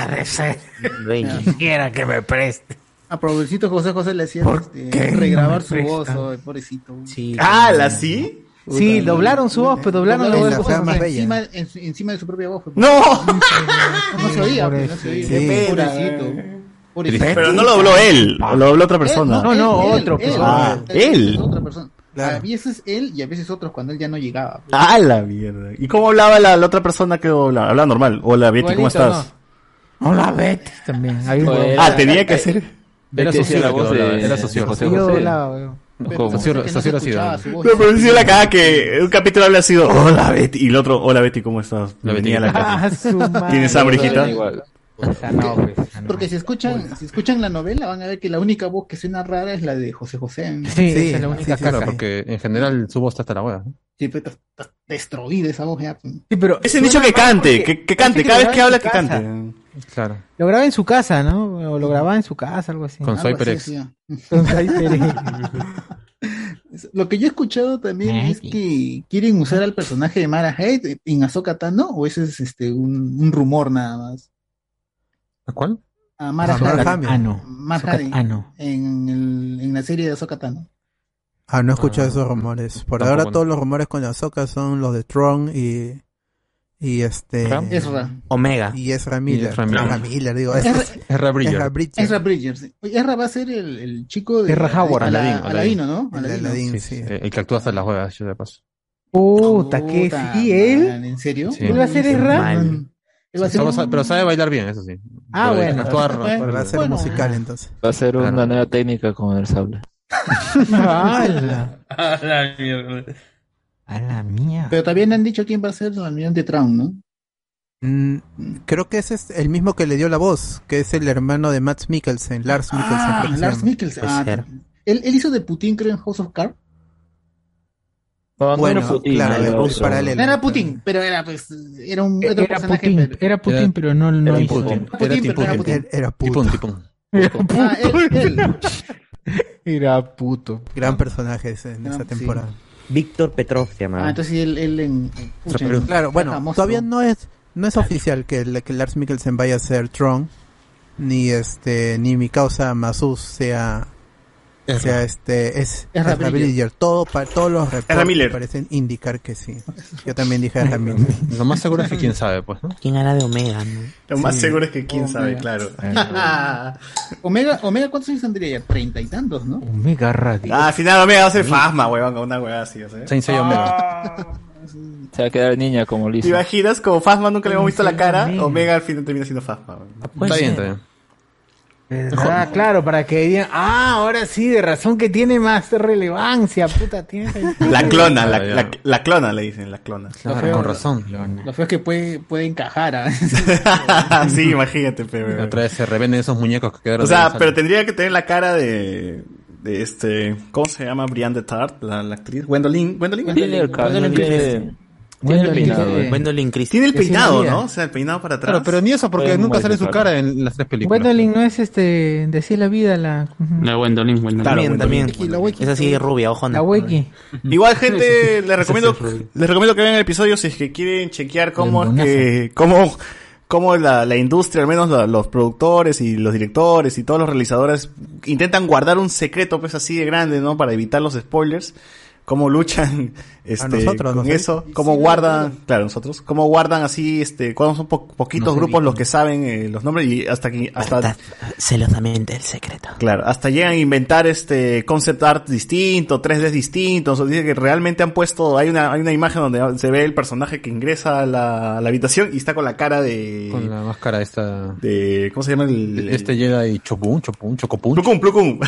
[SPEAKER 9] Dueño.
[SPEAKER 4] Quiera que me preste.
[SPEAKER 8] A pobrecito José José le hacían este,
[SPEAKER 9] qué
[SPEAKER 8] regrabar
[SPEAKER 9] no
[SPEAKER 8] su
[SPEAKER 9] me
[SPEAKER 8] voz,
[SPEAKER 9] prestan?
[SPEAKER 8] oh, pobrecito.
[SPEAKER 9] Sí.
[SPEAKER 6] Ah, ¿la sí?
[SPEAKER 4] Sí, doblaron su voz, pero doblaron la voz de José
[SPEAKER 8] Encima-
[SPEAKER 4] José.
[SPEAKER 8] encima, en su- encima de su propia voz. pues.
[SPEAKER 6] ¡No!
[SPEAKER 8] No se oía, pues, no se oía.
[SPEAKER 6] Sí. Qué pena.
[SPEAKER 8] Pobrecito. pobrecito.
[SPEAKER 6] Pero no lo dobló él, lo dobló otra persona.
[SPEAKER 8] No, no,
[SPEAKER 6] Él,
[SPEAKER 8] otro.
[SPEAKER 6] él. Ah, él.
[SPEAKER 8] Otra persona. A
[SPEAKER 6] Claro.
[SPEAKER 8] veces él y a veces otros cuando él ya no llegaba.
[SPEAKER 6] ¡Ah, la mierda! ¿Y cómo hablaba la, la otra persona que hablaba? Hablaba normal. Hola, Betty, ¿cómo
[SPEAKER 4] Igualito,
[SPEAKER 6] estás?
[SPEAKER 4] Hola, Betty. También. Hay
[SPEAKER 16] Pues,
[SPEAKER 4] un-
[SPEAKER 6] Joder, Ah, tenía que hacer-
[SPEAKER 5] Era
[SPEAKER 6] Este
[SPEAKER 5] socio
[SPEAKER 6] decía la voz de-
[SPEAKER 5] era
[SPEAKER 6] de
[SPEAKER 5] socio
[SPEAKER 6] José
[SPEAKER 4] Yo doblaba, weón.
[SPEAKER 6] No, pero sí la cagada que un capítulo habla ha sido Hola Betty y el otro Hola Betty, ¿cómo estás? Venía a la casa.
[SPEAKER 4] Ah, su madre.
[SPEAKER 6] ¿Tienes hambre, hijita?
[SPEAKER 8] Porque si escuchan, si escuchan la novela van a ver que la única voz que suena rara es la de José José. ¿no?
[SPEAKER 5] sí, claro, porque en general su voz está hasta la hueá.
[SPEAKER 8] Sí, pero está- está destruida esa voz ya. pues.
[SPEAKER 4] pero
[SPEAKER 6] Ese dicho que cante, que, que cante,
[SPEAKER 4] parece
[SPEAKER 6] cada
[SPEAKER 4] que
[SPEAKER 6] vez que
[SPEAKER 4] graba
[SPEAKER 6] habla
[SPEAKER 4] en
[SPEAKER 6] que
[SPEAKER 4] su casa.
[SPEAKER 6] cante.
[SPEAKER 5] Claro.
[SPEAKER 4] Lo grababa en su casa, ¿no? O lo grababa en su casa, algo así.
[SPEAKER 5] Con su Algo así HyperX.
[SPEAKER 8] hacía.
[SPEAKER 4] Con su HyperX.
[SPEAKER 8] Lo que yo he escuchado también es que quieren usar al personaje de Mara Hate en Ahsoka Tano o ese es este un, un rumor nada más.
[SPEAKER 5] ¿A cuál?
[SPEAKER 8] A Mara
[SPEAKER 10] A Mara
[SPEAKER 8] Jade.
[SPEAKER 10] Hamill. Ah, no.
[SPEAKER 8] Mara
[SPEAKER 10] Ahsoka
[SPEAKER 8] Jade.
[SPEAKER 10] Tano.
[SPEAKER 8] En, el- en la serie de Ahsoka Tano.
[SPEAKER 10] Ah, no he escuchado esos rumores. Por
[SPEAKER 8] Tampoco,
[SPEAKER 10] ahora
[SPEAKER 8] no.
[SPEAKER 10] todos los rumores con Ahsoka son los de Tron y y este
[SPEAKER 8] Ram. Ezra.
[SPEAKER 9] Omega.
[SPEAKER 10] y Ezra Miller.
[SPEAKER 9] Ezra Miller.
[SPEAKER 10] Ezra Miller, digo.
[SPEAKER 8] Ezra-
[SPEAKER 5] Ezra Bridger.
[SPEAKER 10] Ezra Bridger.
[SPEAKER 8] Ezra Bridger, sí. Oye, Ezra va a ser el, el chico de
[SPEAKER 5] Ezra Howard.
[SPEAKER 8] Ala-
[SPEAKER 5] Aladín,
[SPEAKER 8] Aladino,
[SPEAKER 5] Aladín.
[SPEAKER 8] ¿no? Aladino.
[SPEAKER 5] Sí, sí, El que actúa hasta las huevas, yo de paso.
[SPEAKER 4] Puta, que
[SPEAKER 8] Puta
[SPEAKER 4] sí, él.
[SPEAKER 8] man, ¿En serio?
[SPEAKER 5] Sí.
[SPEAKER 4] ¿Él va a ser Ezra? Él va a ser
[SPEAKER 5] Solo
[SPEAKER 4] un-
[SPEAKER 5] sabe- Pero sabe bailar bien, eso sí.
[SPEAKER 4] Ah,
[SPEAKER 5] Pero
[SPEAKER 4] bueno.
[SPEAKER 5] actuar-
[SPEAKER 4] Bueno,
[SPEAKER 10] Va a ser musical entonces.
[SPEAKER 16] Va a ser una nueva técnica con el sable.
[SPEAKER 4] ¡Hala!
[SPEAKER 14] A la mierda.
[SPEAKER 4] A la mía.
[SPEAKER 8] Pero también han dicho quién va a ser el almirante Traum, ¿no?
[SPEAKER 10] Mm, creo que ese es el mismo que le dio la voz, que es el hermano de Matt Mikkelsen, Lars Mikkelsen.
[SPEAKER 8] Ah,
[SPEAKER 10] creo que se
[SPEAKER 8] Lars
[SPEAKER 10] llama.
[SPEAKER 8] Mikkelsen. Ah, él, él hizo de Putin, creo, en House of Cards.
[SPEAKER 16] No, no
[SPEAKER 10] Bueno,
[SPEAKER 16] era Putin,
[SPEAKER 10] claro,
[SPEAKER 16] era
[SPEAKER 10] es
[SPEAKER 16] otro.
[SPEAKER 10] paralelo.
[SPEAKER 8] No era Putin, pero era pues era un otro
[SPEAKER 4] E- Era
[SPEAKER 8] personaje.
[SPEAKER 4] Putin,
[SPEAKER 8] pero-
[SPEAKER 4] era Putin, pero no no
[SPEAKER 5] Era
[SPEAKER 4] hizo.
[SPEAKER 5] Putin.
[SPEAKER 8] Putin,
[SPEAKER 5] Era
[SPEAKER 8] pero era
[SPEAKER 5] Putin.
[SPEAKER 8] Putin.
[SPEAKER 10] Era
[SPEAKER 5] Tipun, tipun.
[SPEAKER 8] Ah, él- él.
[SPEAKER 4] Era Ah, puto.
[SPEAKER 10] Gran personaje ese, en
[SPEAKER 8] Gran-
[SPEAKER 10] esa
[SPEAKER 8] sí.
[SPEAKER 10] temporada.
[SPEAKER 9] Víctor Petrov se
[SPEAKER 8] Ah,
[SPEAKER 9] llamaba.
[SPEAKER 8] entonces sí, él, él en. en- pucha, en-
[SPEAKER 10] Claro, bueno,
[SPEAKER 8] famoso.
[SPEAKER 10] todavía no es no es oficial que, el- que Lars Mikkelsen vaya a ser Tron ni este ni mi causa Masus sea O sea, este es
[SPEAKER 15] Es
[SPEAKER 10] es
[SPEAKER 15] Ramiller.
[SPEAKER 10] Ramiller. Todo pa- todos los reportes
[SPEAKER 15] Ramiller.
[SPEAKER 10] parecen indicar que sí. Yo también dije Ramiller.
[SPEAKER 5] Lo más seguro es que quién sabe, pues, ¿no?
[SPEAKER 9] ¿Quién hará de Omega? no?
[SPEAKER 6] Lo más
[SPEAKER 9] Sí.
[SPEAKER 6] seguro es que quién sabe,
[SPEAKER 8] Omega.
[SPEAKER 6] claro.
[SPEAKER 8] Omega, Omega, ¿cuántos años tendría ya? Treinta y tantos, ¿no?
[SPEAKER 4] Omega Radio.
[SPEAKER 6] Ah, al final Omega va a ser Fasma, weón, con una weá así, o sea.
[SPEAKER 16] Saint Seiya
[SPEAKER 6] Ah,
[SPEAKER 16] Se va a quedar niña como
[SPEAKER 6] ¿Te
[SPEAKER 16] Lisa.
[SPEAKER 6] imaginas? Como Fasma nunca le hemos visto la cara, Omega al final termina siendo Fasma. weón.
[SPEAKER 4] puede Está bien, ser.
[SPEAKER 5] está
[SPEAKER 4] Ah, claro, para que digan, ah, ahora sí, de razón que tiene más relevancia, puta, tiene
[SPEAKER 6] La clona, la,
[SPEAKER 4] Ah, ya.
[SPEAKER 6] la- la clona le dicen, la clona.
[SPEAKER 4] Claro, Feo. con razón.
[SPEAKER 8] Lo feo es que puede, puede encajar. ¿ah?
[SPEAKER 6] sí, imagínate, pe, weón.
[SPEAKER 5] Otra vez se revenden esos muñecos que quedaron.
[SPEAKER 6] O
[SPEAKER 5] ahí
[SPEAKER 6] sea,
[SPEAKER 5] en la
[SPEAKER 6] pero
[SPEAKER 5] sala.
[SPEAKER 6] tendría que tener la cara de, de este, ¿cómo se llama? Brian de Tart, la, la actriz. Gwendolyn, Gwendolyn.
[SPEAKER 16] Tiene el cabello, tiene- tiene el peinado.
[SPEAKER 9] Gwendolyn Christie.
[SPEAKER 6] Tiene el
[SPEAKER 4] Que sí
[SPEAKER 6] peinado,
[SPEAKER 4] sería.
[SPEAKER 6] ¿no? O sea, el peinado para atrás.
[SPEAKER 5] eh. Claro, pero ni eso, porque
[SPEAKER 6] Pueden
[SPEAKER 5] nunca sale su
[SPEAKER 6] modificar.
[SPEAKER 5] cara en las tres películas.
[SPEAKER 4] Gwendolyn no es este, decir la vida, la,
[SPEAKER 14] La Gwendolyn, Gwendolyn.
[SPEAKER 4] También, también.
[SPEAKER 9] Es así rubia, ojona.
[SPEAKER 4] la wiki.
[SPEAKER 6] Igual, gente, les recomiendo,
[SPEAKER 9] Sí, sí, sí.
[SPEAKER 6] les recomiendo que vean el episodio si es que quieren chequear cómo es
[SPEAKER 9] Lembonazo.
[SPEAKER 6] que, cómo, cómo la, la industria, al menos la- los productores y los directores y todos los realizadores intentan guardar un secreto, pues así de grande, ¿no? Para evitar los spoilers. Cómo luchan, este,
[SPEAKER 10] nosotros,
[SPEAKER 6] con
[SPEAKER 10] ¿no?
[SPEAKER 6] eso. Cómo guardan, claro, nosotros. Cómo guardan así, este, cuando son po- poquitos
[SPEAKER 9] No se
[SPEAKER 6] grupos los que saben eh, los nombres y hasta aquí, hasta,
[SPEAKER 9] Celosamente el secreto.
[SPEAKER 6] Claro, hasta llegan a inventar este concept art distinto, 3D distintos. o Dice que realmente han puesto, hay una, hay una imagen donde se ve el personaje que ingresa a la, a la habitación y está con la cara de.
[SPEAKER 5] Con la máscara esta.
[SPEAKER 6] De, ¿Cómo se llama el.?
[SPEAKER 5] Este Jedi Chopun, Chopun, Chocopun.
[SPEAKER 6] Plucum, Plucum.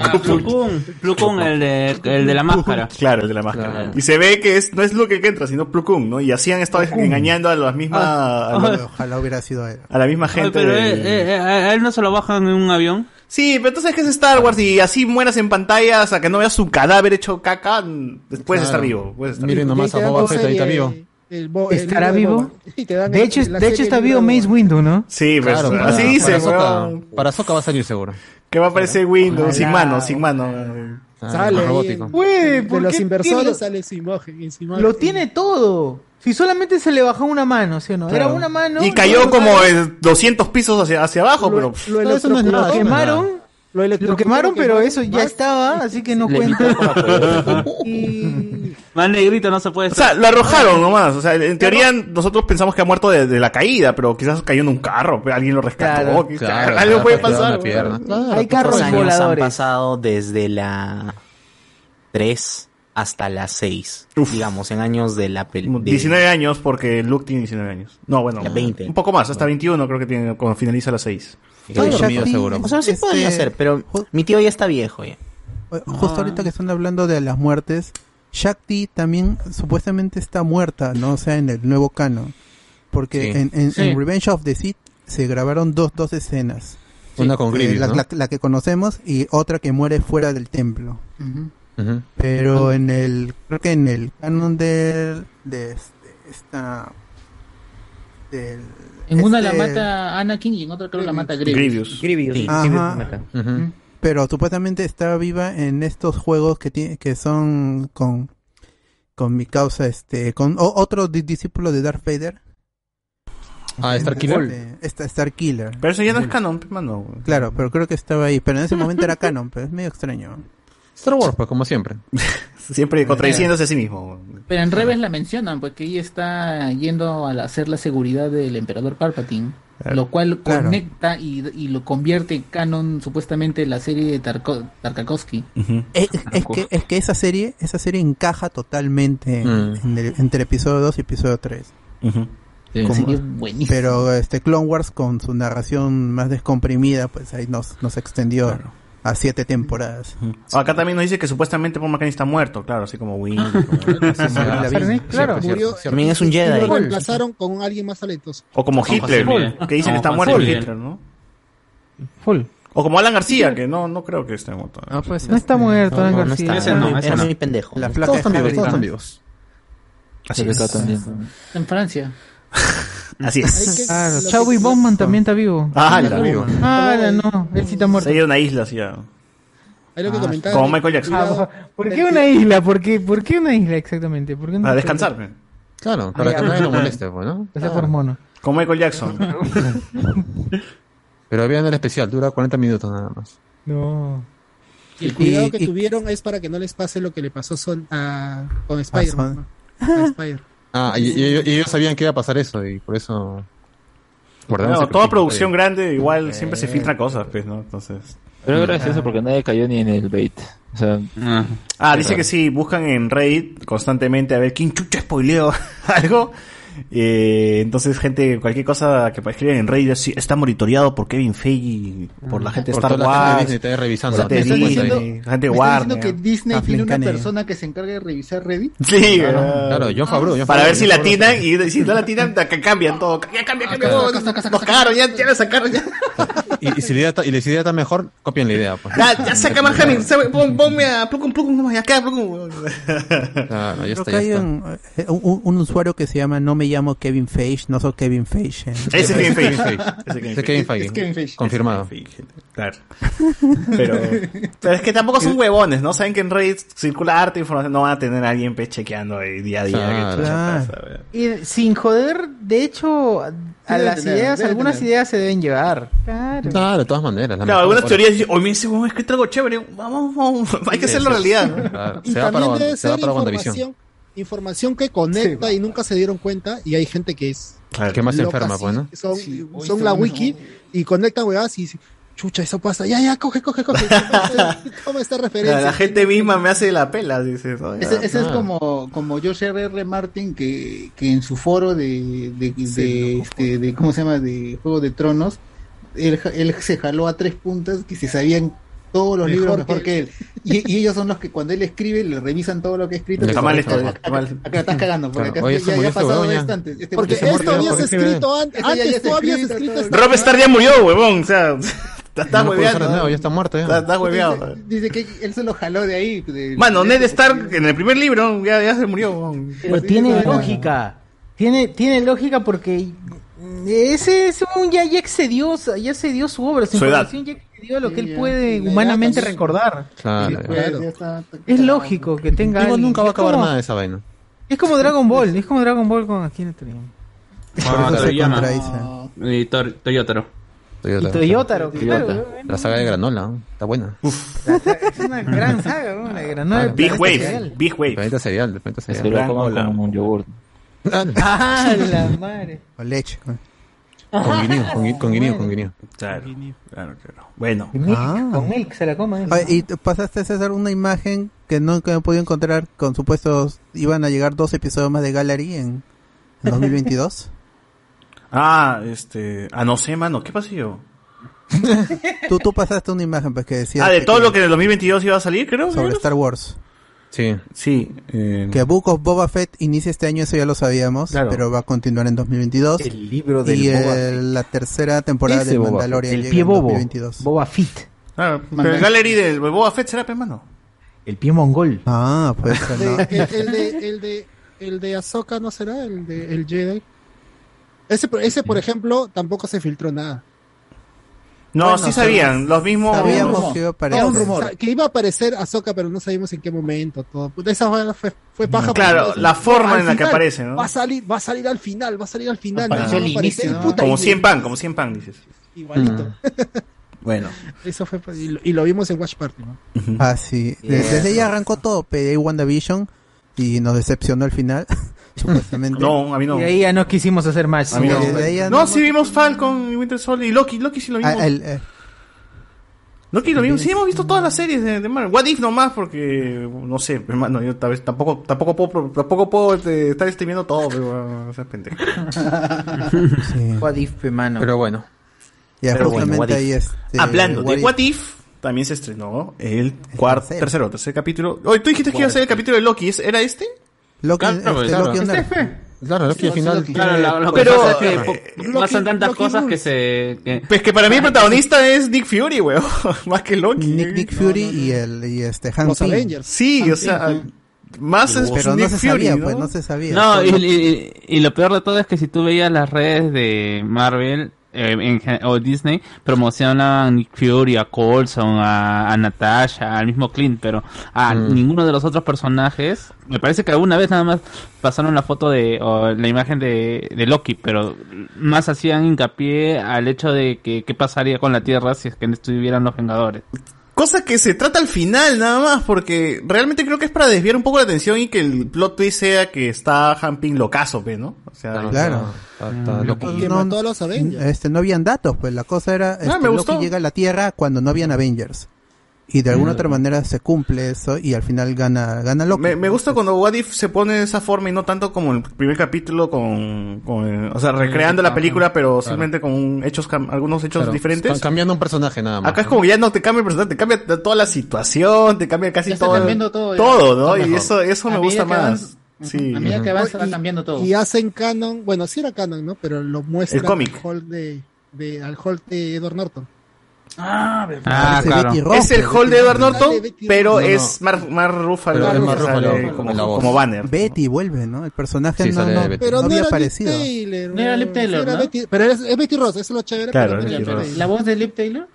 [SPEAKER 14] Ah, Plukun, Plukun, el de, el de la máscara.
[SPEAKER 6] Claro, el de la máscara. Y se ve que es, no es Luke el que entra, sino Plucum, ¿no? Y así han estado engañando a las mismas. Ah, a, la-
[SPEAKER 10] Ojalá hubiera sido él.
[SPEAKER 6] a la misma gente.
[SPEAKER 14] Ah. Ay, pero
[SPEAKER 6] de-
[SPEAKER 14] él, eh, eh, a él no se lo bajan en un avión.
[SPEAKER 6] Sí, pero entonces que es pues Star Wars y así mueras en pantalla hasta que no veas su cadáver hecho caca, mm, pues puedes
[SPEAKER 5] Claro.
[SPEAKER 6] estar vivo. Puedes estar
[SPEAKER 5] Miren
[SPEAKER 6] vivo.
[SPEAKER 5] nomás a
[SPEAKER 4] pues,
[SPEAKER 5] Boba Fett, ahí está vivo.
[SPEAKER 7] El bo- el
[SPEAKER 4] ¿Estará
[SPEAKER 7] libro
[SPEAKER 4] vivo?
[SPEAKER 7] de Boba. Y te dan
[SPEAKER 4] De
[SPEAKER 7] el-
[SPEAKER 4] hecho,
[SPEAKER 7] la
[SPEAKER 4] de hecho
[SPEAKER 7] serie
[SPEAKER 4] está
[SPEAKER 7] del
[SPEAKER 4] vivo
[SPEAKER 7] libro de
[SPEAKER 4] Mace Windu, ¿no?
[SPEAKER 6] Sí, pues,
[SPEAKER 5] Claro, para-
[SPEAKER 6] así
[SPEAKER 5] para
[SPEAKER 6] dice,
[SPEAKER 5] Ahsoka-
[SPEAKER 6] weón.
[SPEAKER 5] Para Soca va a salir seguro.
[SPEAKER 6] Que va a aparecer Windows, sin
[SPEAKER 5] Ojalá.
[SPEAKER 6] mano, sin mano.
[SPEAKER 5] Ah,
[SPEAKER 7] Sale
[SPEAKER 5] robótico.
[SPEAKER 7] ahí.
[SPEAKER 4] Güey,
[SPEAKER 7] de
[SPEAKER 4] ¿por
[SPEAKER 7] los
[SPEAKER 4] qué
[SPEAKER 7] inversores
[SPEAKER 4] tiene-
[SPEAKER 7] sale su imagen. su imagen.
[SPEAKER 4] Lo tiene todo. Si solamente se le bajó una mano, ¿sí o no? Era
[SPEAKER 6] Claro.
[SPEAKER 4] una mano.
[SPEAKER 6] Y cayó
[SPEAKER 4] lo-
[SPEAKER 6] como en 200 pisos hacia, hacia abajo, pero...
[SPEAKER 4] Lo,
[SPEAKER 6] No, eso no es
[SPEAKER 4] electrocutó,
[SPEAKER 6] nada.
[SPEAKER 4] lo quemaron.
[SPEAKER 7] Lo,
[SPEAKER 4] quemaron, pero eso ya estaba, así que no cuenta. Y-
[SPEAKER 14] Más negrito no se puede.
[SPEAKER 6] O sea, lo arrojaron nomás. O sea, en teoría nosotros pensamos que ha muerto de, de la caída, pero quizás cayó en un carro, pero alguien lo rescató.
[SPEAKER 9] Claro.
[SPEAKER 6] quizás,
[SPEAKER 9] Claro,
[SPEAKER 6] algo
[SPEAKER 9] claro,
[SPEAKER 6] puede
[SPEAKER 9] claro,
[SPEAKER 6] pasar.
[SPEAKER 9] una pierna.
[SPEAKER 6] weón.
[SPEAKER 4] Hay carros
[SPEAKER 9] ¿Cuántos años
[SPEAKER 4] voladores.
[SPEAKER 9] han pasado desde la 3 hasta la 6? Digamos, en años de la película.
[SPEAKER 6] 19 años, porque Luke tiene 19 años. No, bueno,
[SPEAKER 9] Ya 20.
[SPEAKER 6] un poco más, hasta 21 creo que tiene, cuando finaliza a las 6.
[SPEAKER 9] O sea, sí podría ser, pero mi tío ya está viejo ya.
[SPEAKER 10] Pues, Justo ahorita que están hablando de las muertes, Shakti también supuestamente está muerta, ¿no? O sea, en el nuevo canon. Porque
[SPEAKER 5] Sí.
[SPEAKER 10] en, en-
[SPEAKER 5] Sí.
[SPEAKER 10] en Revenge of the Sith se grabaron dos, dos escenas.
[SPEAKER 5] Una con
[SPEAKER 10] Eh,
[SPEAKER 5] Grievous,
[SPEAKER 10] la,
[SPEAKER 5] ¿no?
[SPEAKER 10] la- la que conocemos y otra que muere fuera del templo.
[SPEAKER 5] Ujú.
[SPEAKER 10] Pero en el, creo que en el canon del, de este- esta... Del,
[SPEAKER 8] En una la
[SPEAKER 10] este-
[SPEAKER 8] mata Anakin y en otra creo la mata Grievous.
[SPEAKER 10] Ajá.
[SPEAKER 6] Mm.
[SPEAKER 10] Pero supuestamente está viva en estos juegos que tiene, que son con con mi causa este con o- otro di- discípulo de Darth Vader.
[SPEAKER 5] Ah, Starkiller.
[SPEAKER 10] Este, esta Starkiller.
[SPEAKER 6] Pero eso ya no es canon, pe, mano.
[SPEAKER 10] Claro, pero creo que estaba ahí, pero en ese momento era canon, pero es medio extraño.
[SPEAKER 5] Star Wars, pues, como siempre.
[SPEAKER 6] Siempre contradiciéndose a sí mismo.
[SPEAKER 8] Pero en Reves la mencionan, porque ella está yendo a la- hacer la seguridad del emperador Palpatine,
[SPEAKER 6] Eh,
[SPEAKER 8] lo cual
[SPEAKER 10] Claro.
[SPEAKER 8] conecta y, y lo convierte en canon supuestamente la serie de Tarko- Tarkakovsky.
[SPEAKER 6] Mm.
[SPEAKER 10] Es, es que es que esa serie, esa serie encaja totalmente en-
[SPEAKER 8] Mm.
[SPEAKER 10] en el- entre episodio 2 y episodio 3.
[SPEAKER 8] Sí,
[SPEAKER 10] Como-
[SPEAKER 8] sería buenísimo.
[SPEAKER 10] pero este Clone Wars con su narración más descomprimida, pues ahí nos, nos extendió a siete temporadas.
[SPEAKER 6] Acá también nos dice que supuestamente Paul McCartney está muerto, claro, así como Win.
[SPEAKER 7] Claro, murió. y- y Lo reemplazaron con alguien más talentoso.
[SPEAKER 6] O como Hitler, que dicen que está muerto Hitler, ¿no? O como Alan García, que no, no creo que esté muerto.
[SPEAKER 10] Ah, pues,
[SPEAKER 4] No está muerto, Alan
[SPEAKER 9] este, no, no
[SPEAKER 4] García.
[SPEAKER 9] está. Ese no, Era ese no. muy pendejo.
[SPEAKER 10] La
[SPEAKER 9] Todos
[SPEAKER 10] flaca
[SPEAKER 9] están
[SPEAKER 10] de
[SPEAKER 9] vivos,
[SPEAKER 10] Harry
[SPEAKER 9] todos están
[SPEAKER 10] Potter.
[SPEAKER 9] vivos.
[SPEAKER 6] Así
[SPEAKER 9] Rebeca
[SPEAKER 6] es.
[SPEAKER 9] también.
[SPEAKER 8] En Francia.
[SPEAKER 6] Así es.
[SPEAKER 4] Claro, Chadwick Boseman también está vivo.
[SPEAKER 6] Ah, está vivo.
[SPEAKER 4] Ah, la no, él sí está muerto.
[SPEAKER 6] Se ha ido a una isla, así ya.
[SPEAKER 7] Ahí lo que
[SPEAKER 6] Ah,
[SPEAKER 7] comentaba.
[SPEAKER 6] como Michael Jackson.
[SPEAKER 7] Cuidado.
[SPEAKER 4] ¿Por qué una isla? ¿Por qué, por qué una isla exactamente? ¿Por qué no-
[SPEAKER 6] A Este- descansarme.
[SPEAKER 5] Claro, para
[SPEAKER 4] Ah,
[SPEAKER 5] que
[SPEAKER 4] ya.
[SPEAKER 5] nadie lo moleste, pues, ¿no?
[SPEAKER 4] Esa por mono.
[SPEAKER 6] Como Ah. Michael Jackson.
[SPEAKER 5] Pero vean el especial, dura 40 minutos nada más.
[SPEAKER 4] No.
[SPEAKER 7] Y el cuidado que tuvieron es para que no les pase lo que le pasó Sol- a, con Spider-Man. A Spider.
[SPEAKER 5] Ah, y, y ellos- y ellos sabían que iba a pasar eso y por eso. guardaron
[SPEAKER 6] Claro,
[SPEAKER 5] secreto.
[SPEAKER 6] toda producción grande igual
[SPEAKER 5] Eh.
[SPEAKER 6] siempre se filtra cosas, pues, ¿no? Entonces.
[SPEAKER 16] Pero es gracioso porque nadie cayó ni en el bait. O sea,
[SPEAKER 6] Ah,
[SPEAKER 16] qué
[SPEAKER 6] dice que
[SPEAKER 16] raro.
[SPEAKER 6] sí, buscan en Reddit constantemente a ver quién chucha spoileó algo. Eh, entonces, gente, cualquier cosa que escriben en Reddit así, está monitoreado por Kevin Feige, por
[SPEAKER 16] Mm.
[SPEAKER 6] la gente de
[SPEAKER 5] Por
[SPEAKER 6] Star
[SPEAKER 5] toda la gente de
[SPEAKER 6] Wars,
[SPEAKER 5] Disney, te está revisando.
[SPEAKER 6] gente
[SPEAKER 5] Me
[SPEAKER 6] de
[SPEAKER 5] están
[SPEAKER 6] Disney,
[SPEAKER 5] diciendo-
[SPEAKER 6] gente de
[SPEAKER 5] Ah, me están
[SPEAKER 6] Warner.
[SPEAKER 5] diciendo
[SPEAKER 8] que Disney
[SPEAKER 6] Kathleen
[SPEAKER 8] tiene una
[SPEAKER 6] Kennedy.
[SPEAKER 8] persona que se encarga de revisar Reddit.
[SPEAKER 6] Sí, eh,
[SPEAKER 8] Ah,
[SPEAKER 6] claro.
[SPEAKER 5] Claro, John Favreau, John
[SPEAKER 6] Para
[SPEAKER 5] Favreau,
[SPEAKER 6] ver si
[SPEAKER 5] John Favreau.
[SPEAKER 6] latinan y si no latinan, que cambian todo. Ya cambia, cambia. todo. Nos cagaron, ya, ya la sacaron, ya.
[SPEAKER 5] Y, y si la idea está, y si la idea está mejor, copien la idea. Pues.
[SPEAKER 6] Ya, ya saca más Hamilton, sabe, pon- ponme a Plucum Plucum, nomás, ya queda Plucum. weón.
[SPEAKER 5] Claro, ya
[SPEAKER 10] Creo
[SPEAKER 5] está,
[SPEAKER 10] que
[SPEAKER 5] ya
[SPEAKER 10] hay
[SPEAKER 5] está.
[SPEAKER 10] un, eh, un- un usuario que se llama No me llamo Kevin Feige, no soy Kevin Feige.
[SPEAKER 6] Ese es Kevin Feige.
[SPEAKER 5] Ese es Kevin Feige. Es Kevin Feige. Confirmado.
[SPEAKER 6] Es Kevin Feige, Claro. Pero, pero es que tampoco son huevones, ¿no? Saben que en Reddit circula arte información. No van a tener a alguien pues, chequeando ahí día a día.
[SPEAKER 5] Claro.
[SPEAKER 6] que chucha
[SPEAKER 5] Claro.
[SPEAKER 6] pasa, weón.
[SPEAKER 4] Y sin joder, de hecho, a
[SPEAKER 12] debe
[SPEAKER 4] las
[SPEAKER 12] tener,
[SPEAKER 4] ideas,
[SPEAKER 12] debe
[SPEAKER 4] algunas
[SPEAKER 12] tener.
[SPEAKER 4] ideas se deben llevar. Claro.
[SPEAKER 5] Claro, de todas maneras. la
[SPEAKER 6] Claro,
[SPEAKER 5] mejor
[SPEAKER 6] algunas
[SPEAKER 5] forma.
[SPEAKER 6] teorías dicen, oye, ese huevón escrito algo chévere. Vamos, vamos, hay que
[SPEAKER 5] Sí,
[SPEAKER 6] hacerlo
[SPEAKER 5] sí.
[SPEAKER 6] realidad. ¿no?
[SPEAKER 5] Claro,
[SPEAKER 7] Y
[SPEAKER 5] se va para,
[SPEAKER 7] también
[SPEAKER 5] Wan-
[SPEAKER 7] debe
[SPEAKER 5] se va
[SPEAKER 7] ser
[SPEAKER 5] para WandaVision.
[SPEAKER 7] información, información que conecta y nunca se dieron cuenta y hay gente que es
[SPEAKER 5] que más se
[SPEAKER 7] loca,
[SPEAKER 5] enferma,
[SPEAKER 7] sí,
[SPEAKER 5] pues, ¿no?
[SPEAKER 7] Son,
[SPEAKER 8] hoy
[SPEAKER 7] son
[SPEAKER 8] se
[SPEAKER 7] la
[SPEAKER 8] van a-
[SPEAKER 7] wiki y conectan huevadas y dicen, chucha, eso pasa. Ya, ya, coge, coge, coge. Toma esta- Toma esta referencia.
[SPEAKER 6] Claro, la gente misma me hace la pela, dices. ¿no?
[SPEAKER 8] Ese, ese es
[SPEAKER 6] Ah.
[SPEAKER 8] como, como George R. Martin que, que en su foro de, de, de, este, de- ¿cómo se llama? de Juego de Tronos, él, ja- él se jaló a tres puntas que se sabían todos los
[SPEAKER 7] Mejor
[SPEAKER 8] libros
[SPEAKER 7] que
[SPEAKER 8] mejor que él. Y, y ellos son los que cuando él escribe le revisan todo lo que ha escrito.
[SPEAKER 6] Está
[SPEAKER 8] Acá-
[SPEAKER 6] mal
[SPEAKER 8] acá-
[SPEAKER 6] esto,
[SPEAKER 8] acá-
[SPEAKER 6] está mal.
[SPEAKER 8] Acá la estás cagando porque
[SPEAKER 6] Claro, oye,
[SPEAKER 8] acá-
[SPEAKER 6] se
[SPEAKER 8] ya, ya
[SPEAKER 6] murió
[SPEAKER 8] ha
[SPEAKER 6] este
[SPEAKER 8] pasado
[SPEAKER 6] huevón ya.
[SPEAKER 8] esto antes. Este
[SPEAKER 7] Porque
[SPEAKER 8] huevón-
[SPEAKER 7] esto habías escrito an-
[SPEAKER 8] Este ya
[SPEAKER 7] antes,
[SPEAKER 8] habías
[SPEAKER 7] tú habías
[SPEAKER 8] escrito
[SPEAKER 7] escrito esto.
[SPEAKER 6] Rob Starr ya murió, huevón. O sea, está, está
[SPEAKER 5] No puede
[SPEAKER 6] hueveando,
[SPEAKER 5] ser
[SPEAKER 6] ¿no?
[SPEAKER 5] nuevo, ya está muerto. ya.
[SPEAKER 6] Está, está hueveado.
[SPEAKER 8] Dice, dice que él se lo jaló de ahí. de-
[SPEAKER 6] Mano,
[SPEAKER 8] de-
[SPEAKER 6] Ned Stark en el primer libro ya, ya Ah, se murió. weón.
[SPEAKER 4] Pero tiene lógica. Tiene, tiene lógica porque ese es un ya, ya excedió, ya excedió su obra, su,
[SPEAKER 5] Su edad.
[SPEAKER 4] información ya excedió lo que él
[SPEAKER 8] ya.
[SPEAKER 4] puede
[SPEAKER 8] Y la
[SPEAKER 4] humanamente
[SPEAKER 8] edad también.
[SPEAKER 4] recordar.
[SPEAKER 5] Claro.
[SPEAKER 8] Claro, ya está-
[SPEAKER 4] Es lógico que tenga.
[SPEAKER 5] Igual
[SPEAKER 4] alguien.
[SPEAKER 5] nunca va a
[SPEAKER 4] Es como-
[SPEAKER 5] acabar nada de esa vaina.
[SPEAKER 4] Es como Dragon Ball, es como Dragon Ball con aquí en el tren.
[SPEAKER 14] Ah,
[SPEAKER 5] eso se
[SPEAKER 14] Toriyama.
[SPEAKER 5] contradice.
[SPEAKER 14] Y Tor- Toyotaro.
[SPEAKER 5] Toyota.
[SPEAKER 4] Y Toyotaro, claro, bueno.
[SPEAKER 5] La saga de granola, ¿no? está buena. Uf.
[SPEAKER 4] Es una gran saga, ¿no? una gran nueva
[SPEAKER 5] Big
[SPEAKER 4] planeta
[SPEAKER 5] Wave,
[SPEAKER 4] serial.
[SPEAKER 6] Ah, Big Wave.
[SPEAKER 5] Planeta cereal, de planeta
[SPEAKER 16] se lo
[SPEAKER 5] cereal.
[SPEAKER 16] coman como un yogur.
[SPEAKER 4] ¡Ah, la madre! Ah,
[SPEAKER 10] O leche. con-
[SPEAKER 5] Con guineo, con, gui- con guineo, con guineo.
[SPEAKER 6] Claro, claro, claro. Bueno.
[SPEAKER 10] Ah.
[SPEAKER 4] Con milk se la coma. ¿eh?
[SPEAKER 10] Ah, y te pasaste, César, una imagen que nunca he podido encontrar con supuestos... Iban a llegar dos episodios más de Gallery en 2022.
[SPEAKER 6] Ah, este. Ah, no sé, mano. ¿Qué pasó yo?
[SPEAKER 10] tú, tú pasaste una imagen pues, que decía...
[SPEAKER 6] Ah, de
[SPEAKER 10] que-
[SPEAKER 6] todo lo que en el 2022 iba a salir, creo.
[SPEAKER 10] Sobre
[SPEAKER 6] ¿no?
[SPEAKER 10] Star Wars.
[SPEAKER 5] Sí.
[SPEAKER 6] Sí.
[SPEAKER 4] eh,
[SPEAKER 10] Que Book of Boba Fett inicia este año, eso ya lo sabíamos,
[SPEAKER 6] Claro.
[SPEAKER 10] pero va a continuar en 2022.
[SPEAKER 4] El libro del
[SPEAKER 10] y
[SPEAKER 4] Boba
[SPEAKER 10] eh, la tercera temporada
[SPEAKER 4] Ese
[SPEAKER 10] de
[SPEAKER 4] Boba
[SPEAKER 10] Mandalorian
[SPEAKER 4] Fett, el
[SPEAKER 10] llega
[SPEAKER 4] pie
[SPEAKER 10] en
[SPEAKER 4] bobo.
[SPEAKER 10] 2022.
[SPEAKER 4] Boba Fett.
[SPEAKER 6] Ah, pero el gallery del Boba Fett será, pues, mano.
[SPEAKER 4] El pie mongol.
[SPEAKER 10] Ah, pues
[SPEAKER 7] El, el de, el de, el de Ahsoka, ¿no será? El de el Jedi. Ese, ese, por ejemplo, tampoco se filtró nada.
[SPEAKER 6] No,
[SPEAKER 7] Bueno,
[SPEAKER 6] sí sabían. Los mismos.
[SPEAKER 7] Sabíamos que iba a aparecer.
[SPEAKER 6] Era un rumor.
[SPEAKER 7] O sea, que iba a aparecer Ahsoka, pero no sabíamos en qué momento. Todo. Puta, Esa vaina fue, fue paja.
[SPEAKER 6] Claro,
[SPEAKER 7] porque-
[SPEAKER 6] la forma
[SPEAKER 7] Al
[SPEAKER 6] en la que aparece, ¿no?
[SPEAKER 7] Va a salir, va a salir al final, va a salir al final.
[SPEAKER 6] Apareció
[SPEAKER 7] no va a
[SPEAKER 6] al
[SPEAKER 7] aparecer,
[SPEAKER 6] inicio,
[SPEAKER 7] puta,
[SPEAKER 6] Como
[SPEAKER 7] y-
[SPEAKER 6] 100 pan, como 100 pan, dices.
[SPEAKER 7] Igualito.
[SPEAKER 6] Bueno.
[SPEAKER 7] Eso fue, y lo, y lo vimos en Watch Party, ¿no?
[SPEAKER 10] Ah, sí. De-
[SPEAKER 7] Bien.
[SPEAKER 10] Desde ella arrancó todo, pedí WandaVision y nos decepcionó al final, supuestamente.
[SPEAKER 6] No, a mí no.
[SPEAKER 4] Y ahí ya no quisimos hacer más.
[SPEAKER 10] A mí no. Desde ahí ya
[SPEAKER 6] No, sí vimos Falcon y Winter Soldier y Loki. Loki sí lo vimos.
[SPEAKER 10] Ah, el- eh,
[SPEAKER 6] Loki lo vimos. Sí, hemos visto todas las series de, de Marvel. What If nomás, porque no sé, hermano. Yo tal vez tampoco, tampoco puedo, pro- tampoco puedo este, estar streameando todo, pero bueno, seas pendejo.
[SPEAKER 4] What if, pe, mano.
[SPEAKER 5] Pero bueno.
[SPEAKER 10] Ya,
[SPEAKER 6] Pero bueno,
[SPEAKER 10] justamente
[SPEAKER 6] What If.
[SPEAKER 10] ahí este,
[SPEAKER 6] Hablando
[SPEAKER 10] What
[SPEAKER 6] de
[SPEAKER 10] If.
[SPEAKER 6] What If, también se estrenó el cuarto, tercero, tercer capítulo. Oye, tú dijiste que iba a ser el capítulo de Loki, ¿es- ¿era este?
[SPEAKER 10] Loki,
[SPEAKER 6] Claro,
[SPEAKER 10] este,
[SPEAKER 6] claro.
[SPEAKER 10] Loki
[SPEAKER 6] Este
[SPEAKER 10] Under.
[SPEAKER 5] Claro, Loki al final.
[SPEAKER 14] Claro,
[SPEAKER 5] tiene-
[SPEAKER 14] lo, lo que
[SPEAKER 5] Pero-
[SPEAKER 14] pasa es que
[SPEAKER 5] eh,
[SPEAKER 14] po-
[SPEAKER 6] Loki-
[SPEAKER 14] pasan tantas
[SPEAKER 6] Loki
[SPEAKER 14] cosas que
[SPEAKER 6] rules.
[SPEAKER 14] se... que-
[SPEAKER 6] Pues que para mí el protagonista es Nick Fury, weón. Más que Loki. Nick,
[SPEAKER 10] Fury y el y este Hank Pym.
[SPEAKER 6] Sí, o sea, más es
[SPEAKER 10] Pero no
[SPEAKER 6] Nick
[SPEAKER 10] se
[SPEAKER 6] Fury,
[SPEAKER 10] sabía,
[SPEAKER 6] ¿no?
[SPEAKER 10] pues no se sabía.
[SPEAKER 14] No, y,
[SPEAKER 10] Solo-
[SPEAKER 14] y- y lo peor de todo es que si tú veías las redes de Marvel eh, en gen- o Disney, promocionaban a Nick Fury, a Colson, a, a Natasha, al mismo Clint, pero a
[SPEAKER 10] Mm.
[SPEAKER 14] ninguno de los otros personajes. Me parece que alguna vez nada más pasaron la foto de o la imagen de, de Loki, pero más hacían hincapié al hecho de que qué pasaría con la Tierra si es que no estuvieran los Vengadores.
[SPEAKER 6] Cosa que se trata al final, nada más, porque realmente creo que es para desviar un poco la atención y que el plot twist sea que está Hamping locazo, pe, ¿no? O sea,
[SPEAKER 10] Claro.
[SPEAKER 15] Mm.
[SPEAKER 7] Que mató a los Avengers.
[SPEAKER 10] Este, no habían datos, pues la cosa era
[SPEAKER 6] Ah,
[SPEAKER 10] este,
[SPEAKER 7] me
[SPEAKER 10] Loki
[SPEAKER 7] gustó.
[SPEAKER 10] llega a la Tierra cuando no habían Avengers. Y de alguna
[SPEAKER 6] Mm.
[SPEAKER 10] otra manera se cumple eso y al final gana gana Loki.
[SPEAKER 6] Me, me gusta cuando What If se pone de esa forma y no tanto como el primer capítulo con, con, eh, o sea, recreando la película, pero
[SPEAKER 5] Claro.
[SPEAKER 6] simplemente con un- hechos, cam- algunos hechos
[SPEAKER 5] Claro,
[SPEAKER 6] diferentes.
[SPEAKER 5] están cambiando un personaje nada más.
[SPEAKER 6] Acá es como que ya no te cambia el personaje, te cambia t- toda la situación, te cambia casi
[SPEAKER 15] Ya está
[SPEAKER 6] todo.
[SPEAKER 15] cambiando todo, ya.
[SPEAKER 6] todo, ¿no?
[SPEAKER 15] Está
[SPEAKER 6] Y
[SPEAKER 15] mejor.
[SPEAKER 6] eso, eso me
[SPEAKER 15] A
[SPEAKER 6] gusta
[SPEAKER 15] medida que
[SPEAKER 6] más. Sí.
[SPEAKER 15] A medida que avanza va cambiando todo.
[SPEAKER 7] Y hacen canon, bueno, sí era canon, ¿no? Pero lo muestra
[SPEAKER 6] El cómic.
[SPEAKER 7] al Hulk de, de- al Hulk de Edward Norton.
[SPEAKER 15] Ah,
[SPEAKER 6] Ah, claro. Es el Hall de Edward Norton,
[SPEAKER 10] No,
[SPEAKER 6] pero
[SPEAKER 10] no.
[SPEAKER 6] es Mar, Mar
[SPEAKER 10] Pero
[SPEAKER 6] Ruffalo,
[SPEAKER 10] es
[SPEAKER 6] que
[SPEAKER 10] Mark
[SPEAKER 6] sale
[SPEAKER 10] Ruffalo
[SPEAKER 6] como,
[SPEAKER 10] con la voz.
[SPEAKER 6] como banner.
[SPEAKER 10] Betty vuelve, ¿no? El personaje
[SPEAKER 6] Sí,
[SPEAKER 10] no,
[SPEAKER 6] sale
[SPEAKER 10] no-
[SPEAKER 6] Betty.
[SPEAKER 10] no
[SPEAKER 7] Pero no,
[SPEAKER 10] había
[SPEAKER 7] era
[SPEAKER 10] aparecido.
[SPEAKER 7] Liv Taylor.
[SPEAKER 15] No era Liv Taylor,
[SPEAKER 7] era
[SPEAKER 15] ¿no?
[SPEAKER 7] Betty- pero es, es Betty Ross, eso es lo chévere.
[SPEAKER 6] Claro,
[SPEAKER 7] pero
[SPEAKER 6] es
[SPEAKER 7] no era
[SPEAKER 6] Betty
[SPEAKER 7] Betty
[SPEAKER 6] Ross.
[SPEAKER 7] Taylor.
[SPEAKER 15] ¿La voz de Lip Taylor?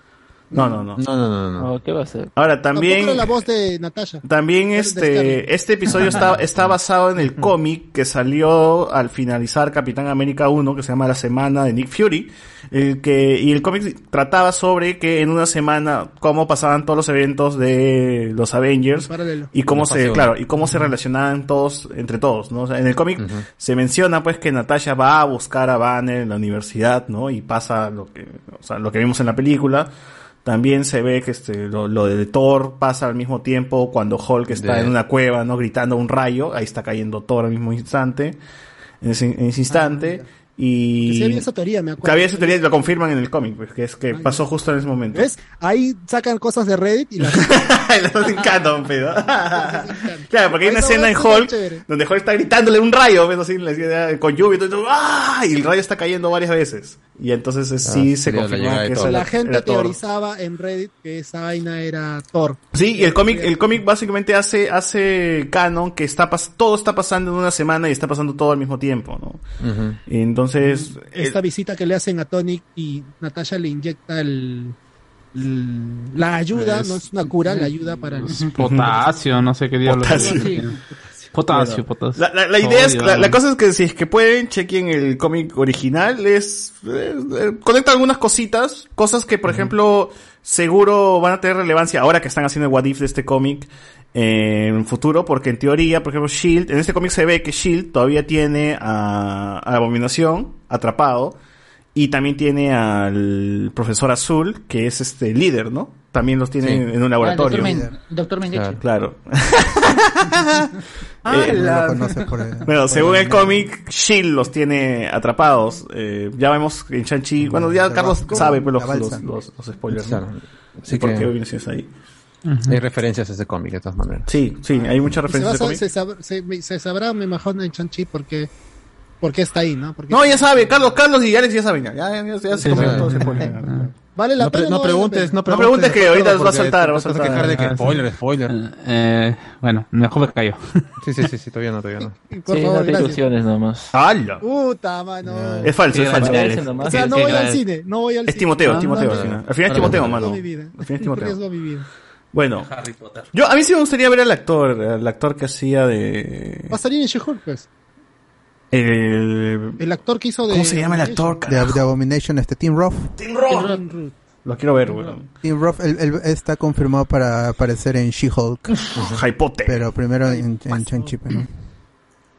[SPEAKER 6] No, no, no.
[SPEAKER 5] No, no, no, no.
[SPEAKER 4] ¿Qué va a ser?
[SPEAKER 6] Ahora
[SPEAKER 7] Tampoco
[SPEAKER 6] también
[SPEAKER 7] era la voz de Natasha.
[SPEAKER 6] También
[SPEAKER 7] de Scarlett.
[SPEAKER 6] este, este episodio está, está basado en el cómic que salió al finalizar Capitán América 1, que se llama La Semana de Nick Fury. el que, y el cómic trataba sobre que en una semana, cómo pasaban todos los eventos de los Avengers
[SPEAKER 7] Paralelo.
[SPEAKER 6] y cómo
[SPEAKER 7] Una fase
[SPEAKER 6] se,
[SPEAKER 7] uno.
[SPEAKER 6] claro, y cómo se relacionaban todos, entre todos, ¿no? O sea, en el cómic se menciona pues que Natasha va a buscar a Banner en la universidad, ¿no? Y pasa lo que, o sea, lo que vimos en la película. También se ve que este, lo, lo de Thor pasa al mismo tiempo cuando Hulk está
[SPEAKER 5] De-
[SPEAKER 6] en una cueva, ¿no? Gritando un rayo. Ahí está cayendo Thor al mismo instante. En ese, en ese instante. y.
[SPEAKER 7] Ah, Sí había esa teoría, me acuerdo.
[SPEAKER 6] que había esa teoría y lo confirman en el cómic, pues, que es que pasó justo en ese momento.
[SPEAKER 7] Ah, ¿Ves? Ahí sacan cosas de Reddit y las
[SPEAKER 6] Estás en canon, pedo. claro, porque hay una
[SPEAKER 7] Esa
[SPEAKER 6] escena en
[SPEAKER 7] hueá sí está
[SPEAKER 6] Hulk
[SPEAKER 7] chévere.
[SPEAKER 6] donde Hulk está gritándole un rayo, ¿ves? Así, le decía, con lluvia y todo, y todo, ¡ah! Y el rayo está cayendo varias veces. Y entonces eh, sí se
[SPEAKER 5] sería Ah, la
[SPEAKER 6] confirmó
[SPEAKER 5] llegada de
[SPEAKER 6] que
[SPEAKER 5] Thor.
[SPEAKER 6] esa
[SPEAKER 7] la
[SPEAKER 6] era-
[SPEAKER 7] gente
[SPEAKER 6] era Thor.
[SPEAKER 7] teorizaba en Reddit que esa vaina era Thor.
[SPEAKER 6] Sí, y el cómic, el cómic básicamente hace, hace Eh, canon que está pas- todo está pasando en una semana y está pasando todo al mismo tiempo, ¿no? Y entonces,
[SPEAKER 7] Esta visita que le hacen a Tony y Natasha le inyecta el, el- la ayuda,
[SPEAKER 14] Es-
[SPEAKER 7] no es una cura, la ayuda para el-
[SPEAKER 14] Potasio, no sé qué diablos.
[SPEAKER 6] Potasio.
[SPEAKER 14] Potasio, potasio.
[SPEAKER 6] La, la- la idea es,
[SPEAKER 14] Sodio,
[SPEAKER 6] la, la
[SPEAKER 14] ¿no?
[SPEAKER 6] cosa es que si es que pueden, chequen el cómic original, es, eh, eh, conecta algunas cositas, cosas que por ejemplo seguro van a tener relevancia ahora que están haciendo el What If de este cómic eh, en futuro, porque en teoría, por ejemplo, Shield, en este cómic se ve que Shield todavía tiene a, a Abominación atrapado y también tiene al profesor Azul, que es este líder, ¿no? También los tiene
[SPEAKER 15] Sí.
[SPEAKER 6] en un
[SPEAKER 15] Ah,
[SPEAKER 6] laboratorio.
[SPEAKER 15] el doctor Men- el doctor Mengeche.
[SPEAKER 6] Claro.
[SPEAKER 15] Ah,
[SPEAKER 6] Eh,
[SPEAKER 15] la-
[SPEAKER 6] bueno, según el cómic, Shield los tiene atrapados. Eh, ya vemos en Shang-Chi. Bueno, ya
[SPEAKER 5] La
[SPEAKER 6] Carlos
[SPEAKER 5] balsa.
[SPEAKER 6] sabe pues, los,
[SPEAKER 5] La balsa.
[SPEAKER 6] los, los- los spoilers.
[SPEAKER 5] Claro.
[SPEAKER 6] ¿no?
[SPEAKER 5] Así
[SPEAKER 6] ¿Por
[SPEAKER 5] que-
[SPEAKER 6] qué Abominación está ahí?
[SPEAKER 5] Hay referencias a ese cómic de todas maneras.
[SPEAKER 6] Sí, sí, hay muchas
[SPEAKER 7] Y se, va a
[SPEAKER 5] referencias
[SPEAKER 7] sa- se, sab- se- me- se sabrá, me imagino, en Chanchi porque, porque está ahí, ¿no? Porque
[SPEAKER 6] No, ya sabe, Carlos, Carlos y Alex ya saben. Ya, ya, ya- ya Ah. se comieron
[SPEAKER 5] saben.
[SPEAKER 6] todos los spoilers.
[SPEAKER 7] vale la
[SPEAKER 5] No, pre-
[SPEAKER 7] pena.
[SPEAKER 5] no
[SPEAKER 7] vale la
[SPEAKER 5] preguntes,
[SPEAKER 7] pena?
[SPEAKER 5] no preguntes.
[SPEAKER 6] que ahorita
[SPEAKER 5] Porque
[SPEAKER 6] va a saltar, va a
[SPEAKER 5] te vas
[SPEAKER 6] saltar.
[SPEAKER 5] quejar de que
[SPEAKER 6] Ah,
[SPEAKER 5] spoiler, spoiler.
[SPEAKER 14] Eh, bueno, mejor me callo.
[SPEAKER 5] Sí, sí, sí, sí, todavía no, todavía
[SPEAKER 7] no.
[SPEAKER 14] Por
[SPEAKER 4] Sí,
[SPEAKER 14] favor,
[SPEAKER 4] no te
[SPEAKER 14] gracias.
[SPEAKER 4] ilusiones nomás.
[SPEAKER 6] ¡Hala!
[SPEAKER 7] Uh, Puta, mano.
[SPEAKER 6] Es falso,
[SPEAKER 4] Sí,
[SPEAKER 6] es falso.
[SPEAKER 4] gracias, nomás.
[SPEAKER 7] O sea, no voy al cine, no voy al
[SPEAKER 6] Es
[SPEAKER 7] cine.
[SPEAKER 6] Timoteo, es
[SPEAKER 7] No,
[SPEAKER 6] Timoteo.
[SPEAKER 7] no,
[SPEAKER 6] al
[SPEAKER 7] no.
[SPEAKER 6] final. Al final es
[SPEAKER 7] Para
[SPEAKER 6] Timoteo,
[SPEAKER 7] mí.
[SPEAKER 6] mano.
[SPEAKER 7] Mi vida.
[SPEAKER 6] Al final es
[SPEAKER 7] Mi
[SPEAKER 6] Timoteo.
[SPEAKER 7] riesgo, mi vida.
[SPEAKER 6] Bueno, yo a mí sí me gustaría ver al actor, al actor que hacía de.
[SPEAKER 7] Va a salir en She-Hulk, pues.
[SPEAKER 6] el-
[SPEAKER 7] El actor que hizo de.
[SPEAKER 10] ¿Cómo se llama el
[SPEAKER 7] actor?
[SPEAKER 10] De, de Abomination, este Tim Roth.
[SPEAKER 7] Tim Roth.
[SPEAKER 6] Lo quiero ver, weón.
[SPEAKER 10] Tim Roth él- él está confirmado para aparecer en She-Hulk.
[SPEAKER 6] Hypote.
[SPEAKER 10] Pero primero en, en Shang-Chi, pues, ¿no?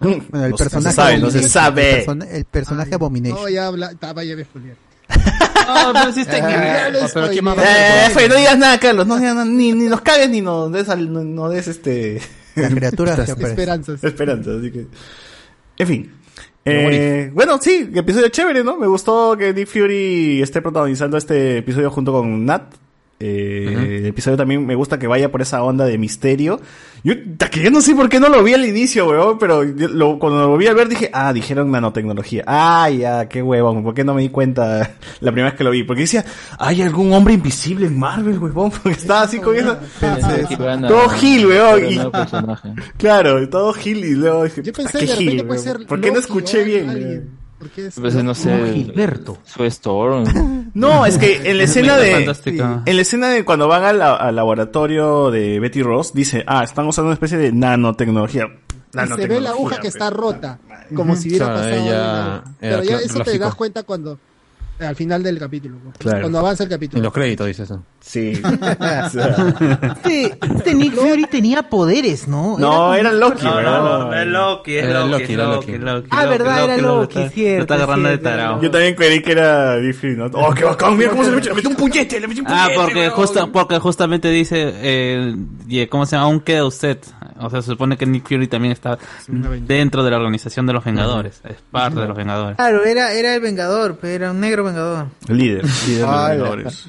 [SPEAKER 10] Bueno, el
[SPEAKER 6] No se- no se
[SPEAKER 10] personaje.
[SPEAKER 6] sabe, no se
[SPEAKER 10] Abomination,
[SPEAKER 6] sabe.
[SPEAKER 10] El, persona- el personaje Abomination.
[SPEAKER 7] No, ya habla. ta, vaya, ve, Julián.
[SPEAKER 14] No, no
[SPEAKER 7] existe
[SPEAKER 6] Pero ¿quién más va a ser? Eh, Fey, no digas nada, Carlos. No digas nada, ni, ni nos cagues ni nos des, al- no, no des este.
[SPEAKER 10] Las criaturas que aparecen.
[SPEAKER 6] Esperanzas. Esperanzas, así que. En fin. Eh, bueno, sí, episodio chévere, ¿no? Me gustó que Nick Fury esté protagonizando este episodio junto con Nat. Eh, El episodio también me gusta que vaya por esa onda de misterio. Yo, ta que yo no sé por qué no lo vi al inicio, weón, pero yo lo- cuando lo volví a ver dije, ah, dijeron nanotecnología. Ah, ya, qué huevón, ¿por qué no me di cuenta la primera vez que lo vi? Porque decía, hay algún hombre invisible en Marvel, huevón, porque estaba así con eso.
[SPEAKER 4] Pensé que iban a-
[SPEAKER 6] Todo Gil, weón.
[SPEAKER 4] era un
[SPEAKER 6] y-
[SPEAKER 4] nuevo personaje.
[SPEAKER 6] Claro, todo Gil y luego dije, "Puta,
[SPEAKER 7] pensé
[SPEAKER 6] qué
[SPEAKER 7] de repente
[SPEAKER 6] Gil,
[SPEAKER 7] puede
[SPEAKER 6] weón?
[SPEAKER 7] ser
[SPEAKER 6] ¿Por qué no
[SPEAKER 7] Loki
[SPEAKER 6] escuché
[SPEAKER 7] o
[SPEAKER 6] bien?
[SPEAKER 7] alguien.
[SPEAKER 6] weón?
[SPEAKER 7] ¿Por qué es-
[SPEAKER 16] pues,
[SPEAKER 4] Entonces, no sé. Su Storm.
[SPEAKER 6] No, es que en la escena
[SPEAKER 4] Mujer
[SPEAKER 6] de
[SPEAKER 4] Fantástica.
[SPEAKER 6] en la escena de cuando van al, la- al laboratorio de Betty Ross dice, "Ah, están usando una especie de nanotecnología." Ah,
[SPEAKER 7] Y se ve la aguja que está rota, como si hubiera
[SPEAKER 6] Claro,
[SPEAKER 7] pasado.
[SPEAKER 6] ella
[SPEAKER 7] algo.
[SPEAKER 6] era
[SPEAKER 7] Pero ya
[SPEAKER 6] cl-
[SPEAKER 7] eso te
[SPEAKER 6] lógico.
[SPEAKER 7] das cuenta cuando eh, al final del capítulo. pues,
[SPEAKER 5] Claro.
[SPEAKER 7] Cuando avanza el capítulo.
[SPEAKER 5] En los créditos dice eso.
[SPEAKER 6] Sí.
[SPEAKER 3] Este, este Nick Fury tenía poderes, ¿no?
[SPEAKER 5] No,
[SPEAKER 3] como-
[SPEAKER 5] era Loki,
[SPEAKER 14] No,
[SPEAKER 5] ¿verdad?
[SPEAKER 14] no, no, no es Loki, es
[SPEAKER 5] Era
[SPEAKER 14] Loki,
[SPEAKER 5] Loki,
[SPEAKER 14] es
[SPEAKER 5] era
[SPEAKER 14] Loki,
[SPEAKER 5] Loki.
[SPEAKER 14] Loki.
[SPEAKER 5] Ah,
[SPEAKER 14] verdad, era
[SPEAKER 5] Loki, cierto,
[SPEAKER 14] Lo está agarrando de tarado.
[SPEAKER 6] Yo también creí que era Diffie, ¿no? ¡Oh, qué bacán! Mira cómo se le metió. Le metió un puñete, le metió un
[SPEAKER 14] Ah,
[SPEAKER 6] puñete.
[SPEAKER 14] porque, justa, porque justamente dice, eh, y- ¿cómo se llama? Aún queda usted. O sea, se supone que Nick Fury también está dentro de la organización de los Vengadores. Es parte de los Vengadores.
[SPEAKER 4] Claro, era, era el Vengador, pero era un negro Vengador.
[SPEAKER 6] Líder. Líder de los
[SPEAKER 4] Ah,
[SPEAKER 6] Vengadores.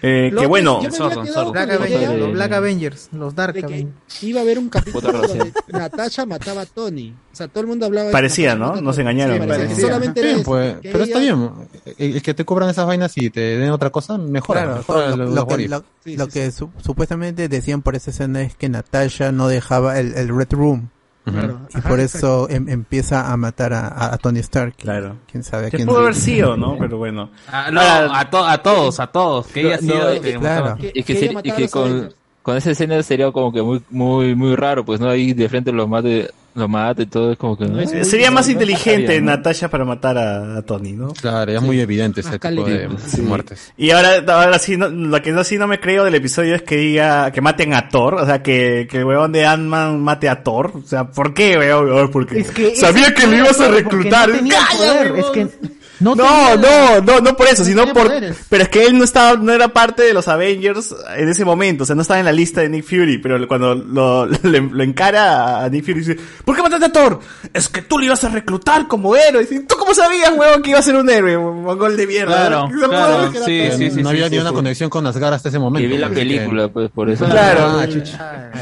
[SPEAKER 6] Eh,
[SPEAKER 4] Loki,
[SPEAKER 6] que bueno.
[SPEAKER 4] yo me hubiera quedado con la idea- Los Black Avengers, los Dark
[SPEAKER 7] de que
[SPEAKER 4] Avengers.
[SPEAKER 7] Iba a haber un capítulo
[SPEAKER 6] Puta gracia.
[SPEAKER 7] donde Natasha mataba a Tony. O sea, todo el mundo hablaba de
[SPEAKER 6] Parecía,
[SPEAKER 7] Natasha
[SPEAKER 6] ¿no?
[SPEAKER 7] mataba a
[SPEAKER 6] Nos
[SPEAKER 7] Tony.
[SPEAKER 6] engañaron.
[SPEAKER 7] Sí, parecía.
[SPEAKER 6] Parecía.
[SPEAKER 7] Solamente
[SPEAKER 6] Bien,
[SPEAKER 7] era eso,
[SPEAKER 21] Pues,
[SPEAKER 7] que
[SPEAKER 21] pero está
[SPEAKER 7] ella-
[SPEAKER 21] bien. El, el que te cobran esas vainas y te den otra cosa, mejor.
[SPEAKER 10] Claro, lo, lo que, lo- lo que su- supuestamente decían por esa escena es que Natasha no dejaba el, el Red Room.
[SPEAKER 6] Claro,
[SPEAKER 10] Y
[SPEAKER 6] ajá,
[SPEAKER 10] por
[SPEAKER 6] exacto.
[SPEAKER 10] eso em- empieza a matar a- a, a Tony Stark.
[SPEAKER 6] Claro.
[SPEAKER 10] Quién sabe
[SPEAKER 6] Que
[SPEAKER 10] quién
[SPEAKER 6] pudo haber sido, ¿no? Pero bueno.
[SPEAKER 14] Ah, no, a, to- a todos, a todos. Que ella ha
[SPEAKER 16] No,
[SPEAKER 14] sido...
[SPEAKER 16] y que- y que, se-
[SPEAKER 14] ella
[SPEAKER 16] y
[SPEAKER 14] mataba a
[SPEAKER 16] que
[SPEAKER 14] los
[SPEAKER 16] con,
[SPEAKER 14] Avengers.
[SPEAKER 16] con esa escena sería como que muy muy muy raro, pues no ahí de frente los mate, los mate y todo es como que
[SPEAKER 6] Eh, Sería más inteligente
[SPEAKER 16] Estaría, ¿no?
[SPEAKER 6] Natasha para matar a, a Tony, ¿no?
[SPEAKER 5] Claro, ya es muy evidente ese tipo de
[SPEAKER 6] Sí.
[SPEAKER 5] muertes.
[SPEAKER 6] Y ahora, ahora sí, no, lo que no, sí no me creo del episodio es que diga que maten a Thor, o sea, que, que el weón de Ant-Man mate a Thor. O sea, ¿por qué, weón? Ay, Porque sabía
[SPEAKER 31] ese
[SPEAKER 6] que lo
[SPEAKER 31] era
[SPEAKER 6] ibas a
[SPEAKER 31] Thor, porque
[SPEAKER 6] reclutar.
[SPEAKER 31] no tenía
[SPEAKER 6] ¡Calla,
[SPEAKER 31] poder,
[SPEAKER 6] huevón!
[SPEAKER 31] es que
[SPEAKER 6] no, no, no, no, por eso, sino por... Pero es que él no estaba, no era parte de los Avengers en ese momento, o sea, no estaba en la lista de Nick Fury, pero cuando lo, le- lo encara a Nick Fury dice, ¿por qué mataste a Thor? Es que tú lo ibas a reclutar como héroe. Dice, ¿Tú cómo sabías, huevón, que iba a ser un héroe? Mongol de mierda.
[SPEAKER 21] Claro,
[SPEAKER 6] ¿Cómo
[SPEAKER 21] claro,
[SPEAKER 6] sabes que era
[SPEAKER 21] sí,
[SPEAKER 6] Thor?
[SPEAKER 21] sí, sí,
[SPEAKER 6] No
[SPEAKER 21] no
[SPEAKER 6] había
[SPEAKER 21] había ni una conexión con Asgard hasta ese momento. Ah,
[SPEAKER 16] Y vi la película, pues por eso.
[SPEAKER 21] Claro.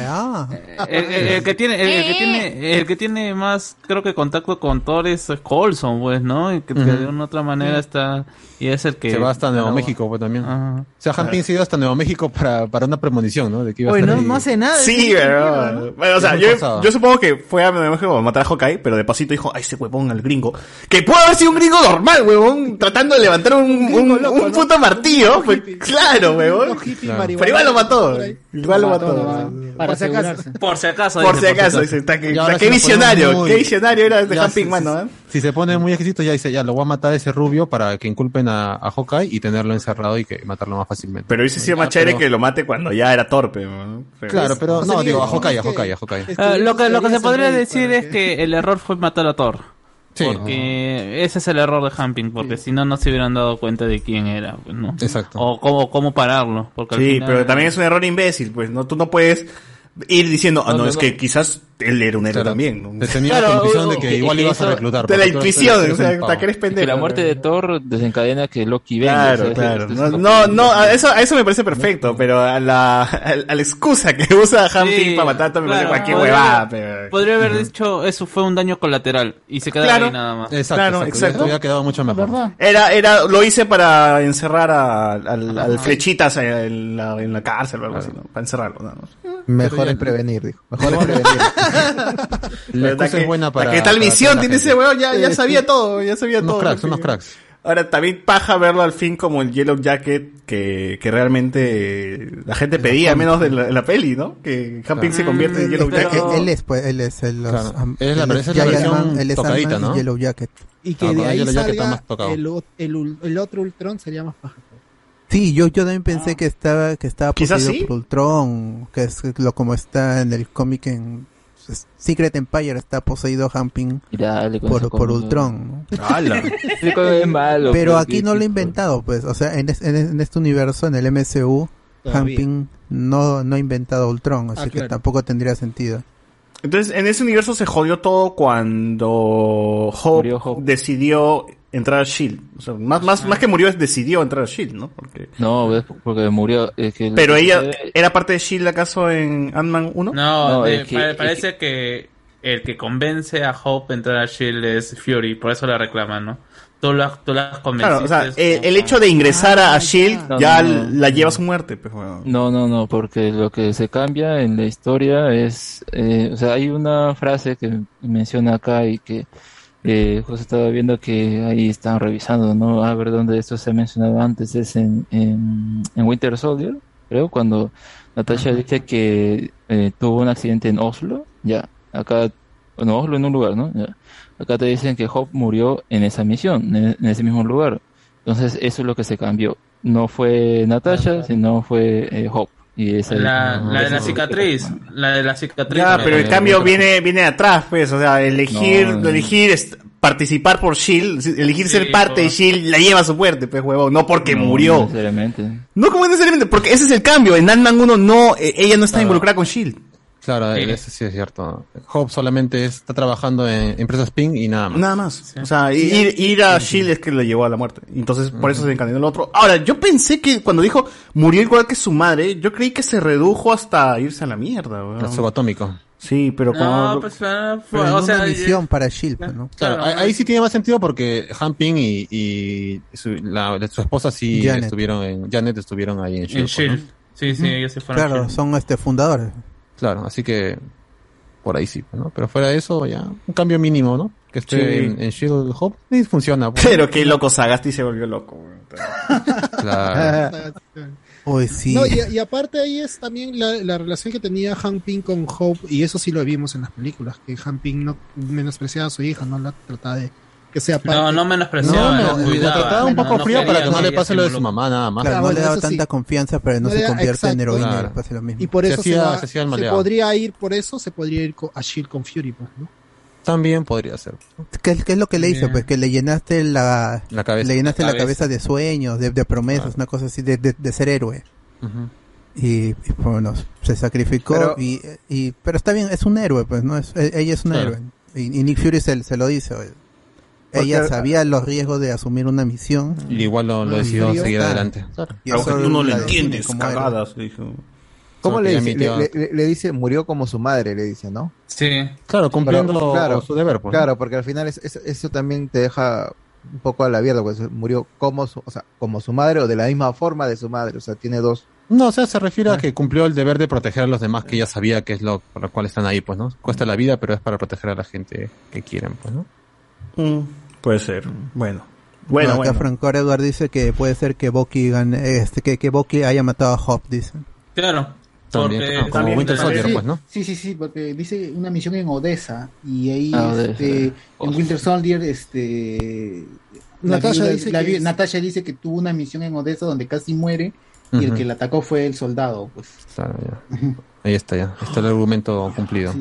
[SPEAKER 14] Ah. El, el- el que tiene, el, el que tiene, el que tiene más, creo que contacto con Thor es Colson, pues, ¿no? Y que, que de una u otra manera está, y es el que...
[SPEAKER 21] Se va hasta Nuevo
[SPEAKER 14] Pero-
[SPEAKER 21] México pues, también.
[SPEAKER 14] eh, Ajá.
[SPEAKER 21] O sea, Hampin se iba hasta Nuevo México para, para una premonición, ¿no? De que iba a
[SPEAKER 4] Oye,
[SPEAKER 21] estar
[SPEAKER 4] no,
[SPEAKER 21] ahí.
[SPEAKER 4] no hace nada.
[SPEAKER 6] Sí,
[SPEAKER 4] es-
[SPEAKER 6] pero... Bueno, o sea,
[SPEAKER 21] Es
[SPEAKER 6] yo,
[SPEAKER 21] muy forzado.
[SPEAKER 6] yo supongo que fue a me dijo, matar a Hawkeye, pero de pasito dijo, ay, ese huevón al gringo. Que puede haber sido un gringo normal, huevón, tratando de levantar un, un, un puto martillo. pues, claro, huevón. Pero igual lo mató. Igual lo mató.
[SPEAKER 14] Por si acaso. Por si acaso.
[SPEAKER 6] Por si
[SPEAKER 14] dice,
[SPEAKER 6] acaso, dice, está que-
[SPEAKER 21] Y ahora
[SPEAKER 6] está
[SPEAKER 21] sí
[SPEAKER 6] que
[SPEAKER 21] nos ponemos
[SPEAKER 6] visionario,
[SPEAKER 21] muy-
[SPEAKER 6] qué visionario era este
[SPEAKER 21] Ya,
[SPEAKER 6] Hamping,
[SPEAKER 21] sí,
[SPEAKER 6] mano,
[SPEAKER 21] sí,
[SPEAKER 6] ¿eh?
[SPEAKER 21] Si se pone muy exquisito, ya dice, ya, lo voy a matar a ese rubio para que inculpen a, a Hawkeye y tenerlo encerrado y que matarlo más fácilmente.
[SPEAKER 6] Pero hubiese sido
[SPEAKER 21] Ah,
[SPEAKER 6] más chévere
[SPEAKER 21] pero-
[SPEAKER 6] que lo mate cuando ya era torpe, ¿no?
[SPEAKER 21] Claro, pero no, digo, a Hawkeye, a Hawkeye, a Hawkeye.
[SPEAKER 14] Ah, lo que, lo que se
[SPEAKER 21] Teorías
[SPEAKER 14] podría
[SPEAKER 21] en Reddit
[SPEAKER 14] decir es que el error fue matar a Thor.
[SPEAKER 21] Sí.
[SPEAKER 14] Porque ese es el error de Hamping, porque si no, no se hubieran dado cuenta de quién era, pues, ¿no?
[SPEAKER 21] Exacto.
[SPEAKER 14] O cómo, cómo pararlo. Porque al
[SPEAKER 6] Sí,
[SPEAKER 14] final-
[SPEAKER 6] pero también es un error imbécil, pues, ¿no? Tú no puedes ir diciendo, ah, no,
[SPEAKER 14] No, no,
[SPEAKER 6] es
[SPEAKER 14] no.
[SPEAKER 6] que quizás él era un héroe también, ¿no?
[SPEAKER 21] Te tenía la convicción de que igual ibas a reclutar.
[SPEAKER 6] De la
[SPEAKER 21] porque tú eres-
[SPEAKER 6] intuición,
[SPEAKER 21] eres
[SPEAKER 6] o sea,
[SPEAKER 21] un pavo.
[SPEAKER 6] te crees
[SPEAKER 16] Y que
[SPEAKER 6] pendejo.
[SPEAKER 16] la muerte de Thor desencadena que Loki venga.
[SPEAKER 6] Claro,
[SPEAKER 16] o sea,
[SPEAKER 6] claro.
[SPEAKER 16] esto es
[SPEAKER 6] No,
[SPEAKER 16] lo que-
[SPEAKER 6] no, no, a eso, a eso me parece perfecto, pero a la, a la- a la excusa que usa Humpty para matar a Thor me parece
[SPEAKER 14] claro,
[SPEAKER 6] cualquier
[SPEAKER 14] podría-
[SPEAKER 6] huevada, pero...
[SPEAKER 14] Podría haber dicho, eso fue un daño colateral, y se queda ahí nada más.
[SPEAKER 21] Exacto,
[SPEAKER 6] Claro,
[SPEAKER 21] exacto.
[SPEAKER 6] exacto.
[SPEAKER 21] Ya Hubiera quedado mucho mejor.
[SPEAKER 6] Era, era, lo hice para encerrar a, al, al flechitas en la, en la cárcel o algo así, ¿no? Para encerrarlo, nada más.
[SPEAKER 18] Mejor es prevenir, dijo. Mejor es prevenir.
[SPEAKER 21] La excusa
[SPEAKER 6] que-
[SPEAKER 21] es buena para...
[SPEAKER 6] ¿Qué tal
[SPEAKER 21] para
[SPEAKER 6] visión
[SPEAKER 21] la
[SPEAKER 6] tiene
[SPEAKER 21] gente.
[SPEAKER 6] ese weón? Ya, ya
[SPEAKER 21] Sí.
[SPEAKER 6] sabía todo, ya sabía
[SPEAKER 21] Unos
[SPEAKER 6] todo.
[SPEAKER 21] cracks,
[SPEAKER 6] ¿no?
[SPEAKER 21] unos cracks.
[SPEAKER 6] Ahora, también paja verlo al fin como el Yellow Jacket que, que realmente eh, la gente pedía,
[SPEAKER 10] cómics.
[SPEAKER 6] menos de la, la peli, ¿no? Que Hamping se convierte
[SPEAKER 10] Mm,
[SPEAKER 6] en Yellow Jacket.
[SPEAKER 10] Él, es, pues, él es el... Los,
[SPEAKER 21] Claro.
[SPEAKER 10] am-
[SPEAKER 21] Es la-
[SPEAKER 10] él
[SPEAKER 21] esa es la
[SPEAKER 10] Giant
[SPEAKER 21] versión
[SPEAKER 10] Man, él es Ant-Man
[SPEAKER 21] tocadita,
[SPEAKER 10] y
[SPEAKER 21] ¿no?
[SPEAKER 10] Yellow Jacket.
[SPEAKER 7] Y que
[SPEAKER 21] Ah,
[SPEAKER 7] de
[SPEAKER 21] con
[SPEAKER 7] ahí
[SPEAKER 21] Angelo ya que está
[SPEAKER 7] salga
[SPEAKER 21] más tocado.
[SPEAKER 7] el, ul- el, ul- el otro Ultron sería más paja.
[SPEAKER 10] Sí, yo, yo también pensé que estaba, que estaba
[SPEAKER 7] Ah. Quizás
[SPEAKER 10] poseído
[SPEAKER 7] sí.
[SPEAKER 10] por Ultron, que es lo como está en el cómic en es- Secret Empire, está poseído Hamping
[SPEAKER 16] Dale con
[SPEAKER 10] por,
[SPEAKER 16] ese
[SPEAKER 10] por
[SPEAKER 16] combo.
[SPEAKER 10] Ultron. ¿no?
[SPEAKER 16] ¡Hala! Ese combo es malo,
[SPEAKER 10] Pero
[SPEAKER 16] pues,
[SPEAKER 10] aquí
[SPEAKER 16] qué
[SPEAKER 10] no lo he
[SPEAKER 16] tipo.
[SPEAKER 10] inventado, pues. O sea, en, es- en, es- en este universo, en el MCU,
[SPEAKER 6] Todavía.
[SPEAKER 10] Hamping no, no ha inventado Ultron, así
[SPEAKER 6] Ah,
[SPEAKER 10] que
[SPEAKER 6] claro.
[SPEAKER 10] tampoco tendría sentido.
[SPEAKER 6] Entonces, en ese universo se jodió todo cuando Hope, decidió entrar a Shield. E O sea, más, más, más que murió, es decidió entrar a Shield, E ¿no?
[SPEAKER 16] Mm.
[SPEAKER 6] Porque...
[SPEAKER 16] No, ves, porque murió. es que-
[SPEAKER 6] Pero ella era parte de Shield E acaso en Ant-Man 1?
[SPEAKER 14] No, de-
[SPEAKER 16] es que-
[SPEAKER 14] pa-
[SPEAKER 16] es
[SPEAKER 14] parece que... el que convence a Hope a entrar a S.H.I.E.L.D. E es Fury, por eso la reclaman, ¿no? Tú la, tú la
[SPEAKER 6] Claro,
[SPEAKER 14] convenciste.
[SPEAKER 6] o sea, el, el hecho de ingresar a, a Shield
[SPEAKER 16] No,
[SPEAKER 6] E ya
[SPEAKER 16] no, no.
[SPEAKER 6] la lleva a su muerte, pues, weón.
[SPEAKER 16] No, no, no, porque lo que se cambia en la historia es, eh, o sea, hay una frase que menciona acá y que eh, justo estaba viendo que ahí están revisando, ¿no? A ver dónde esto se ha mencionado antes, es en, en, en Winter Soldier, creo, cuando Natasha dice que eh, tuvo un accidente en Oslo, ya, acá, no, Oslo en un lugar, ¿no? Ya. Acá te dicen que Hope murió en esa misión, en- en ese mismo lugar Entonces eso es lo que se cambió. No fue Natasha, sino fue eh, Hope. Y esa
[SPEAKER 14] La, la de
[SPEAKER 16] esa
[SPEAKER 14] la
[SPEAKER 16] es-
[SPEAKER 14] cicatriz. La de la cicatriz.
[SPEAKER 6] Ya,
[SPEAKER 14] La-
[SPEAKER 6] pero el
[SPEAKER 14] la-
[SPEAKER 6] cambio viene, viene de atrás, pues, o sea, elegir,
[SPEAKER 14] No, no.
[SPEAKER 6] elegir est- participar por Shield, si- elegir ser
[SPEAKER 14] Sí,
[SPEAKER 6] parte de
[SPEAKER 14] po.
[SPEAKER 6] Shield, la lleva a su muerte, pues, huevón, no porque
[SPEAKER 16] No, No
[SPEAKER 6] murió.
[SPEAKER 16] necesariamente.
[SPEAKER 6] No como necesariamente, porque ese es el cambio, en Ant-Man 1 no, eh, ella no está involucrada con Shield.
[SPEAKER 5] Claro, eso sí es cierto. Hope solamente está trabajando en empresas Ping y nada más.
[SPEAKER 6] Nada más. O sea, i- ir, ir a Shield es que lo llevó a la muerte. Entonces, por eso se encadenó el otro. Ahora, yo pensé que cuando dijo murió igual que su madre, yo creí que se redujo hasta irse a la mierda, weón.
[SPEAKER 5] A subatómico.
[SPEAKER 6] Sí, pero como...
[SPEAKER 14] No, pues, ah, fue-
[SPEAKER 10] Pero en
[SPEAKER 14] o
[SPEAKER 10] una
[SPEAKER 14] sea,
[SPEAKER 10] misión para Shield, E ¿no?
[SPEAKER 5] Claro, ahí, ahí sí tiene más sentido porque Han Ping y, y su, la- su esposa sí
[SPEAKER 10] Janet.
[SPEAKER 5] estuvieron en Janet estuvieron ahí en Shield. pues, ¿no?
[SPEAKER 14] Sí, sí,
[SPEAKER 10] Ujú.
[SPEAKER 14] ellos se fueron.
[SPEAKER 10] Mm. Claro, son este fundadores.
[SPEAKER 5] Claro, así que por ahí sí, ¿no? Pero fuera de eso, ya un cambio mínimo, ¿no? Que esté
[SPEAKER 6] Sí.
[SPEAKER 5] en, en Shield Hop y funciona. pues.
[SPEAKER 6] Pero qué loco Sagasti se volvió loco, weón. Ah.
[SPEAKER 5] Claro.
[SPEAKER 10] Uy, sí.
[SPEAKER 7] No, y, y aparte ahí es también la, la relación que tenía Han Ping con Hope, y eso sí lo vimos en las películas, que Han Ping no menospreciaba a su hija, no la trataba de que sea parte.
[SPEAKER 14] No, no menospreciaba,
[SPEAKER 7] No,
[SPEAKER 14] la
[SPEAKER 7] no, la
[SPEAKER 14] cuidaba.
[SPEAKER 7] trataba un poco fría para que no le
[SPEAKER 14] ella
[SPEAKER 7] pase
[SPEAKER 14] se
[SPEAKER 5] lo de su
[SPEAKER 14] involucre.
[SPEAKER 5] mamá, nada más.
[SPEAKER 10] Claro, no
[SPEAKER 7] bueno,
[SPEAKER 10] le daba
[SPEAKER 7] eso sí.
[SPEAKER 10] tanta confianza, pero no,
[SPEAKER 7] No
[SPEAKER 10] se
[SPEAKER 7] le-
[SPEAKER 10] convierte en
[SPEAKER 7] exacto.
[SPEAKER 10] heroína
[SPEAKER 5] Claro.
[SPEAKER 10] le pasa lo mismo.
[SPEAKER 7] Y por
[SPEAKER 5] Se
[SPEAKER 7] eso se,
[SPEAKER 5] hacía-
[SPEAKER 7] va-
[SPEAKER 5] se hacía el
[SPEAKER 7] se
[SPEAKER 5] maleado.
[SPEAKER 7] podría ir, por eso se podría ir co- a Shield con Fury, pues, ¿no?
[SPEAKER 5] También podría ser.
[SPEAKER 10] ¿Qué, es- qué es lo que le hizo?
[SPEAKER 7] Bien.
[SPEAKER 10] Pues que le llenaste la,
[SPEAKER 5] La cabeza.
[SPEAKER 10] le llenaste la
[SPEAKER 5] La
[SPEAKER 10] cabeza,
[SPEAKER 5] cabeza.
[SPEAKER 10] de sueños, de, de promesas, una cosa así, de, de- de ser héroe.
[SPEAKER 5] Ujú.
[SPEAKER 10] Y, y, bueno, se sacrificó.
[SPEAKER 18] Pero-
[SPEAKER 10] y, y- pero está bien, es un héroe, pues, ¿no? Es, e- ella es un
[SPEAKER 18] Claro.
[SPEAKER 10] héroe. Y, y Nick Fury se, se lo dice. Ella
[SPEAKER 18] Porque-
[SPEAKER 10] sabía los riesgos de asumir una misión.
[SPEAKER 5] Y igual lo, lo decidió
[SPEAKER 10] Ah, Claro.
[SPEAKER 5] seguir adelante.
[SPEAKER 10] Y eso la define como héroe.
[SPEAKER 18] ¿Cómo
[SPEAKER 5] Solo
[SPEAKER 18] le
[SPEAKER 5] que ya
[SPEAKER 18] dice? Le,
[SPEAKER 5] emitió-
[SPEAKER 18] le- le- le dice, murió como su madre, le dice, ¿no?
[SPEAKER 14] Sí.
[SPEAKER 5] Claro, cumpliendo
[SPEAKER 18] Pero,
[SPEAKER 5] su deber, pues.
[SPEAKER 18] Claro, porque al final es- es- eso también te deja un poco a la mierda, pues murió como su, o sea, como su madre o de la misma forma de su madre, o sea, tiene dos.
[SPEAKER 5] No, o sea, se refiere
[SPEAKER 10] Ah.
[SPEAKER 5] a que cumplió el deber de proteger a los demás que ya sabía que es lo por lo cual están ahí, pues, ¿no? Cuesta la vida, pero es para proteger a la gente que quieren, pues, ¿no?
[SPEAKER 10] Mm.
[SPEAKER 6] puede ser. Bueno.
[SPEAKER 10] No,
[SPEAKER 6] Bueno,
[SPEAKER 10] acá
[SPEAKER 6] bueno.
[SPEAKER 10] Franco Edward dice que puede ser que Bucky gane, este, que, que Bucky haya matado a Hop, dice.
[SPEAKER 14] Claro.
[SPEAKER 5] También,
[SPEAKER 14] porque-
[SPEAKER 5] ah, como
[SPEAKER 14] también-
[SPEAKER 5] Winter Soldier,
[SPEAKER 14] sí.
[SPEAKER 5] pues, ¿no?
[SPEAKER 36] Sí, sí, sí, porque dice una misión en Odessa y ahí
[SPEAKER 14] Ah, Odessa.
[SPEAKER 36] este, en Winter Soldier este la
[SPEAKER 7] Natasha
[SPEAKER 36] viuda-
[SPEAKER 7] dice
[SPEAKER 36] la
[SPEAKER 7] que
[SPEAKER 36] vi-
[SPEAKER 7] es-
[SPEAKER 36] Natasha dice que tuvo una misión en Odessa donde casi muere y el
[SPEAKER 5] Ujú.
[SPEAKER 36] que la atacó fue el soldado, pues.
[SPEAKER 5] Claro, ya. Ahí está, ya. Está el argumento cumplido.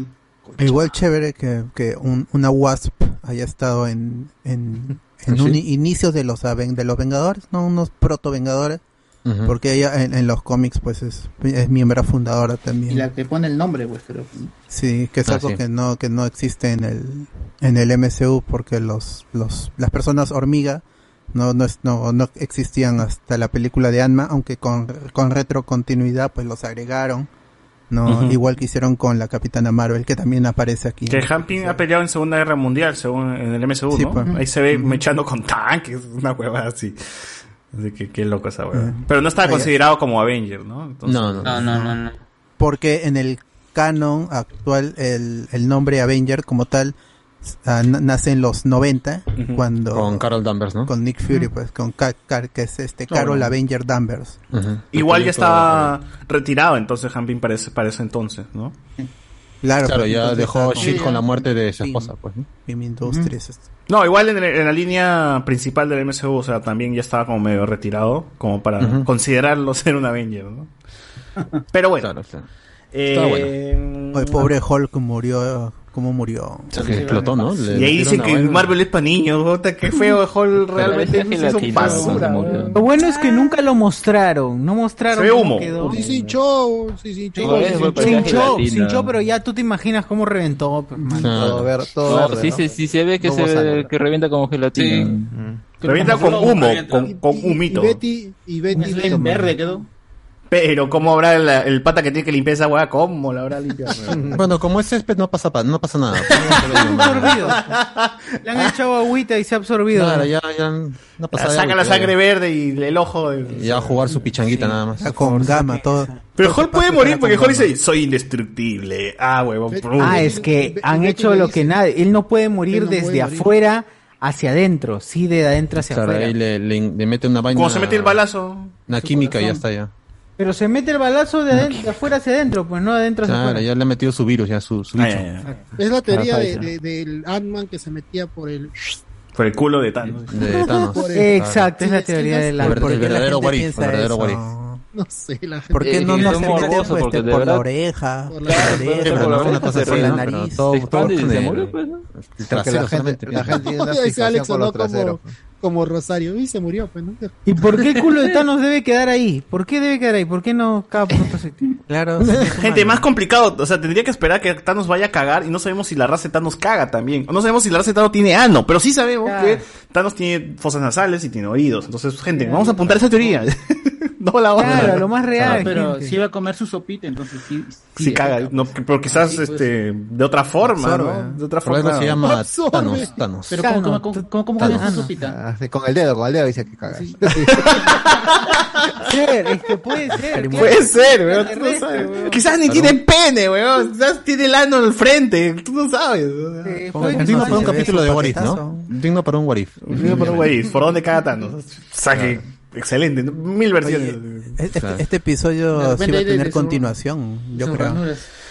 [SPEAKER 10] Igual chévere que, que un- una Wasp haya estado en, en, en
[SPEAKER 5] ¿Sí?
[SPEAKER 10] un i- inicio de los, Aven- de los Vengadores, no unos proto-Vengadores,
[SPEAKER 5] Ujú.
[SPEAKER 10] porque ella en, en los cómics pues es, es miembro fundadora
[SPEAKER 36] Y
[SPEAKER 10] también.
[SPEAKER 36] la que pone el nombre, pues, pero
[SPEAKER 10] Sí, que es
[SPEAKER 36] Ah,
[SPEAKER 10] algo
[SPEAKER 36] sí.
[SPEAKER 10] que no que no existe en el en el MCU porque los los las personas hormiga no no es- no, no existían hasta la película de Anma, aunque con con retrocontinuidad pues los agregaron. No,
[SPEAKER 6] Ujú.
[SPEAKER 10] igual que hicieron con la Capitana Marvel que también aparece aquí.
[SPEAKER 6] Que Hamping ha peleado en Segunda Guerra Mundial, según en el MSU,
[SPEAKER 10] pues, Sí,
[SPEAKER 6] ¿no?
[SPEAKER 10] pues.
[SPEAKER 6] Ahí se ve mechando con tanques, una hueva así. Así que qué loco esa hueva.
[SPEAKER 10] Ujú.
[SPEAKER 6] Pero no está
[SPEAKER 10] Ah, ya.
[SPEAKER 6] considerado como Avenger, ¿no?
[SPEAKER 10] No, no, no. No, no, porque en el canon actual el, el nombre Avenger como tal ah, n- nace en los 90 cuando
[SPEAKER 5] Con Carol Danvers, ¿no?
[SPEAKER 10] con Nick Fury
[SPEAKER 5] Ujú.
[SPEAKER 10] pues con Ca- Car- que es este
[SPEAKER 6] Ah,
[SPEAKER 10] Carol
[SPEAKER 6] bueno.
[SPEAKER 10] Avenger Danvers.
[SPEAKER 5] Ujú.
[SPEAKER 6] Igual ya está retirado entonces Hamping para ese, para ese entonces, ¿no?
[SPEAKER 10] Claro,
[SPEAKER 5] Claro,
[SPEAKER 10] pues,
[SPEAKER 5] ya
[SPEAKER 10] entonces
[SPEAKER 5] dejó
[SPEAKER 10] está
[SPEAKER 5] Shield
[SPEAKER 10] con-
[SPEAKER 5] con la muerte de su
[SPEAKER 10] Sí.
[SPEAKER 5] esposa, pues, ¿no?
[SPEAKER 10] Pim Industries. este.
[SPEAKER 6] No, igual en, el- en la línea principal del MSU, o sea, también ya estaba como medio retirado, como para
[SPEAKER 5] Ujú.
[SPEAKER 6] considerarlo ser un Avenger, ¿no? Pero bueno. Eh,
[SPEAKER 10] Está
[SPEAKER 6] Mm.
[SPEAKER 10] bueno. El pobre Hulk murió, ¿cómo murió?
[SPEAKER 6] sea, que explotó, ¿no? Le Y ahí dicen que
[SPEAKER 10] Marvel
[SPEAKER 6] es para niños, qué feo, Hulk realmente es un basura. weón.
[SPEAKER 4] Lo bueno es que nunca lo mostraron. No mostraron.
[SPEAKER 6] Se ve
[SPEAKER 4] cómo
[SPEAKER 6] humo.
[SPEAKER 4] quedó.
[SPEAKER 7] Sí, sí, show, sí, sí,
[SPEAKER 4] Sí,
[SPEAKER 7] show.
[SPEAKER 4] sin show, sin show, pero ya tú te imaginas cómo reventó. man.
[SPEAKER 5] Ah.
[SPEAKER 14] Ah.
[SPEAKER 16] Todo
[SPEAKER 18] ver-
[SPEAKER 16] No, sí, se- sí se ve que,
[SPEAKER 4] Como
[SPEAKER 16] se,
[SPEAKER 4] sangre.
[SPEAKER 16] que revienta como gelatina.
[SPEAKER 6] Revienta con humo, con, con
[SPEAKER 7] Y
[SPEAKER 6] humito.
[SPEAKER 7] Betty, y Betty Lane.
[SPEAKER 6] Pero cómo habrá la- el pata que tiene que limpiar esa hueá, cómo la habrá limpiado.
[SPEAKER 5] Bueno, como es césped, no pasa, pa- no pasa nada.
[SPEAKER 4] absorbido. Le han echado agüita y se ha absorbido.
[SPEAKER 5] Claro, ya- no pasa nada,
[SPEAKER 6] Saca la
[SPEAKER 5] porque-
[SPEAKER 6] sangre verde y el ojo.
[SPEAKER 5] Y a jugar su pichanguita nada más.
[SPEAKER 10] Con gama, todo.
[SPEAKER 6] Pero Hulk puede morir porque Hulk dice, soy indestructible. Ah, huevón.
[SPEAKER 7] Eh,
[SPEAKER 6] brum.
[SPEAKER 4] Ah, es que han hecho lo que nadie. Él no puede morir
[SPEAKER 6] Él no puede
[SPEAKER 4] desde
[SPEAKER 6] morir.
[SPEAKER 4] afuera hacia adentro. Sí, de adentro hacia
[SPEAKER 5] Claro,
[SPEAKER 4] afuera.
[SPEAKER 5] ahí le, le- le mete una vaina.
[SPEAKER 6] Cuando se mete el balazo.
[SPEAKER 5] Una química y ya está ya.
[SPEAKER 4] Pero se mete el balazo de, aden- de afuera hacia adentro, pues no de adentro hacia
[SPEAKER 5] Claro,
[SPEAKER 4] afuera.
[SPEAKER 5] ya le ha metido
[SPEAKER 6] Eh,
[SPEAKER 5] su virus, ya su, su bicho.
[SPEAKER 7] Es la teoría
[SPEAKER 5] Ah,
[SPEAKER 7] de,
[SPEAKER 5] está,
[SPEAKER 7] de- del Ant-Man que se metía por el
[SPEAKER 6] Por el culo de Thanos.
[SPEAKER 21] De Thanos.
[SPEAKER 4] Exacto, es la teoría de la...
[SPEAKER 21] Por- por el
[SPEAKER 4] porque la
[SPEAKER 21] verdadero
[SPEAKER 4] gente
[SPEAKER 21] What If,
[SPEAKER 4] piensa
[SPEAKER 21] el verdadero
[SPEAKER 4] eso.
[SPEAKER 21] What If.
[SPEAKER 7] No sé, la gente.
[SPEAKER 10] ¿Por qué no nos metemos pues,
[SPEAKER 21] porque
[SPEAKER 10] este,
[SPEAKER 21] de
[SPEAKER 10] por la
[SPEAKER 21] verdad-
[SPEAKER 10] oreja? Por
[SPEAKER 21] Claro,
[SPEAKER 10] la oreja,
[SPEAKER 21] pero
[SPEAKER 10] ¿no?
[SPEAKER 21] por la
[SPEAKER 10] Por
[SPEAKER 21] oreja,
[SPEAKER 10] la
[SPEAKER 21] ¿no? Pero
[SPEAKER 10] nariz.
[SPEAKER 21] todo-
[SPEAKER 10] Se
[SPEAKER 21] todo
[SPEAKER 10] expande y
[SPEAKER 21] túnel.
[SPEAKER 10] se muere, pues, ¿no?
[SPEAKER 21] El trasero
[SPEAKER 18] Porque la gente-
[SPEAKER 21] solamente.
[SPEAKER 18] la gente tiene una
[SPEAKER 7] Oye, dice
[SPEAKER 18] fijación
[SPEAKER 7] Alex
[SPEAKER 18] con
[SPEAKER 7] sonó
[SPEAKER 18] los traseros.
[SPEAKER 7] como, como Rosario. Y se murió, pues, ¿no?
[SPEAKER 4] ¿Y por qué el culo de Thanos debe quedar ahí? ¿Por qué debe quedar ahí? ¿Por qué no cada punto sitio?
[SPEAKER 10] Claro.
[SPEAKER 6] Gente, más complicado. O sea, tendría que esperar que Thanos vaya a cagar y no sabemos si la raza de Thanos caga también. O No sabemos si la raza de Thanos tiene ano, pero sí sabemos
[SPEAKER 4] Claro.
[SPEAKER 6] que Thanos tiene fosas nasales y tiene oídos. Entonces, gente, vamos a apuntar esa teoría. no la otra. Ah,
[SPEAKER 4] Claro, lo más real.
[SPEAKER 13] pero
[SPEAKER 4] gente.
[SPEAKER 13] si iba a comer su sopita, entonces sí.
[SPEAKER 6] Sí, caga, no, pero quizás
[SPEAKER 13] Sí, pues.
[SPEAKER 6] este de otra forma,
[SPEAKER 18] Absorbe.
[SPEAKER 6] ¿no? De otra
[SPEAKER 18] Por
[SPEAKER 6] forma.
[SPEAKER 18] algo se llama
[SPEAKER 6] Absorbe.
[SPEAKER 18] Thanos, Thanos.
[SPEAKER 13] Pero ¿cómo, cómo, cómo, cómo, cómo comes su
[SPEAKER 18] Thanos.
[SPEAKER 13] sopita?
[SPEAKER 18] Ah, sí, con el dedo, con el dedo dice que cagas.
[SPEAKER 4] Ser, es que puede ser.
[SPEAKER 6] Puede ser, weón, tú
[SPEAKER 4] Ernesto,
[SPEAKER 6] no sabes.
[SPEAKER 4] weón.
[SPEAKER 6] Quizás ni
[SPEAKER 4] Claro.
[SPEAKER 6] tiene pene, weón. Quizás tiene el ano al frente. Tú no sabes. weón.
[SPEAKER 4] pues,
[SPEAKER 21] Digno para un capítulo de What If, ¿no? Digno para un What If.
[SPEAKER 6] Digno para un What If. ¿Por dónde caga Thanos? Saque. Excelente. ¿no? Mil versiones.
[SPEAKER 4] eh,
[SPEAKER 10] Este, este episodio sí va a tener continuación, yo creo.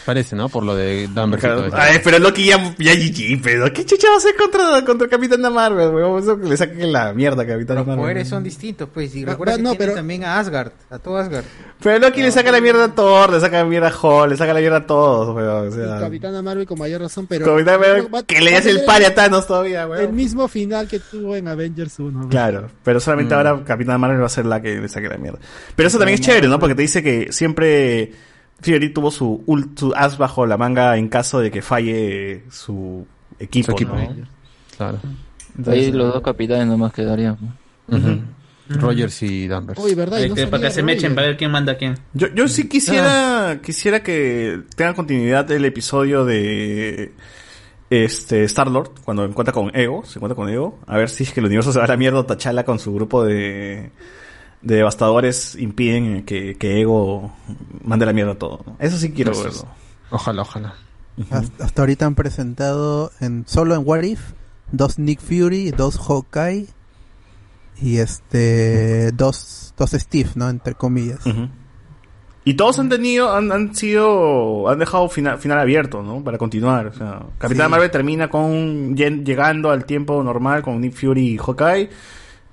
[SPEAKER 21] Parece, ¿no? Por lo de Dumbledore.
[SPEAKER 6] Ay, Ah, eh, pero Loki ya, ya GG, pero ¿qué chucha va a hacer contra, contra Capitana Marvel, weón? Eso que le saquen la mierda a Capitana Marvel.
[SPEAKER 4] Poderes son distintos, pues.
[SPEAKER 6] Ah,
[SPEAKER 4] Y recuerda que tiene también a Asgard, a todo Asgard.
[SPEAKER 6] Pero Loki le saca la mierda a Thor, le saca la mierda a Hulk, le saca la mierda a todos, weón. O sea,
[SPEAKER 7] Capitana Marvel con mayor razón, pero.
[SPEAKER 6] Capitana Marvel, que le hace el pari a Thanos todavía,
[SPEAKER 7] El mismo final que tuvo en Avengers 1. güey.
[SPEAKER 6] Claro, pero
[SPEAKER 21] Mm.
[SPEAKER 6] solamente ahora Capitana Marvel va a ser la que le saque la mierda. Pero eso también es
[SPEAKER 7] No,
[SPEAKER 6] chévere, ¿no? Porque te dice que siempre Fury tuvo su, ul- su as bajo la manga en caso de que falle su equipo.
[SPEAKER 21] Su equipo.
[SPEAKER 6] ¿no?
[SPEAKER 21] Claro.
[SPEAKER 16] Ahí los dos capitanes nomás quedarían.
[SPEAKER 21] Rogers y Danvers.
[SPEAKER 7] Uy, ¿verdad? Y
[SPEAKER 16] no
[SPEAKER 14] Este, para que
[SPEAKER 16] sabía
[SPEAKER 14] se
[SPEAKER 16] de
[SPEAKER 14] mechen,
[SPEAKER 16] Roger.
[SPEAKER 14] para ver quién manda a quién.
[SPEAKER 6] Yo, yo
[SPEAKER 21] Ah.
[SPEAKER 6] sí quisiera quisiera que tengan continuidad el episodio de este Star Lord cuando encuentra con Ego, se encuentra con Ego, a ver si es que el universo se va a la mierda o T'Challa con su grupo de de devastadores impiden que, que Ego mande la mierda a todo. ¿no? Eso sí quiero
[SPEAKER 21] Eso
[SPEAKER 6] verlo.
[SPEAKER 21] Ojalá, ojalá.
[SPEAKER 10] Hasta, hasta ahorita han presentado en solo en What If dos Nick Fury, dos Hawkeye y este dos dos Steve, ¿no? Entre comillas.
[SPEAKER 6] Y todos han tenido, han, han sido, han dejado final, final abierto, ¿no? Para continuar. O sea, Capitán
[SPEAKER 10] Sí.
[SPEAKER 6] Marvel termina con llen- llegando al tiempo normal con Nick Fury y Hawkeye.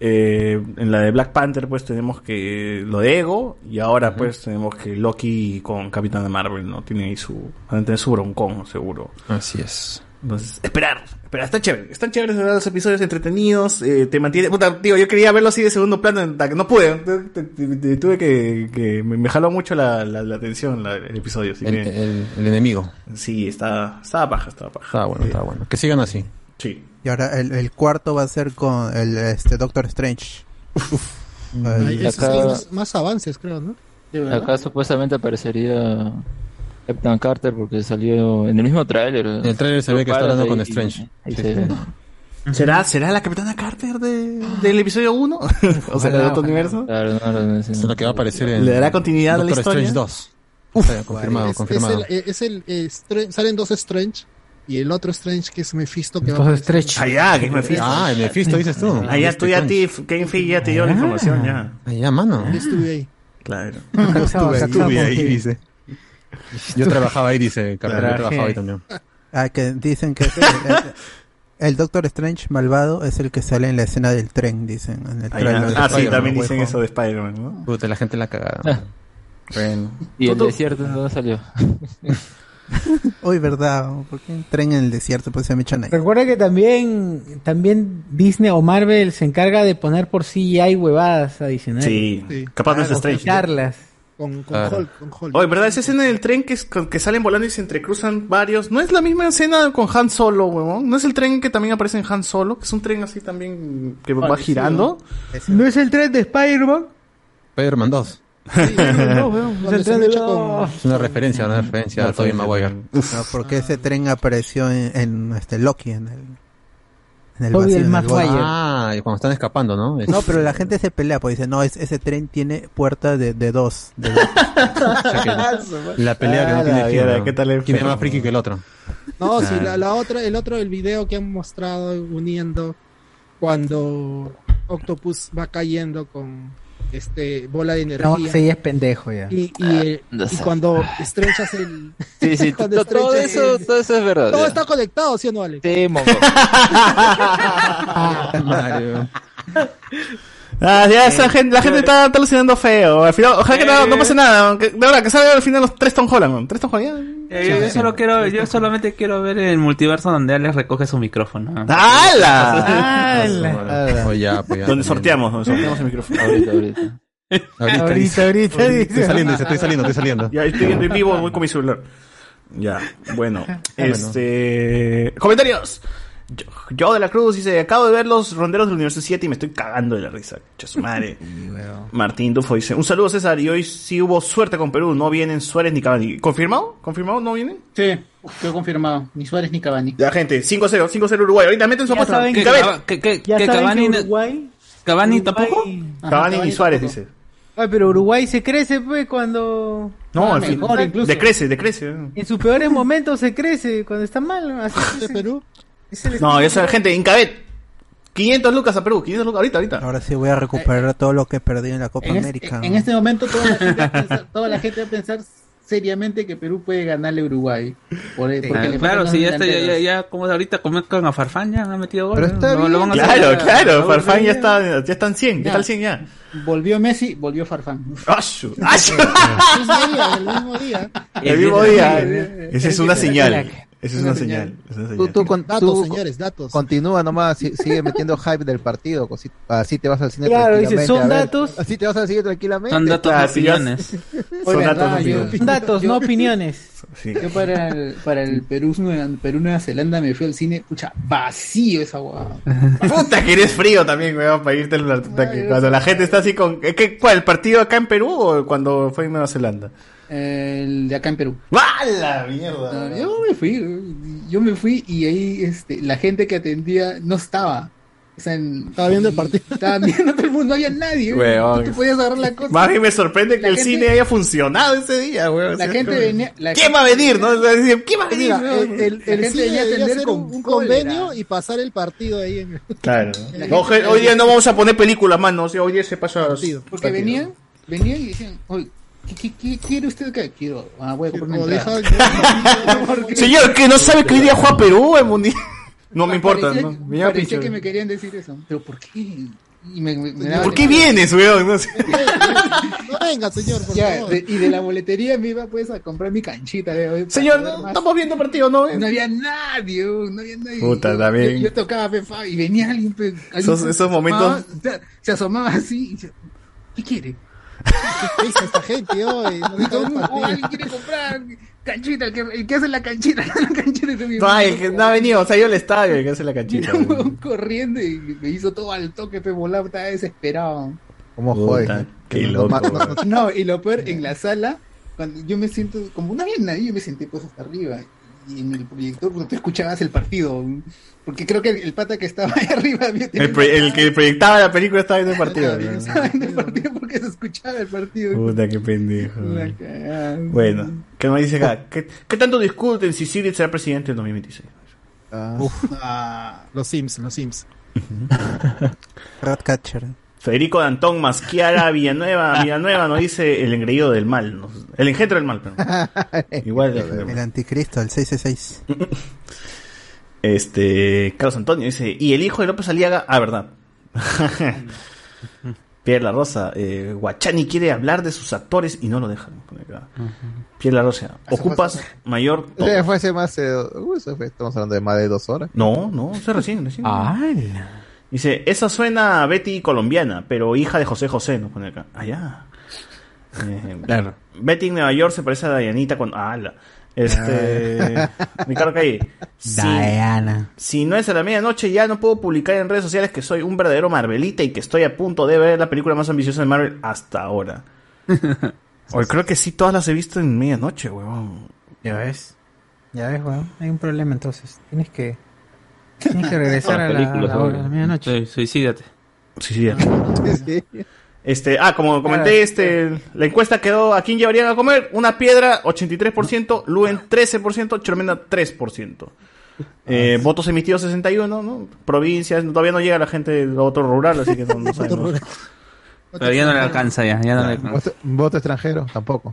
[SPEAKER 6] Eh, en la de Black Panther, pues tenemos que lo de Ego. Y ahora, pues, tenemos que Loki con Capitán Marvel, ¿no? Tiene ahí su. Van a tener su broncón, seguro.
[SPEAKER 21] Así es.
[SPEAKER 6] Entonces, esperar. Esperar, está chévere. Están chéveres ¿verdad? los episodios entretenidos. eh, te mantiene. Puta, digo, yo quería verlo así de segundo plano, hasta que eh, no pude. Te- te- te- te- Tuve que. que me, me jaló mucho la, la, la atención la- el episodio. Así
[SPEAKER 21] El,
[SPEAKER 6] que-
[SPEAKER 21] el- el enemigo.
[SPEAKER 6] Sí, está, estaba paja, estaba paja.
[SPEAKER 21] Está bueno, está bueno. Que sigan así.
[SPEAKER 6] Sí.
[SPEAKER 10] Y ahora el, el cuarto va a ser con el este Doctor Strange.
[SPEAKER 7] Ay,
[SPEAKER 10] El-
[SPEAKER 7] esos
[SPEAKER 16] acá-
[SPEAKER 7] son más, más avances, creo, ¿no?
[SPEAKER 16] Acá supuestamente aparecería Captain Carter porque salió en el mismo tráiler. En
[SPEAKER 21] el tráiler se ve que está hablando con Strange. Sí, sí.
[SPEAKER 6] ¿Será, ¿Será la Capitana Carter de, del episodio 1? o sea, del
[SPEAKER 21] Ojalá,
[SPEAKER 6] otro
[SPEAKER 21] ojalá.
[SPEAKER 6] universo.
[SPEAKER 16] Claro, no, no, no, sí,
[SPEAKER 21] Es lo que va a aparecer en.
[SPEAKER 6] ¿Le dará continuidad a la
[SPEAKER 21] Doctor
[SPEAKER 6] historia?
[SPEAKER 21] Strange 2.
[SPEAKER 7] Uf.
[SPEAKER 21] Está confirmado,
[SPEAKER 7] Es-
[SPEAKER 21] confirmado.
[SPEAKER 7] Es el, eh, es el, eh, Stra- salen dos Strange y el otro Strange que es Mephisto. Que va a
[SPEAKER 4] Entonces,
[SPEAKER 7] aparecer.
[SPEAKER 4] Stretch.
[SPEAKER 6] Allá, que es Mephisto.
[SPEAKER 21] Ah, el Mephisto dices tú.
[SPEAKER 6] Ah, ya tú ya te, Game Freak ya te dio
[SPEAKER 37] Ah.
[SPEAKER 6] la información, Ah. ya.
[SPEAKER 21] Allá, mano.
[SPEAKER 7] Yo estuve ahí.
[SPEAKER 6] Claro.
[SPEAKER 10] Estuve ahí, estuve ahí, dice.
[SPEAKER 21] Yo trabajaba ahí, dice Carter. Yo
[SPEAKER 10] Traje.
[SPEAKER 21] trabajaba ahí también.
[SPEAKER 10] Ah, que dicen que el, el- el Doctor Strange malvado es el que sale en la escena del tren, dicen. En el
[SPEAKER 6] Ah,
[SPEAKER 10] tráiler de
[SPEAKER 6] ya. Ah,
[SPEAKER 10] Spider-Man,
[SPEAKER 6] sí,
[SPEAKER 10] pues,
[SPEAKER 6] también
[SPEAKER 10] Way
[SPEAKER 6] dicen
[SPEAKER 10] Home.
[SPEAKER 6] eso de Spider-Man, ¿no?
[SPEAKER 21] Puta, la gente la cagada.
[SPEAKER 16] Ah.
[SPEAKER 21] bueno.
[SPEAKER 16] Y el
[SPEAKER 10] Tú- tú-
[SPEAKER 16] desierto no salió.
[SPEAKER 10] Hoy, ¿verdad? ¿Por qué un tren en el desierto? Pues se me echan ahí.
[SPEAKER 4] Recuerda que también, también Disney o Marvel se encarga de poner por CGI huevadas adicionales.
[SPEAKER 6] Sí. Sí. Capaz no es
[SPEAKER 4] Claro,
[SPEAKER 6] Strange.
[SPEAKER 4] quitarlas.
[SPEAKER 7] Con,
[SPEAKER 6] Claro. Hulk, Oye, ¿verdad? Esa escena del tren que, es- con- que salen volando y se entrecruzan varios. ¿No es la misma escena con Han Solo, huevón? ¿No es el tren que también aparece en Han Solo? Que es un tren así también que va
[SPEAKER 4] Parecido.
[SPEAKER 6] girando.
[SPEAKER 4] ¿No es el tren de Spider-Man?
[SPEAKER 21] Spider-Man 2.
[SPEAKER 4] No, weón. Es el tren de... No.
[SPEAKER 21] Es una referencia, una referencia a Tobey Maguire.
[SPEAKER 10] No, porque ese tren apareció en, en, este Loki, en el, en el
[SPEAKER 21] Tobey
[SPEAKER 10] vacío,
[SPEAKER 21] el
[SPEAKER 10] en el void.
[SPEAKER 21] Maguire. Ah, y cuando están escapando, ¿no? Es-
[SPEAKER 10] No, pero la gente se pelea, porque dice, no, es- ese tren tiene puerta de, de dos. de dos".
[SPEAKER 21] La pelea que no
[SPEAKER 10] Ah, la
[SPEAKER 21] tiene fin.
[SPEAKER 10] mierda,
[SPEAKER 21] ¿no?
[SPEAKER 10] ¿qué tal el
[SPEAKER 21] ¿Quién es
[SPEAKER 10] feo?
[SPEAKER 21] más friki que el otro?
[SPEAKER 7] No, sí,
[SPEAKER 21] Ah.
[SPEAKER 7] la, la otra, el otro, el video que han mostrado uniendo cuando Octopus va cayendo con, este, bola de energía.
[SPEAKER 37] No, sí, es pendejo ya.
[SPEAKER 7] Y, y,
[SPEAKER 6] Ah,
[SPEAKER 4] Ah,
[SPEAKER 7] eh,
[SPEAKER 37] no
[SPEAKER 7] y
[SPEAKER 37] sé.
[SPEAKER 7] cuando estrechas el.
[SPEAKER 16] Sí, sí,
[SPEAKER 7] cuando
[SPEAKER 16] to- todo
[SPEAKER 7] estrechas
[SPEAKER 16] eso,
[SPEAKER 7] el-
[SPEAKER 16] todo eso es verdad.
[SPEAKER 7] Todo
[SPEAKER 16] ya.
[SPEAKER 7] está conectado, ¿sí o no, Alex?
[SPEAKER 16] Sí, mongo.
[SPEAKER 6] Ah, ya esa gente, la gente está, está alucinando feo. Al final, ojalá que no, no pase nada. aunque- de verdad, que salga al final los tres Tom Holland. man. Tres Tom Holland.
[SPEAKER 14] Eh, yo, yo solo quiero, yo solamente quiero ver el multiverso donde Alex recoge su micrófono.
[SPEAKER 6] ¡Hala!
[SPEAKER 14] ¡Hala!
[SPEAKER 6] Oye, Ah. ya, pues ya. Donde sorteamos, donde sorteamos el micrófono. Ahorita, ahorita.
[SPEAKER 38] Ahorita,
[SPEAKER 6] dice.
[SPEAKER 38] ahorita, dice.
[SPEAKER 6] Estoy saliendo, dice, estoy saliendo, estoy
[SPEAKER 38] saliendo.
[SPEAKER 6] Ya, estoy viendo en vivo, voy con mi celular. Ya, Ah, bueno.
[SPEAKER 4] Ah,
[SPEAKER 6] Este. Comentarios. Yo- Yo de la Cruz dice: Acabo de ver los ronderos del Universo 7 y me estoy cagando de la risa. Chas madre. Martín Dufo dice: Un saludo, César. Y hoy sí hubo suerte con Perú. No vienen Suárez ni Cavani. ¿Confirmado? ¿Confirmado? ¿No vienen?
[SPEAKER 4] Sí, quedó confirmado. Ni Suárez ni Cavani.
[SPEAKER 6] La gente, 5-0, 5-0 Uruguay. Ahorita meten su
[SPEAKER 4] Ya
[SPEAKER 6] apuesta.
[SPEAKER 4] saben que-
[SPEAKER 6] Cabet.
[SPEAKER 14] ¿Qué, qué,
[SPEAKER 4] Ya
[SPEAKER 14] qué,
[SPEAKER 4] saben
[SPEAKER 14] Cavani,
[SPEAKER 4] que
[SPEAKER 14] Uruguay, Cavani tampoco?
[SPEAKER 6] Cavani y Suárez, dice.
[SPEAKER 37] Ay, pero Uruguay se crece, pues, cuando...
[SPEAKER 6] No,
[SPEAKER 37] Ah,
[SPEAKER 6] al fin-
[SPEAKER 37] mejor incluso.
[SPEAKER 6] Decrece, decrece.
[SPEAKER 37] En sus peores momentos se crece, cuando está mal. Así crece
[SPEAKER 7] Perú.
[SPEAKER 6] No, esa gente, Incabet. 500 lucas a Perú, 500 lucas ahorita, ahorita.
[SPEAKER 10] Ahora sí voy a recuperar todo lo que perdí en la Copa
[SPEAKER 6] en este-
[SPEAKER 10] América.
[SPEAKER 4] En este momento toda la, gente va a pensar, toda la gente va a pensar seriamente que Perú puede ganarle a Uruguay. Por, porque
[SPEAKER 14] Ah,
[SPEAKER 4] le faltan
[SPEAKER 14] claro,
[SPEAKER 4] los
[SPEAKER 14] si ya, está, ya, ya,
[SPEAKER 4] delanteros.
[SPEAKER 14] ya, como de ahorita conozcan a Farfán, ya han metido gol.
[SPEAKER 4] Pero está
[SPEAKER 14] ¿no? Lo van a hacer-
[SPEAKER 6] Claro, claro,
[SPEAKER 14] No,
[SPEAKER 6] Farfán
[SPEAKER 14] no,
[SPEAKER 6] ya está, ya están 100, ya está al 100 ya.
[SPEAKER 4] Volvió Messi, volvió Farfán.
[SPEAKER 6] ¡Ashu! ¡Ashu!
[SPEAKER 4] El mismo día, el mismo día.
[SPEAKER 6] El mismo día. Esa es una señal. Esa es una señal. es una
[SPEAKER 18] Tú,
[SPEAKER 6] señal.
[SPEAKER 18] tú, con,
[SPEAKER 7] Datos,
[SPEAKER 18] tú-
[SPEAKER 7] señores, datos.
[SPEAKER 18] Continúa nomás, si- sigue metiendo hype del partido. cosi- Así te vas al cine
[SPEAKER 7] Claro, dice,
[SPEAKER 18] tranquilamente.
[SPEAKER 7] son
[SPEAKER 18] a ver.
[SPEAKER 7] datos.
[SPEAKER 18] Así te vas al cine tranquilamente.
[SPEAKER 14] Son datos,
[SPEAKER 18] Claro,
[SPEAKER 14] no
[SPEAKER 18] si ya-
[SPEAKER 14] opiniones.
[SPEAKER 18] Son datos, no opiniones.
[SPEAKER 37] Son datos, no opiniones.
[SPEAKER 4] Yo para el, para el Perú, Nueva, Perú Nueva Zelanda me fui al cine, pucha, vacío esa guada.
[SPEAKER 6] Puta que eres frío también, weón, para irte a la puta que- Cuando la gente está así con. ¿eh, ¿Qué, ¿Cuál? ¿El partido acá en Perú o cuando fue en Nueva Zelanda?
[SPEAKER 4] El de acá en Perú.
[SPEAKER 6] ¡Vala! Mierda.
[SPEAKER 4] No, Yo me fui, yo me fui y ahí este, la gente que atendía no estaba. O sea, en- estaba viendo el partido. Estaba viendo todo el mundo, no había nadie.
[SPEAKER 6] Weón.
[SPEAKER 4] No te podías agarrar la cosa.
[SPEAKER 6] Más bien me sorprende que
[SPEAKER 4] La
[SPEAKER 6] el
[SPEAKER 4] gente-
[SPEAKER 6] cine haya funcionado ese día, weón.
[SPEAKER 4] La
[SPEAKER 6] O sea,
[SPEAKER 4] gente
[SPEAKER 6] como-
[SPEAKER 4] venía- la
[SPEAKER 6] ¿Quién va a venir? ¿No? O sea, decían, ¿Quién va a venir?
[SPEAKER 7] Mira,
[SPEAKER 6] weón?
[SPEAKER 7] el, el,
[SPEAKER 4] La
[SPEAKER 7] el
[SPEAKER 4] gente
[SPEAKER 7] cine debería
[SPEAKER 4] debería atender
[SPEAKER 7] hacer
[SPEAKER 4] con
[SPEAKER 7] un, un
[SPEAKER 4] cólera.
[SPEAKER 7] convenio y pasar el partido ahí en
[SPEAKER 6] Claro.
[SPEAKER 7] La
[SPEAKER 6] No,
[SPEAKER 7] gente-
[SPEAKER 6] je- hoy día no vamos a poner películas más, no. O sea, hoy día se pasa.
[SPEAKER 4] Porque venían, venían y decían, oye, ¿qué, qué, qué quiere usted acá? Quiero, ah, voy a comprar una
[SPEAKER 7] Como
[SPEAKER 4] entrada.
[SPEAKER 6] Señor, que no sabe que hoy día juega Perú el mundial. No me importa,
[SPEAKER 4] Parecía-
[SPEAKER 6] ¿no? Me llama
[SPEAKER 4] parecía
[SPEAKER 6] pincho.
[SPEAKER 4] que me querían decir eso. Pero ¿por qué? Y me, me- me daba-
[SPEAKER 6] ¿Por qué vienes, weón? No sé.
[SPEAKER 7] No venga, señor, por
[SPEAKER 4] Ya,
[SPEAKER 7] favor.
[SPEAKER 4] de- y de la boletería me iba pues a comprar mi canchita. de hoy para
[SPEAKER 6] Señor,
[SPEAKER 4] poder
[SPEAKER 6] no,
[SPEAKER 4] más.
[SPEAKER 6] estamos viendo partido, ¿no?
[SPEAKER 4] No había nadie, oh, no había nadie.
[SPEAKER 6] Puta,
[SPEAKER 4] yo,
[SPEAKER 6] también.
[SPEAKER 4] Yo, yo tocaba Pefa y venía alguien. pe- alguien
[SPEAKER 6] Esos-
[SPEAKER 4] se
[SPEAKER 6] esos
[SPEAKER 4] asomaba,
[SPEAKER 6] momentos-
[SPEAKER 4] se- se asomaba así. Y yo, ¿Qué quiere?
[SPEAKER 7] ¿Qué hizo esta gente hoy? No
[SPEAKER 4] Y
[SPEAKER 7] me todo
[SPEAKER 4] todo
[SPEAKER 7] el
[SPEAKER 4] el mundo, oh,
[SPEAKER 7] partido.
[SPEAKER 4] alguien quiere comprar canchita, el que, el que hace la canchita, la canchita de mi
[SPEAKER 6] No, es que no ha venido, o sea, yo al estadio y que hace la canchita. weón.
[SPEAKER 4] corriendo y me hizo todo al toque, pe volaba, estaba desesperado.
[SPEAKER 18] ¿Cómo
[SPEAKER 6] Puta,
[SPEAKER 18] juega?
[SPEAKER 6] qué
[SPEAKER 18] No, no,
[SPEAKER 6] loco.
[SPEAKER 18] no,
[SPEAKER 6] weón.
[SPEAKER 4] No, y lo peor, en la sala, cuando yo me siento, como no había nadie, yo me senté pues hasta arriba. Y en el proyector, pues, cuando tú escuchabas el partido, porque creo que el pata que estaba ahí arriba había
[SPEAKER 6] El, pro- el que proyectaba la película estaba viendo el partido. weón.
[SPEAKER 4] estaba viendo el partido porque se escuchaba el partido.
[SPEAKER 6] Puta, qué pendejo. weón.
[SPEAKER 4] La cagada.
[SPEAKER 6] Bueno, ¿qué me dice acá? ¿Qué, qué tanto discuten si Siri será presidente en 2026?
[SPEAKER 7] Uf.
[SPEAKER 4] Ah,
[SPEAKER 7] Los Sims, los Sims.
[SPEAKER 10] Ratcatcher.
[SPEAKER 6] Federico Dantón Masquiara Villanueva. Villanueva nos dice el engreído del mal. ¿no? El engendro del mal, perdón. Igual. el engendro del mal.
[SPEAKER 10] El anticristo, el 666.
[SPEAKER 6] Este, Carlos Antonio dice, y el hijo de López Aliaga, ah, verdad. Pierre La Rosa, eh, Guachani quiere hablar de sus actores y no lo dejan. Pone acá. Pierre La Rosa, ocupas mayor... top.
[SPEAKER 18] Eh, fue hace más. eh, uh, eso fue- estamos hablando de más de dos horas.
[SPEAKER 6] No, no, eso es recién, recién. Dice, esa suena a Betty colombiana, pero hija de José José, nos pone acá. Ah, Allá. claro. Betty en Nueva York se parece a Dayanita cuando... Ah, la. Este... Ricardo Calle. si-
[SPEAKER 37] Diana.
[SPEAKER 6] Si no es a la medianoche, ya no puedo publicar en redes sociales que soy un verdadero Marvelita y que estoy a punto de ver la película más ambiciosa de Marvel hasta ahora. Hoy creo que sí, todas las he visto en medianoche, huevón. Ya ves.
[SPEAKER 37] Ya ves, weón, hay un problema entonces. Tienes que, tienes que regresar a la, a la hora, a la medianoche.
[SPEAKER 14] Sí, suicídate.
[SPEAKER 6] Suicídate. Este, ah, como
[SPEAKER 14] Claro.
[SPEAKER 6] comenté, este, la encuesta quedó ¿a quién llevarían a comer? Una piedra, 83%, Luen 13%, Chormena 3%. Eh, votos emitidos 61, ¿no? Provincias, todavía no llega la gente del voto rural, así que no, no sabemos.
[SPEAKER 14] Pero ya no le alcanza ya, ya no le alcanza.
[SPEAKER 18] Voto, voto extranjero, tampoco.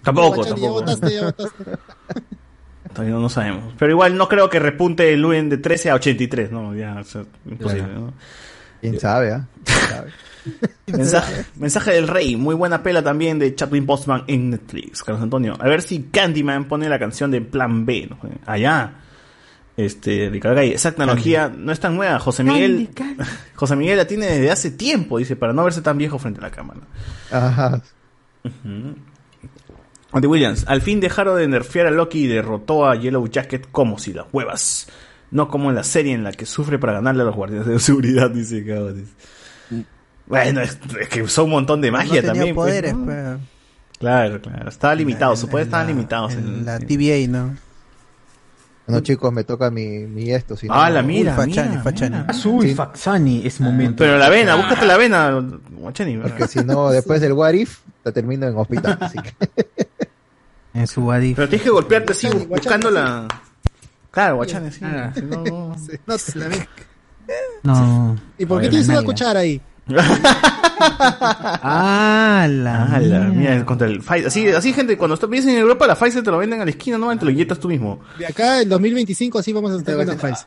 [SPEAKER 6] Tampoco,
[SPEAKER 18] Guachani,
[SPEAKER 6] tampoco.
[SPEAKER 18] ya votaste, ya
[SPEAKER 6] Todavía no sabemos. Pero igual no creo que repunte el Luen de 13 a 83, no, ya, o sea, imposible,
[SPEAKER 18] Claro.
[SPEAKER 6] ¿no?
[SPEAKER 18] ¿Quién sabe, ah?
[SPEAKER 6] Mensaje, mensaje del rey, muy buena pela también de Chadwick Boseman en Netflix, Carlos Antonio. A ver si Candyman pone la canción de Plan B, ¿no? allá. Este, Ricardo Galle, esa tecnología no es tan nueva. José Miguel, José Miguel la tiene desde hace tiempo, dice, para no verse tan viejo frente a la cámara.
[SPEAKER 18] Ajá.
[SPEAKER 6] Ujú. Andy Williams, al fin dejaron de nerfear a Loki y derrotó a Yellow Jacket como si las huevas. No como en la serie en la que sufre para ganarle a los guardianes de seguridad, dice Cabanes. Bueno, es, es que usó un montón de magia
[SPEAKER 10] tenía
[SPEAKER 6] también. pues,
[SPEAKER 10] poderes,
[SPEAKER 6] ¿no?
[SPEAKER 10] pues.
[SPEAKER 6] Claro, claro. Estaba limitado, su poder estaba limitado. en-
[SPEAKER 10] La TVA, ¿no?
[SPEAKER 18] No, chicos, me toca mi, mi esto. Si no-
[SPEAKER 6] Ah, la mira,
[SPEAKER 18] Uy,
[SPEAKER 6] mira,
[SPEAKER 18] Fachani, Fachani. Ah.
[SPEAKER 4] Uy, Faxani, es momento.
[SPEAKER 6] Pero la vena, búscate la vena, Guachani.
[SPEAKER 18] Porque si no, después del What If, te termino en hospital. Así que
[SPEAKER 4] En su Wadi.
[SPEAKER 6] Pero tienes que golpearte así, buscando la. Claro, Guachani, sí.
[SPEAKER 7] Ah.
[SPEAKER 6] si no, no-
[SPEAKER 7] No te la ve.
[SPEAKER 4] No.
[SPEAKER 7] ¿Y por qué
[SPEAKER 6] Oye,
[SPEAKER 7] tienes
[SPEAKER 6] la
[SPEAKER 7] una
[SPEAKER 6] nalga.
[SPEAKER 7] cuchara ahí?
[SPEAKER 4] Ah, la.
[SPEAKER 6] Ah, la mía, contra el Pfizer. Así, así, gente, cuando estás pides en Europa, la Pfizer te lo venden a la esquina, no, te lo inyectas tú mismo.
[SPEAKER 7] De acá, el 2025, así vamos a estar con el Pfizer.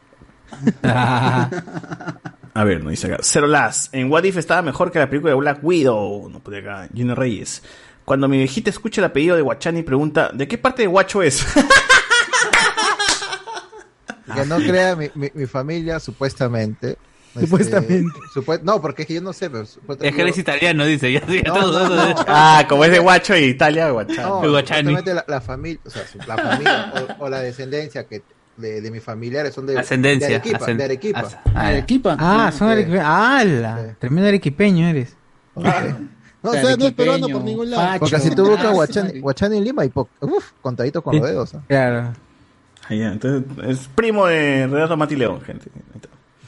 [SPEAKER 6] A ver, no dice acá. Cero Las. En What If estaba mejor que la película de Black Widow. No pude acá. Gina Reyes. Cuando mi viejita escucha el apellido de Guachani, pregunta: ¿de qué parte de Guacho es?
[SPEAKER 18] que no crea mi, mi, mi familia, supuestamente. Este,
[SPEAKER 14] Supuestamente.
[SPEAKER 18] supue- no, porque es que yo no sé. Pero, supuestamente-
[SPEAKER 14] Es que él es italiano, dice. Ya, ya
[SPEAKER 18] No,
[SPEAKER 14] todos-
[SPEAKER 18] no,
[SPEAKER 14] todos-
[SPEAKER 18] no.
[SPEAKER 6] ah, como es de Guacho y Italia, Guachani.
[SPEAKER 18] No,
[SPEAKER 14] Guachani.
[SPEAKER 18] supuestamente la, la familia, o sea, su- la familia o, o la descendencia que de, de mis familiares son de,
[SPEAKER 14] Ascendencia,
[SPEAKER 18] de Arequipa.
[SPEAKER 14] ascen-
[SPEAKER 18] de Arequipa.
[SPEAKER 14] as- ah, Arequipa.
[SPEAKER 4] Ah, son
[SPEAKER 18] eh.
[SPEAKER 4] arequipeños. Ah, la. Tremendo arequipeño eres. Ah.
[SPEAKER 18] No, o sea, no es peruano por ningún lado. Porque si tú buscas Guachani, Guachani en Lima y po- uf, contadito con los dedos. ¿ah?
[SPEAKER 4] Claro.
[SPEAKER 6] Ah, ya, entonces, es primo de Renato Matileón, gente.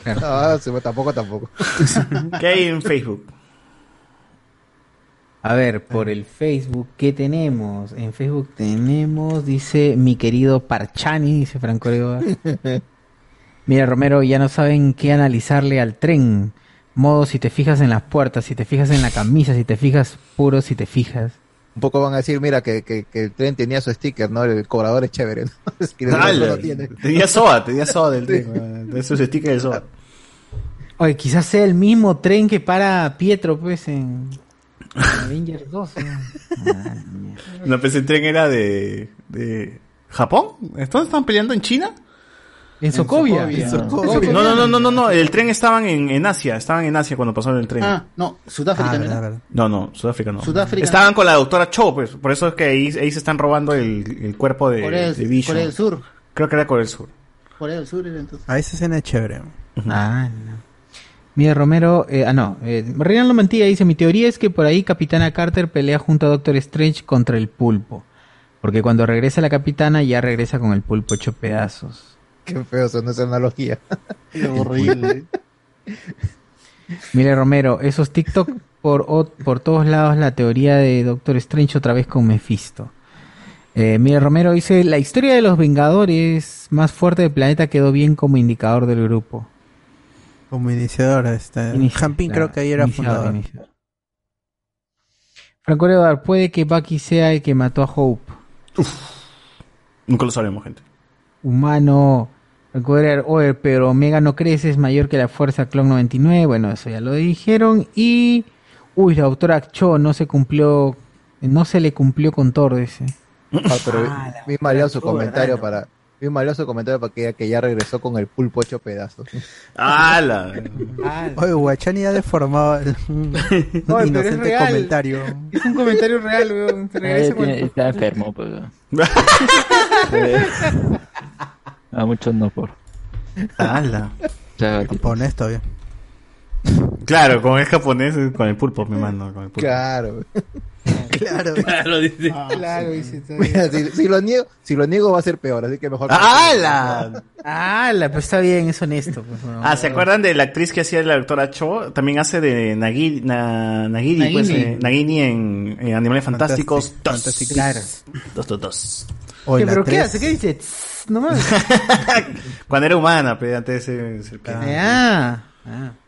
[SPEAKER 18] Ah, sí, bueno, tampoco, tampoco.
[SPEAKER 6] ¿Qué hay en Facebook?
[SPEAKER 4] A ver, por el Facebook, ¿qué tenemos? En Facebook tenemos, dice mi querido Parchani, dice Franco Arevalo. Mira, Romero, ya no saben qué analizarle al tren. Modo, si te fijas en las puertas, si te fijas en la camisa, si te fijas puro, si te fijas.
[SPEAKER 18] Un poco van a decir, mira, que, que, que el tren tenía su sticker, ¿no? El cobrador es chévere. ¿no? Es que el otro
[SPEAKER 6] Ala,
[SPEAKER 18] no tiene.
[SPEAKER 6] Tenía SOA, tenía SOA del tema. Eso es sticker de SOA.
[SPEAKER 4] Oye, quizás sea el mismo tren que para Pietro, pues, en en Avengers 2. ¿no? Ah,
[SPEAKER 6] No, pensé el tren era de, de Japón. ¿Entonces están peleando en China?
[SPEAKER 4] En Socovia. En Socovia.
[SPEAKER 6] No, no, no, no, no, no. El tren estaban en, en Asia. Estaban en Asia cuando pasó el tren.
[SPEAKER 39] Ah, no, Sudáfrica. ¿no?
[SPEAKER 6] No, no, Sudáfrica no.
[SPEAKER 39] Sudáfrica.
[SPEAKER 6] Estaban con la doctora Cho, pues. Por eso es que ahí, ahí se están robando el, el cuerpo de,
[SPEAKER 39] Corea,
[SPEAKER 6] de
[SPEAKER 39] del,
[SPEAKER 6] Vision.
[SPEAKER 39] Corea del Sur.
[SPEAKER 6] Creo que era Corea del Sur.
[SPEAKER 39] Corea del Sur era entonces.
[SPEAKER 10] A esa escena es chévere.
[SPEAKER 4] Ah, no. Mira, Romero, eh, ah, no, eh, Reinaldo Mantilla dice, mi teoría es que por ahí Capitana Carter pelea junto a Doctor Strange contra el pulpo. Porque cuando regresa la capitana ya regresa con el pulpo hecho pedazos.
[SPEAKER 18] Qué feo, eso no es analogía.
[SPEAKER 39] horrible.
[SPEAKER 4] Mire, Romero, esos TikTok por, o- por todos lados la teoría de Doctor Strange otra vez con Mephisto. Eh, mire, Romero dice, la historia de los Vengadores más fuerte del planeta quedó bien como indicador del grupo.
[SPEAKER 10] Como iniciador, este.
[SPEAKER 4] Inicio,
[SPEAKER 10] Jampín
[SPEAKER 4] claro,
[SPEAKER 10] creo que ahí era
[SPEAKER 4] iniciador,
[SPEAKER 10] fundador.
[SPEAKER 4] iniciador. Franco Leodar, puede que Bucky sea el que mató a Hope.
[SPEAKER 6] Nunca lo sabremos, gente.
[SPEAKER 4] Humano. Franco Leodar, oye, pero Omega no crece, es mayor que la fuerza Clon 99. Bueno, eso ya lo dijeron. Y. Uy, la autora Cho no se cumplió. No se le cumplió con Thor, dice.
[SPEAKER 18] Ah, pero vi-
[SPEAKER 4] Ah,
[SPEAKER 18] vi valioso
[SPEAKER 4] verdad,
[SPEAKER 18] comentario
[SPEAKER 4] no.
[SPEAKER 18] para. Vi valioso comentario para que, diga que ya regresó con el pulpo hecho pedazos.
[SPEAKER 6] ¡Hala!
[SPEAKER 10] Ah, Oye, Guachani ha deformado el- un, un
[SPEAKER 4] pero es
[SPEAKER 10] inocente
[SPEAKER 4] real.
[SPEAKER 10] comentario.
[SPEAKER 4] Es un comentario real, weón. Se
[SPEAKER 16] Nadie
[SPEAKER 4] regresa con
[SPEAKER 16] tiene-
[SPEAKER 4] el-
[SPEAKER 16] está enfermo, pues. A muchos no por.
[SPEAKER 6] ¡Hala!
[SPEAKER 10] Japonés todavía.
[SPEAKER 6] Claro, con el japonés, con el pulpo, mi mano. Con el pulpo.
[SPEAKER 18] Claro.
[SPEAKER 10] Claro.
[SPEAKER 14] Claro, dice.
[SPEAKER 4] claro, dice. está bien.
[SPEAKER 18] Mira, si, si lo niego, si lo niego va a ser peor, así que mejor.
[SPEAKER 6] ¡Hala!
[SPEAKER 8] Ah,
[SPEAKER 4] ¡Hala! Pues está bien, es honesto. pues, weón.
[SPEAKER 6] Ah, ¿se acuerdan de la actriz que hacía la doctora Cho? También hace de Nagiri, Na- Nagiri,
[SPEAKER 4] Nagini.
[SPEAKER 6] pues, eh, Nagini en, en Animales Fantásticos 2.
[SPEAKER 4] Fantástico. Claro.
[SPEAKER 6] Dos, dos, dos.
[SPEAKER 4] ¿Qué, ¿Pero qué hace? ¿Qué dice? Tss, No mames.
[SPEAKER 15] Ah.
[SPEAKER 6] Cuando era humana, pero antes de ser- ser-
[SPEAKER 4] Ah.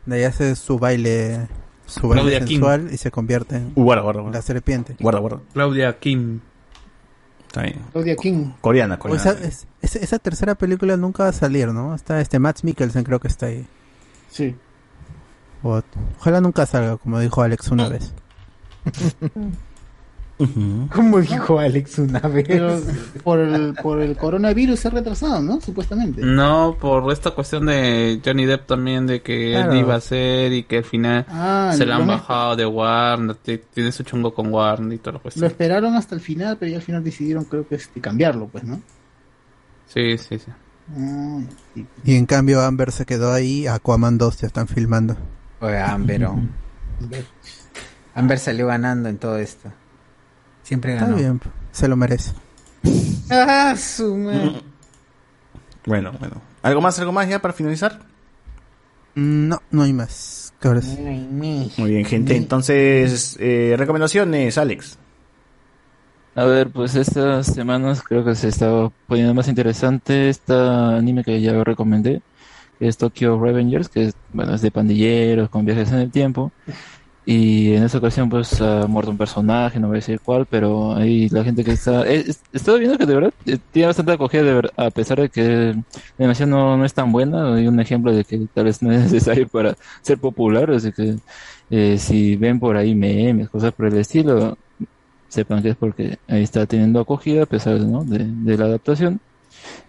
[SPEAKER 10] De ahí hace su baile su baile
[SPEAKER 14] Claudia Kim.
[SPEAKER 10] sensual y se convierte en
[SPEAKER 15] Uh, guarda, guarda, guarda.
[SPEAKER 10] la serpiente.
[SPEAKER 15] Guarda, guarda.
[SPEAKER 14] Claudia Kim.
[SPEAKER 15] Está bien.
[SPEAKER 8] Claudia King.
[SPEAKER 15] Coreana,
[SPEAKER 10] O
[SPEAKER 15] coreana.
[SPEAKER 10] esa, es- esa- esa tercera película nunca va a salir, ¿no? Está este Matt Mikkelsen, creo que está ahí.
[SPEAKER 8] Sí.
[SPEAKER 10] O- ojalá nunca salga, como dijo Alex una vez.
[SPEAKER 12] Como dijo Alex una vez.
[SPEAKER 8] Pero por el, por el coronavirus se ha retrasado, ¿no? Supuestamente.
[SPEAKER 14] No, por esta cuestión de Johnny Depp también, de que
[SPEAKER 8] Claro.
[SPEAKER 14] él iba a hacer y que al final
[SPEAKER 8] Ah,
[SPEAKER 14] se la
[SPEAKER 8] lo
[SPEAKER 14] han
[SPEAKER 8] me-
[SPEAKER 14] bajado de Warner, te- tiene su chungo con Warner y toda la
[SPEAKER 8] Lo
[SPEAKER 14] cuestión.
[SPEAKER 8] esperaron hasta el final, pero ya al final decidieron, creo que, este, cambiarlo, pues, ¿no?
[SPEAKER 14] Sí, sí, sí.
[SPEAKER 8] Ah,
[SPEAKER 10] Y en cambio Amber se quedó ahí, Aquaman 2 ya están filmando.
[SPEAKER 4] Oye, Amber, oh. Amber salió ganando en todo esto. Siempre
[SPEAKER 10] Está
[SPEAKER 4] ganó.
[SPEAKER 10] bien, se lo merece.
[SPEAKER 8] Ah, su madre.
[SPEAKER 15] Bueno, bueno. ¿Algo más, algo más ya para finalizar?
[SPEAKER 10] Mm, No, no hay más. ¿Qué horas?
[SPEAKER 15] Muy bien, gente. Entonces, eh, recomendaciones, Alex.
[SPEAKER 16] A ver, pues estas semanas creo que se está poniendo más interesante esta anime que ya recomendé, que es Tokyo Revengers, que es, bueno, es de pandilleros con viajes en el tiempo. Y en esta ocasión pues ha muerto un personaje, no voy a decir cuál, pero ahí la gente que está... eh, es- He estado viendo que de verdad eh, tiene bastante acogida, de ver- a pesar de que la animación no, no es tan buena. Hay un ejemplo de que tal vez no es necesario para ser popular, así que eh, si ven por ahí memes, cosas por el estilo, sepan que es porque ahí está teniendo acogida a pesar ¿no? de, de la adaptación.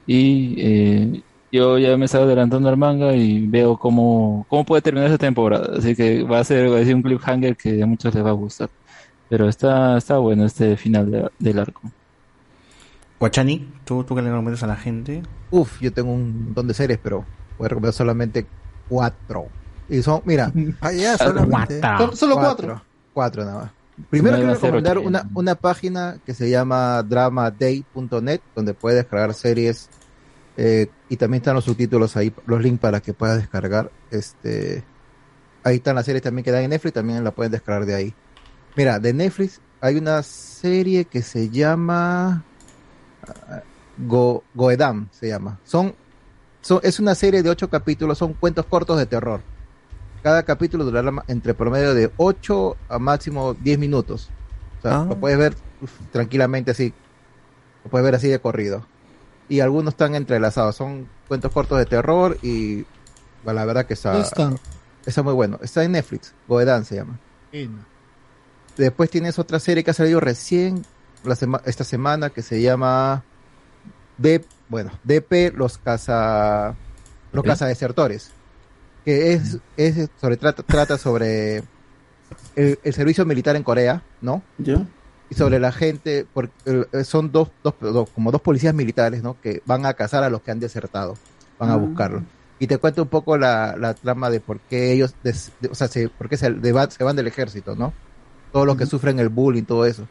[SPEAKER 16] Y eh, yo ya me estaba adelantando al manga y veo cómo, cómo puede terminar esta temporada. Así que va a ser, va a ser un cliffhanger que a muchos les va a gustar. Pero está, está bueno este final de- del arco.
[SPEAKER 15] Guachani, ¿tú, tú qué le recomiendas a la gente?
[SPEAKER 18] Uf, yo tengo un montón de series, pero voy a recomendar solamente cuatro. Y son, mira,
[SPEAKER 10] Ah,
[SPEAKER 18] allá solamente.
[SPEAKER 8] Solo- solo cuatro.
[SPEAKER 18] Cuatro nada más. Primero
[SPEAKER 8] Nadie va
[SPEAKER 18] quiero
[SPEAKER 8] a hacer
[SPEAKER 18] recomendar
[SPEAKER 8] ocho.
[SPEAKER 18] una, una página que se llama dramaday.net, donde puedes descargar series eh, y también están los subtítulos ahí, los links para que puedas descargar. Este, ahí están las series también que dan en Netflix, también la puedes descargar de ahí. Mira, de Netflix hay una serie que se llama ah, Go- Goedam, se llama. Son, son, es una serie de ocho capítulos, son cuentos cortos de terror. Cada capítulo durará ma- entre promedio de 8 a máximo 10 minutos. O sea,
[SPEAKER 10] Ah.
[SPEAKER 18] lo puedes ver uf, tranquilamente así. Lo puedes ver así de corrido. Y algunos están entrelazados. Son cuentos cortos de terror y bueno, la verdad que está,
[SPEAKER 7] ¿Dónde están?
[SPEAKER 18] está muy bueno. Está en Netflix. Goedan se llama. Después tienes otra serie que ha salido recién la sema- esta semana que se llama D bueno, DP los casa los
[SPEAKER 15] ¿Eh?
[SPEAKER 18] cazadesertores, que es, es sobre trata, trata sobre el, el servicio militar en Corea, ¿no? Y sobre la gente, porque eh, son dos, dos, dos- como dos policías militares, ¿no? Que van a cazar a los que han desertado, van a
[SPEAKER 10] Ah.
[SPEAKER 18] buscarlos. Y te cuento un poco la, la trama de por qué ellos, des- de- o sea, se, por qué se, de- va- se van del ejército, ¿no? Todos los que sufren el bullying, todo eso.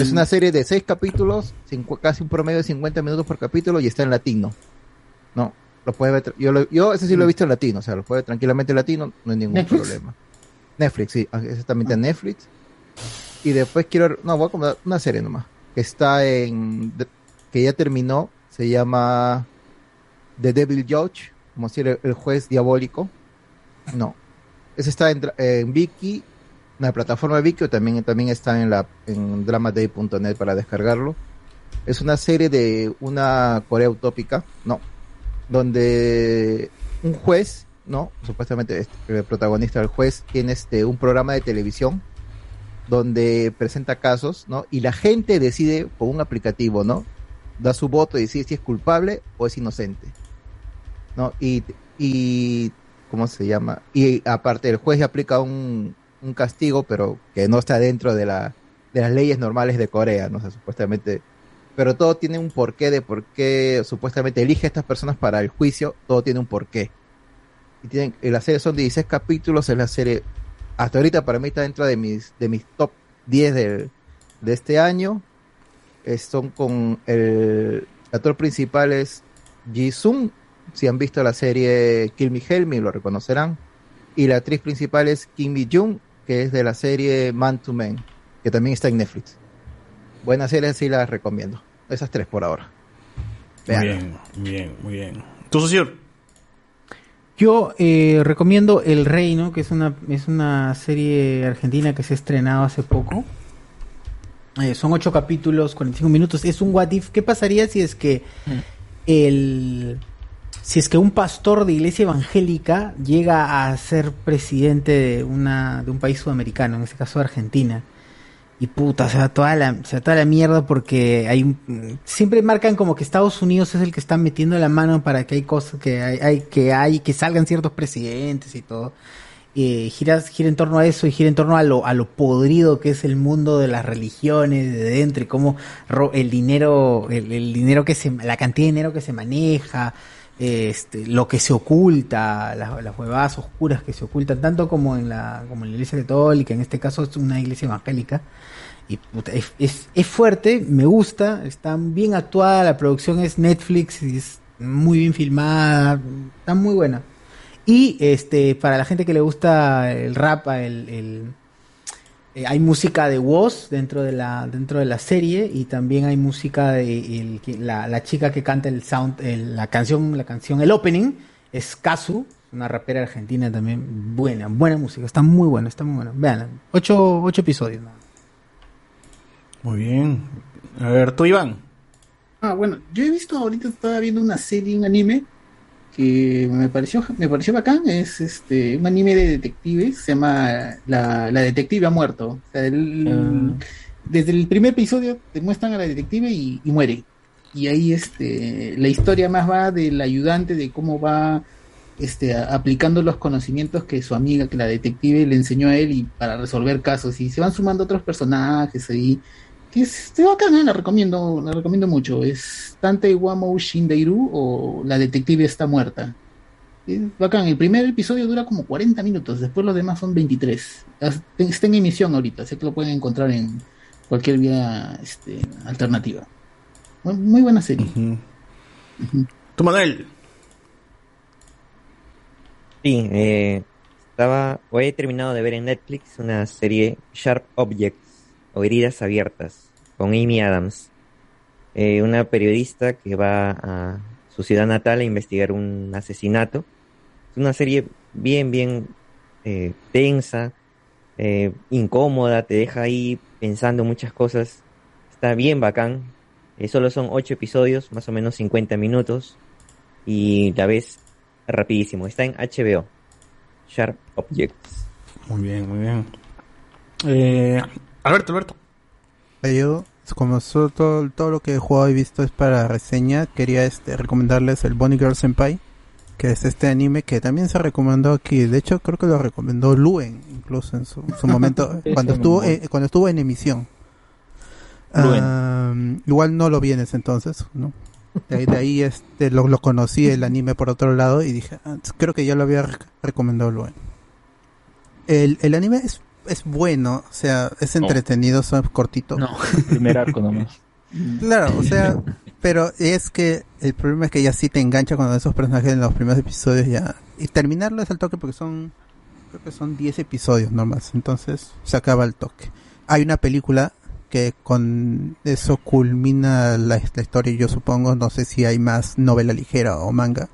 [SPEAKER 18] Es una serie de seis capítulos, cincu- casi un promedio de 50 minutos por capítulo y está en latino. No, lo puedes ver. tra- Yo, lo- yo ese sí lo he visto en latino, o sea, lo puedes ver tranquilamente en latino, no hay ningún
[SPEAKER 8] ¿Netflix?
[SPEAKER 18] problema. Netflix, sí, ah, exactamente en Netflix. Y después quiero, no, voy a comentar una serie nomás, que está en, que ya terminó, se llama The Devil Judge, como si era el juez diabólico. No, ese está en, dra- en Viki, en la plataforma de Viki, o también, también está en, la, en dramaday.net para descargarlo. Es una serie de una Corea utópica, ¿no? Donde un juez, ¿no? Supuestamente este, el protagonista del juez tiene este, un programa de televisión donde presenta casos, ¿no? Y la gente decide por un aplicativo, ¿no? Da su voto y decide si es culpable o es inocente. ¿no? Y, y ¿cómo se llama? Y aparte el juez aplica un, un castigo, pero que no está dentro de, la, de las leyes normales de Corea, ¿no? O sea, supuestamente. Pero todo tiene un porqué de por qué supuestamente elige a estas personas para el juicio, todo tiene un porqué. Y tienen, y la serie son 16 capítulos, es la serie, hasta ahorita para mí está dentro de mis, de mis top 10 del- de este año. Eh, son con el actor principal es Ji-Sung. Si han visto la serie Kill Me Help Me, lo reconocerán. Y la actriz principal es Kim Mi-jung, que es de la serie Man to Man, que también está en Netflix. Buenas series, sí las recomiendo. Esas tres por ahora.
[SPEAKER 15] Muy bien, muy bien, muy bien. ¿Tú, socio?
[SPEAKER 4] Yo eh, recomiendo El Reino, que es una, es una serie argentina que se ha estrenado hace poco. Eh, son ocho capítulos, 45 minutos. Es un what if. ¿Qué pasaría si es que el si es que un pastor de iglesia evangélica llega a ser presidente de una de un país sudamericano, en este caso Argentina? Y puta, o sea, toda la, o sea, toda la mierda porque hay un- siempre marcan como que Estados Unidos es el que está metiendo la mano para que hay cosas que hay, hay- que hay que salgan ciertos presidentes y todo. Eh, gira, gira en torno a eso y gira en torno a lo, a lo podrido que es el mundo de las religiones de dentro y cómo ro- el dinero, el, el dinero que se, la cantidad de dinero que se maneja, este, lo que se oculta, las, las huevadas oscuras que se ocultan, tanto como en la, como en la iglesia católica, en este caso es una iglesia evangélica. Y puta, es, es- es fuerte, me gusta, está bien actuada, la producción es Netflix, y es muy bien filmada, está muy buena. Y este, para la gente que le gusta el rap, el, el- eh, hay música de Woz dentro de la, dentro de la serie, y también hay música de el- que- la, la chica que canta el sound, el- la canción, la canción, el opening, es Kazu, una rapera argentina también, buena, buena música, está muy buena, está muy buena. Vean, ocho, ocho episodios. ¿no?
[SPEAKER 15] Muy bien. A ver, tú, Iván.
[SPEAKER 8] Ah, bueno, yo he visto ahorita, estaba viendo una serie, un anime, que me pareció, me pareció bacán, es este, un anime de detectives, se llama La, la detective ha muerto. O sea, el- Desde el primer episodio te muestran a la detective y, y muere. Y ahí este, la historia más va del ayudante, de cómo va este, a- aplicando los conocimientos que su amiga, que la detective le enseñó a él y para resolver casos. Y se van sumando otros personajes ahí que es está bacán, ¿eh? la recomiendo, la recomiendo mucho. Es Tante Wamo Shindeiru o La Detective está muerta. Es bacán, el primer episodio dura como 40 minutos, después los demás son 23. As- Está en emisión ahorita, sé que lo pueden encontrar en cualquier vía este, alternativa. Muy- Muy buena serie.
[SPEAKER 15] Tú, Manuel.
[SPEAKER 11] Sí, eh, estaba, o he terminado de ver en Netflix una serie Sharp Objects o Heridas Abiertas con Amy Adams, Eh, una periodista que va a su ciudad natal a investigar un asesinato. Es una serie bien, bien eh, tensa, eh, incómoda, te deja ahí pensando muchas cosas. Está bien bacán. Eh, solo son ocho episodios, más o menos 50 minutos. Y la ves rapidísimo. Está en HBO. Sharp Objects.
[SPEAKER 15] Muy bien, muy bien. Eh, Alberto, Alberto.
[SPEAKER 10] Eh, Yo, como so- todo, todo lo que he jugado y visto es para reseña, quería este, recomendarles el Bonnie Girl Senpai, que es este anime que también se recomendó aquí. De hecho, creo que lo recomendó Luen, incluso en su, su momento,
[SPEAKER 15] Ese
[SPEAKER 10] cuando estuvo,
[SPEAKER 15] mamón.
[SPEAKER 10] eh, cuando estuvo en emisión.
[SPEAKER 15] Luen.
[SPEAKER 10] Ah, igual no lo vi en ese entonces, ¿no? De ahí, de ahí, este, lo, lo conocí el anime por otro lado y dije, "Ah, creo que ya lo había rec- recomendado Luen. El, el anime es, es bueno, o sea, es
[SPEAKER 16] No.
[SPEAKER 10] entretenido, son cortitos.
[SPEAKER 16] Primer arco nomás.
[SPEAKER 10] Claro, o sea, pero es que el problema es que ya sí te engancha cuando esos personajes en los primeros episodios ya. Y terminarlo es al toque porque son, creo que son 10 episodios nomás, entonces se acaba el toque. Hay una película que con eso culmina la, la historia, yo supongo, no sé si hay más novela ligera o manga.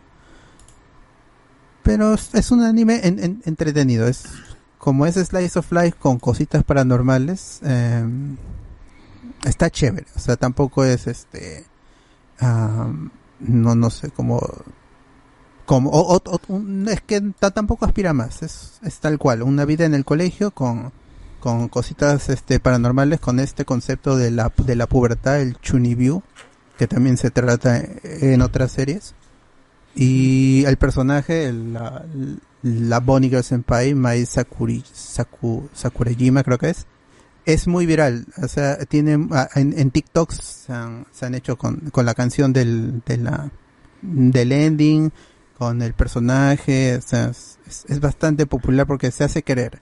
[SPEAKER 10] Pero es es un anime en- en- entretenido, es como es Slice of Life con cositas paranormales. em, está chévere. O sea, tampoco es este. am, no, no sé cómo. Como, o- o- o- un- es que ta- tampoco aspira más. Es, es tal cual. Una vida en el colegio con, con cositas este, paranormales, con este concepto de la, de la pubertad, el chunibyu, que también se trata en otras series. Y el personaje, el- la, la Bonnie Girl Senpai, Mai Sakuri, Saku, Sakurajima, creo que es, es muy viral. O sea, tiene, ah, en, en TikTok se han, se han hecho con, con la canción del, de la, del ending, con el personaje. O sea, es, es- es bastante popular porque se hace querer.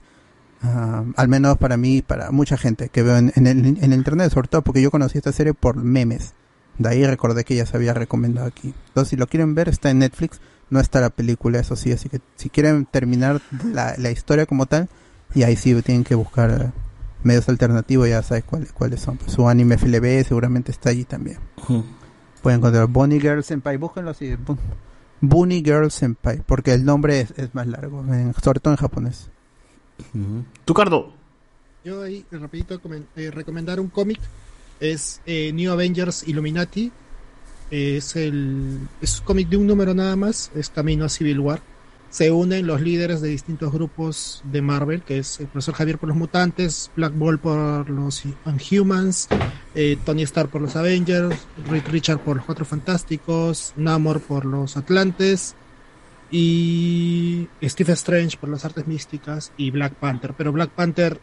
[SPEAKER 10] Ah, al menos para mí, y para mucha gente que veo en, en el, en el internet, sobre todo porque yo conocí esta serie por memes. De ahí recordé que ya se había recomendado aquí. Entonces, si lo quieren ver, está en Netflix. No está la película, eso sí. Así que si quieren terminar la, la historia como tal, y ahí sí tienen que buscar eh, medios alternativos, ya sabes cuáles, cuáles son. Pues su anime FLB seguramente está allí también. Pueden encontrar Bonnie Girl Senpai, búsquenlo así. bu- Bunny Girl Senpai, porque el nombre es, es más largo, en- sobre todo en japonés.
[SPEAKER 15] Tu cardo.
[SPEAKER 7] Yo ahí, rapidito, comen- eh, recomendar un cómic. Es eh, New Avengers Illuminati. Es el es un cómic de un número nada más. Es Camino a Civil War. Se unen los líderes de distintos grupos de Marvel, que es el profesor Javier por los mutantes, Black Ball por los Inhumans, eh, Tony Stark por los Avengers, Rick Richard por los Cuatro Fantásticos, Namor por los Atlantes, y Stephen Strange por las artes místicas y Black Panther. Pero Black Panther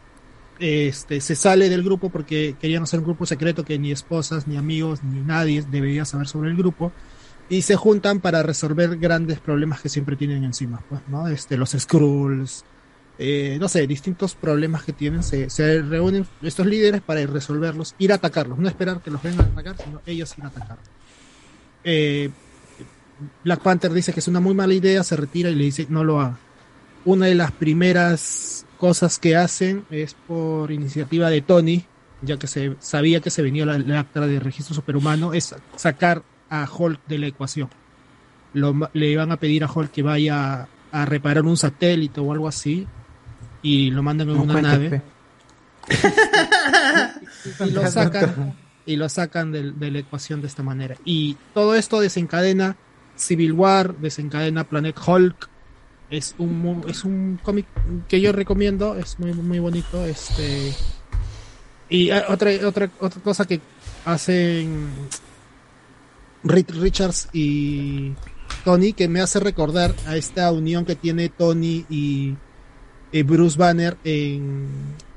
[SPEAKER 7] este, se sale del grupo porque querían hacer un grupo secreto que ni esposas, ni amigos, ni nadie debería saber sobre el grupo. Y se juntan para resolver grandes problemas que siempre tienen encima, pues, ¿no? Este, los Skrulls, eh, no sé, distintos problemas que tienen. Se, se reúnen estos líderes para resolverlos, ir a atacarlos, no esperar que los vengan a atacar, sino ellos ir a atacar. Eh, Black Panther dice que es una muy mala idea, se retira y le dice no lo haga. Una de las primeras cosas que hacen es por iniciativa de Tony, ya que se sabía que se venía la, la acta de registro superhumano, es sacar a Hulk de la ecuación. Lo ma- le van a pedir a Hulk que vaya a, a reparar un satélite o algo así y lo mandan en
[SPEAKER 4] No
[SPEAKER 7] una
[SPEAKER 4] cuentes,
[SPEAKER 7] nave
[SPEAKER 4] pe.
[SPEAKER 7] y lo sacan y lo sacan del- de, la ecuación de esta manera y todo esto desencadena Civil War desencadena Planet Hulk es un mu- es un cómic que yo recomiendo es muy muy bonito este y eh, otra otra otra cosa que hacen Reed Richards y Tony, que me hace recordar a esta unión que tiene Tony y, eh, Bruce Banner en,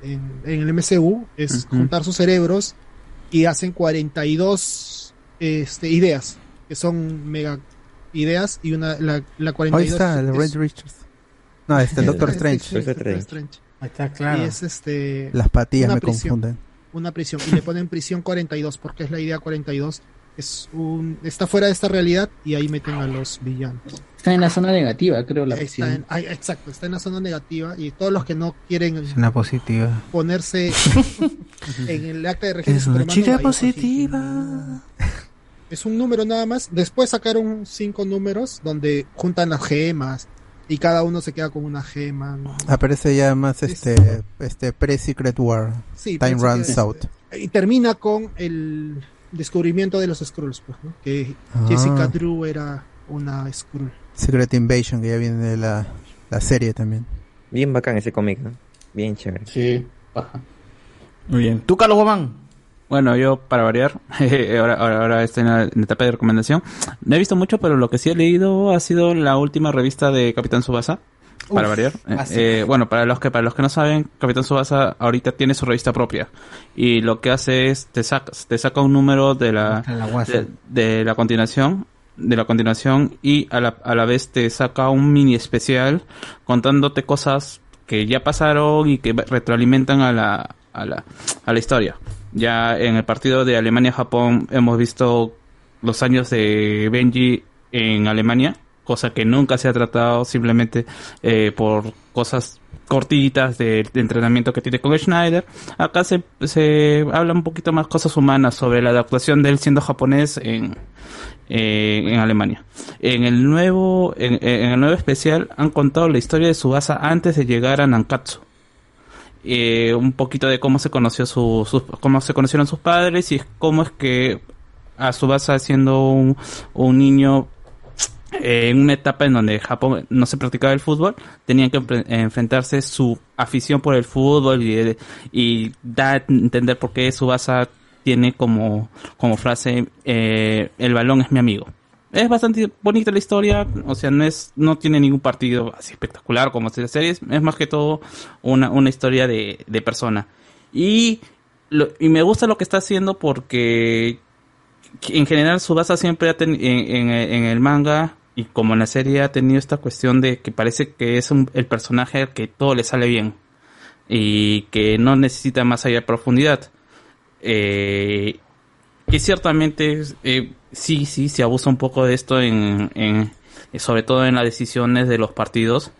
[SPEAKER 7] en- en el MCU, es
[SPEAKER 4] Ujú.
[SPEAKER 7] juntar sus cerebros y hacen 42 este, ideas, que son mega ideas, y una, la, la 42
[SPEAKER 10] Ahí está, el
[SPEAKER 7] es-
[SPEAKER 10] Red Richards. No, este, el Doctor
[SPEAKER 7] Sí,
[SPEAKER 10] Strange.
[SPEAKER 7] el Doctor Strange.
[SPEAKER 4] Ahí está, claro.
[SPEAKER 7] Y es este.
[SPEAKER 10] Las patillas
[SPEAKER 7] una
[SPEAKER 10] me
[SPEAKER 7] prisión,
[SPEAKER 10] confunden.
[SPEAKER 7] Una prisión. Y le ponen prisión 42, porque es la idea 42. Es un, está fuera de esta realidad y ahí meten a los villanos.
[SPEAKER 8] Está en la zona negativa, creo, la
[SPEAKER 7] Está en-
[SPEAKER 8] prisión.
[SPEAKER 7] ah, exacto, está en la zona negativa y todos los que no quieren
[SPEAKER 4] Una positiva.
[SPEAKER 7] ponerse en el acta de registro
[SPEAKER 4] Es una
[SPEAKER 7] superhumano,
[SPEAKER 4] chica
[SPEAKER 7] ahí,
[SPEAKER 4] positiva.
[SPEAKER 7] es un número nada más. Después sacaron cinco números donde juntan las gemas y cada uno se queda con una gema. ¿no?
[SPEAKER 10] Aparece ya más este, este pre-Secret War. Time
[SPEAKER 7] Sí, parece
[SPEAKER 10] Runs
[SPEAKER 7] que-
[SPEAKER 10] Out.
[SPEAKER 7] Y termina con el descubrimiento de los Skrulls, pues, ¿no? Que
[SPEAKER 10] Ah.
[SPEAKER 7] Jessica Drew era una Skrull.
[SPEAKER 10] Secret Invasion, que ya viene de la, la serie también.
[SPEAKER 11] Bien bacán ese cómic, ¿no? Bien chévere.
[SPEAKER 8] Sí.
[SPEAKER 15] Muy bien. ¿Tú, Carlos Guamán?
[SPEAKER 14] Bueno, yo para variar, jeje, ahora, ahora, ahora estoy en la, en la etapa de recomendación. No he visto mucho, pero lo que sí he leído ha sido la última revista de Capitán Subasa. Para
[SPEAKER 21] Uf,
[SPEAKER 14] variar.
[SPEAKER 15] ah,
[SPEAKER 14] Eh,
[SPEAKER 21] así.
[SPEAKER 14] eh, bueno, para los que para los que no saben, Capitán Subasa ahorita tiene su revista propia. Y lo que hace es te saca, te saca un número de la,
[SPEAKER 4] Hasta Ah, la guasa.
[SPEAKER 14] de, de la continuación. De la continuación. Y a la, a la vez te saca un mini especial contándote cosas que ya pasaron y que retroalimentan a la, a la, a la historia. Ya en el partido de Alemania-Japón hemos visto los años de Benji en Alemania, cosa que nunca se ha tratado simplemente eh, por cosas cortitas de, de entrenamiento que tiene con Schneider. Acá se, se habla un poquito más cosas humanas sobre la adaptación de él siendo japonés en, eh, en Alemania. En el nuevo en, en el nuevo especial han contado la historia de Subasa antes de llegar a Nankatsu eh, un poquito de cómo se conoció su, sus- cómo se conocieron sus padres y cómo es que a su base siendo un, un niño eh, en una etapa en donde Japón no se practicaba el fútbol, tenían que enfre- enfrentarse su afición por el fútbol y, y da a entender por qué Subasa tiene como, como frase eh, el balón es mi amigo. Es bastante bonita la historia, o sea, no es no tiene ningún partido así espectacular como si la serie, es es más que todo una, una historia de, de persona. Y, lo- y me gusta lo que está haciendo porque que en general Subasa siempre ha tenido en, en- en el manga y como en la serie ha tenido esta cuestión de que parece que es un- el personaje al que todo le sale bien y que no necesita más allá de profundidad. Eh, que ciertamente eh, sí, sí, se abusa un poco de esto en, en- eh, sobre todo en las decisiones de los partidos,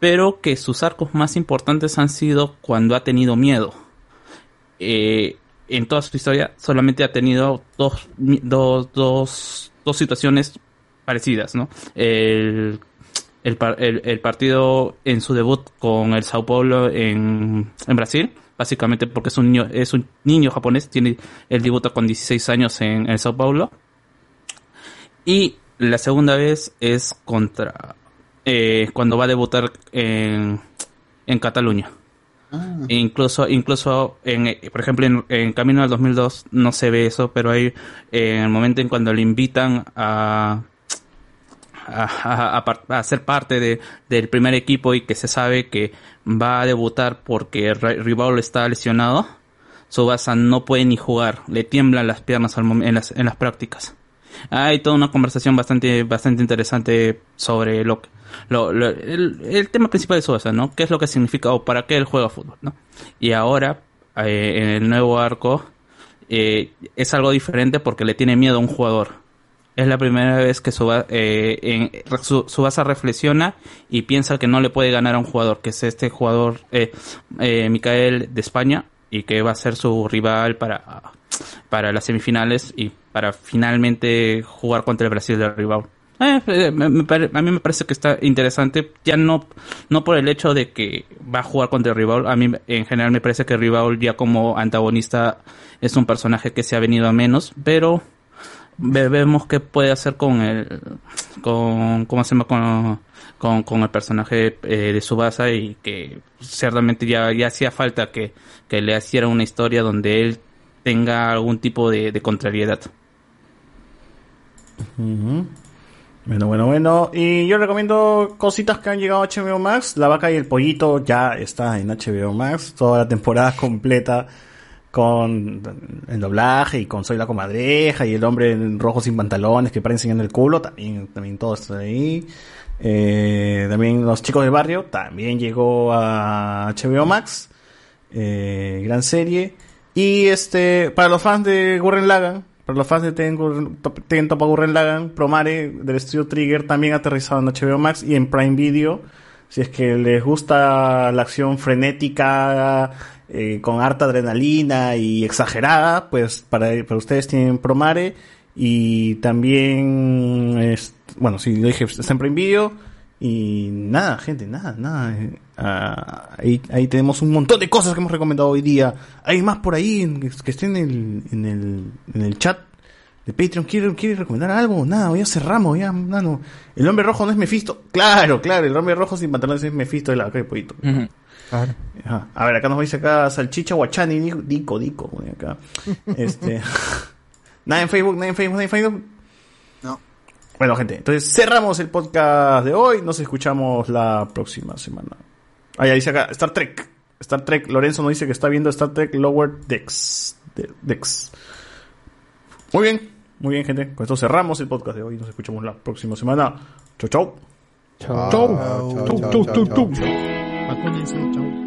[SPEAKER 14] pero que sus arcos más importantes han sido cuando ha tenido miedo eh, en toda su historia solamente ha tenido dos, dos, dos, dos situaciones parecidas, ¿no? El, el, par- el- el partido en su debut con el Sao Paulo en, en Brasil, básicamente porque es un niño, es un niño japonés, tiene el debuta con 16 años en el Sao Paulo. Y la segunda vez es contra eh, cuando va a debutar en, en Cataluña. E incluso, incluso en, eh, por ejemplo, en, en Camino al 2002 no se ve eso, pero hay eh, en el momento en cuando le invitan a, a, a- a par- a ser parte de- del primer equipo y que se sabe que va a debutar porque Ra- Rivaldo está lesionado, Subasa no puede ni jugar, le tiemblan las piernas al mom- en, las, en las prácticas. Hay toda una conversación bastante, bastante interesante sobre lo, que- lo- lo- el, el tema principal de Subasa, ¿no? ¿Qué es lo que significa o para qué él juega fútbol, ¿no? Y ahora, eh, en el nuevo arco, eh, es algo diferente porque le tiene miedo a un jugador. Es la primera vez que Suba- eh, en- re- Su- Subasa reflexiona y piensa que no le puede ganar a un jugador, que es este jugador eh, eh, Micael de España y que va a ser su rival para, para las semifinales y para finalmente jugar contra el Brasil del rival. Eh, eh, me- me pare- a mí me parece que está interesante, ya no, no por el hecho de que va a jugar contra el rival, a mí en general me parece que rival ya como antagonista es un personaje que se ha venido a menos, pero ve- vemos qué puede hacer con el con cómo se llama con, con, con el personaje eh, de Subasa y que ciertamente ya, ya hacía falta que, que le hiciera una historia donde él tenga algún tipo de, de contrariedad.
[SPEAKER 6] Ujú. Bueno, bueno, bueno. Y yo recomiendo cositas que han llegado a HBO Max. La vaca y el pollito ya está en HBO Max. Toda la temporada completa con el doblaje y con Soy la comadreja y el hombre en rojo sin pantalones que para enseñando el culo. También, también todo está ahí. Eh, también Los Chicos del Barrio también llegó a HBO Max. Eh, gran serie. Y este, para los fans de Gurren Lagan, para los fans de Ten, Gurren- Top- Ten Topa Gurren Lagan, Promare del estudio Trigger también aterrizado en HBO Max y en Prime Video. Si es que les gusta la acción frenética, eh, con harta adrenalina y exagerada, pues para, para ustedes tienen Promare. Y también, es- bueno, si lo dije, está en Prime Video. Y nada, gente, nada, nada. eh, ah, ahí, ahí tenemos un montón de cosas que hemos recomendado hoy día. Hay más por ahí en- que estén en el, en el, en el chat de Patreon. ¿Quiere, quiere recomendar algo? Nada, ya cerramos, ya, nano. El hombre rojo no es Mephisto. Claro, claro, el hombre rojo sin pantalones es Mephisto de la vaca de pollito. Ajá. A ver, acá nos dice acá Salchicha Guachani, Dico, Dico, Dico, güey, acá. Este. nada en Facebook, nada en Facebook, nada en Facebook.
[SPEAKER 40] No.
[SPEAKER 6] Bueno, gente, entonces cerramos el podcast de hoy. Nos escuchamos la próxima semana. Ah, ya dice acá, Star Trek. Star Trek, Lorenzo nos dice que está viendo Star Trek Lower Decks. De- Decks. Muy bien, muy bien, gente. Con esto cerramos el podcast de hoy. Nos escuchamos la próxima semana. Chau, chau. Ah,
[SPEAKER 31] Chau. Chau, chau, chau, chau, chau.
[SPEAKER 7] Vacúnense, chau.